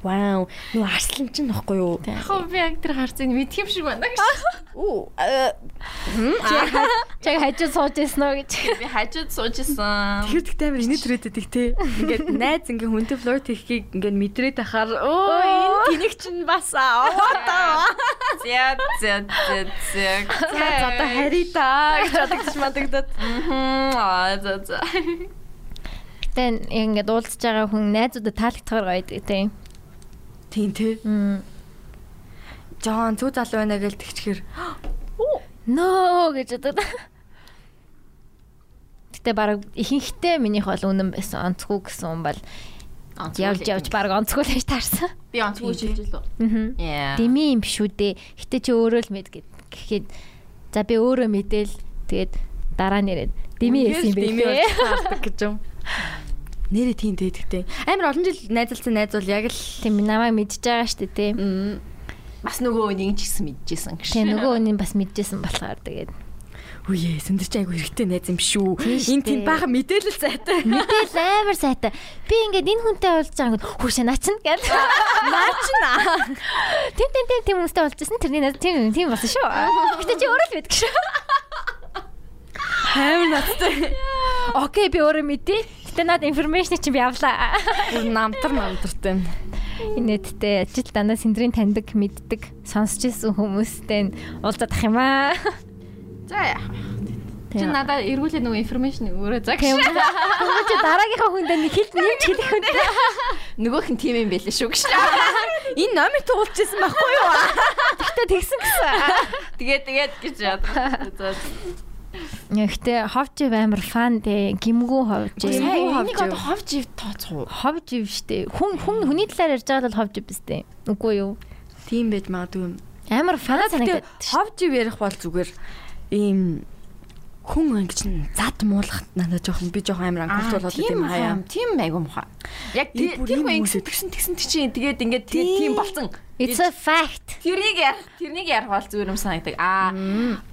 [SPEAKER 4] Вау, нүү арслан чинь баггүй юу?
[SPEAKER 3] Хөө би яг тэр харцыг мэдхийм шиг байна гэж.
[SPEAKER 4] Үу.
[SPEAKER 1] Чаг хажид сууж ирсэн үү гэж.
[SPEAKER 3] Би хажууд сууж исэн.
[SPEAKER 4] Тэр тэгтээ амар инээд түрээдэг те. Ингээд найз ингээ хүнтэй флорт хийхийг ингээд мэдрээд ахаар оо энэ тэнэг чинь бас аваа таа.
[SPEAKER 11] Зяд зяд зяд зяд.
[SPEAKER 4] За одоо хари таа гэж бодогдож мадагдаад.
[SPEAKER 11] Аа за за.
[SPEAKER 1] Тэ ингээд уулзж байгаа хүн найзуудад таалагдахаар гоё гэдэг тийм.
[SPEAKER 4] Тийм те.
[SPEAKER 1] Мм.
[SPEAKER 4] Жон зүү залуу байна гэж тэгчихэр.
[SPEAKER 1] Нөө гэж өгдөг. Гэтэ баг ихэнхдээ минийх бол үнэн байсан онцгүй гэсэн юм бол явж явж баг онцгүй л байж таарсан.
[SPEAKER 11] Би онцгүй шилжил үү?
[SPEAKER 1] Аа.
[SPEAKER 11] Яа.
[SPEAKER 1] Дэмий юм биш үү дээ. Гэтэ чи өөрөө л мэд гэд. Гэхэд за би өөрөө мэдээл тэгээд дараа нэрэд дэмий хэлсэн юм
[SPEAKER 4] Дэмий
[SPEAKER 1] бэ.
[SPEAKER 4] болчихдаг гэж юм. Нэрээ тийм те тэгтээ. Амар олон жил найзалсан найз бол яг л
[SPEAKER 1] Тийм намайг мэдчихэж байгаа штэ тий.
[SPEAKER 11] Бас нөгөө нэг ч гэсэн мэдчихсэн гэж.
[SPEAKER 1] Тэгээ нөгөө үнийн бас мэдчихсэн болохоор тэгээд
[SPEAKER 4] Үе сүндэрч айгу хэрэгтэй найз юм шүү.
[SPEAKER 1] Тийш
[SPEAKER 4] Энд тийм
[SPEAKER 1] дээ.
[SPEAKER 4] бага мэдээлэл сайтай.
[SPEAKER 1] мэдээл амар сайтай. Би ингээд энэ хүнтэй уулзж байгаа юм. Хөөш наачна гэл. Наачна. Тин тин тин тийм хүнтэй уулзсан тэрний наз тийм тийм болсон шүү. Гэтэ чи өөрөө л мэдгэж шүү.
[SPEAKER 4] Амар надтай.
[SPEAKER 1] Окей би өөрөө мэдээ. Гэтэ надад информашн чинь би авлаа.
[SPEAKER 4] Бүр намтар намтартай.
[SPEAKER 1] Инээдтэй ажил дандаа сэндрийн таньдаг мэддэг сонсч ирсэн хүмүүстэй нь уулзах юм аа.
[SPEAKER 3] За яах вэ? Чи
[SPEAKER 1] Тийм.
[SPEAKER 3] надад эргүүлээ нөгөө информашн өөрөө загш.
[SPEAKER 1] Тийм. Тэгвэл чи дараагийнхаа хүндээ нэг хэлт нэмж хэлэх хүндээ.
[SPEAKER 11] Нөгөөх нь тийм юм байлээ шүү гэж.
[SPEAKER 4] Энэ номер туулчихсан байхгүй юу?
[SPEAKER 1] Гэтэ тэгсэн гэсэн.
[SPEAKER 11] Тэгээд тэгээд гэж яд. За.
[SPEAKER 1] Гэхдээ ховж ив амар фан дээ. Гимгүү ховж ив.
[SPEAKER 11] Энийг одоо ховж ив тооцох уу?
[SPEAKER 1] Ховж ив штэ. Хүн хүн хүний талаар ярьж байгаа бол ховж ив штэ. Үгүй юу.
[SPEAKER 4] Тийм байж магадгүй юм.
[SPEAKER 1] Амар фан
[SPEAKER 4] Гэтэ
[SPEAKER 1] санагдаад штэ.
[SPEAKER 4] ховж ярих бол зүгээр ийм хүн ингэж н- зад муулах надад жоохон би жоохон амар анхаарч болоод
[SPEAKER 11] тийм
[SPEAKER 4] юм хаяа.
[SPEAKER 11] хаяа. Тийм айгу муха. Яг
[SPEAKER 4] Ий,
[SPEAKER 11] тэр
[SPEAKER 4] бүр
[SPEAKER 11] хүн
[SPEAKER 4] юм
[SPEAKER 11] ингэсэн тэгсэн тэгсэн чинь тэгээд ингээд тэгээд тийм болсон.
[SPEAKER 1] It's a fact.
[SPEAKER 11] Тэрнийг ярих, тэрнийг ярих бол зүгээр юм санагдаг. Аа,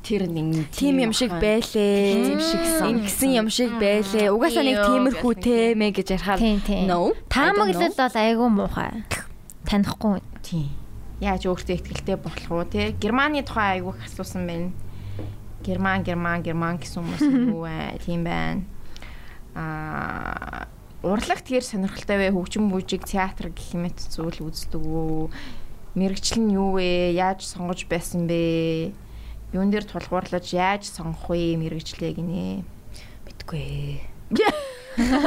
[SPEAKER 11] тэр нэг
[SPEAKER 4] Тим юм шиг байлээ.
[SPEAKER 11] Тийм шиг сан.
[SPEAKER 4] Ингэсэн юм шиг байлээ. Угаасаа нэг тиймэрхүү тэмэ гэж ярихаар.
[SPEAKER 1] Тийм тийм.
[SPEAKER 4] No.
[SPEAKER 1] Таамаглал бол айгүй муухай. Танихгүй.
[SPEAKER 11] Тийм. Яаж өөртөө ихтэй болох уу те? Германы тухай айгүйх асуусан байна. Герман, Герман, Герман гэсэн хүмүүс юу вэ? Тийм байна. Аа урлаг тэр сонирхолтой вэ? Хөгжим бүжиг, театр гэх мэт зүйл үздэг үү? Мэргэжил нь юу вэ? Яаж сонгож байсан бэ? Юун дээр тулгуурлаж яаж сонгох вэ мэргэжлээ гинэ?
[SPEAKER 4] Мэдгүй.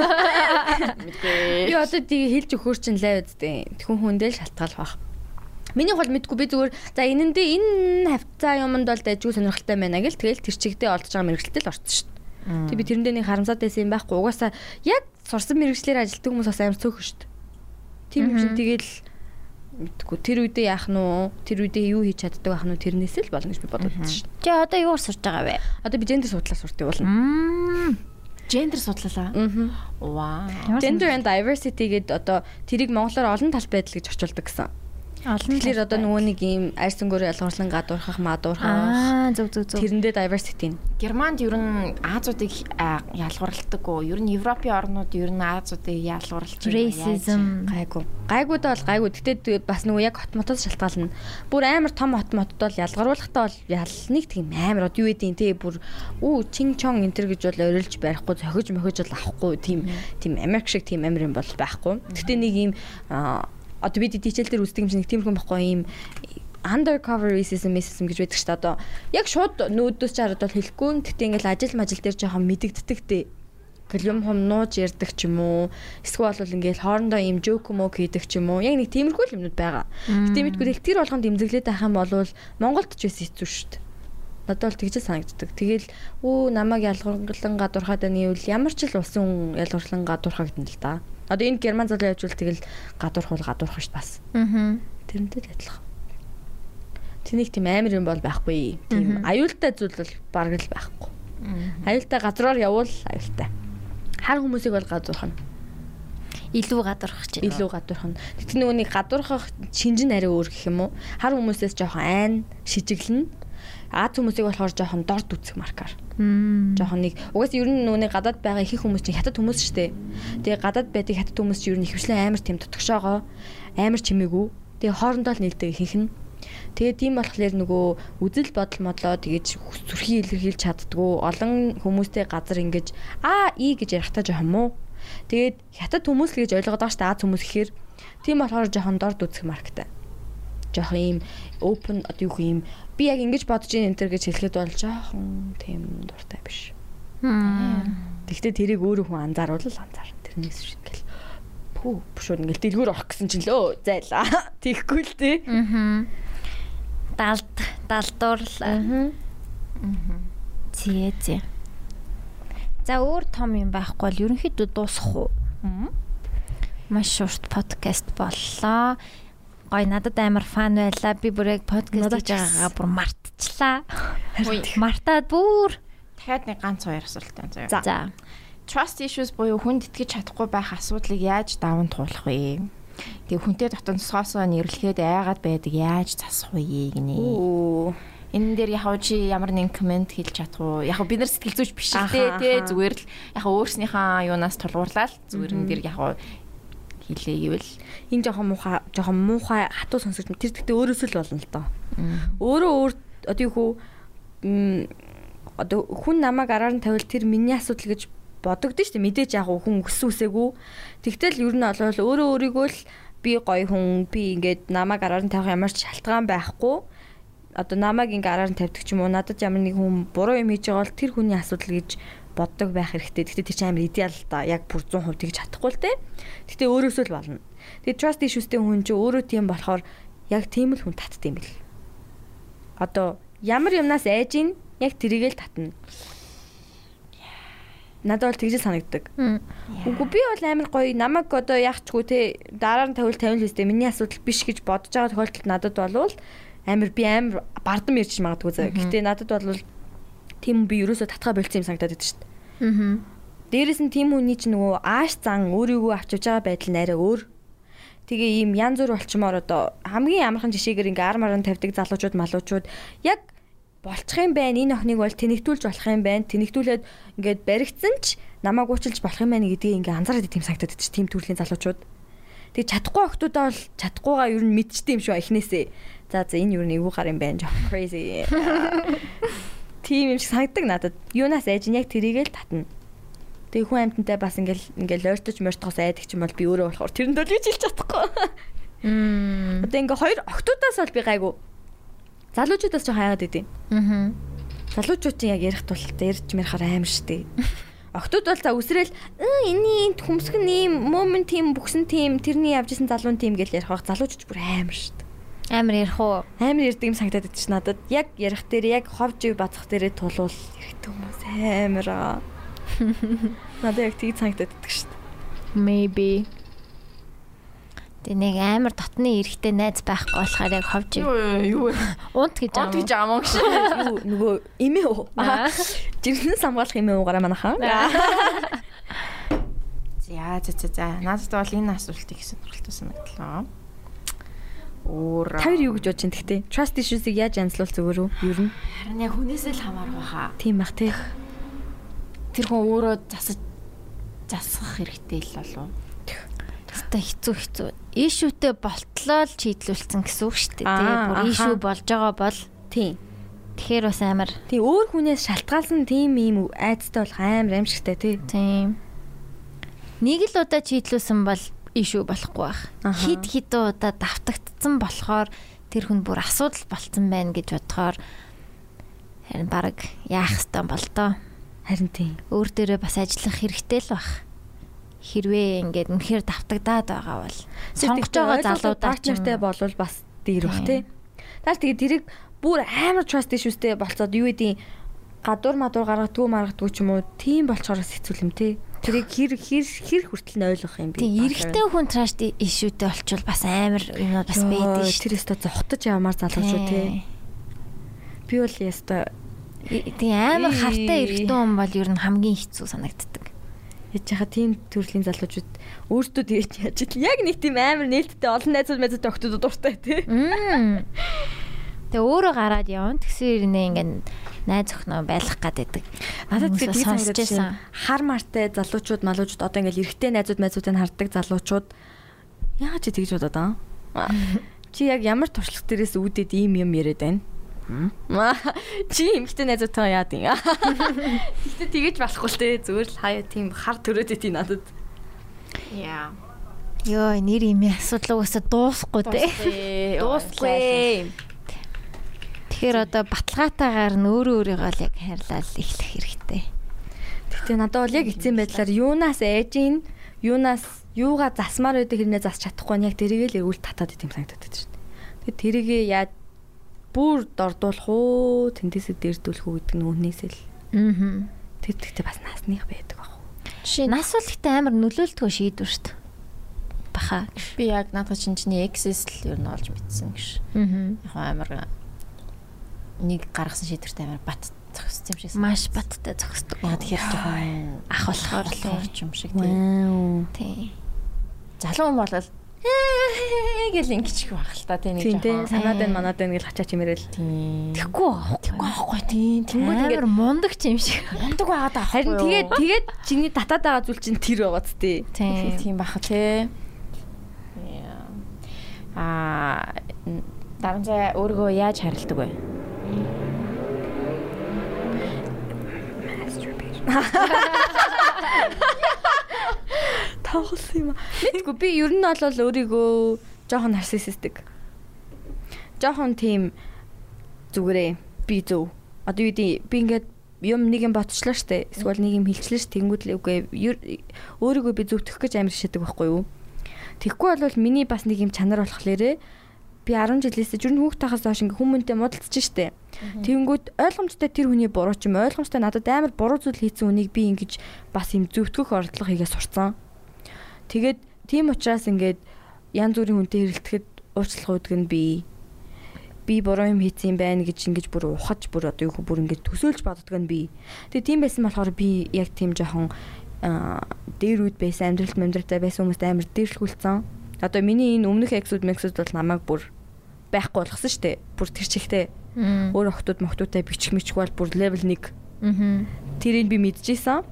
[SPEAKER 4] Мэдгүй. Би одоо тийг хэлж өгөхөр чинь лай үздэй. Тхүн хүндэл шалтгаал бах. Миний хол мэдгүй би зүгээр за энэндээ энэ хавцаа юмд бол дайжгүй сонирхолтой байна гэл тэгэл тэр чигдээ олдож байгаа мэрэгчлэл орсон шүү дээ. Тэг би тэрэндээ нэг харамсаад байсан юм байхгүй. Угаасаа яг сурсан мэрэгчлэр ажилтдаг хүмүүс бас амар цөөхөн шүү дээ. Тийм юм чинь тэгэл мэдгүй тэр үедээ яах нь уу? Тэр үедээ юу хийж чаддаг байх нь уу? Тэрнээсэл болно гэж би бодод байсан шүү дээ.
[SPEAKER 1] Чи одоо юуар сурж байгаа вэ?
[SPEAKER 4] Одоо би гендер судлаа суртыг болно.
[SPEAKER 11] Гендер судлалаа. Вау.
[SPEAKER 4] Gender and diversity гэдэг одоо тэрийг монголоор олон тал байдал гэж орчуулдаг гэсэн.
[SPEAKER 1] Олон
[SPEAKER 4] Тэгэхээр одоо нөгөө нэг ийм арьс өнгөөр ялгарлан гадуурхах, мадуурхах
[SPEAKER 1] аа зөв зөв зөв.
[SPEAKER 4] тэрэндээ diversity нь.
[SPEAKER 11] Германд ер нь Азуудыг аа, ялгуурладаггүй. Ер нь Европын орнууд ер нь Азуудыг ялгуурлаж
[SPEAKER 1] Racism.
[SPEAKER 4] Гайгүй. Гайгуудаа бол гайгүй. Гэтэ бас нөгөө яг хот мотоос шалтгаална. Бүр амар том хот мотод бол ялгаруулахтаа бол ял нэг тийм амар од юу эдийн те бүр үу чин чон энтер гэж бол орилж барихгүй цохиж мохиж бол авахгүй тийм тийм Америк шиг тийм амар юм бол байхгүй. Гэтэ нэг ийм аа, одоо бид дижитал дээр үздэг юм шиг нэг тийм хүн байхгүй ийм undercover racism racism гэж байдаг ч та одоо яг шууд нүүдөөс ч хараад бол хэлэхгүй. нь. Гэтэ ингээл ажил мажил дээр жоохон мэдэгддэг те гэл юм хум нууж ярддаг ч юм уу эсвэл бол ингээл хоорондоо юм жоок мөк хийдэг ч юм уу яг нэг тиймэрхүү л юмнууд байгаа. Гэтэл мэдгүй л тэр болгонд имзэглээд байх юм бол Монголд ч байсан хэцүү шүү дээ. Надад бол тэгж л санагддаг. Тэгэл өө намайг ялгарлан гадуурхаад байна гэвэл ямар ч л улсын хүн ялгарлан гадуурхаа гэдэг нь л да. Одоо энэ герман залуу явж бол тэгэл гадуурх бол гадуурх шүү дээ бас.
[SPEAKER 1] Аа.
[SPEAKER 4] Тэрнтэй л адилхан. Тэнийг тийм амар юм бол байхгүй. Тийм аюултай зүйл бол бараг л байхгүй. Аюултай газраар явуул аюултай. Хар хүмүүсийг бол гадуурхна.
[SPEAKER 1] Илүү гадуурх чинь.
[SPEAKER 4] илүү гадуурхна. Тэгт нөгөө нэг гадуурхах шинжэн арай өөр гэх юм уу? Хар хүмүүсээс жоохон айн шижиглэн. Аз хүмүүсийг болохоор жоохон дорд үцэх маркаар. Жоохон нэг угаас ер нь нөгөө нэг гадаад байгаа их их хүмүүс чинь хятад хүмүүс шүү дээ. Тэгээ гадаад байдаг хятад хүмүүс чинь ер нь ихэвчлэн амар тийм тутагшоогоо амар чимээгүй. Тэгээ хоорондоо л нীলдэг их их нь. Тэгээд тийм болохоор нөгөө үзэл бодол модлоо тэгэж зүрхий илэрхийлж чаддгүй олон хүмүүстэй газар ингэж аа и гэж ярихтаа жоохон муу. Тэгээд хятад хүмүүс л гэж ойлгоод байгаа шүү дээ аз хүмүүс гэхээр тийм болохоор жоохон дорд үзэх марктай. Жоохон ийм open одоо юу гэх юм би яг ингэж бодож ийн энэ төр гэж хэлэхэд бол жоохон тийм дуртай биш. Тэгвэл тэрийг өөрөө хүн анзааруул л анзаар. Тэрнээс шиг ингээл пүү шууд ингээл дэлгүүр орох гэсэн чинь лөө зайлаа. Тихгүй л тий.
[SPEAKER 1] Аа. Далд далдуурлаа. Аа. Зээ зээ. За өөр том юм байхгүй бол ерөнхийдөө дуусах уу? Маш шорт подкаст боллоо. Гой надад амар фан байлаа. Би бүр яг подкаст хийж байгаагаа бүр мартчихлаа. Мартаад бүр.
[SPEAKER 11] Дахиад нэг ганц хоёр асуулттай заяа.
[SPEAKER 1] За.
[SPEAKER 11] Trust issues буюу хүнд итгэж чадахгүй байх асуудлыг яаж даван туулах вэ? Тэгээ хүнтэй дотносоосоо нэрлэхэд айгаад байдаг яаж засах вэ гинэ.
[SPEAKER 2] Оо.
[SPEAKER 11] Энэ дээр яг хав чи ямар нэгэн комент хэлж чадах уу? Яг хав бид нар сэтгэл зүйч биш л дээ тий зүгээр л яг хав өөрснийхөө юунаас тулгуурлаа л зүгээр энэ дээр яг хав хэлээ гэвэл
[SPEAKER 4] энэ жоохон муухай жоохон муухай хатуу сонсогдсон. Тэр гэхдээ өөрөөсөө л болно л доо. Өөрөө өөр одоо юу хөө м, одоо хүн намайг араар нь тавил тэр миний асуудал гэж бодогдсон шүү дээ. Мэдээж яг хүн өссөн үсээгүй. Тэгтэл ер нь олвол өөрөө өөрийгөө л би гоё хүн би ингээд намайг араар нь тавих ямар ч шалтгаан байхгүй одоо намайг ингээ араар нь тавьдаг ч юм уу надад ямар нэг хүн буруу юм хийж байгаа бол тэр хүний асуудал гэж боддог байх хэрэгтэй. Гэхдээ тэр чинь амар идеал л да. Яг бүр 100% тэгж чадахгүй л те. Гэхдээ өөрөөсөө л болно. Тэгээ trust issues-тэй хүн чинь өөрөө тийм болохоор яг тийм л хүн татд юм бэл. Одоо ямар юмнаас айж ийн яг тэрийгэл татна. Надад бол тэгж л санагддаг. Үгүй би бол амар гоё намайг одоо яахчгүй те дараа нь тавил тавил хэвчтэй миний асуудал биш гэж бодож байгаа тохиолдолд надад болвол амар би амар бардам ярьж магадгүй заяа. Гэхдээ надад болвол тийм би ерөөсө татгаа болцсон юм санагдаад байдаг шүү дээ.
[SPEAKER 1] Аа.
[SPEAKER 4] Дээрээс нь тийм хүний чинь нөгөө ааш зан өөрийгөө авчиж байгаа байдал нь арай өөр. Тэгээ ийм янз бүр болчмоор одоо хамгийн амархан жишээгээр ингээ армаран тавьдаг залуучууд малуучууд яг болчих юм байна энэ охиныг бол тэнэгтүүлж болох юм байна тэнэгтүүлээд ингээд баригдсан ч намааг уучлж болох юм байна гэдгийг ингээ анзаараад идэм санагдаад байдаг ч тийм төрлийн залуучууд. Тэгээ чадахгүй охтуудаа бол чадахгүйгаа ер нь мэдчихсэн юм шүү эхнээсээ. За за энэ ер нь эвгүй гар юм байна жоо. Crazy. Э, тийм юм шиг санагдаг надад. Юунаас айж нь яг тэрийгэл татна. Тэгээ хүн амьтантай бас ингээл ингээл ойртож морьтхоос айдаг ч юм бол би өөрөө болохоор тэрэнд бол юу ч хэлж чадахгүй. Мм. Одоо ингээ хоёр октоудаас бол би гайгүй. Залуучуудаас ч хаяад идэв.
[SPEAKER 1] Аа.
[SPEAKER 4] Залуучуудын яг ярих тул ярьж мэрхээр амар штэ. Октод бол за үсрээл "Өө, энэний энд хүмсгэн ийм момент тийм бүгсэн тийм тэрний явжсэн залуун тийм гэж ярих байх залуучууд бүр амар штэ.
[SPEAKER 1] Амар ярих уу?
[SPEAKER 4] Амар ярддаг юм санагдаад байдаг ч надад яг ярих дээр яг ховж ив бацах дээрээ тулвал хэрэгтэй хүмүүс амар аа. Надад яг тийг санагдаад байдаг штэ.
[SPEAKER 1] Maybe. Тэ нэг амар дотны эрэгтэй найз байхгүй болохоор яг ховж
[SPEAKER 11] Юу юу
[SPEAKER 1] унт гэж
[SPEAKER 11] Онт гэж
[SPEAKER 1] аа.
[SPEAKER 11] амаа гэж.
[SPEAKER 4] Юу нөгөө эмээ уу?
[SPEAKER 1] Аа.
[SPEAKER 4] Жиргэнээс хамгаалах эмээ уугаараа манахаа.
[SPEAKER 11] За за за за. Надад бол энэ асуулт их сонирхолтой санагдлаа. Өөр
[SPEAKER 4] Хоёр юу гэж бодож ин тэгтээ. Trust issues-ийг яаж анзлуул зүгээр үү? Юу юм?
[SPEAKER 11] харин яг хүнээсээ л хамаарах байхаа.
[SPEAKER 4] Тийм бах тий.
[SPEAKER 11] Тэр хүн өөрөө засаж засах хэрэгтэй л болов.
[SPEAKER 1] Тэ хэцүү хэцүү. Ишүүтэй болтлоо л чийдлүүлсэн гэсэн үг шүү дээ. Тэгээ
[SPEAKER 4] Аа,
[SPEAKER 1] бүр
[SPEAKER 4] аха.
[SPEAKER 1] ишүү болж байгаа бол
[SPEAKER 4] Тийм.
[SPEAKER 1] тэгэхээр бас амар
[SPEAKER 4] Тий өөр хүнээс шалтгаалсан тийм юм айцтай болох амар амжигтай тий.
[SPEAKER 1] тийм. Нэг л удаа чийдлүүлсэн бол ишүү болохгүй байх.
[SPEAKER 4] Аха.
[SPEAKER 1] Хид хид удаа давтагдсан болохоор тэр хүн бүр асуудал болцсон байна гэж бодохоор харин баг яах ёстой бол тоо.
[SPEAKER 4] Харин тий.
[SPEAKER 1] өөр дээрээ бас ажиллах хэрэгтэй л баг. Хэрвээ ингээд үнэхээр давтагдаад байгаа бол сонгож байгаа залуудаа ч
[SPEAKER 4] партнертэй
[SPEAKER 1] юм.
[SPEAKER 4] болвол бас дээр бах
[SPEAKER 1] Тийм.
[SPEAKER 4] тий. Даа тэгээ тэрийг бүр амар trust issues-тэй болцоод юу эдийн гадуур мадуур гаргадгүй маргадгүй ч юм уу тийм болчоор бас хэцүү юм тий. Тэрийг хэр хэр хэр хүртэл нь ойлгох юм бэ?
[SPEAKER 1] Тэг эрэгтэй хүн трашд ишүүтэй олчвол бас амар юмнууд бас байдаг
[SPEAKER 4] Йоо,
[SPEAKER 1] шүү.
[SPEAKER 4] Тэр өстө зогтож явмаар залуучууд тий. Би бол яста
[SPEAKER 1] Тэг амар хавтай эрэгтэй хүн бол ер нь хамгийн хэцүү санагддаг.
[SPEAKER 4] яж хаа тийм төрлийн залуучууд өөртөө тэгэж яаж ил яг нэг тийм амар нээлттэй олон найзууд мэдээд огтод дуртай тий.
[SPEAKER 1] Мм. Тэг өөрөө гараад явна. Тэгсээр нэ ингээд найз өхнөө байлгах гадтайдаг.
[SPEAKER 4] Надад
[SPEAKER 1] Хүмүүс
[SPEAKER 4] тэгээд тийм
[SPEAKER 1] сонсож
[SPEAKER 4] санагдаж байсан. Хар мартай залуучууд, малуучууд одоо ингээл эргэтэй найзууд, найзуудыг харддаг залуучууд яагаад чи тэгж бодоод аа? Чи яг ямар туршлага дээрээс үүдээд ийм юм яриад байна? Маа, Чи эмгтэй найзуудтай яад юм. Гэтэ тэгэж болохгүй л те зүгээр л хаяа тийм хар төрөөд ийм надад.
[SPEAKER 11] Яа.
[SPEAKER 1] Йоо, нэр имээ асуудал угаасаа дуусахгүй дээ.
[SPEAKER 11] Дуусгүй.
[SPEAKER 1] Тэгэхээр одоо баталгаатайгаар нь өөрөө өөрийгөө л яг хайрлал эхлэх хэрэгтэй.
[SPEAKER 4] Гэтэ надад бол яг эцсийн байдлаар юунаас ээж ин юунаас юугаа засмаар байдаг хэрнээ засч чадахгүй нь яг тэрийг л эрүүл татаад идэм санагдаад байна шүү дээ. Тэгээ тэрийг яаж бүр дордуулах уу, тэндээсээ дэрдүүлэх үү гэдэг нь үнээсээ л
[SPEAKER 1] Аа.
[SPEAKER 4] тэр тэгтээ бас насных байдаг баг.
[SPEAKER 1] Жишээ нь нас бол ихтэй амар нөлөөлтгөө шийдвэр шүү дээ. Баха.
[SPEAKER 11] Би яг надад чинь чиний эксэс л ер нь олж мэдсэн гэж.
[SPEAKER 1] Аа.
[SPEAKER 11] Яг амар нэг гаргасан шийдвэртэй амар бат зогссон юм шиг.
[SPEAKER 1] Маш баттай зогсдог.
[SPEAKER 11] Яг тэгэхээр жоохон
[SPEAKER 1] Ах болохоор л
[SPEAKER 11] болохоор ч юм шиг тийм.
[SPEAKER 4] Вау.
[SPEAKER 1] тий.
[SPEAKER 11] Залуу хүн болол «Э, гэл ингэчих байх л та тийм нэг
[SPEAKER 4] Тийм тийм
[SPEAKER 11] жоохон.
[SPEAKER 4] санаад байна манаад байна гэл хачаач имэрэл.
[SPEAKER 11] Тийм.
[SPEAKER 1] Тэггүй аахгүй.
[SPEAKER 11] Тэгэхгүй тийм. Тэнгүүд
[SPEAKER 1] Амар мундаг ч юм шиг.
[SPEAKER 11] мундаг байгаад авах.
[SPEAKER 4] Харин тэгээд тэгээд чиний татаад байгаа зүйл чинь тэр байгаа ч тий.
[SPEAKER 1] Тий.
[SPEAKER 11] тийм баха тий. Яа. Аа н- дарамжаа өөрийгөө яаж харилдаг вэ?
[SPEAKER 4] Тоглосон юм аа. Мэдгүй би ер нь бол өөрийгөө жоохон нарциссистик. Жоохон тийм зүгээрээ би зөв. Одоо юу гэдэг би ингээд юм нэг юм ботчлаа штэ. Эсвэл нэг юм хилчлээ штэ. Тэнгүүд л үгүй ер- өөрийгөө би зөвтгөх гэж амар шидэг байхгүй юу? Тэгэхгүй бол миний бас нэг юм чанар болохлээрээ би 10 жилээс ч ер нь хүүхд тахаас хойш ингээ хүмүүнтэй муудалцж штэ. Тэнгүүд ойлгомжтой тэр хүний буруу ч юм ойлгомжтой надад амар буруу зүйл хийсэн хүнийг би ингэж бас юм зөвтгөх ордлого хийгээ сурцсан. Тэгээд тийм учраас ингээд янз бүрийн хүнтэй хэрэлтэхэд уучлах уудаг нь би би буруу юм хийсэн юм байна гэж ингэж бүр ухаж бүр одоо юу хөө бүр ингэж төсөөлж боддог нь би. Тэгээ тийм байсан болохоор би яг тийм жоохон аа, дээр үд байсан амьдралт амьдралтай байсан хүмүүст амар дээрлхүүлсэн. Одоо миний энэ өмнөх эксүүд мексүүд бол намайг бүр байхгүй болгосон шүү дээ. Бүр тэр чигтээ
[SPEAKER 1] Мм.
[SPEAKER 4] өөр охтууд мохтуудтай бичих мичгүй бол бүр level 1
[SPEAKER 1] Мгм.
[SPEAKER 4] тэрийг би мэдчихсэн.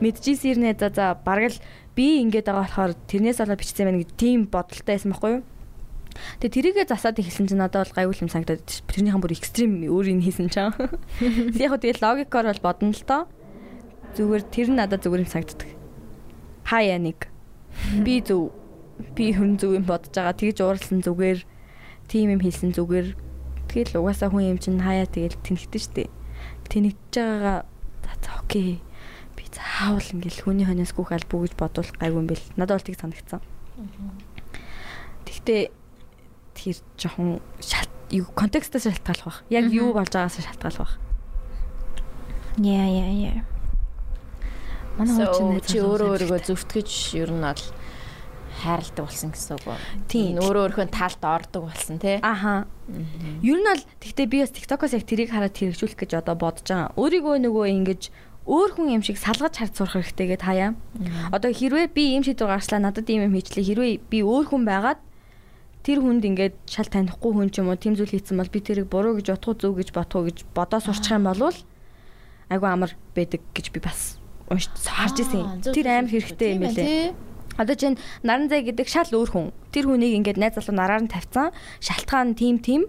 [SPEAKER 4] Мэдчихсэн ирнэ за за бараг л би ингэж байгаа болохоор тэрнээс болоод бичсэн байна гэж тийм бодолтой байсан байхгүй юу? Тэгээ тэрийгэ засаад эхэлсэн чинь надад бол гайгүй л юм санагдаад байна. тэрнийхэн бүр экстрим өөр юм хийсэн чинь. Яг хөө тэгээ логикоор бол бодно л доо. Зүгээр тэр нь надад зүгээр юм санагддаг. Хаяа нэг. Би зөв. Би хүн зөв юм бодож байгаа. Тэгж ууралсан зүгээр. Тим юм хийсэн зүгээр. Тэгэл угаасаа хүн юм чинь хаяа тэгэл тэнхтэн штэ. Тэнэгдэж байгаагаа за за окей. Би заавал ингээл хүний хоноос гүх аль бүгэж бодвол гайгүй юм бэл. Надад бол тэг санагдсан. Тэгтээ тэр жоохон шалт юу контекстээс шалтгаалах байх. Яг юу болж байгаасаа шалтгаалах байх.
[SPEAKER 1] Яа яа яа. Манай
[SPEAKER 2] So,
[SPEAKER 1] хуучин
[SPEAKER 2] чи өөрөө өөрийгөө зүвтгэж ер нь бол хайрладаг болсон гэсэн үг үү?
[SPEAKER 4] Тийм.
[SPEAKER 2] Өөрөө өөрийнхөө талд ордог болсон тий.
[SPEAKER 4] Аха. Ер нь бол тэгтээ би бас TikTok-оос яг тэрийг хараад хэрэгжүүлэх гэж одоо бодож байгаа. Өөрийгөө нөгөө ингэж өөр хүн юм шиг салгаж харц сурах хэрэгтэйгээд хаяа. Одоо хэрвээ би ийм шийдвэр гаргаслаа надад ийм юм хийчлээ хэрвээ би өөр хүн байгаад тэр хүнд ингээд шал танихгүй хүн ч юм уу тийм зүйл хийсэн бол би тэрийг буруу гэж бодох уу зөв гэж бодох уу гэж бодоо сурчих юм бол айгүй амар байдаг гэж би бас уншиж
[SPEAKER 2] Аа,
[SPEAKER 4] харж исэн.
[SPEAKER 2] зөв,
[SPEAKER 4] Тэр
[SPEAKER 2] зөв,
[SPEAKER 4] амар
[SPEAKER 2] зөв,
[SPEAKER 4] хэрэгтэй
[SPEAKER 2] тийм
[SPEAKER 4] юм
[SPEAKER 2] ээ,
[SPEAKER 4] билээ.
[SPEAKER 2] тий.
[SPEAKER 4] Одоо чинь наранзай гэдэг шал өөр хүн. Тэр хүнийг ингээд найз залуу нараар нь тавьсан. Шалтгаан тим тим.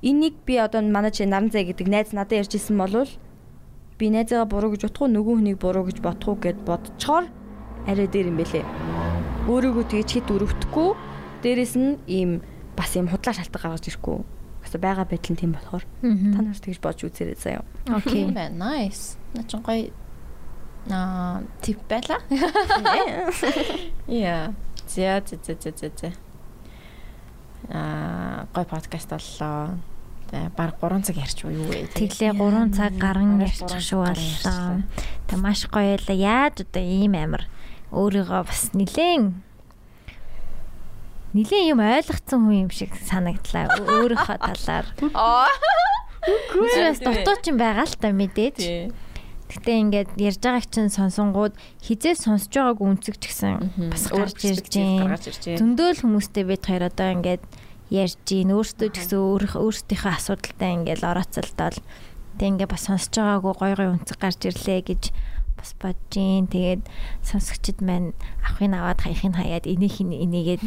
[SPEAKER 4] Энийг би одоо манай чинь наранзай гэдэг найз надад ярьж исэн болвол би найзгаа буруу гэж утхгүй нөгөө хүнийг буруу гэж бодох уу гэд бодцохоор арай дээр юм бэлээ. Өөрийгөө тэгж хэд өрөвдөхгүй. Дээрээс нь ийм бас ийм худлаа шалтгаан гаргаж ирэхгүй. Бас байгаа байдал нь тийм болохоор та нар тэгж бодж үзээрэй заяа.
[SPEAKER 1] Окей.
[SPEAKER 2] Тийм байна. Nice. Наа чи гоё аа тип байла. Яа. Зя зя зя зя зя зя. Аа гоё подкаст боллоо. За, Бараг 3 цаг ярьч уу юу вэ?
[SPEAKER 1] Тэглээ 3 цаг гарan
[SPEAKER 2] Бараг
[SPEAKER 1] ярьчих шүү
[SPEAKER 2] гурван цаг гарan
[SPEAKER 1] боллоо.
[SPEAKER 2] ярьчихлаа.
[SPEAKER 1] Тэ маш гоё л яаж одоо ийм амар өөрийгөө бас нилээн нилээн юм ойлгоцсон хүн юм шиг санагдлаа Ө- өөрийнхөө талаар. Үгүй бас дотоод ч юм байгаа л та мэдээж.
[SPEAKER 2] Тий.
[SPEAKER 1] Гэтэ ингээд ярьж байгааг чинь сонсонгууд хизээ сонсож байгааг үнцэгч гэсэн бас
[SPEAKER 2] Өөр
[SPEAKER 1] гарч ирж
[SPEAKER 2] perspective
[SPEAKER 1] байна.
[SPEAKER 2] гаргаж ирж байна.
[SPEAKER 1] Зөндөл хүмүүстэй бид хоёр одоо ингээд ярьж гин өөртөө ч гэсэн өөрх- өөрсдийнхөө асуудалтай ингээд орооцолдоод тэг ингээд бас сонсож байгаагүй гой гой үнцэг гарч ирлээ гэж бас бодож гин. Тэгээд сонсогчд маань ахын аваад хаяхын хаяад энийх нь энийгээд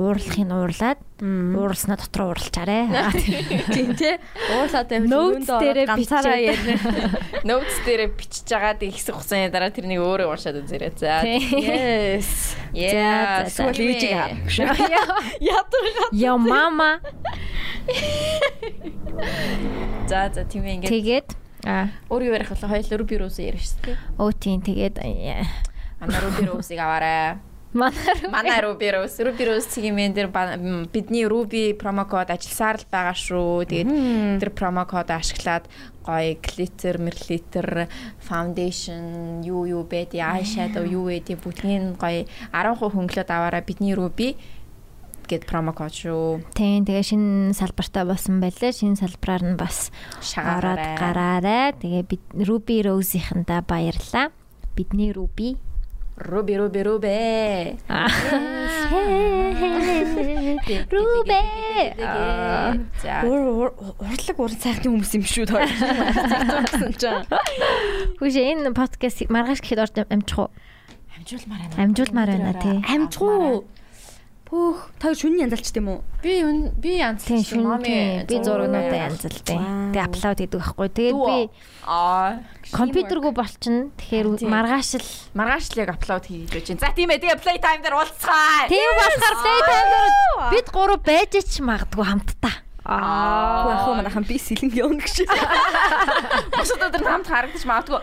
[SPEAKER 1] уурлах нь уурлаад уурснаа дотор уурлчаарэ.
[SPEAKER 4] Тийм тий. Уурлаад байх
[SPEAKER 1] Notes дээрээ бичээд.
[SPEAKER 2] Notes дээрээ бичиж байгаа тийм хэсэг хугацааны дараа тэрнийг өөрөө уншаад үзээрэй. За. Yes.
[SPEAKER 1] За, за,
[SPEAKER 2] Yeah.
[SPEAKER 1] за.
[SPEAKER 2] Эсвэл ээжийг аа.
[SPEAKER 1] Яа мама.
[SPEAKER 2] За за тийм ээ ингээд
[SPEAKER 1] Тэгээд аа
[SPEAKER 2] өөрөө ярих болоо хоёул өөр бюроос ярьж шүү дээ.
[SPEAKER 1] Оо тийм тэгээд э,
[SPEAKER 2] Манай руу бюроосыг аваарай.
[SPEAKER 1] манай
[SPEAKER 2] Манай руу бюроос, руу бюроос цэгийн дээр ба- м, бидний Ruby промокод ажилсаар л байгаа шүү. Тэгээд тэр промокод ашиглаад гоё glitter, merlitter, foundation, юу юу бэд, eyeshadow юу вэ тийм бүгдийн гоё 10% хөнгөлөд аваарай бидний Ruby гэд промокод шүү.
[SPEAKER 1] тийм тэгээ шинэ салбартаа болсон байлээ. Шинэ салбараар нь бас ороод
[SPEAKER 2] Шагаарай.
[SPEAKER 1] гараарай. Тэгээ бид Ruby Rose-ийнхэнтэй баярлаа. Бидний Ruby.
[SPEAKER 2] Ruby Ruby Ruby.
[SPEAKER 1] Ruby. Аа.
[SPEAKER 2] За.
[SPEAKER 4] урлаг уран сайхны хүмүүс юм шүү тоо.
[SPEAKER 1] Хүш энэ подкаст маргааш гэхэд орж амжих уу?
[SPEAKER 2] Амжуулмаар байна.
[SPEAKER 1] Амжуулмаар байна, тий.
[SPEAKER 4] Амжгүй. Пөх, та шүнний янзалч тийм үү?
[SPEAKER 2] Би үн- би
[SPEAKER 1] Тийм
[SPEAKER 2] янзлсан
[SPEAKER 1] шүн тийм. би зургуудаа янзалтай.
[SPEAKER 4] Вау.
[SPEAKER 1] Тэгээ апплод хийдэг байхгүй. Тэгээд би
[SPEAKER 2] Дүү. Аа.
[SPEAKER 1] компьютергүй болчихно. Тэгэхээр
[SPEAKER 2] Тийм.
[SPEAKER 1] маргааш л
[SPEAKER 2] Маргааш л яг апплод хийж байж байна. За тийм ээ. Тэгээ playtime дээр уулзцаа.
[SPEAKER 1] Тийм болохоор Playtime-аар бид гурав байж ч магадгүй хамтдаа.
[SPEAKER 4] Уу яхаа манайхан би сэлэн явна гэж.
[SPEAKER 2] Бусад өдөр нь хамт харагдаж магадгүй.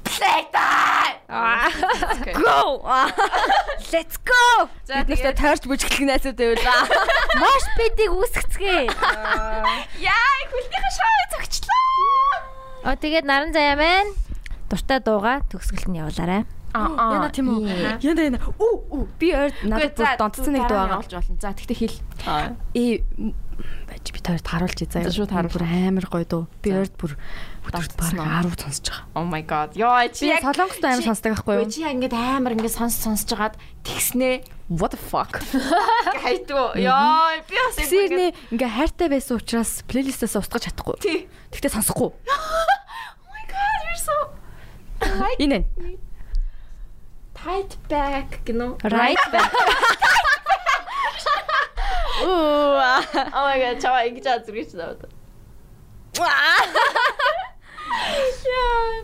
[SPEAKER 2] Playtime.
[SPEAKER 4] Go. Let's go.
[SPEAKER 2] За,
[SPEAKER 4] Бид нартай
[SPEAKER 2] тэгээд-
[SPEAKER 4] тойрч бүжгэлэх найзууд байвал.
[SPEAKER 1] Маш бидийг үсгэцгээ.
[SPEAKER 2] Яа, их үлдээхэн шоу зөгчлөө.
[SPEAKER 1] Оо тэгээд наран заяа маань дуртай дууга төгсгөлт нь явуулаарай.
[SPEAKER 2] Аа.
[SPEAKER 4] Яна тийм үү? Яна яна. Үу үу би ойр надад бүр донтсон нэг дуу байгаа.
[SPEAKER 2] болж болно. За тэгтээ хэл. Аа.
[SPEAKER 4] Ээ м, байж би тойрт харуулж
[SPEAKER 2] За,
[SPEAKER 4] заяа.
[SPEAKER 2] шууд харуул.
[SPEAKER 4] Бүр амар гоё дөө. Би ойрд бүр өдөрт
[SPEAKER 2] Донтсон уу?
[SPEAKER 4] бараг 10 сонсож байгаа.
[SPEAKER 2] Oh my god. Яа,
[SPEAKER 4] Би
[SPEAKER 2] чи яг
[SPEAKER 4] солонгост амар сонсдог байхгүй юу?
[SPEAKER 2] Гүй чи яа ингээд амар ингээд сонс сонсож хагаад тэгснэ. What the fuck? Гайдуу. Яа, би бас яг
[SPEAKER 4] Сэрний ингээ хайртай байсан учраас плейлистээс устгаж чадахгүй.
[SPEAKER 2] Тий.
[SPEAKER 4] Тэгтээ сонсохгүй.
[SPEAKER 2] Oh my god, you're so
[SPEAKER 4] Энэ.
[SPEAKER 2] tight back гинөө.
[SPEAKER 1] Right back.
[SPEAKER 2] Oh my god, чамаа ингэж аа зүрхэж наваад.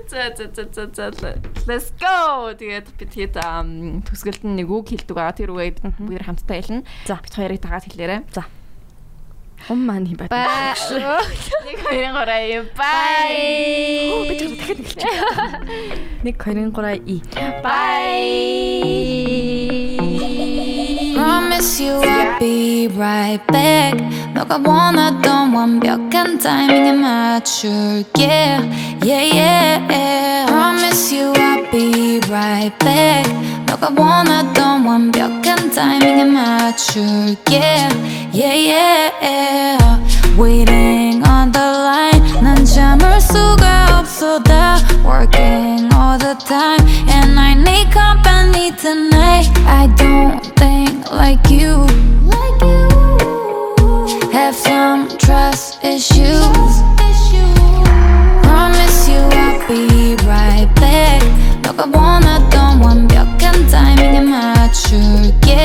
[SPEAKER 11] За за за за за. Let's go. Тэгээд бид хэд ам, төсгөлд нь нэг үг хэлдэг аа. Тэр үгээр бүгд хамтдаа хэлнэ.
[SPEAKER 4] За.
[SPEAKER 11] бид хоёрыг дагаад хэлээрэй.
[SPEAKER 4] Ум маань хий бат.
[SPEAKER 11] Нэг хоёрын гурай юм. Bye.
[SPEAKER 4] Бид хоёр дахиад хэлчих. 1 2 3 и.
[SPEAKER 13] Promise you I'll be right back. 너가 원하던 완벽한 타이밍에 맞출게. Yeah, yeah, yeah. Promise you I'll be right back. 너가 원하던 완벽한 타이밍에 맞출게. Yeah, yeah, yeah. Waiting on the line. 난 참을 수가 없어 다 working all the time. And I need company tonight. I don't think like you. Like you. Have some trust issues. Promise you I'll be right back. 너가 원하던 완벽한 타이밍에 맞출게.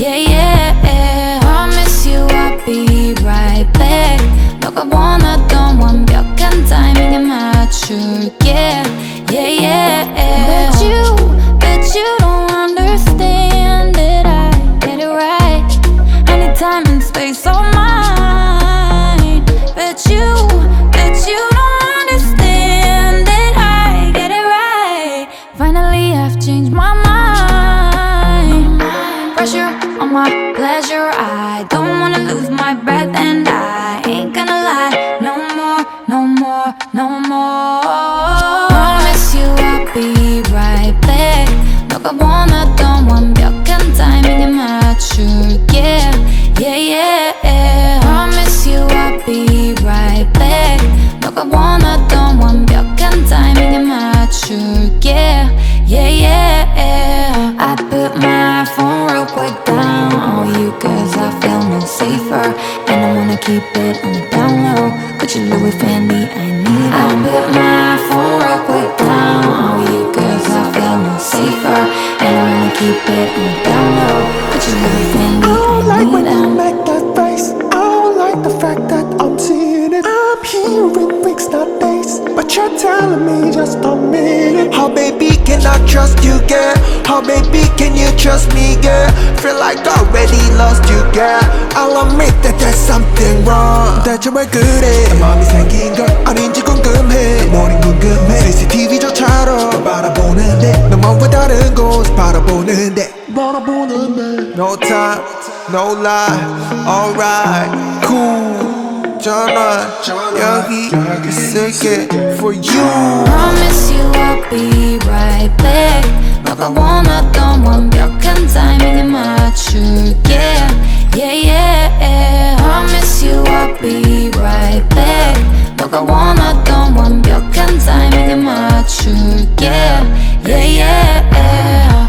[SPEAKER 13] Yeah, yeah, yeah. Promise you I'll be right back. 너가 원하던 완벽한 타이밍에 맞출게. Yeah, yeah, yeah. But you, but you don't understand that I get it right. Any time and space all mine. But you, but you don't understand that I get it right. Finally, I've changed my mind. Pressure on my pleasure. I don't wanna lose my breath, and I ain't gonna lie. No more, no more, no more. Promise you I'll be right back. 너가 원하던 완벽한 타이밍에 맞출게. Yeah, yeah, yeah. Promise you I'll be right back. 너가 원하던 완벽한 타이밍에 맞출게. Yeah, yeah, yeah. I put my phone real quick down on you cause I feel no safer. And I wanna keep it on the down low. But you Louis Fendi, I need it. I put my phone real quick down on you cause I feel no safer. And I wanna keep it on the down low. But you Louis Fendi,
[SPEAKER 14] Oh, I don't
[SPEAKER 13] I
[SPEAKER 14] like
[SPEAKER 13] need
[SPEAKER 14] when you
[SPEAKER 13] it.
[SPEAKER 14] make that face. I don't like the fact that I'm seeing it. I'm hearing things, not days. But you're telling me just a minute. How baby can I trust you, girl? How baby can you trust me, girl? Feel like I already lost you, girl. I'll admit that there's something wrong. That you were good at. 마음이 생긴 걸 아닌지 궁금해. 머린 궁금해. CCTV조차로 바라보는데 너만왜 다른 곳 바라보는데. No time, no lie, alright, cool. 전화 여기 있을게 for you.
[SPEAKER 13] Promise you I'll be right back. 너가 원하던 완벽한 타이밍에 맞출게. Yeah, yeah, yeah. Promise you I'll be right back. 너가 원하던 완벽한 타이밍에 맞출게. Yeah, yeah, yeah.